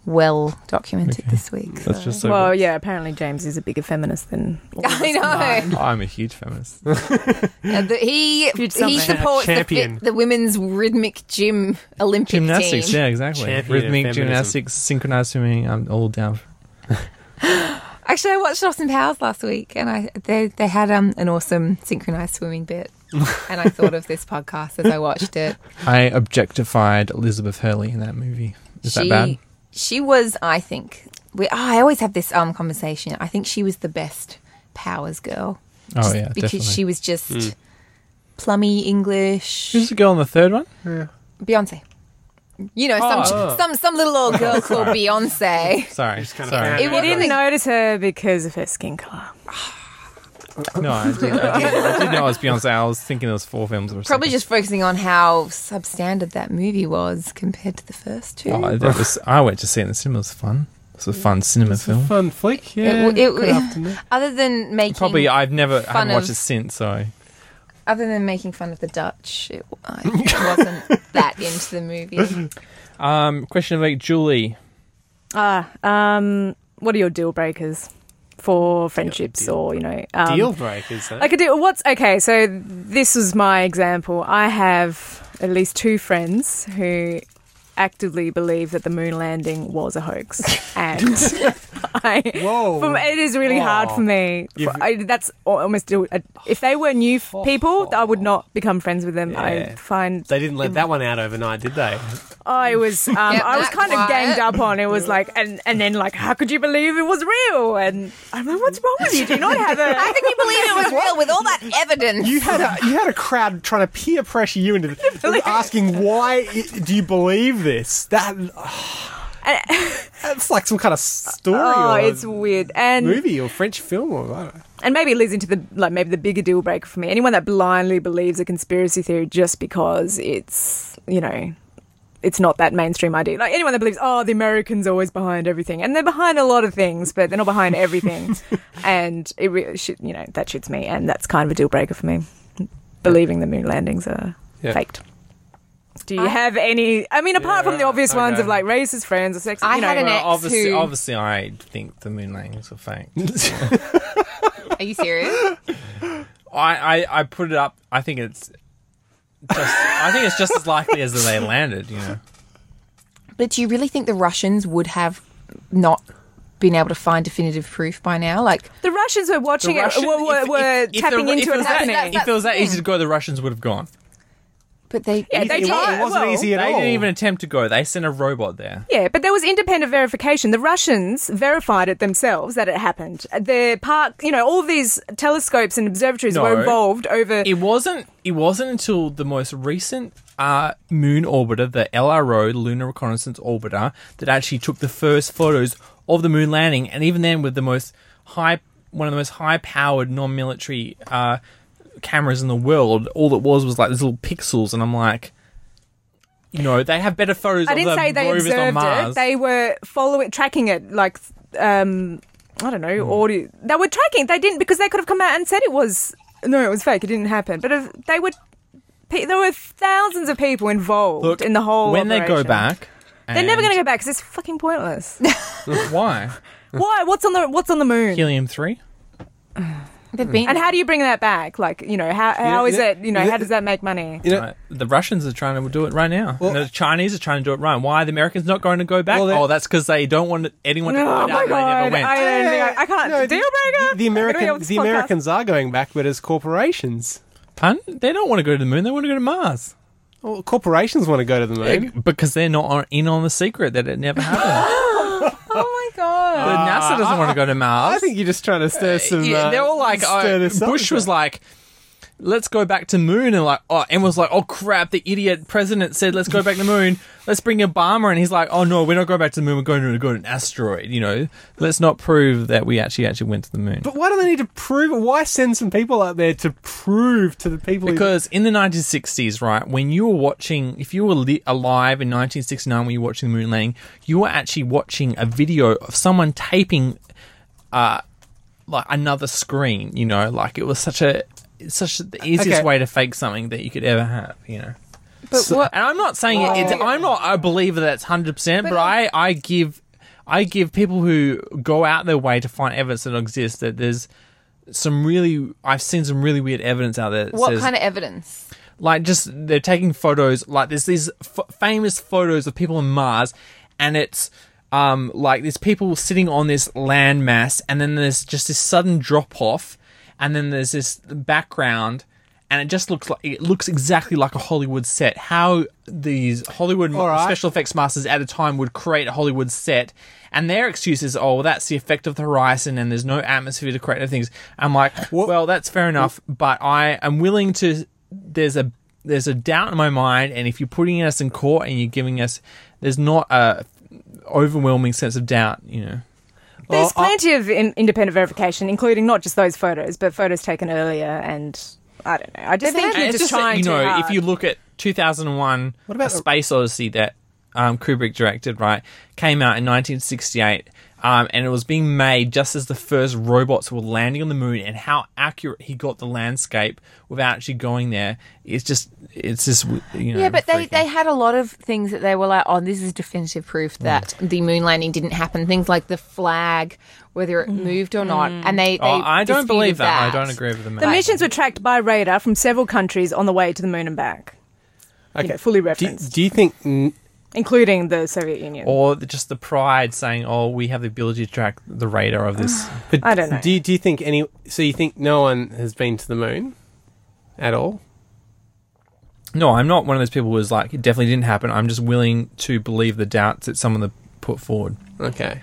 [SPEAKER 1] well documented
[SPEAKER 2] Okay.
[SPEAKER 1] this week.
[SPEAKER 2] That's
[SPEAKER 1] so-
[SPEAKER 2] just so.
[SPEAKER 4] Well, yeah, apparently James is a bigger feminist than. all of us
[SPEAKER 1] I know.
[SPEAKER 2] Oh, I'm a huge feminist.
[SPEAKER 1] Uh, the- he he
[SPEAKER 4] something.
[SPEAKER 1] supports the,
[SPEAKER 3] Champion.
[SPEAKER 1] fit, the women's rhythmic gym Olympic
[SPEAKER 2] Gymnastics,
[SPEAKER 1] team.
[SPEAKER 2] yeah, exactly.
[SPEAKER 3] Champion of
[SPEAKER 2] Rhythmic
[SPEAKER 3] feminism.
[SPEAKER 2] gymnastics, synchronized swimming. I'm all down. for-
[SPEAKER 1] Actually, I watched Austin Powers last week, and I they they had um an awesome synchronized swimming bit, and I thought of this podcast as I watched it.
[SPEAKER 2] I objectified Elizabeth Hurley in that movie. Is that bad?
[SPEAKER 1] She was, I think. We, oh, I always have this um conversation. I think she was the best Powers girl.
[SPEAKER 2] Oh
[SPEAKER 1] Just
[SPEAKER 2] yeah,
[SPEAKER 1] because
[SPEAKER 2] definitely. Hmm.
[SPEAKER 1] she was just plummy English.
[SPEAKER 2] Who's the girl in the third one?
[SPEAKER 1] Beyonce. You know, some
[SPEAKER 2] Oh.
[SPEAKER 1] some some little old girl called Beyonce.
[SPEAKER 2] Sorry,
[SPEAKER 3] kind of
[SPEAKER 2] sorry.
[SPEAKER 3] found-
[SPEAKER 1] It
[SPEAKER 4] You didn't
[SPEAKER 1] wasn't-
[SPEAKER 4] notice her because of her skin color.
[SPEAKER 2] No, I did, I, did, I did know it was Beyonce. I was thinking there was four films. Or
[SPEAKER 1] Probably just focusing on how substandard that movie was compared to the first two.
[SPEAKER 2] Oh, that was. I went to see it in the cinema. It was fun. It's a fun cinema film.
[SPEAKER 3] Fun flick. Yeah.
[SPEAKER 1] It w- it
[SPEAKER 3] good
[SPEAKER 1] w-
[SPEAKER 3] afternoon.
[SPEAKER 1] other than making
[SPEAKER 2] Probably uh, I've never I
[SPEAKER 1] fun
[SPEAKER 2] haven't watched
[SPEAKER 1] of-
[SPEAKER 2] it since. So
[SPEAKER 1] other than making fun of the Dutch, it, I wasn't that into the movie.
[SPEAKER 2] um, question of the week, Julie.
[SPEAKER 4] Ah, um, what are your deal breakers for friendships or you know um,
[SPEAKER 3] Deal breakers. huh?
[SPEAKER 4] Like a deal. What's okay? So this was my example. I have at least two friends who actively believe that the moon landing was a hoax, and I.
[SPEAKER 3] Whoa.
[SPEAKER 4] From, it is really hard
[SPEAKER 3] Wow.
[SPEAKER 4] for me.
[SPEAKER 3] You've-
[SPEAKER 4] I, that's al- almost. do- uh, If they were new f- people, I would not become friends with them.
[SPEAKER 3] Yeah.
[SPEAKER 4] I find
[SPEAKER 3] They didn't let that one out overnight, did they?
[SPEAKER 4] I was um,
[SPEAKER 1] Get
[SPEAKER 4] I was
[SPEAKER 1] that
[SPEAKER 4] kind of
[SPEAKER 1] quiet.
[SPEAKER 4] ganged up on. It was like, and and then like, how could you believe it was real? And I'm like, what's wrong with you? Do you not have
[SPEAKER 1] How
[SPEAKER 4] a?
[SPEAKER 1] can you believe it was real with all that evidence?
[SPEAKER 3] You had a you had a crowd trying to peer pressure you into asking why i- do you believe this? That It's like some kind of story
[SPEAKER 4] Oh,
[SPEAKER 3] or
[SPEAKER 4] it's weird. And
[SPEAKER 3] movie or French film or I don't know.
[SPEAKER 4] and maybe it leads into the like maybe the bigger deal breaker for me. Anyone that blindly believes a conspiracy theory just because it's you know it's not that mainstream idea. Like anyone that believes, oh, the Americans are always behind everything, and they're behind a lot of things, but they're not behind everything. and it re- shit, you know that shits me, and that's kind of a deal breaker for me. Believing the moon landings are
[SPEAKER 3] Yeah.
[SPEAKER 4] faked. Do you have any? I mean, apart from the
[SPEAKER 2] Yeah,
[SPEAKER 4] obvious ones
[SPEAKER 2] okay.
[SPEAKER 4] of like racist friends or sex.
[SPEAKER 1] I
[SPEAKER 4] you know,
[SPEAKER 1] had an ex
[SPEAKER 2] obviously,
[SPEAKER 1] who.
[SPEAKER 2] obviously, I think the moon landings are fake.
[SPEAKER 1] Are you serious?
[SPEAKER 2] I, I, I put it up. I think it's just. I think it's just as likely as that they landed. You know.
[SPEAKER 1] But do you really think the Russians would have not been able to find definitive proof by now? Like,
[SPEAKER 4] the Russians were watching it, were, were,
[SPEAKER 2] if-
[SPEAKER 4] were
[SPEAKER 2] if- if
[SPEAKER 4] tapping
[SPEAKER 2] the- if
[SPEAKER 4] into
[SPEAKER 2] it
[SPEAKER 4] it
[SPEAKER 2] was that-
[SPEAKER 4] happening.
[SPEAKER 2] If it was that easy to go, the Russians would have gone.
[SPEAKER 1] but they.
[SPEAKER 4] Yeah,
[SPEAKER 3] It,
[SPEAKER 4] they
[SPEAKER 3] it
[SPEAKER 4] tried.
[SPEAKER 3] wasn't
[SPEAKER 4] well,
[SPEAKER 3] easy at
[SPEAKER 2] They
[SPEAKER 3] all.
[SPEAKER 2] didn't even attempt to go. They sent a robot there.
[SPEAKER 4] Yeah, but there was independent verification. The Russians verified it themselves that it happened. The park, you know, all these telescopes and observatories
[SPEAKER 2] No.
[SPEAKER 4] were involved over.
[SPEAKER 2] It wasn't. It wasn't until the most recent uh, moon orbiter, the LRO, Lunar Reconnaissance Orbiter, that actually took the first photos of the moon landing, and even then with the most high, one of the most high-powered non-military uh, cameras in the world, all it was was like these little pixels, and I'm like. You know, they have better photos
[SPEAKER 4] I
[SPEAKER 2] of the
[SPEAKER 4] didn't say they
[SPEAKER 2] rovers on
[SPEAKER 4] observed
[SPEAKER 2] Mars.
[SPEAKER 4] it. They were following, tracking it, like, um, I don't
[SPEAKER 2] Hmm.
[SPEAKER 4] know, audio. They were tracking. They didn't because they could have come out and said it was no, it was fake. It didn't happen. But if they were, pe- there were thousands of people involved in the whole.
[SPEAKER 2] when they go
[SPEAKER 4] operation.
[SPEAKER 2] back,
[SPEAKER 4] they're never going to go back because it's fucking pointless.
[SPEAKER 2] to. Why
[SPEAKER 4] Why? What's on the What's on the moon?
[SPEAKER 2] helium three?
[SPEAKER 1] They've been.
[SPEAKER 4] And how do you bring that back? Like, you know, how
[SPEAKER 3] Yeah,
[SPEAKER 4] how is
[SPEAKER 3] yeah,
[SPEAKER 4] it? You know,
[SPEAKER 3] yeah.
[SPEAKER 4] how does that make money?
[SPEAKER 3] You know,
[SPEAKER 2] Right. The Russians are trying to do it right now. and the Chinese are trying to do it right. Why are the Americans not going to go back?
[SPEAKER 3] Well, they-
[SPEAKER 2] oh, that's because they don't want anyone to
[SPEAKER 4] Oh
[SPEAKER 2] find
[SPEAKER 4] my
[SPEAKER 2] out that they
[SPEAKER 4] god!
[SPEAKER 2] never went.
[SPEAKER 4] I don't think I, I can't
[SPEAKER 3] No,
[SPEAKER 4] deal breaker.
[SPEAKER 3] The, the
[SPEAKER 4] I'm gonna be
[SPEAKER 3] American,
[SPEAKER 4] on this
[SPEAKER 3] the
[SPEAKER 4] podcast.
[SPEAKER 3] Americans are going back, but as corporations,
[SPEAKER 2] Pun? They don't want to go to the moon. They want to go to Mars
[SPEAKER 3] well, corporations want to go to the moon.
[SPEAKER 2] because they're not on, in on the secret that it never happened.
[SPEAKER 1] oh my god!
[SPEAKER 2] the NASA doesn't want to go to Mars.
[SPEAKER 3] I think you're just trying to stir some.
[SPEAKER 2] Yeah,
[SPEAKER 3] uh,
[SPEAKER 2] they're all like,
[SPEAKER 3] stir
[SPEAKER 2] oh,
[SPEAKER 3] this up.
[SPEAKER 2] Bush was like, let's go back to moon, and like, oh, and was like, oh crap, the idiot president said let's go back to the moon. Let's bring Obama, and he's like, oh no, we're not going back to the moon. We're going to go to an asteroid. You know, let's not prove that we actually actually went to the moon.
[SPEAKER 3] But why do they need to prove it? Why send some people out there to prove to the people? who-
[SPEAKER 2] Because in the 1960s, right, when you were watching, if you were li- alive in 1969 when you were watching the moon landing, you were actually watching a video of someone taping, uh, like another screen. You know, like it was such a it's such the easiest
[SPEAKER 3] Okay.
[SPEAKER 2] way to fake something that you could ever have. You know.
[SPEAKER 1] But what?
[SPEAKER 2] And I'm not saying it, it's, I'm not a believer that's 100%, but, I, I give I give people who go out their way to find evidence that don't exist that there's some really I've seen some really weird evidence out there. That
[SPEAKER 1] What
[SPEAKER 2] says,
[SPEAKER 1] kind of evidence?
[SPEAKER 2] like just they're taking photos like there's these f- famous photos of people on mars and it's um like there's people sitting on this landmass and then there's just this sudden drop off and then there's this background and it just looks like it looks exactly like a Hollywood set. How these Hollywood
[SPEAKER 3] All right.
[SPEAKER 2] special effects masters at a time would create a Hollywood set, and their excuse is, "Oh, well, that's the effect of the horizon, and there's no atmosphere to create other things." I'm like, "Well, that's fair enough, but I am willing to." There's a there's a doubt in my mind, and if you're putting us in court and you're giving us, there's not a overwhelming sense of doubt, you know.
[SPEAKER 4] There's
[SPEAKER 3] Well, I-
[SPEAKER 4] plenty of in, independent verification, including not just those photos, but photos taken earlier. And I don't know. I just
[SPEAKER 1] But
[SPEAKER 4] think
[SPEAKER 1] that-
[SPEAKER 4] you're
[SPEAKER 2] And
[SPEAKER 4] just,
[SPEAKER 2] it's that,
[SPEAKER 4] trying
[SPEAKER 2] you know,
[SPEAKER 4] too hard.
[SPEAKER 2] if you look at 2001,
[SPEAKER 3] What about
[SPEAKER 2] a
[SPEAKER 3] the-
[SPEAKER 2] Space Odyssey that um, Kubrick directed, right, came out in 1968, um, and it was being made just as the first robots were landing on the moon, and how accurate he got the landscape without actually going there. It's just, it's just, you know.
[SPEAKER 1] Yeah, but they,
[SPEAKER 2] freaking-
[SPEAKER 1] they had a lot of things that they were like, oh, this is definitive
[SPEAKER 2] Mm.
[SPEAKER 1] proof that the moon landing didn't happen. Things like the flag, whether it moved or not, and they. they
[SPEAKER 2] Oh, I don't
[SPEAKER 1] disputed
[SPEAKER 2] believe that.
[SPEAKER 1] that.
[SPEAKER 2] I don't agree with them.
[SPEAKER 4] the missions were tracked by radar from several countries on the way to the moon and back,
[SPEAKER 3] okay.
[SPEAKER 4] you know, fully
[SPEAKER 3] do,
[SPEAKER 4] referenced,
[SPEAKER 3] do you Oh. think? mm,
[SPEAKER 4] including the Soviet Union.
[SPEAKER 2] Or the- just the pride saying, oh, we have the ability to track the radar of this.
[SPEAKER 3] But
[SPEAKER 4] I don't know.
[SPEAKER 3] Do you, do you think any? So you think no one has been to the moon at all?
[SPEAKER 2] No, I'm not one of those people who's like, it definitely didn't happen. I'm just willing to believe the doubts that someone put forward.
[SPEAKER 3] Okay.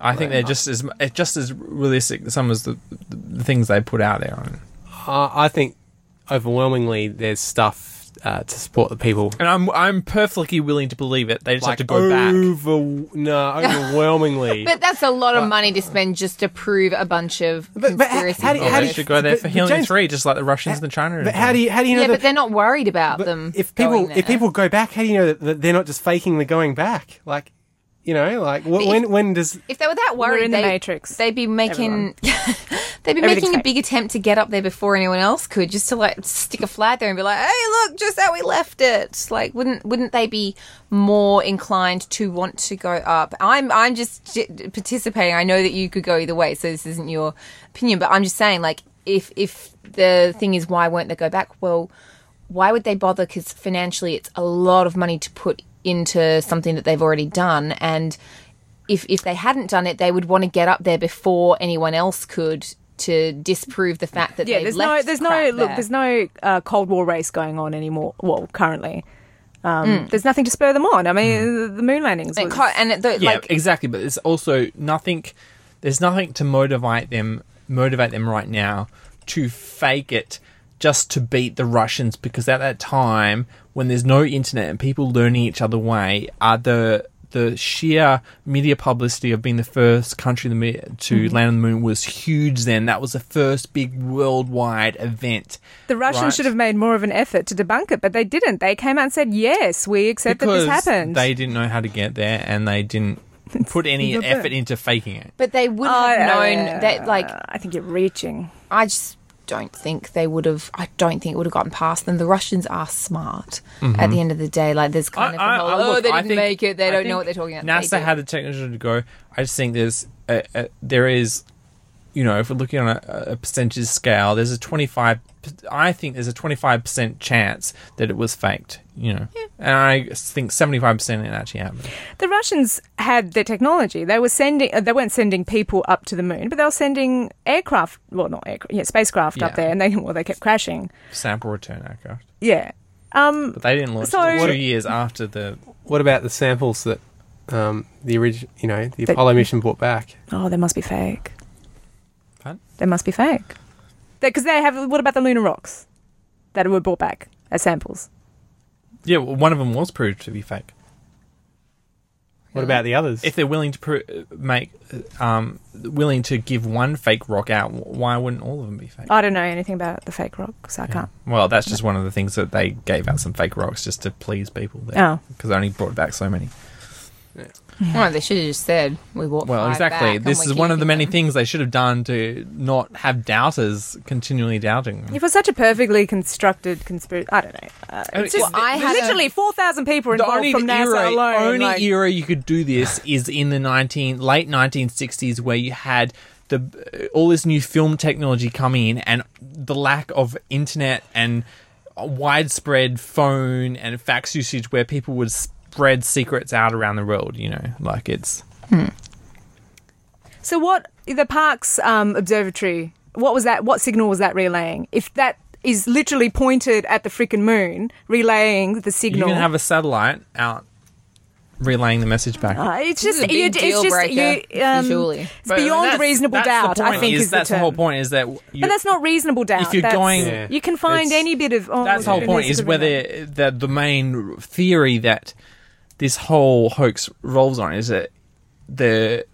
[SPEAKER 2] I think they're just as it's just as realistic that some as the, the, the things they put out there. On.
[SPEAKER 3] I I think overwhelmingly there's stuff uh, to support the people.
[SPEAKER 2] And I'm I'm perfectly willing to believe it. They just have to go
[SPEAKER 3] oh,
[SPEAKER 2] back.
[SPEAKER 3] over, no, overwhelmingly.
[SPEAKER 1] But that's a lot of money to spend just to prove a bunch of
[SPEAKER 3] But- but how-
[SPEAKER 1] conspiracy
[SPEAKER 3] how do-
[SPEAKER 2] Or
[SPEAKER 3] how
[SPEAKER 2] they
[SPEAKER 3] do you-
[SPEAKER 1] theorists.
[SPEAKER 2] should go there
[SPEAKER 3] but-
[SPEAKER 2] for
[SPEAKER 3] but
[SPEAKER 2] healing
[SPEAKER 3] James-
[SPEAKER 2] three, just like the Russians and China.
[SPEAKER 3] but how do you how do you know
[SPEAKER 1] yeah,
[SPEAKER 3] that
[SPEAKER 1] but they're not worried about
[SPEAKER 3] but
[SPEAKER 1] them.
[SPEAKER 3] if people
[SPEAKER 1] going
[SPEAKER 3] if
[SPEAKER 1] there.
[SPEAKER 3] people go back? How do you know that, that they're not just faking the going back? Like, you know, like wh- when when does
[SPEAKER 1] If they were that worried,
[SPEAKER 4] in the
[SPEAKER 1] they,
[SPEAKER 4] Matrix.
[SPEAKER 1] They'd be making, they'd be
[SPEAKER 4] Everything's
[SPEAKER 1] making a
[SPEAKER 4] fake.
[SPEAKER 1] big attempt to get up there before anyone else could, just to like stick a flag there and be like, "Hey, look, just how we left it." Like, wouldn't wouldn't they be more inclined to want to go up? I'm I'm just j- participating. I know that you could go either way, so this isn't your opinion, but I'm just saying, like, if if the thing is, why won't they go back? Well, why would they bother? Because financially, it's a lot of money to put into something that they've already done, and if if they hadn't done it, they would want to get up there before anyone else could to disprove the fact that
[SPEAKER 4] yeah,
[SPEAKER 1] they've
[SPEAKER 4] there's no,
[SPEAKER 1] left
[SPEAKER 4] there's no,
[SPEAKER 1] crap
[SPEAKER 4] look,
[SPEAKER 1] there.
[SPEAKER 4] there's no uh, Cold War race going on anymore. Well, currently, um, there's nothing to spur them on. I mean,
[SPEAKER 3] Hmm.
[SPEAKER 4] the, the moon landings.
[SPEAKER 1] and, it
[SPEAKER 4] was-
[SPEAKER 1] Hmm. can't- and it- the,
[SPEAKER 2] yeah,
[SPEAKER 1] like
[SPEAKER 2] exactly. But there's also nothing. There's nothing to motivate them. Motivate them right now to fake it just to beat the Russians because at that time when there's no internet and people learning each other way are the the sheer media publicity of being the first country to me-
[SPEAKER 4] Mm-hmm.
[SPEAKER 2] to land on the moon was huge then that was the first big worldwide event
[SPEAKER 4] the Russians
[SPEAKER 2] right?
[SPEAKER 4] should have made more of an effort to debunk it, but they didn't. They came out and said, "Yes, we accept
[SPEAKER 2] because
[SPEAKER 4] that this happened."
[SPEAKER 2] they didn't know how to get there and they didn't put any
[SPEAKER 4] the
[SPEAKER 2] effort
[SPEAKER 4] bit.
[SPEAKER 2] into faking it
[SPEAKER 1] but they would
[SPEAKER 4] Oh,
[SPEAKER 1] have known
[SPEAKER 4] yeah.
[SPEAKER 1] that like
[SPEAKER 4] I think you're reaching.
[SPEAKER 1] I just don't think they would have. I don't think it would have gotten past them. The Russians are smart.
[SPEAKER 2] Mm-hmm.
[SPEAKER 1] At the end of the day, like there's kind of the whole, oh
[SPEAKER 2] look,
[SPEAKER 1] they
[SPEAKER 2] I
[SPEAKER 1] didn't
[SPEAKER 2] think-
[SPEAKER 1] make it. They
[SPEAKER 2] I
[SPEAKER 1] don't know what they're
[SPEAKER 2] think
[SPEAKER 1] talking about. They
[SPEAKER 2] NASA
[SPEAKER 1] do.
[SPEAKER 2] had the technology to go. I just think there's a, a, there is, you know, if we're looking on a, a percentage scale, there's a twenty five. I think there's a twenty five percent chance that it was faked. You know, and I think seventy five percent it actually happened.
[SPEAKER 4] The Russians had the technology. They were sending. uh, They weren't sending people up to the moon, but they were sending aircraft. Well, not aircraft. Yeah, spacecraft up
[SPEAKER 2] Yeah.
[SPEAKER 4] there, and they well they kept crashing.
[SPEAKER 2] Sample return aircraft,
[SPEAKER 4] Yeah. Um,
[SPEAKER 2] but they didn't launch
[SPEAKER 4] So-
[SPEAKER 2] until two years after the.
[SPEAKER 3] what about the samples that um, the original, you know, the
[SPEAKER 4] That-
[SPEAKER 3] Apollo mission brought back?
[SPEAKER 4] oh, they must be fake.
[SPEAKER 2] Pardon?
[SPEAKER 4] They must be fake. Because they have. What about the lunar rocks that were brought back as samples?
[SPEAKER 2] Yeah, well, one of them was proved to be fake.
[SPEAKER 3] What about the others?
[SPEAKER 2] If they're willing to pro- make, uh, um, willing to give one fake rock out, why wouldn't all of them be fake?
[SPEAKER 4] I don't know anything about the fake rocks. I can't.
[SPEAKER 2] Well, that's just one of the things that they gave out some fake rocks just to please people.
[SPEAKER 4] Oh.
[SPEAKER 2] Because they only brought back so many.
[SPEAKER 1] Well, they should have just said we walked.
[SPEAKER 2] Well,
[SPEAKER 1] five back
[SPEAKER 2] exactly.
[SPEAKER 1] and
[SPEAKER 2] This
[SPEAKER 1] we're
[SPEAKER 2] is one of the
[SPEAKER 1] keeping
[SPEAKER 2] many
[SPEAKER 1] them.
[SPEAKER 2] things they should have done to not have doubters continually doubting them.
[SPEAKER 4] It was such a perfectly constructed conspiracy. I don't know. Uh,
[SPEAKER 2] mean,
[SPEAKER 4] it's just,
[SPEAKER 1] well, I had a-
[SPEAKER 4] literally four thousand people
[SPEAKER 2] The
[SPEAKER 4] involved
[SPEAKER 2] only
[SPEAKER 4] from NASA
[SPEAKER 2] era,
[SPEAKER 4] alone.
[SPEAKER 2] only
[SPEAKER 4] like-
[SPEAKER 2] era you could do this is in the 19 late 1960s where you had the uh, all this new film technology come in and the lack of internet and widespread phone and fax usage where people would spread secrets out around the world, you know. Like it's
[SPEAKER 4] So what the Parkes um, observatory? What was that? What signal was that relaying? If that is literally pointed at the freaking moon, relaying the
[SPEAKER 2] You
[SPEAKER 4] signal.
[SPEAKER 2] can have a satellite out relaying the message back.
[SPEAKER 4] Uh, it's
[SPEAKER 1] This
[SPEAKER 4] just
[SPEAKER 1] is a big
[SPEAKER 4] you-
[SPEAKER 1] deal
[SPEAKER 4] it's just
[SPEAKER 1] breaker,
[SPEAKER 4] you, um,
[SPEAKER 1] visually.
[SPEAKER 4] it's
[SPEAKER 2] But, I mean,
[SPEAKER 4] beyond
[SPEAKER 2] that's-
[SPEAKER 4] reasonable
[SPEAKER 2] that's the
[SPEAKER 4] doubt. I
[SPEAKER 2] point
[SPEAKER 4] think
[SPEAKER 2] is,
[SPEAKER 4] is,
[SPEAKER 2] that's
[SPEAKER 4] the,
[SPEAKER 2] the,
[SPEAKER 4] term.
[SPEAKER 2] whole point is that you,
[SPEAKER 4] But that's not reasonable doubt.
[SPEAKER 2] you're
[SPEAKER 4] that's,
[SPEAKER 2] going-
[SPEAKER 3] Yeah.
[SPEAKER 4] you can find
[SPEAKER 2] It's-
[SPEAKER 4] any bit of. Oh,
[SPEAKER 2] that's the whole
[SPEAKER 4] goodness,
[SPEAKER 2] point is
[SPEAKER 4] could be that.
[SPEAKER 2] whether the the main theory that this whole hoax rolls on is that the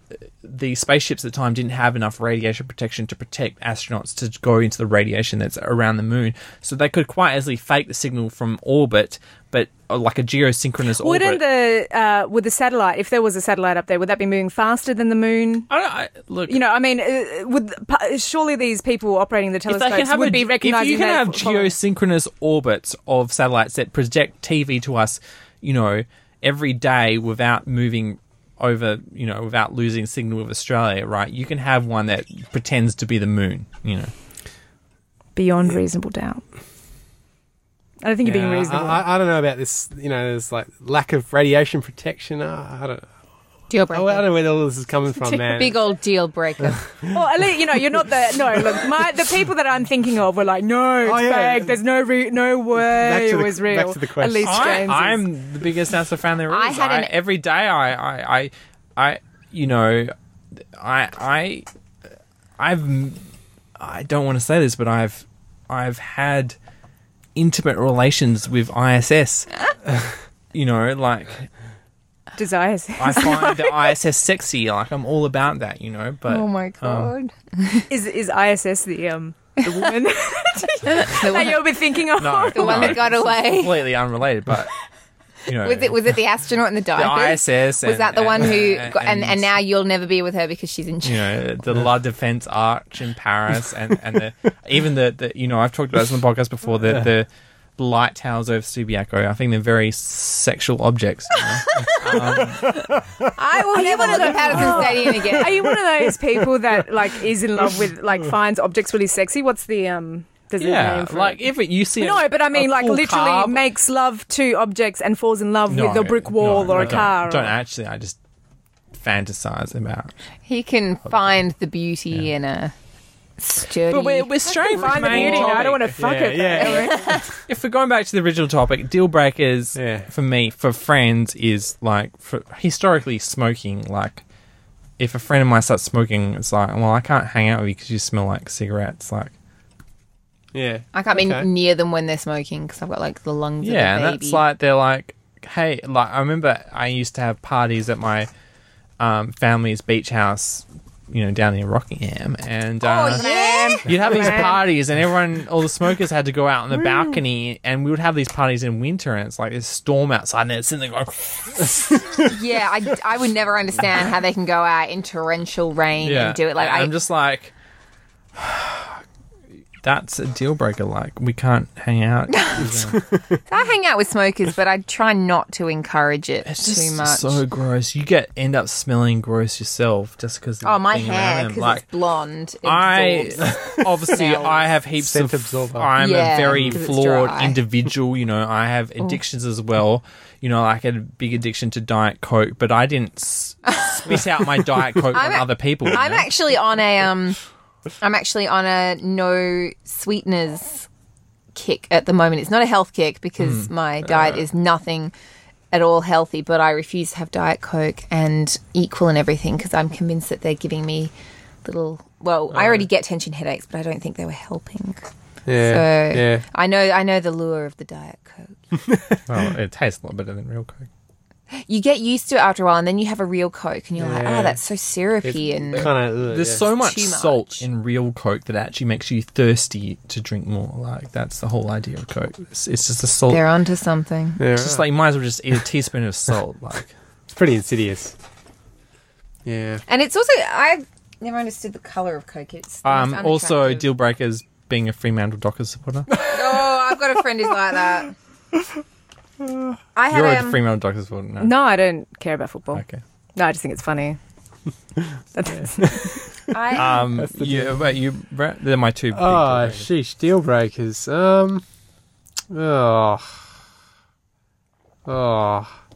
[SPEAKER 2] the spaceships at the time didn't have enough radiation protection to protect astronauts to go into the radiation that's around the moon, so they could quite easily fake the signal from orbit, but uh, like a geosynchronous
[SPEAKER 4] Wouldn't
[SPEAKER 2] orbit.
[SPEAKER 4] the uh, would the satellite, if there was a satellite up there, would that be moving faster than the moon?
[SPEAKER 2] I don't, I, look,
[SPEAKER 4] You know, I mean, uh, would pa- surely these people operating the
[SPEAKER 2] if they can
[SPEAKER 4] telescopes
[SPEAKER 2] have
[SPEAKER 4] would
[SPEAKER 2] a-
[SPEAKER 4] be recognizing
[SPEAKER 2] if you can
[SPEAKER 4] that
[SPEAKER 2] have
[SPEAKER 4] fo- following-
[SPEAKER 2] geosynchronous orbits of satellites that project TV to us, you know, every day without moving over, you know, without losing signal with Australia, right? You can have one that pretends to be the moon, you know.
[SPEAKER 4] beyond reasonable doubt. I don't think you're being
[SPEAKER 3] Yeah,
[SPEAKER 2] uh,
[SPEAKER 4] reasonable.
[SPEAKER 3] I, I- I don't know about this. You know, there's like lack of radiation protection. Uh, I don't.
[SPEAKER 1] Deal
[SPEAKER 2] Oh,
[SPEAKER 3] I don't
[SPEAKER 1] breaker.
[SPEAKER 3] know where all this is coming from, man.
[SPEAKER 1] Big old deal breaker.
[SPEAKER 4] well, at least, you know, you're not the no. Look, my, the people that I'm thinking of were like, no, it's
[SPEAKER 3] Oh, yeah.
[SPEAKER 4] fake. There's no re- no way
[SPEAKER 3] Back to
[SPEAKER 4] it
[SPEAKER 3] the-
[SPEAKER 4] was
[SPEAKER 3] back
[SPEAKER 4] real.
[SPEAKER 3] to the question.
[SPEAKER 4] At least
[SPEAKER 2] I,
[SPEAKER 4] James. is.
[SPEAKER 2] I'm the biggest NASA fan there is.
[SPEAKER 1] I
[SPEAKER 2] I
[SPEAKER 1] had an-
[SPEAKER 2] every day I, I, I, I, you know, I, I, I've, I don't want to say this, but I've, I've had intimate relations with ISS. you know, like
[SPEAKER 4] Desires.
[SPEAKER 2] I find the ISS sexy. Like I'm all about that. You know, but
[SPEAKER 1] Oh my
[SPEAKER 2] um,
[SPEAKER 1] god!
[SPEAKER 4] Is is ISS the um the woman
[SPEAKER 1] the
[SPEAKER 4] that
[SPEAKER 1] one,
[SPEAKER 4] you'll be thinking of?
[SPEAKER 2] no,
[SPEAKER 1] the one
[SPEAKER 2] no,
[SPEAKER 1] that got
[SPEAKER 2] it's
[SPEAKER 1] away
[SPEAKER 2] Completely unrelated, but you know,
[SPEAKER 1] was it? Was it the astronaut and the
[SPEAKER 2] the
[SPEAKER 1] diapers?
[SPEAKER 2] ISS.
[SPEAKER 1] was
[SPEAKER 2] and-
[SPEAKER 1] that the
[SPEAKER 2] and-
[SPEAKER 1] one who? Got, and,
[SPEAKER 2] and-
[SPEAKER 1] and now you'll never be with her because she's in.
[SPEAKER 2] you know the La Defense Arch in Paris, and and the, even the, the you know I've talked about this on the podcast before the the light towers over Subiaco. I think they're very sexual objects. you know.
[SPEAKER 1] I will never look at
[SPEAKER 2] Oh.
[SPEAKER 1] Patterson Stadium again.
[SPEAKER 4] Are you one of those people that like is in love with like finds objects really sexy? What's the um? Does it have a name
[SPEAKER 2] yeah,
[SPEAKER 4] for
[SPEAKER 2] like
[SPEAKER 4] it?
[SPEAKER 2] if it, you see a-
[SPEAKER 4] no, but I mean
[SPEAKER 2] a
[SPEAKER 4] like
[SPEAKER 2] full
[SPEAKER 4] literally
[SPEAKER 2] carb-
[SPEAKER 4] makes love to objects and falls in love
[SPEAKER 2] No,
[SPEAKER 4] with a brick wall
[SPEAKER 2] no,
[SPEAKER 4] or
[SPEAKER 2] I
[SPEAKER 4] a car.
[SPEAKER 2] Don't, don't
[SPEAKER 4] or-
[SPEAKER 2] actually. I just fantasize about.
[SPEAKER 1] He can find the beauty in a sturdy.
[SPEAKER 2] But we're we're straying from
[SPEAKER 4] Find the
[SPEAKER 2] main
[SPEAKER 4] beauty. No, I
[SPEAKER 2] topic.
[SPEAKER 4] don't want to fuck
[SPEAKER 3] Yeah,
[SPEAKER 4] it.
[SPEAKER 3] yeah.
[SPEAKER 2] if we're going back to the original topic, deal breakers
[SPEAKER 3] Yeah.
[SPEAKER 2] for me for friends is like for historically smoking. Like, if a friend of mine starts smoking, it's like, well, I can't hang out with you because you smell like cigarettes. Like,
[SPEAKER 3] yeah.
[SPEAKER 1] I can't be
[SPEAKER 3] Okay.
[SPEAKER 1] near them when they're smoking because I've got like the lungs. of
[SPEAKER 2] yeah, and
[SPEAKER 1] a baby.
[SPEAKER 2] that's like they're like, hey, like I remember I used to have parties at my um, family's beach house, you know, down in Rockingham, and uh,
[SPEAKER 1] oh yeah.
[SPEAKER 2] You'd have these parties, and everyone, all the smokers, had to go out on the balcony, and we would have these parties in winter, and it's like this storm outside, and it's in there going,
[SPEAKER 1] Yeah, I, I would never understand how they can go out in torrential rain and do it like
[SPEAKER 2] and
[SPEAKER 1] I,
[SPEAKER 2] I'm just like, that's a deal breaker. Like, we can't hang out. together."
[SPEAKER 1] I hang out with smokers, but I try not to encourage it
[SPEAKER 2] it's
[SPEAKER 1] too
[SPEAKER 2] just
[SPEAKER 1] much.
[SPEAKER 2] so gross. You get end up smelling gross yourself just because.
[SPEAKER 1] oh, my hair because
[SPEAKER 2] like.
[SPEAKER 1] it's blonde.
[SPEAKER 2] I
[SPEAKER 1] absorbs.
[SPEAKER 2] obviously
[SPEAKER 1] smells.
[SPEAKER 2] I have heaps
[SPEAKER 3] Scent
[SPEAKER 2] of.
[SPEAKER 3] absorber.
[SPEAKER 2] I'm
[SPEAKER 1] Yeah,
[SPEAKER 2] a very
[SPEAKER 1] 'cause it's
[SPEAKER 2] flawed
[SPEAKER 1] dry.
[SPEAKER 2] individual. You know, I have addictions as well. You know, I had a big addiction to Diet Coke, but I didn't s- spit out my Diet Coke on
[SPEAKER 1] I'm a-
[SPEAKER 2] other people. you
[SPEAKER 1] I'm
[SPEAKER 2] know?
[SPEAKER 1] actually on a um, I'm actually on a no sweeteners kick at the moment. It's not a health kick because my diet is nothing at all healthy, but I refuse to have diet coke and equal and everything because I'm convinced that they're giving me little. Well, I already get tension headaches, but I don't think they were helping.
[SPEAKER 3] Yeah.
[SPEAKER 1] So
[SPEAKER 3] yeah.
[SPEAKER 1] I know I know the lure of the diet coke.
[SPEAKER 2] Well, it tastes a lot better than real Coke.
[SPEAKER 1] You get used to it after a while, and then you have a real coke, and you're like,
[SPEAKER 3] Yeah.
[SPEAKER 1] oh, that's so syrupy and.
[SPEAKER 3] Kind of.
[SPEAKER 2] There's so much
[SPEAKER 1] Too much.
[SPEAKER 2] salt in real Coke that it actually makes you thirsty to drink more. Like that's the whole idea of Coke. It's, it's just the salt.
[SPEAKER 1] They're onto something.
[SPEAKER 3] Yeah,
[SPEAKER 2] it's just like you might as well just eat a teaspoon of salt. Like
[SPEAKER 3] it's pretty insidious. Yeah.
[SPEAKER 1] And it's also I never understood the color of Coke. It's the
[SPEAKER 2] um,
[SPEAKER 1] most
[SPEAKER 2] also
[SPEAKER 1] unattractive.
[SPEAKER 2] deal breakers being a Fremantle Dockers supporter.
[SPEAKER 1] Oh, I've got a friend who's like that. I had
[SPEAKER 2] You're
[SPEAKER 1] um,
[SPEAKER 2] a Fremantle Dockers supporter now.
[SPEAKER 4] No, I don't care about football.
[SPEAKER 2] Okay.
[SPEAKER 4] No, I just think it's funny. That's-
[SPEAKER 1] I,
[SPEAKER 2] Um, yeah, but you, Brett, they're my two. big
[SPEAKER 3] Oh,
[SPEAKER 2] deal breakers.
[SPEAKER 3] sheesh, deal breakers. Um, oh, oh,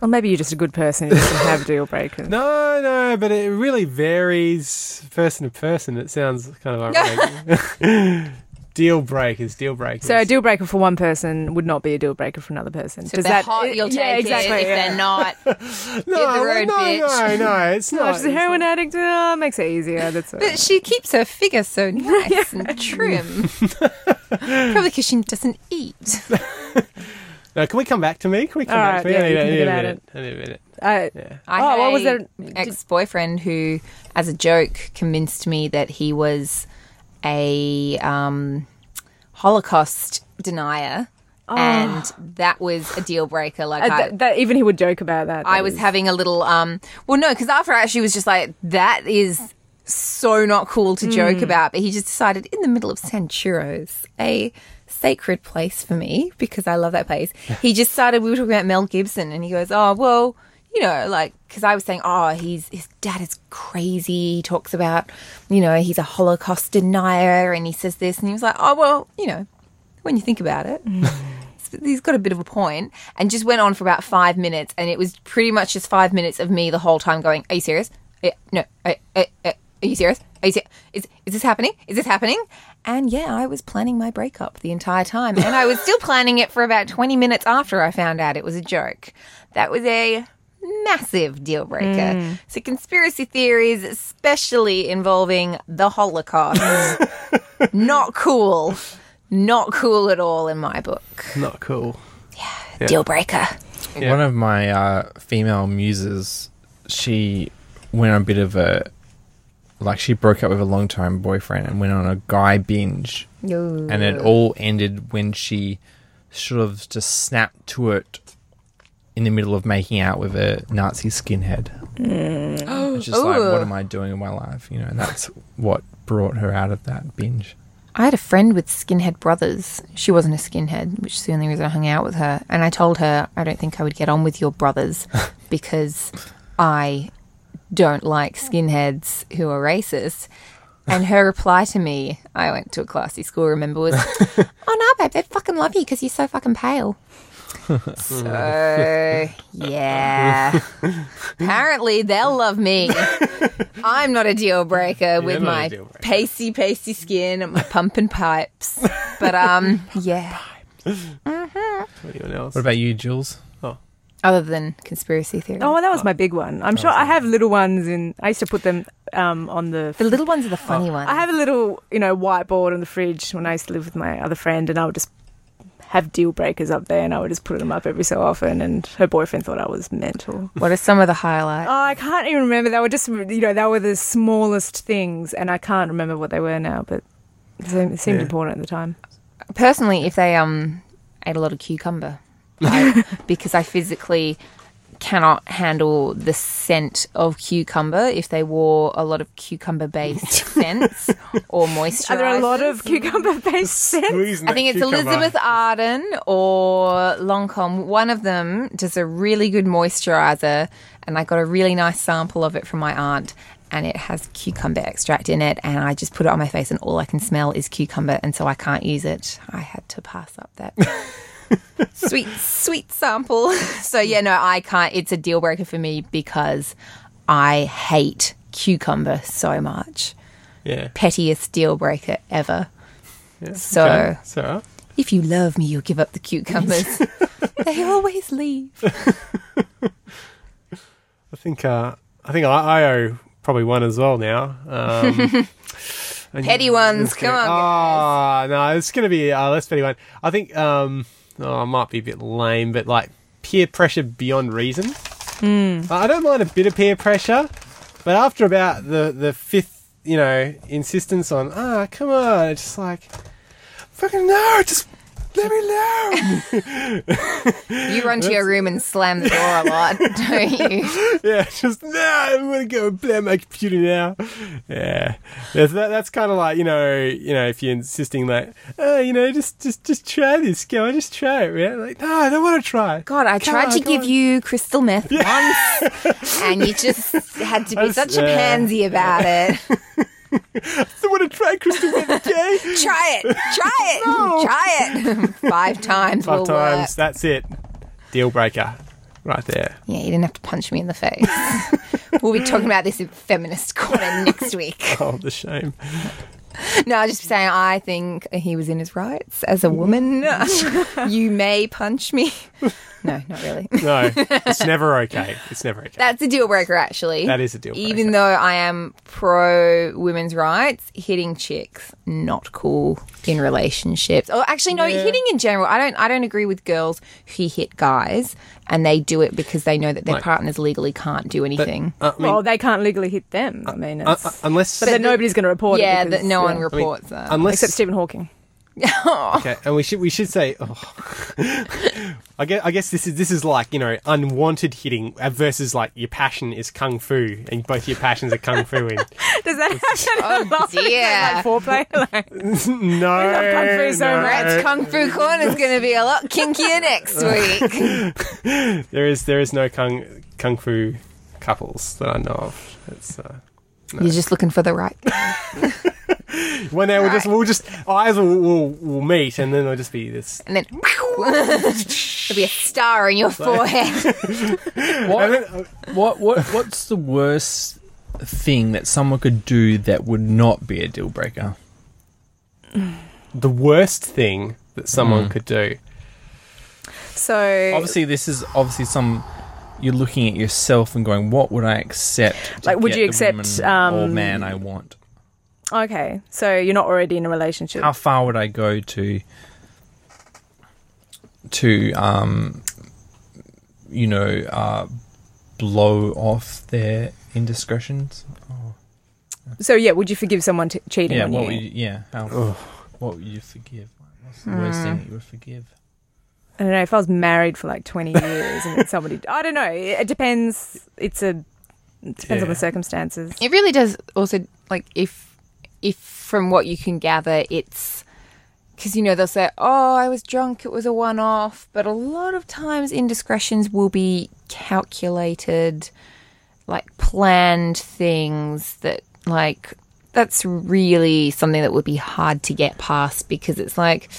[SPEAKER 4] Well, maybe you're just a good person who doesn't have deal breakers.
[SPEAKER 3] no, no, but it really varies person to person. It sounds kind of ironic. deal breakers, deal breakers.
[SPEAKER 4] So a deal breaker for one person would not be a deal breaker for another person.
[SPEAKER 1] so if they're hot, you'll
[SPEAKER 4] yeah,
[SPEAKER 1] take
[SPEAKER 4] exactly,
[SPEAKER 1] it. If
[SPEAKER 4] yeah.
[SPEAKER 1] they're not,
[SPEAKER 3] no,
[SPEAKER 1] the road,
[SPEAKER 3] no,
[SPEAKER 1] bitch.
[SPEAKER 3] no, no, it's
[SPEAKER 4] No,
[SPEAKER 3] not.
[SPEAKER 4] she's a heroin addict. Oh, makes it easier. That's all.
[SPEAKER 1] but she keeps her figure so nice and trim. Probably because she doesn't eat.
[SPEAKER 3] No, Uh, can we come back to me? Can we come
[SPEAKER 4] All
[SPEAKER 3] back to
[SPEAKER 4] right,
[SPEAKER 3] me?
[SPEAKER 4] yeah, we
[SPEAKER 3] I
[SPEAKER 4] can
[SPEAKER 3] need,
[SPEAKER 4] think
[SPEAKER 3] I
[SPEAKER 4] about
[SPEAKER 3] need a minute. I need a minute.
[SPEAKER 4] Uh,
[SPEAKER 1] I
[SPEAKER 4] Oh,
[SPEAKER 1] had
[SPEAKER 4] what was
[SPEAKER 1] a
[SPEAKER 4] there-
[SPEAKER 1] ex-boyfriend who, as a joke, convinced me that he was a um, Holocaust denier, and that was a deal breaker. Like
[SPEAKER 4] Ah. uh,
[SPEAKER 1] I,
[SPEAKER 4] th- that even he would joke about that.
[SPEAKER 1] I
[SPEAKER 4] That
[SPEAKER 1] was
[SPEAKER 4] is-
[SPEAKER 1] having a little um. Well, no, because after I actually was just like that is so not cool to joke
[SPEAKER 4] Mm.
[SPEAKER 1] about, but he just decided in the middle of San Churros, a sacred place for me because I love that place. He just started. We were talking about Mel Gibson, and he goes, "Oh well." You know, like, because I was saying, oh, he's, his dad is crazy. He talks about, you know, he's a Holocaust denier and he says this. And he was like, oh, well, you know, when you think about it, he's got a bit of a point and just went on for about five minutes and it was pretty much just five minutes of me the whole time going are you serious Eh, no eh, eh, eh, are you serious are you se- is, is this happening is this happening and yeah i was planning my breakup the entire time and i was still planning it for about 20 minutes after i found out it was a joke that was a massive deal breaker so conspiracy theories especially involving the holocaust not cool Not cool at all in my book.
[SPEAKER 3] Not cool.
[SPEAKER 1] Deal breaker.
[SPEAKER 3] Yeah.
[SPEAKER 2] One of my uh, female muses, she went on a bit of a like she broke up with a long time boyfriend and went on a guy binge, and it all ended when she sort of just snapped to it in the middle of making out with a Nazi skinhead.
[SPEAKER 4] Mm.
[SPEAKER 2] It's just like,
[SPEAKER 1] Ooh.
[SPEAKER 2] what am I doing in my life? You know, and that's what brought her out of that binge.
[SPEAKER 1] I had a friend with skinhead brothers. She wasn't a skinhead, which is the only reason I hung out with her. And I told her I don't think I would get on with your brothers because I don't like skinheads who are racist. And her reply to me, I went to a classy school, remember, was, "Oh no, babe, they fucking love you because you're so fucking pale." so yeah, apparently they'll love me. I'm not a deal breaker with
[SPEAKER 3] not a
[SPEAKER 1] my
[SPEAKER 3] deal breaker.
[SPEAKER 1] pasty, pasty skin and my pumping pipes. But um, yeah.
[SPEAKER 3] Anyone else?
[SPEAKER 2] What about you, Jules?
[SPEAKER 1] Other than conspiracy theory,
[SPEAKER 4] Oh, well, that was my big one. I'm sure I have little ones in. I used to put them um, on the.
[SPEAKER 1] the little ones are the funny ones.
[SPEAKER 4] I have a little, you know, whiteboard on the fridge when I used to live with my other friend, and I would just have deal breakers up there, and I would just put them up every so often. And her boyfriend thought I was mental.
[SPEAKER 1] What are some of the highlights?
[SPEAKER 4] Oh, I can't even remember. They were just, you know, they were the smallest things, and I can't remember what they were now, but it seemed, it seemed important at the time.
[SPEAKER 1] Personally, if they um ate a lot of cucumber, I, because I physically cannot handle the scent of cucumber. If they wore a lot of cucumber-based scents or moisturizers,
[SPEAKER 4] Are there a lot of cucumber based scents?
[SPEAKER 1] I think it's Elizabeth Arden or Lancome. One of them does a really good moisturizer, and I got a really nice sample of it from my aunt. And it has cucumber extract in it, and I just put it on my face, and all I can smell is cucumber, and so I can't use it. I had to pass up that sweet, sweet sample. So yeah, no, I can't. It's a deal breaker for me because I hate cucumber so much.
[SPEAKER 3] Yeah.
[SPEAKER 1] Pettiest deal breaker ever. So.
[SPEAKER 3] Okay. So, uh,
[SPEAKER 1] If you love me, you'll give up the cucumbers. they always leave.
[SPEAKER 3] I think uh, I think I, I owe probably one as well now. Um, and-
[SPEAKER 1] Petty ones, come on.
[SPEAKER 3] Ah, no, it's going to be a less petty one. I think um, oh, I might be a bit lame, but like peer pressure beyond reason.
[SPEAKER 1] Hmm.
[SPEAKER 3] I I don't mind a bit of peer pressure, but after about the the fifth, you know, insistence on ah, come on, it's just like fucking no, just let me alone.
[SPEAKER 1] You run to your room and slam the door a lot, don't you?
[SPEAKER 3] yeah, just no, I'm gonna go and play on my computer now. Yeah, that's that, that's kind of like you know, you know, if you're insisting like, oh, you know, just just just try this, go on, just try it, man. Like, no, I don't want to try.
[SPEAKER 1] God, I
[SPEAKER 3] Come
[SPEAKER 1] tried
[SPEAKER 3] on,
[SPEAKER 1] to
[SPEAKER 3] come
[SPEAKER 1] give
[SPEAKER 3] on.
[SPEAKER 1] you crystal meth once, and you just had to be
[SPEAKER 3] That's-
[SPEAKER 1] such a
[SPEAKER 3] yeah.
[SPEAKER 1] pansy about it.
[SPEAKER 3] I want to try crystal meth, okay?
[SPEAKER 1] Try it. Try it. Try it. Five times
[SPEAKER 3] Five
[SPEAKER 1] will
[SPEAKER 3] times, that's it. Deal breaker, right there.
[SPEAKER 1] work. Yeah, you didn't have to punch me in the face. we'll be talking about this in feminist corner next week.
[SPEAKER 3] Oh, the shame.
[SPEAKER 1] No, I was just saying, I think he was in his rights as a woman. you may punch me. No, not really.
[SPEAKER 3] No, it's never okay. It's never okay.
[SPEAKER 1] That's a deal breaker, actually.
[SPEAKER 3] That is a deal
[SPEAKER 1] Even
[SPEAKER 3] breaker.
[SPEAKER 1] though I am pro women's rights, hitting chicks not cool in relationships. Or actually, no, hitting in general. I don't. I don't agree with girls who hit guys and they do it because they know that their
[SPEAKER 3] Like-
[SPEAKER 1] partners legally can't do anything.
[SPEAKER 3] Uh, I mean,
[SPEAKER 4] well, they can't legally hit them. I mean,
[SPEAKER 3] uh,
[SPEAKER 4] it's,
[SPEAKER 3] uh, unless
[SPEAKER 4] but then nobody's going to report
[SPEAKER 1] yeah,
[SPEAKER 4] it. because-
[SPEAKER 1] that no one
[SPEAKER 4] yeah.
[SPEAKER 1] reports that. Oh,
[SPEAKER 3] unless
[SPEAKER 4] Except Stephen Hawking.
[SPEAKER 3] Okay, and we should we should say, oh. I guess I guess this is this is like you know unwanted hitting versus like your passion is kung fu, and both your passions are kung fu. And
[SPEAKER 4] Does that happen a lot?
[SPEAKER 1] dear.
[SPEAKER 4] Like foreplay? Like,
[SPEAKER 3] no,
[SPEAKER 4] kung fu so
[SPEAKER 3] no.
[SPEAKER 4] much.
[SPEAKER 1] Rats Kung Fu Corner's going to be a lot kinkier next week.
[SPEAKER 3] There is there is no kung kung fu couples that I know of. It's uh,
[SPEAKER 1] You're just looking for the right.
[SPEAKER 3] one day we'll just we'll just eyes will will, will meet, and then there'll just be this.
[SPEAKER 1] And then there'll be a star in your forehead.
[SPEAKER 3] and
[SPEAKER 2] What,
[SPEAKER 3] then, uh,
[SPEAKER 2] what what what's the worst thing that someone could do that would not be a deal breaker?
[SPEAKER 3] the worst thing that someone could do.
[SPEAKER 4] so,
[SPEAKER 2] Obviously, this is obviously some. You're looking at yourself and going, "What would I accept? to
[SPEAKER 4] Like, would
[SPEAKER 2] get
[SPEAKER 4] you
[SPEAKER 2] the
[SPEAKER 4] accept,
[SPEAKER 2] woman
[SPEAKER 4] um,
[SPEAKER 2] or man I want?"
[SPEAKER 4] Okay, so you're not already in a relationship.
[SPEAKER 2] How far would I go to to um you know uh blow off their indiscretions?
[SPEAKER 4] So yeah, would you forgive someone t- cheating
[SPEAKER 2] Yeah,
[SPEAKER 4] on
[SPEAKER 2] what
[SPEAKER 4] you?
[SPEAKER 2] would you, yeah, how, what would you forgive? Like, What's the worst
[SPEAKER 4] Hmm.
[SPEAKER 2] thing that you would forgive?
[SPEAKER 4] I don't know. If I was married for like 20 years and then somebody, I don't know. It depends. It's a it depends on
[SPEAKER 2] Yeah.
[SPEAKER 4] the circumstances.
[SPEAKER 1] It really does also like if if from what you can gather it's because you know they'll say oh I was drunk it was a one off but a lot of times indiscretions will be calculated like planned things that like that's really something that would be hard to get past because it's like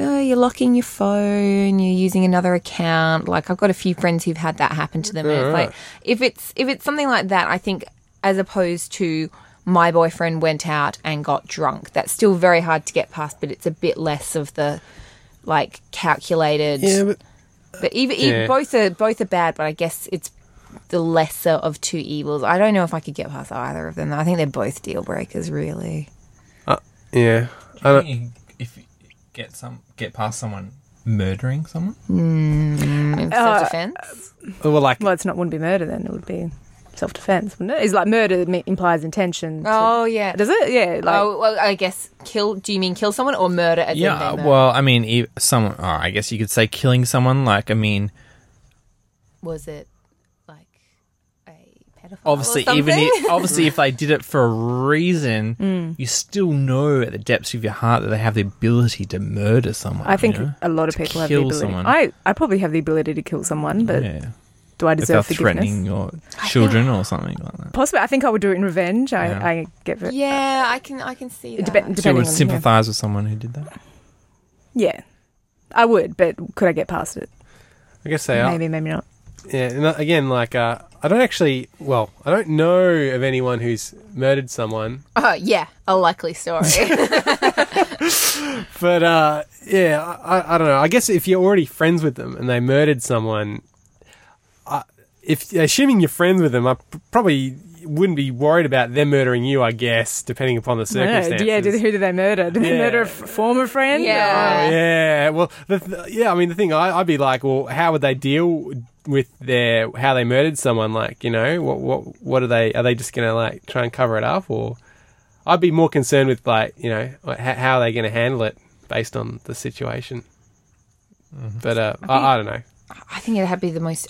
[SPEAKER 1] oh, you're locking your phone you're using another account like i've got a few friends who've had that happen to them and it's like if it's if it's something like that i think as opposed to my boyfriend went out and got drunk that's still very hard to get past but it's a bit less of the like calculated
[SPEAKER 3] but
[SPEAKER 1] but either, either
[SPEAKER 3] Yeah.
[SPEAKER 1] both are both are bad, but I guess it's the lesser of two evils. I don't know if I could get past either of them. though. I think they're both deal breakers, really.
[SPEAKER 3] yeah, I
[SPEAKER 2] Can
[SPEAKER 3] don't,
[SPEAKER 2] you, if you get some get past someone murdering someone?
[SPEAKER 1] I mean, self defense.
[SPEAKER 3] well, like
[SPEAKER 4] Well, it's not wouldn't be murder then. It would be self defense, wouldn't it? It's like murder me- implies intention. to-
[SPEAKER 1] oh yeah.
[SPEAKER 4] does it? Yeah, like
[SPEAKER 1] oh well, I guess kill. Do you mean kill someone or murder? As in
[SPEAKER 2] Yeah,
[SPEAKER 1] they murder?
[SPEAKER 2] well, I mean, e- someone. Oh, I guess you could say killing someone. Like, I mean,
[SPEAKER 1] was it like a pedophile? or
[SPEAKER 2] obviously, even
[SPEAKER 1] something?
[SPEAKER 2] i- obviously, if they did it for a reason,
[SPEAKER 4] Mm.
[SPEAKER 2] you still know at the depths of your heart that they have the ability to murder someone.
[SPEAKER 4] I think
[SPEAKER 2] you know?
[SPEAKER 4] a lot of people have the
[SPEAKER 2] kill
[SPEAKER 4] ability.
[SPEAKER 2] someone.
[SPEAKER 4] I I probably have the ability to kill someone, but
[SPEAKER 2] yeah,
[SPEAKER 4] do I
[SPEAKER 2] if they're
[SPEAKER 4] deserve forgiveness?
[SPEAKER 2] threatening your children or something like that,
[SPEAKER 4] Possibly. I think I would do it in revenge. I,
[SPEAKER 2] Yeah.
[SPEAKER 4] I get very
[SPEAKER 1] yeah, I can I can see
[SPEAKER 4] It
[SPEAKER 1] that.
[SPEAKER 4] depends.
[SPEAKER 2] so you
[SPEAKER 4] Depending
[SPEAKER 2] would
[SPEAKER 4] on Uh,
[SPEAKER 2] sympathise with someone who did that.
[SPEAKER 4] yeah. yeah, I would, but could I get past it?
[SPEAKER 3] I guess they are.
[SPEAKER 4] Maybe, maybe not.
[SPEAKER 3] Yeah, and uh, again, like uh, I don't actually. Well, I don't know of anyone who's murdered someone,
[SPEAKER 1] Oh yeah, a likely story.
[SPEAKER 3] but uh, yeah, I, I- I don't know. I guess if you're already friends with them and they murdered someone, I, if assuming you're friends with them, I p- probably wouldn't be worried about them murdering you. I guess depending upon the
[SPEAKER 4] I don't know.
[SPEAKER 3] circumstances.
[SPEAKER 4] Do- Yeah, do they, who do they murder? Do they
[SPEAKER 3] Yeah.
[SPEAKER 4] murder a f- former friend?
[SPEAKER 1] Yeah.
[SPEAKER 3] Oh, yeah. Well, the th- yeah. I mean, the thing I, I'd be like, well, how would they deal with their how they murdered someone? Like, you know, what what what are they? Are they just gonna like try and cover it up, or I'd be more concerned with like, you know, like, how, how are they gonna handle it based on the situation? But uh, I, I don't know.
[SPEAKER 1] I think it had to be the most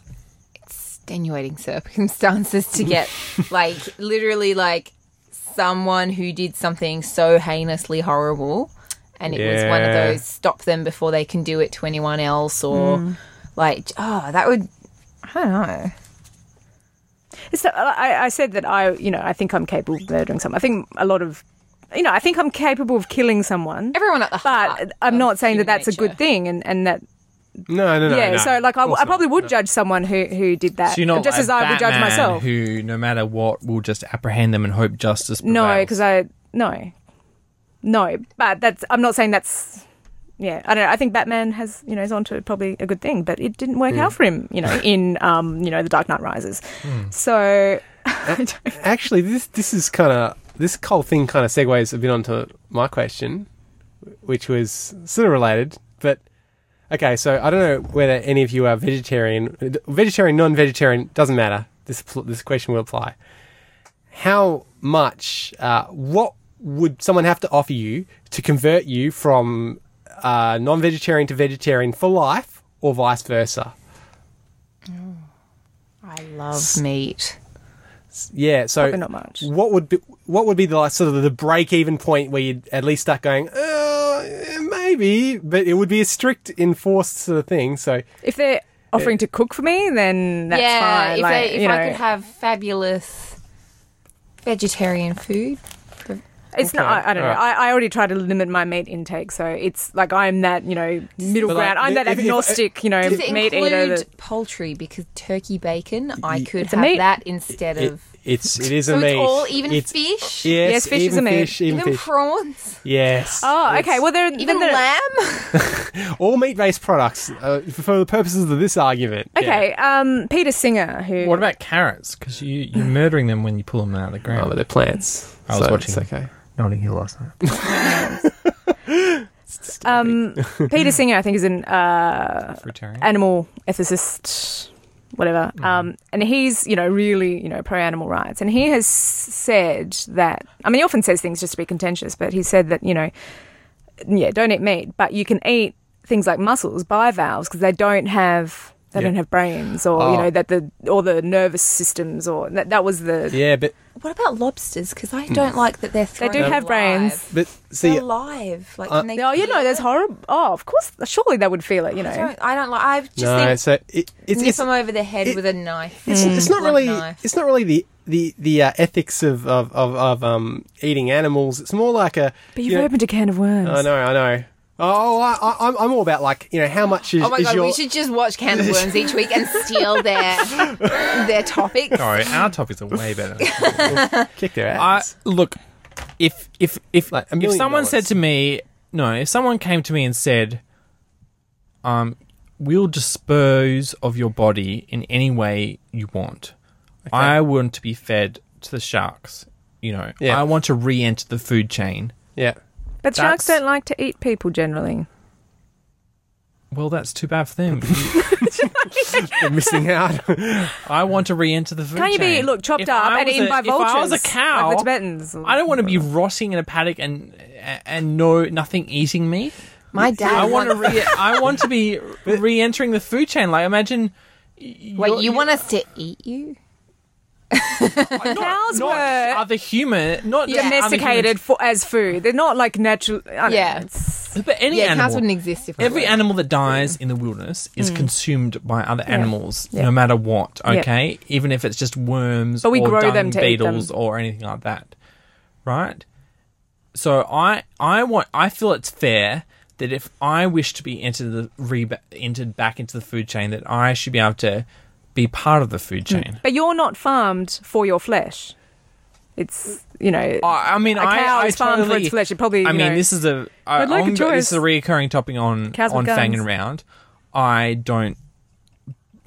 [SPEAKER 1] extenuating circumstances to get, like, literally, like, someone who did something so heinously horrible. And it was one of
[SPEAKER 3] Yeah.
[SPEAKER 1] those stop them before they can do it to anyone else, or like, oh, that would, I don't know.
[SPEAKER 4] It's not- Uh, I, I said that I, you know, I think I'm capable of murdering someone. I think a lot of, you know, I think I'm capable of killing someone.
[SPEAKER 1] Everyone at the heart
[SPEAKER 4] but I'm
[SPEAKER 1] of
[SPEAKER 4] not saying that
[SPEAKER 1] human
[SPEAKER 4] that's a
[SPEAKER 1] nature.
[SPEAKER 4] good thing, and, and that
[SPEAKER 3] No, no, no.
[SPEAKER 4] yeah.
[SPEAKER 3] no.
[SPEAKER 4] So like I,
[SPEAKER 3] Of course
[SPEAKER 4] I probably
[SPEAKER 3] not.
[SPEAKER 4] would judge someone who who did that,
[SPEAKER 2] So you're not
[SPEAKER 4] just
[SPEAKER 2] like
[SPEAKER 4] as I would judge
[SPEAKER 2] Batman,
[SPEAKER 4] myself.
[SPEAKER 2] who, no matter what, will just apprehend them and hope justice. Prevails.
[SPEAKER 4] No, because I no, no. But that's I'm not saying that's yeah. I don't know. I think Batman has you know is onto probably a good thing, but it didn't
[SPEAKER 3] Mm.
[SPEAKER 4] work out for him. You know, in um you know the Dark Knight Rises.
[SPEAKER 3] Hmm.
[SPEAKER 4] So
[SPEAKER 3] Actually, this this is kind of this whole thing kind of segues a bit onto my question, which was sort of related. But okay, so I don't know whether any of you are vegetarian, vegetarian, non-vegetarian doesn't matter. This pl- this question will apply. How much? Uh, what would someone have to offer you to convert you from uh, non-vegetarian to vegetarian for life, or vice versa?
[SPEAKER 1] I love meat.
[SPEAKER 3] Yeah, so
[SPEAKER 4] Probably not much.
[SPEAKER 3] What would be what would be the like, sort of the break even point where you'd at least start going, uh, eh, maybe, but it would be a strict enforced sort of thing. So
[SPEAKER 4] if they're offering to cook for me, then that's
[SPEAKER 1] yeah,
[SPEAKER 4] fine.
[SPEAKER 1] if,
[SPEAKER 4] like,
[SPEAKER 1] I, if
[SPEAKER 4] you know,
[SPEAKER 1] I could have fabulous vegetarian food,
[SPEAKER 4] it's not. I, I don't know.
[SPEAKER 3] alright.
[SPEAKER 4] I, I already try to limit my meat intake, so it's like I'm that you know middle
[SPEAKER 3] But, like,
[SPEAKER 4] ground. I'm that
[SPEAKER 3] if- if-
[SPEAKER 4] agnostic, you know,
[SPEAKER 1] Does it
[SPEAKER 4] meat
[SPEAKER 1] include
[SPEAKER 4] eater. that-
[SPEAKER 1] poultry? Because turkey bacon, I could
[SPEAKER 4] a
[SPEAKER 1] have
[SPEAKER 4] meat.
[SPEAKER 1] that instead
[SPEAKER 3] it,
[SPEAKER 1] of.
[SPEAKER 3] it's it is
[SPEAKER 1] So
[SPEAKER 3] a meat.
[SPEAKER 1] it's all even
[SPEAKER 3] It's-
[SPEAKER 1] fish,
[SPEAKER 3] Yes,
[SPEAKER 4] Yes, fish is
[SPEAKER 3] even
[SPEAKER 4] a meat.
[SPEAKER 3] fish, even,
[SPEAKER 1] even
[SPEAKER 3] fish.
[SPEAKER 1] prawns,
[SPEAKER 3] yes.
[SPEAKER 4] Oh,
[SPEAKER 3] It's-
[SPEAKER 4] okay. Well, there,
[SPEAKER 1] even
[SPEAKER 4] then there,
[SPEAKER 1] lamb.
[SPEAKER 3] all meat-based products uh, for the purposes of this argument. yeah.
[SPEAKER 4] Okay, um, Peter Singer, who
[SPEAKER 2] What about carrots? Because you you're murdering them when you pull them out of the ground.
[SPEAKER 3] Oh, but Oh, they're plants.
[SPEAKER 2] I was
[SPEAKER 3] so
[SPEAKER 2] watching
[SPEAKER 3] It's okay.
[SPEAKER 7] Notting Hill last night.
[SPEAKER 4] Um, Peter Singer, I think, is an uh,
[SPEAKER 2] Fruitarian.
[SPEAKER 4] animal ethicist, whatever. Um, and he's, you know, really, you know, pro animal rights. And he has said that, I mean, he often says things just to be contentious, but he said that, you know, yeah, don't eat meat, but you can eat things like mussels, bivalves, because they don't have. They
[SPEAKER 2] Yeah.
[SPEAKER 4] don't have brains, or you know that the or the nervous systems, or that, that was the
[SPEAKER 3] Yeah, but
[SPEAKER 1] What about lobsters? Because I don't like that they're
[SPEAKER 4] Hmm. They
[SPEAKER 1] thrown
[SPEAKER 4] do have
[SPEAKER 1] alive.
[SPEAKER 4] brains.
[SPEAKER 3] but see,
[SPEAKER 1] they're alive. Like,
[SPEAKER 3] Uh,
[SPEAKER 1] can they
[SPEAKER 4] oh, you know,
[SPEAKER 1] feel
[SPEAKER 4] there's
[SPEAKER 1] it?
[SPEAKER 4] horrible. Oh, of course, surely they would feel it. You
[SPEAKER 1] I
[SPEAKER 4] know,
[SPEAKER 1] don't, I don't like. I just
[SPEAKER 3] no.
[SPEAKER 1] think
[SPEAKER 3] So it, it's
[SPEAKER 1] nip
[SPEAKER 3] it's,
[SPEAKER 1] them over the head
[SPEAKER 3] it-
[SPEAKER 1] with a knife.
[SPEAKER 3] it's,
[SPEAKER 4] Mm.
[SPEAKER 3] it's not
[SPEAKER 1] Blunt
[SPEAKER 3] really
[SPEAKER 1] knife.
[SPEAKER 3] it's not really the the the uh, ethics of of of, of um, eating animals. It's more like a.
[SPEAKER 4] but you've
[SPEAKER 3] you know-
[SPEAKER 4] opened a can of worms.
[SPEAKER 3] I know, I know. Oh, I, I, I'm I'm all about like you know how much is,
[SPEAKER 1] Oh my
[SPEAKER 3] is
[SPEAKER 1] god,
[SPEAKER 3] your
[SPEAKER 1] we should just watch Can of Worms each week and steal their their topics.
[SPEAKER 2] Sorry, our topics are way better.
[SPEAKER 3] kick their
[SPEAKER 2] I
[SPEAKER 3] ass.
[SPEAKER 2] look if if if
[SPEAKER 3] Like a
[SPEAKER 2] if
[SPEAKER 3] million
[SPEAKER 2] someone
[SPEAKER 3] dollars.
[SPEAKER 2] said to me, no, if someone came to me and said, um, we'll dispose of your body in any way you want. I want to be fed to the sharks. You know,
[SPEAKER 3] Yeah.
[SPEAKER 2] I want to re-enter the food chain.
[SPEAKER 3] yeah,
[SPEAKER 4] But sharks
[SPEAKER 2] That's-
[SPEAKER 4] don't like to eat people generally.
[SPEAKER 2] Well, that's too bad for them.
[SPEAKER 3] You're missing out.
[SPEAKER 2] I want to re-enter the food
[SPEAKER 4] Can't you
[SPEAKER 2] chain.
[SPEAKER 4] be look chopped
[SPEAKER 2] If
[SPEAKER 4] up
[SPEAKER 2] I
[SPEAKER 4] and
[SPEAKER 2] was
[SPEAKER 4] eaten
[SPEAKER 2] a-
[SPEAKER 4] by vultures?
[SPEAKER 2] If I was a cow,
[SPEAKER 4] like the Tibetans.
[SPEAKER 2] I don't want to be rotting in a paddock and and no nothing eating me.
[SPEAKER 1] My dad.
[SPEAKER 2] I want to
[SPEAKER 1] wants-
[SPEAKER 2] re- I want to be re-entering the food chain. Like imagine.
[SPEAKER 1] Wait, you want us to eat you?
[SPEAKER 4] Cows
[SPEAKER 2] not
[SPEAKER 4] were
[SPEAKER 2] other human, not other
[SPEAKER 4] domesticated for, as food. They're not like natural. I don't
[SPEAKER 1] Yeah.
[SPEAKER 4] know, it's-
[SPEAKER 2] humans, but any
[SPEAKER 1] yeah,
[SPEAKER 2] animal.
[SPEAKER 1] cows wouldn't exist if we
[SPEAKER 2] Every
[SPEAKER 1] were.
[SPEAKER 2] animal that dies in the wilderness is consumed by other animals,
[SPEAKER 4] Mm. Yeah.
[SPEAKER 2] no matter what.
[SPEAKER 4] Yeah.
[SPEAKER 2] Okay, even if it's just worms,
[SPEAKER 4] But we
[SPEAKER 2] or
[SPEAKER 4] grow
[SPEAKER 2] dung
[SPEAKER 4] them to eat them.
[SPEAKER 2] beetles or anything like that, right? So I, I want, I feel it's fair that if I wish to be entered the re- entered back into the food chain, that I should be able to be part of the food chain.
[SPEAKER 4] But you're not farmed for your flesh. It's you know.
[SPEAKER 2] I, I mean,
[SPEAKER 4] A
[SPEAKER 2] I-
[SPEAKER 4] cow
[SPEAKER 2] I
[SPEAKER 4] is farmed for
[SPEAKER 2] totally-
[SPEAKER 4] its flesh. It probably,
[SPEAKER 2] I
[SPEAKER 4] you
[SPEAKER 2] mean,
[SPEAKER 4] know-
[SPEAKER 2] this is a I-
[SPEAKER 4] I'd like a
[SPEAKER 2] I'm-
[SPEAKER 4] choice.
[SPEAKER 2] this is a recurring topic on
[SPEAKER 4] Cows with
[SPEAKER 2] on Fang
[SPEAKER 4] guns.
[SPEAKER 2] and Round. I don't.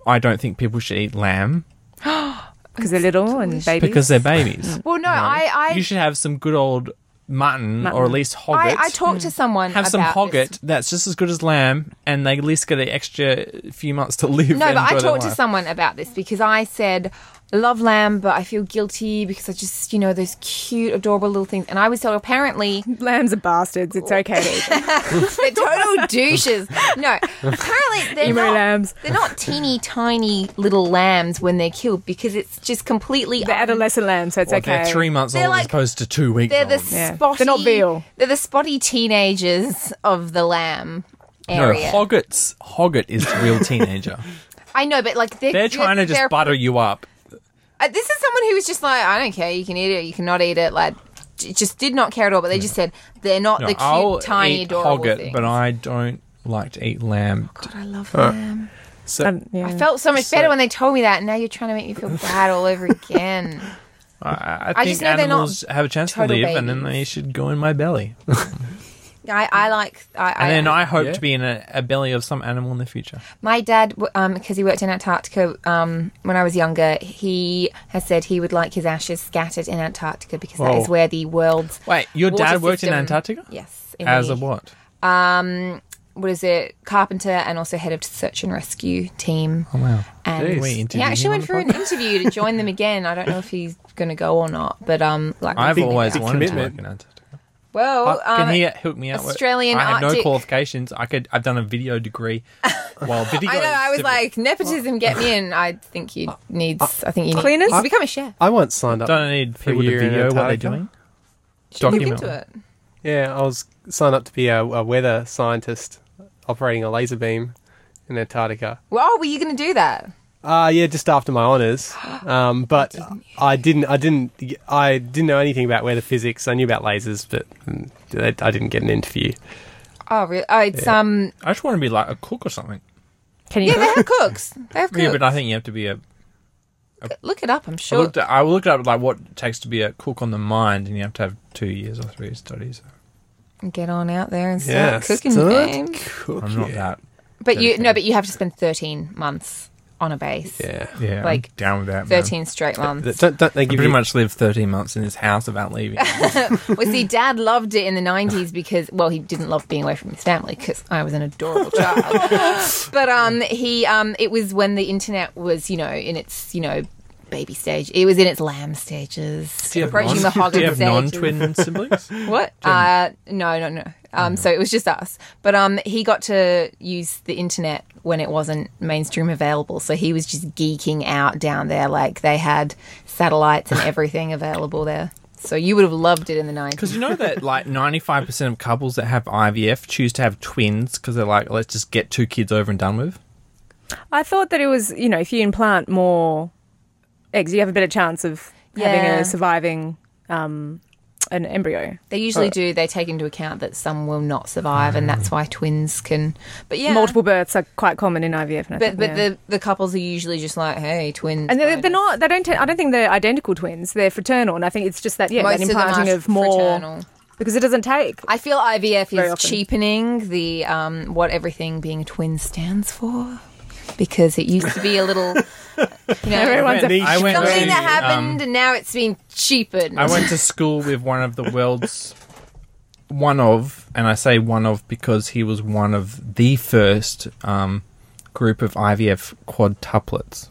[SPEAKER 2] I don't think people should eat lamb
[SPEAKER 4] because they're little and babies.
[SPEAKER 2] because they're babies.
[SPEAKER 1] Well, no, I, I,
[SPEAKER 2] you should have some good old mutton,
[SPEAKER 4] Mutton.
[SPEAKER 2] or at least hogget.
[SPEAKER 1] I, I talked to someone
[SPEAKER 2] Hmm. have some
[SPEAKER 1] about
[SPEAKER 2] hogget
[SPEAKER 1] this.
[SPEAKER 2] that's just as good as lamb, and they at least get an extra few months to live.
[SPEAKER 1] No,
[SPEAKER 2] and
[SPEAKER 1] but I
[SPEAKER 2] enjoy their
[SPEAKER 1] talked to
[SPEAKER 2] life.
[SPEAKER 1] someone about this because I said, I love lamb, but I feel guilty because I just, you know, those cute, adorable little things. And I was told apparently
[SPEAKER 4] lambs are bastards.
[SPEAKER 2] Oh.
[SPEAKER 4] It's okay to eat them.
[SPEAKER 1] they're total douches. No, apparently they're
[SPEAKER 4] Emu
[SPEAKER 1] not,
[SPEAKER 4] lambs.
[SPEAKER 1] They're not teeny tiny little lambs when they're killed because it's just completely.
[SPEAKER 4] They're adolescent lambs, so it's
[SPEAKER 2] Well,
[SPEAKER 4] okay.
[SPEAKER 2] They're three months
[SPEAKER 1] They're
[SPEAKER 2] old
[SPEAKER 1] like-
[SPEAKER 2] as opposed to two weeks
[SPEAKER 1] They're the
[SPEAKER 2] old.
[SPEAKER 4] Yeah.
[SPEAKER 1] spotty.
[SPEAKER 4] They're not veal.
[SPEAKER 1] They're the spotty teenagers of the lamb
[SPEAKER 2] no,
[SPEAKER 1] area.
[SPEAKER 2] hoggets. Hogget is the real teenager.
[SPEAKER 1] I know, but like they're,
[SPEAKER 2] They're trying to
[SPEAKER 1] they're-
[SPEAKER 2] just butter you up.
[SPEAKER 1] Uh, this is someone who was just like, I don't care. You can eat it. You cannot eat it. Like, j- just did not care at all. But they just said they're not
[SPEAKER 2] No,
[SPEAKER 1] the cute,
[SPEAKER 2] I'll
[SPEAKER 1] tiny,
[SPEAKER 2] eat
[SPEAKER 1] adorable
[SPEAKER 2] hogget,
[SPEAKER 1] things.
[SPEAKER 2] but Uh. I don't like to eat lamb.
[SPEAKER 1] God, I love lamb.
[SPEAKER 3] So
[SPEAKER 4] Um, yeah.
[SPEAKER 1] I felt so much better when they told me that, and now you're trying to make me feel bad all over again.
[SPEAKER 2] I, I
[SPEAKER 1] I
[SPEAKER 2] think
[SPEAKER 1] just know they're not
[SPEAKER 2] animals have a chance to live,
[SPEAKER 1] total
[SPEAKER 2] and then
[SPEAKER 1] babies.
[SPEAKER 2] they should go in my belly.
[SPEAKER 1] I, I like. I,
[SPEAKER 2] Mm. And
[SPEAKER 1] I,
[SPEAKER 2] then I hope
[SPEAKER 3] Yeah.
[SPEAKER 2] to be in a, a belly of some animal in the future.
[SPEAKER 1] My dad, w- um, because he worked in Antarctica um, when I was younger, he has said he would like his ashes scattered in Antarctica because that
[SPEAKER 3] Whoa.
[SPEAKER 1] is where the world's.
[SPEAKER 2] Wait, your
[SPEAKER 1] water
[SPEAKER 2] dad worked in
[SPEAKER 1] system-
[SPEAKER 2] Antarctica?
[SPEAKER 1] Yes. in
[SPEAKER 2] As a
[SPEAKER 1] the-
[SPEAKER 2] what?
[SPEAKER 1] Um, what is it? Carpenter and also head of search and rescue team.
[SPEAKER 2] Oh, wow.
[SPEAKER 1] And
[SPEAKER 2] Jeez. We interviewed
[SPEAKER 1] he actually
[SPEAKER 2] him on
[SPEAKER 1] went
[SPEAKER 2] the
[SPEAKER 1] for an interview to join them again. I don't know if he's going to go or not, but um, like
[SPEAKER 2] I've
[SPEAKER 1] we'll figure
[SPEAKER 2] always
[SPEAKER 1] it out.
[SPEAKER 2] wanted
[SPEAKER 3] commitment.
[SPEAKER 2] to work in Antarctica.
[SPEAKER 1] well, um,
[SPEAKER 2] Can he hook me up? with-
[SPEAKER 1] Australian
[SPEAKER 2] I have
[SPEAKER 1] Arctic-
[SPEAKER 2] no qualifications. I could. I've done a video degree. Well, video.
[SPEAKER 1] I know. I was
[SPEAKER 2] civi-
[SPEAKER 1] like nepotism, get me in. I think
[SPEAKER 2] Uh,
[SPEAKER 1] you needs. I think you need
[SPEAKER 4] Cleaners?
[SPEAKER 1] to become a chef.
[SPEAKER 3] I once signed up.
[SPEAKER 2] Don't I need
[SPEAKER 3] for a
[SPEAKER 2] people to
[SPEAKER 3] year in
[SPEAKER 2] video what they're
[SPEAKER 3] Antarctica?
[SPEAKER 2] doing.
[SPEAKER 1] Should look
[SPEAKER 2] Document
[SPEAKER 1] into
[SPEAKER 2] one.
[SPEAKER 1] it.
[SPEAKER 3] Yeah, I was signed up to be a, a weather scientist operating a laser beam in Antarctica.
[SPEAKER 1] Well, oh, were you going to do that?
[SPEAKER 3] Uh, yeah, just after my honors. Um, but I didn't, I didn't, I didn't know anything about weather physics. I knew about lasers, but mm, I didn't get an interview.
[SPEAKER 1] Oh, really? Oh, it's um.
[SPEAKER 2] I just want to be like a cook or something.
[SPEAKER 4] Can you?
[SPEAKER 1] Yeah, they have cooks. They have cooks.
[SPEAKER 2] Yeah, but I think you have to be a.
[SPEAKER 1] look it up. I'm
[SPEAKER 2] I
[SPEAKER 1] sure.
[SPEAKER 2] looked. At, I looked up like what it takes to be a cook on the mind, and you have to have two years or three studies.
[SPEAKER 1] Get on out there and start
[SPEAKER 3] Yeah,
[SPEAKER 1] cooking
[SPEAKER 3] start
[SPEAKER 1] games.
[SPEAKER 2] I'm not that.
[SPEAKER 1] But you
[SPEAKER 2] Okay.
[SPEAKER 1] no, but you have to spend 13 months on a base.
[SPEAKER 3] Yeah.
[SPEAKER 2] Yeah, I'm
[SPEAKER 1] Like,
[SPEAKER 2] down with that. man.
[SPEAKER 1] 13 straight months.
[SPEAKER 3] Don't, don't they
[SPEAKER 2] I
[SPEAKER 3] give
[SPEAKER 2] pretty
[SPEAKER 3] you
[SPEAKER 2] much lived 13 months in this house without leaving.
[SPEAKER 1] well, see, Dad loved it in the 90s because, well, he didn't love being away from his family because I was an adorable child. but um, he, um, it was when the internet was, you know, in its, you know, baby stage. It was in its lamb stages, approaching the
[SPEAKER 2] Do you
[SPEAKER 1] hogging
[SPEAKER 2] have
[SPEAKER 1] stage.
[SPEAKER 2] non-twin siblings?
[SPEAKER 1] What? Uh, no, no, no.
[SPEAKER 4] Oh,
[SPEAKER 1] Um, so it was just us. But um, he got to use the internet when it wasn't mainstream available. So he was just geeking out down there. Like they had satellites and everything available there. So you would have loved it in the 90s.
[SPEAKER 2] Because you know that like 95% of couples that have IVF choose to have twins because they're like, let's just get two kids over and done with.
[SPEAKER 4] I thought that it was, you know, if you implant more eggs, you have a better chance of having
[SPEAKER 1] Yeah.
[SPEAKER 4] a surviving um, an embryo.
[SPEAKER 1] They usually
[SPEAKER 4] uh,
[SPEAKER 1] do. They take into account that some will not survive, and that's why twins can. But yeah,
[SPEAKER 4] Mm. Multiple births are quite common in IVF. And
[SPEAKER 1] But
[SPEAKER 4] I think,
[SPEAKER 1] but
[SPEAKER 4] yeah.
[SPEAKER 1] the the couples are usually just like, hey, twins.
[SPEAKER 4] and they're,
[SPEAKER 1] why
[SPEAKER 4] they're not. They don't. I I don't think they're identical twins. They're fraternal, and I think it's just that yeah,
[SPEAKER 1] Most
[SPEAKER 4] that
[SPEAKER 1] of them are
[SPEAKER 4] implanting of, more
[SPEAKER 1] fraternal.
[SPEAKER 4] because it doesn't take.
[SPEAKER 1] I feel IVF
[SPEAKER 4] Very
[SPEAKER 1] is
[SPEAKER 4] often.
[SPEAKER 1] cheapening the um, what everything being a twin stands for because it used to be a little, you know,
[SPEAKER 4] Everyone's a,
[SPEAKER 2] I went
[SPEAKER 1] something
[SPEAKER 2] to,
[SPEAKER 1] that
[SPEAKER 2] um,
[SPEAKER 1] happened and now it's been cheapened.
[SPEAKER 2] I went to school with one of the world's one of, and I say one of because he was one of the first um, group of IVF quadtuplets.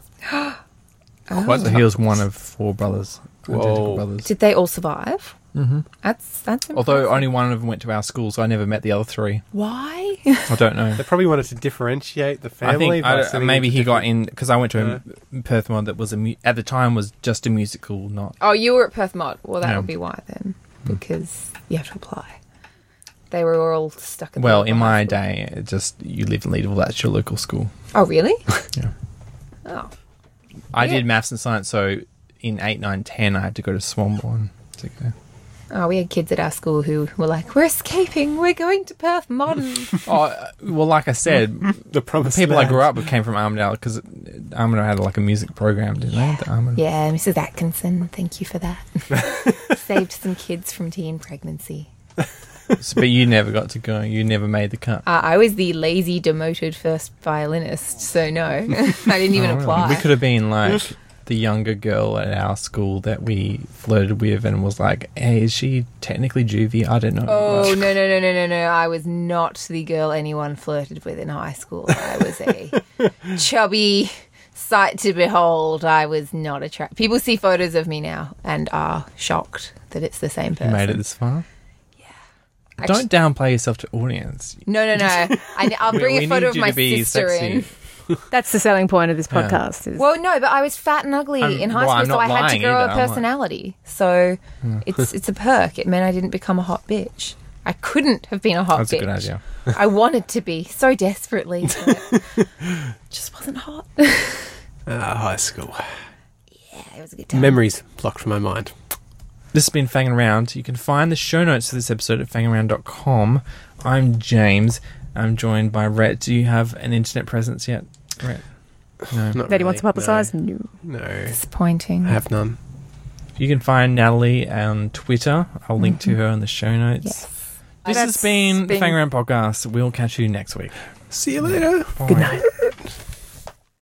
[SPEAKER 2] So he was one of four brothers, identical
[SPEAKER 3] Whoa.
[SPEAKER 2] brothers.
[SPEAKER 1] Did they all survive? Mm-hmm. That's that's
[SPEAKER 2] Although
[SPEAKER 1] impressive.
[SPEAKER 2] only one of them went to our school, so I never met the other three.
[SPEAKER 1] why?
[SPEAKER 2] I don't know.
[SPEAKER 3] They probably wanted to differentiate the
[SPEAKER 2] I
[SPEAKER 3] family.
[SPEAKER 2] think
[SPEAKER 3] by
[SPEAKER 2] I,
[SPEAKER 3] sending
[SPEAKER 2] maybe
[SPEAKER 3] it to
[SPEAKER 2] he got
[SPEAKER 3] different-
[SPEAKER 2] in because I went to a m- Perth one that was a mu- at the time was just a musical, not
[SPEAKER 1] oh, you were at Perth Mod. Well, that
[SPEAKER 2] Yeah. Mm.
[SPEAKER 1] would be why then, because you have to apply. They were all stuck. At the
[SPEAKER 2] well
[SPEAKER 1] local
[SPEAKER 2] in my
[SPEAKER 1] high school.
[SPEAKER 2] day. It just you live and lead. Well, that's your local school.
[SPEAKER 1] Oh, really?
[SPEAKER 2] Yeah.
[SPEAKER 1] Oh,
[SPEAKER 2] I
[SPEAKER 1] Yeah.
[SPEAKER 2] did maths and science, so in 8, 9, 10, I had to go to Swanbourne. To go.
[SPEAKER 1] oh, we had kids at our school who were like, "We're escaping. We're going to Perth Modern."
[SPEAKER 2] Oh, uh, well, like I said,
[SPEAKER 3] the promised
[SPEAKER 2] people I
[SPEAKER 3] land.
[SPEAKER 2] grew up with came from Armidale because Armidale had like a music program, didn't they? The Armidale.
[SPEAKER 1] Yeah, Mrs. Atkinson, thank you for that. Saved some kids from teen pregnancy.
[SPEAKER 2] So- but you never got to go. You never made the cut.
[SPEAKER 1] Uh, I was the lazy, demoted first violinist, so no, I didn't even
[SPEAKER 2] Oh, really?
[SPEAKER 1] apply.
[SPEAKER 2] We could have been like the younger girl at our school that we flirted with and was like, hey, is she technically juvie? I don't know.
[SPEAKER 1] Oh
[SPEAKER 2] Like,
[SPEAKER 1] no no no no no no! I was not the girl anyone flirted with in high school. I was a chubby sight to behold. I was not attractive. People see photos of me now and are shocked that it's the same
[SPEAKER 2] You
[SPEAKER 1] person.
[SPEAKER 2] made it this far?
[SPEAKER 1] Actu-
[SPEAKER 2] Don't downplay yourself to audience.
[SPEAKER 1] No no no! I, I'll bring
[SPEAKER 2] we
[SPEAKER 1] a photo
[SPEAKER 2] need
[SPEAKER 1] of
[SPEAKER 2] you
[SPEAKER 1] my
[SPEAKER 2] to be
[SPEAKER 1] sister
[SPEAKER 2] sexy.
[SPEAKER 1] in.
[SPEAKER 4] that's the selling point of this podcast. Is
[SPEAKER 1] Well, no, but I was fat and ugly
[SPEAKER 2] I'm-
[SPEAKER 1] in high
[SPEAKER 2] well, I'm
[SPEAKER 1] school, so
[SPEAKER 2] not
[SPEAKER 1] I had to
[SPEAKER 2] lying
[SPEAKER 1] grow
[SPEAKER 2] either,
[SPEAKER 1] a
[SPEAKER 2] am I?
[SPEAKER 1] personality. So it's it's a perk. It meant I didn't become a hot bitch. I couldn't have been a hot
[SPEAKER 2] That's a
[SPEAKER 1] bitch.
[SPEAKER 2] good idea.
[SPEAKER 1] I wanted to be so desperately, but just wasn't hot.
[SPEAKER 3] Ah, high school.
[SPEAKER 1] Yeah, it was a good time.
[SPEAKER 3] Memories blocked from my mind.
[SPEAKER 2] This has been Fanging Around. You can find the show notes for this episode at fangaround.com. I'm James. I'm joined by Rhett. Do you have an internet presence yet, Rhett? No.
[SPEAKER 3] Not
[SPEAKER 4] that he wants to
[SPEAKER 3] really,
[SPEAKER 4] publicise. No.
[SPEAKER 3] No, no,
[SPEAKER 1] Disappointing.
[SPEAKER 3] I have none.
[SPEAKER 2] You can find Natalie on Twitter. I'll link to her on the show notes.
[SPEAKER 1] Yes.
[SPEAKER 2] This
[SPEAKER 4] That's
[SPEAKER 2] has been the
[SPEAKER 4] been-
[SPEAKER 2] Fanging Around podcast. We'll catch you next week.
[SPEAKER 3] See you later.
[SPEAKER 2] Good night.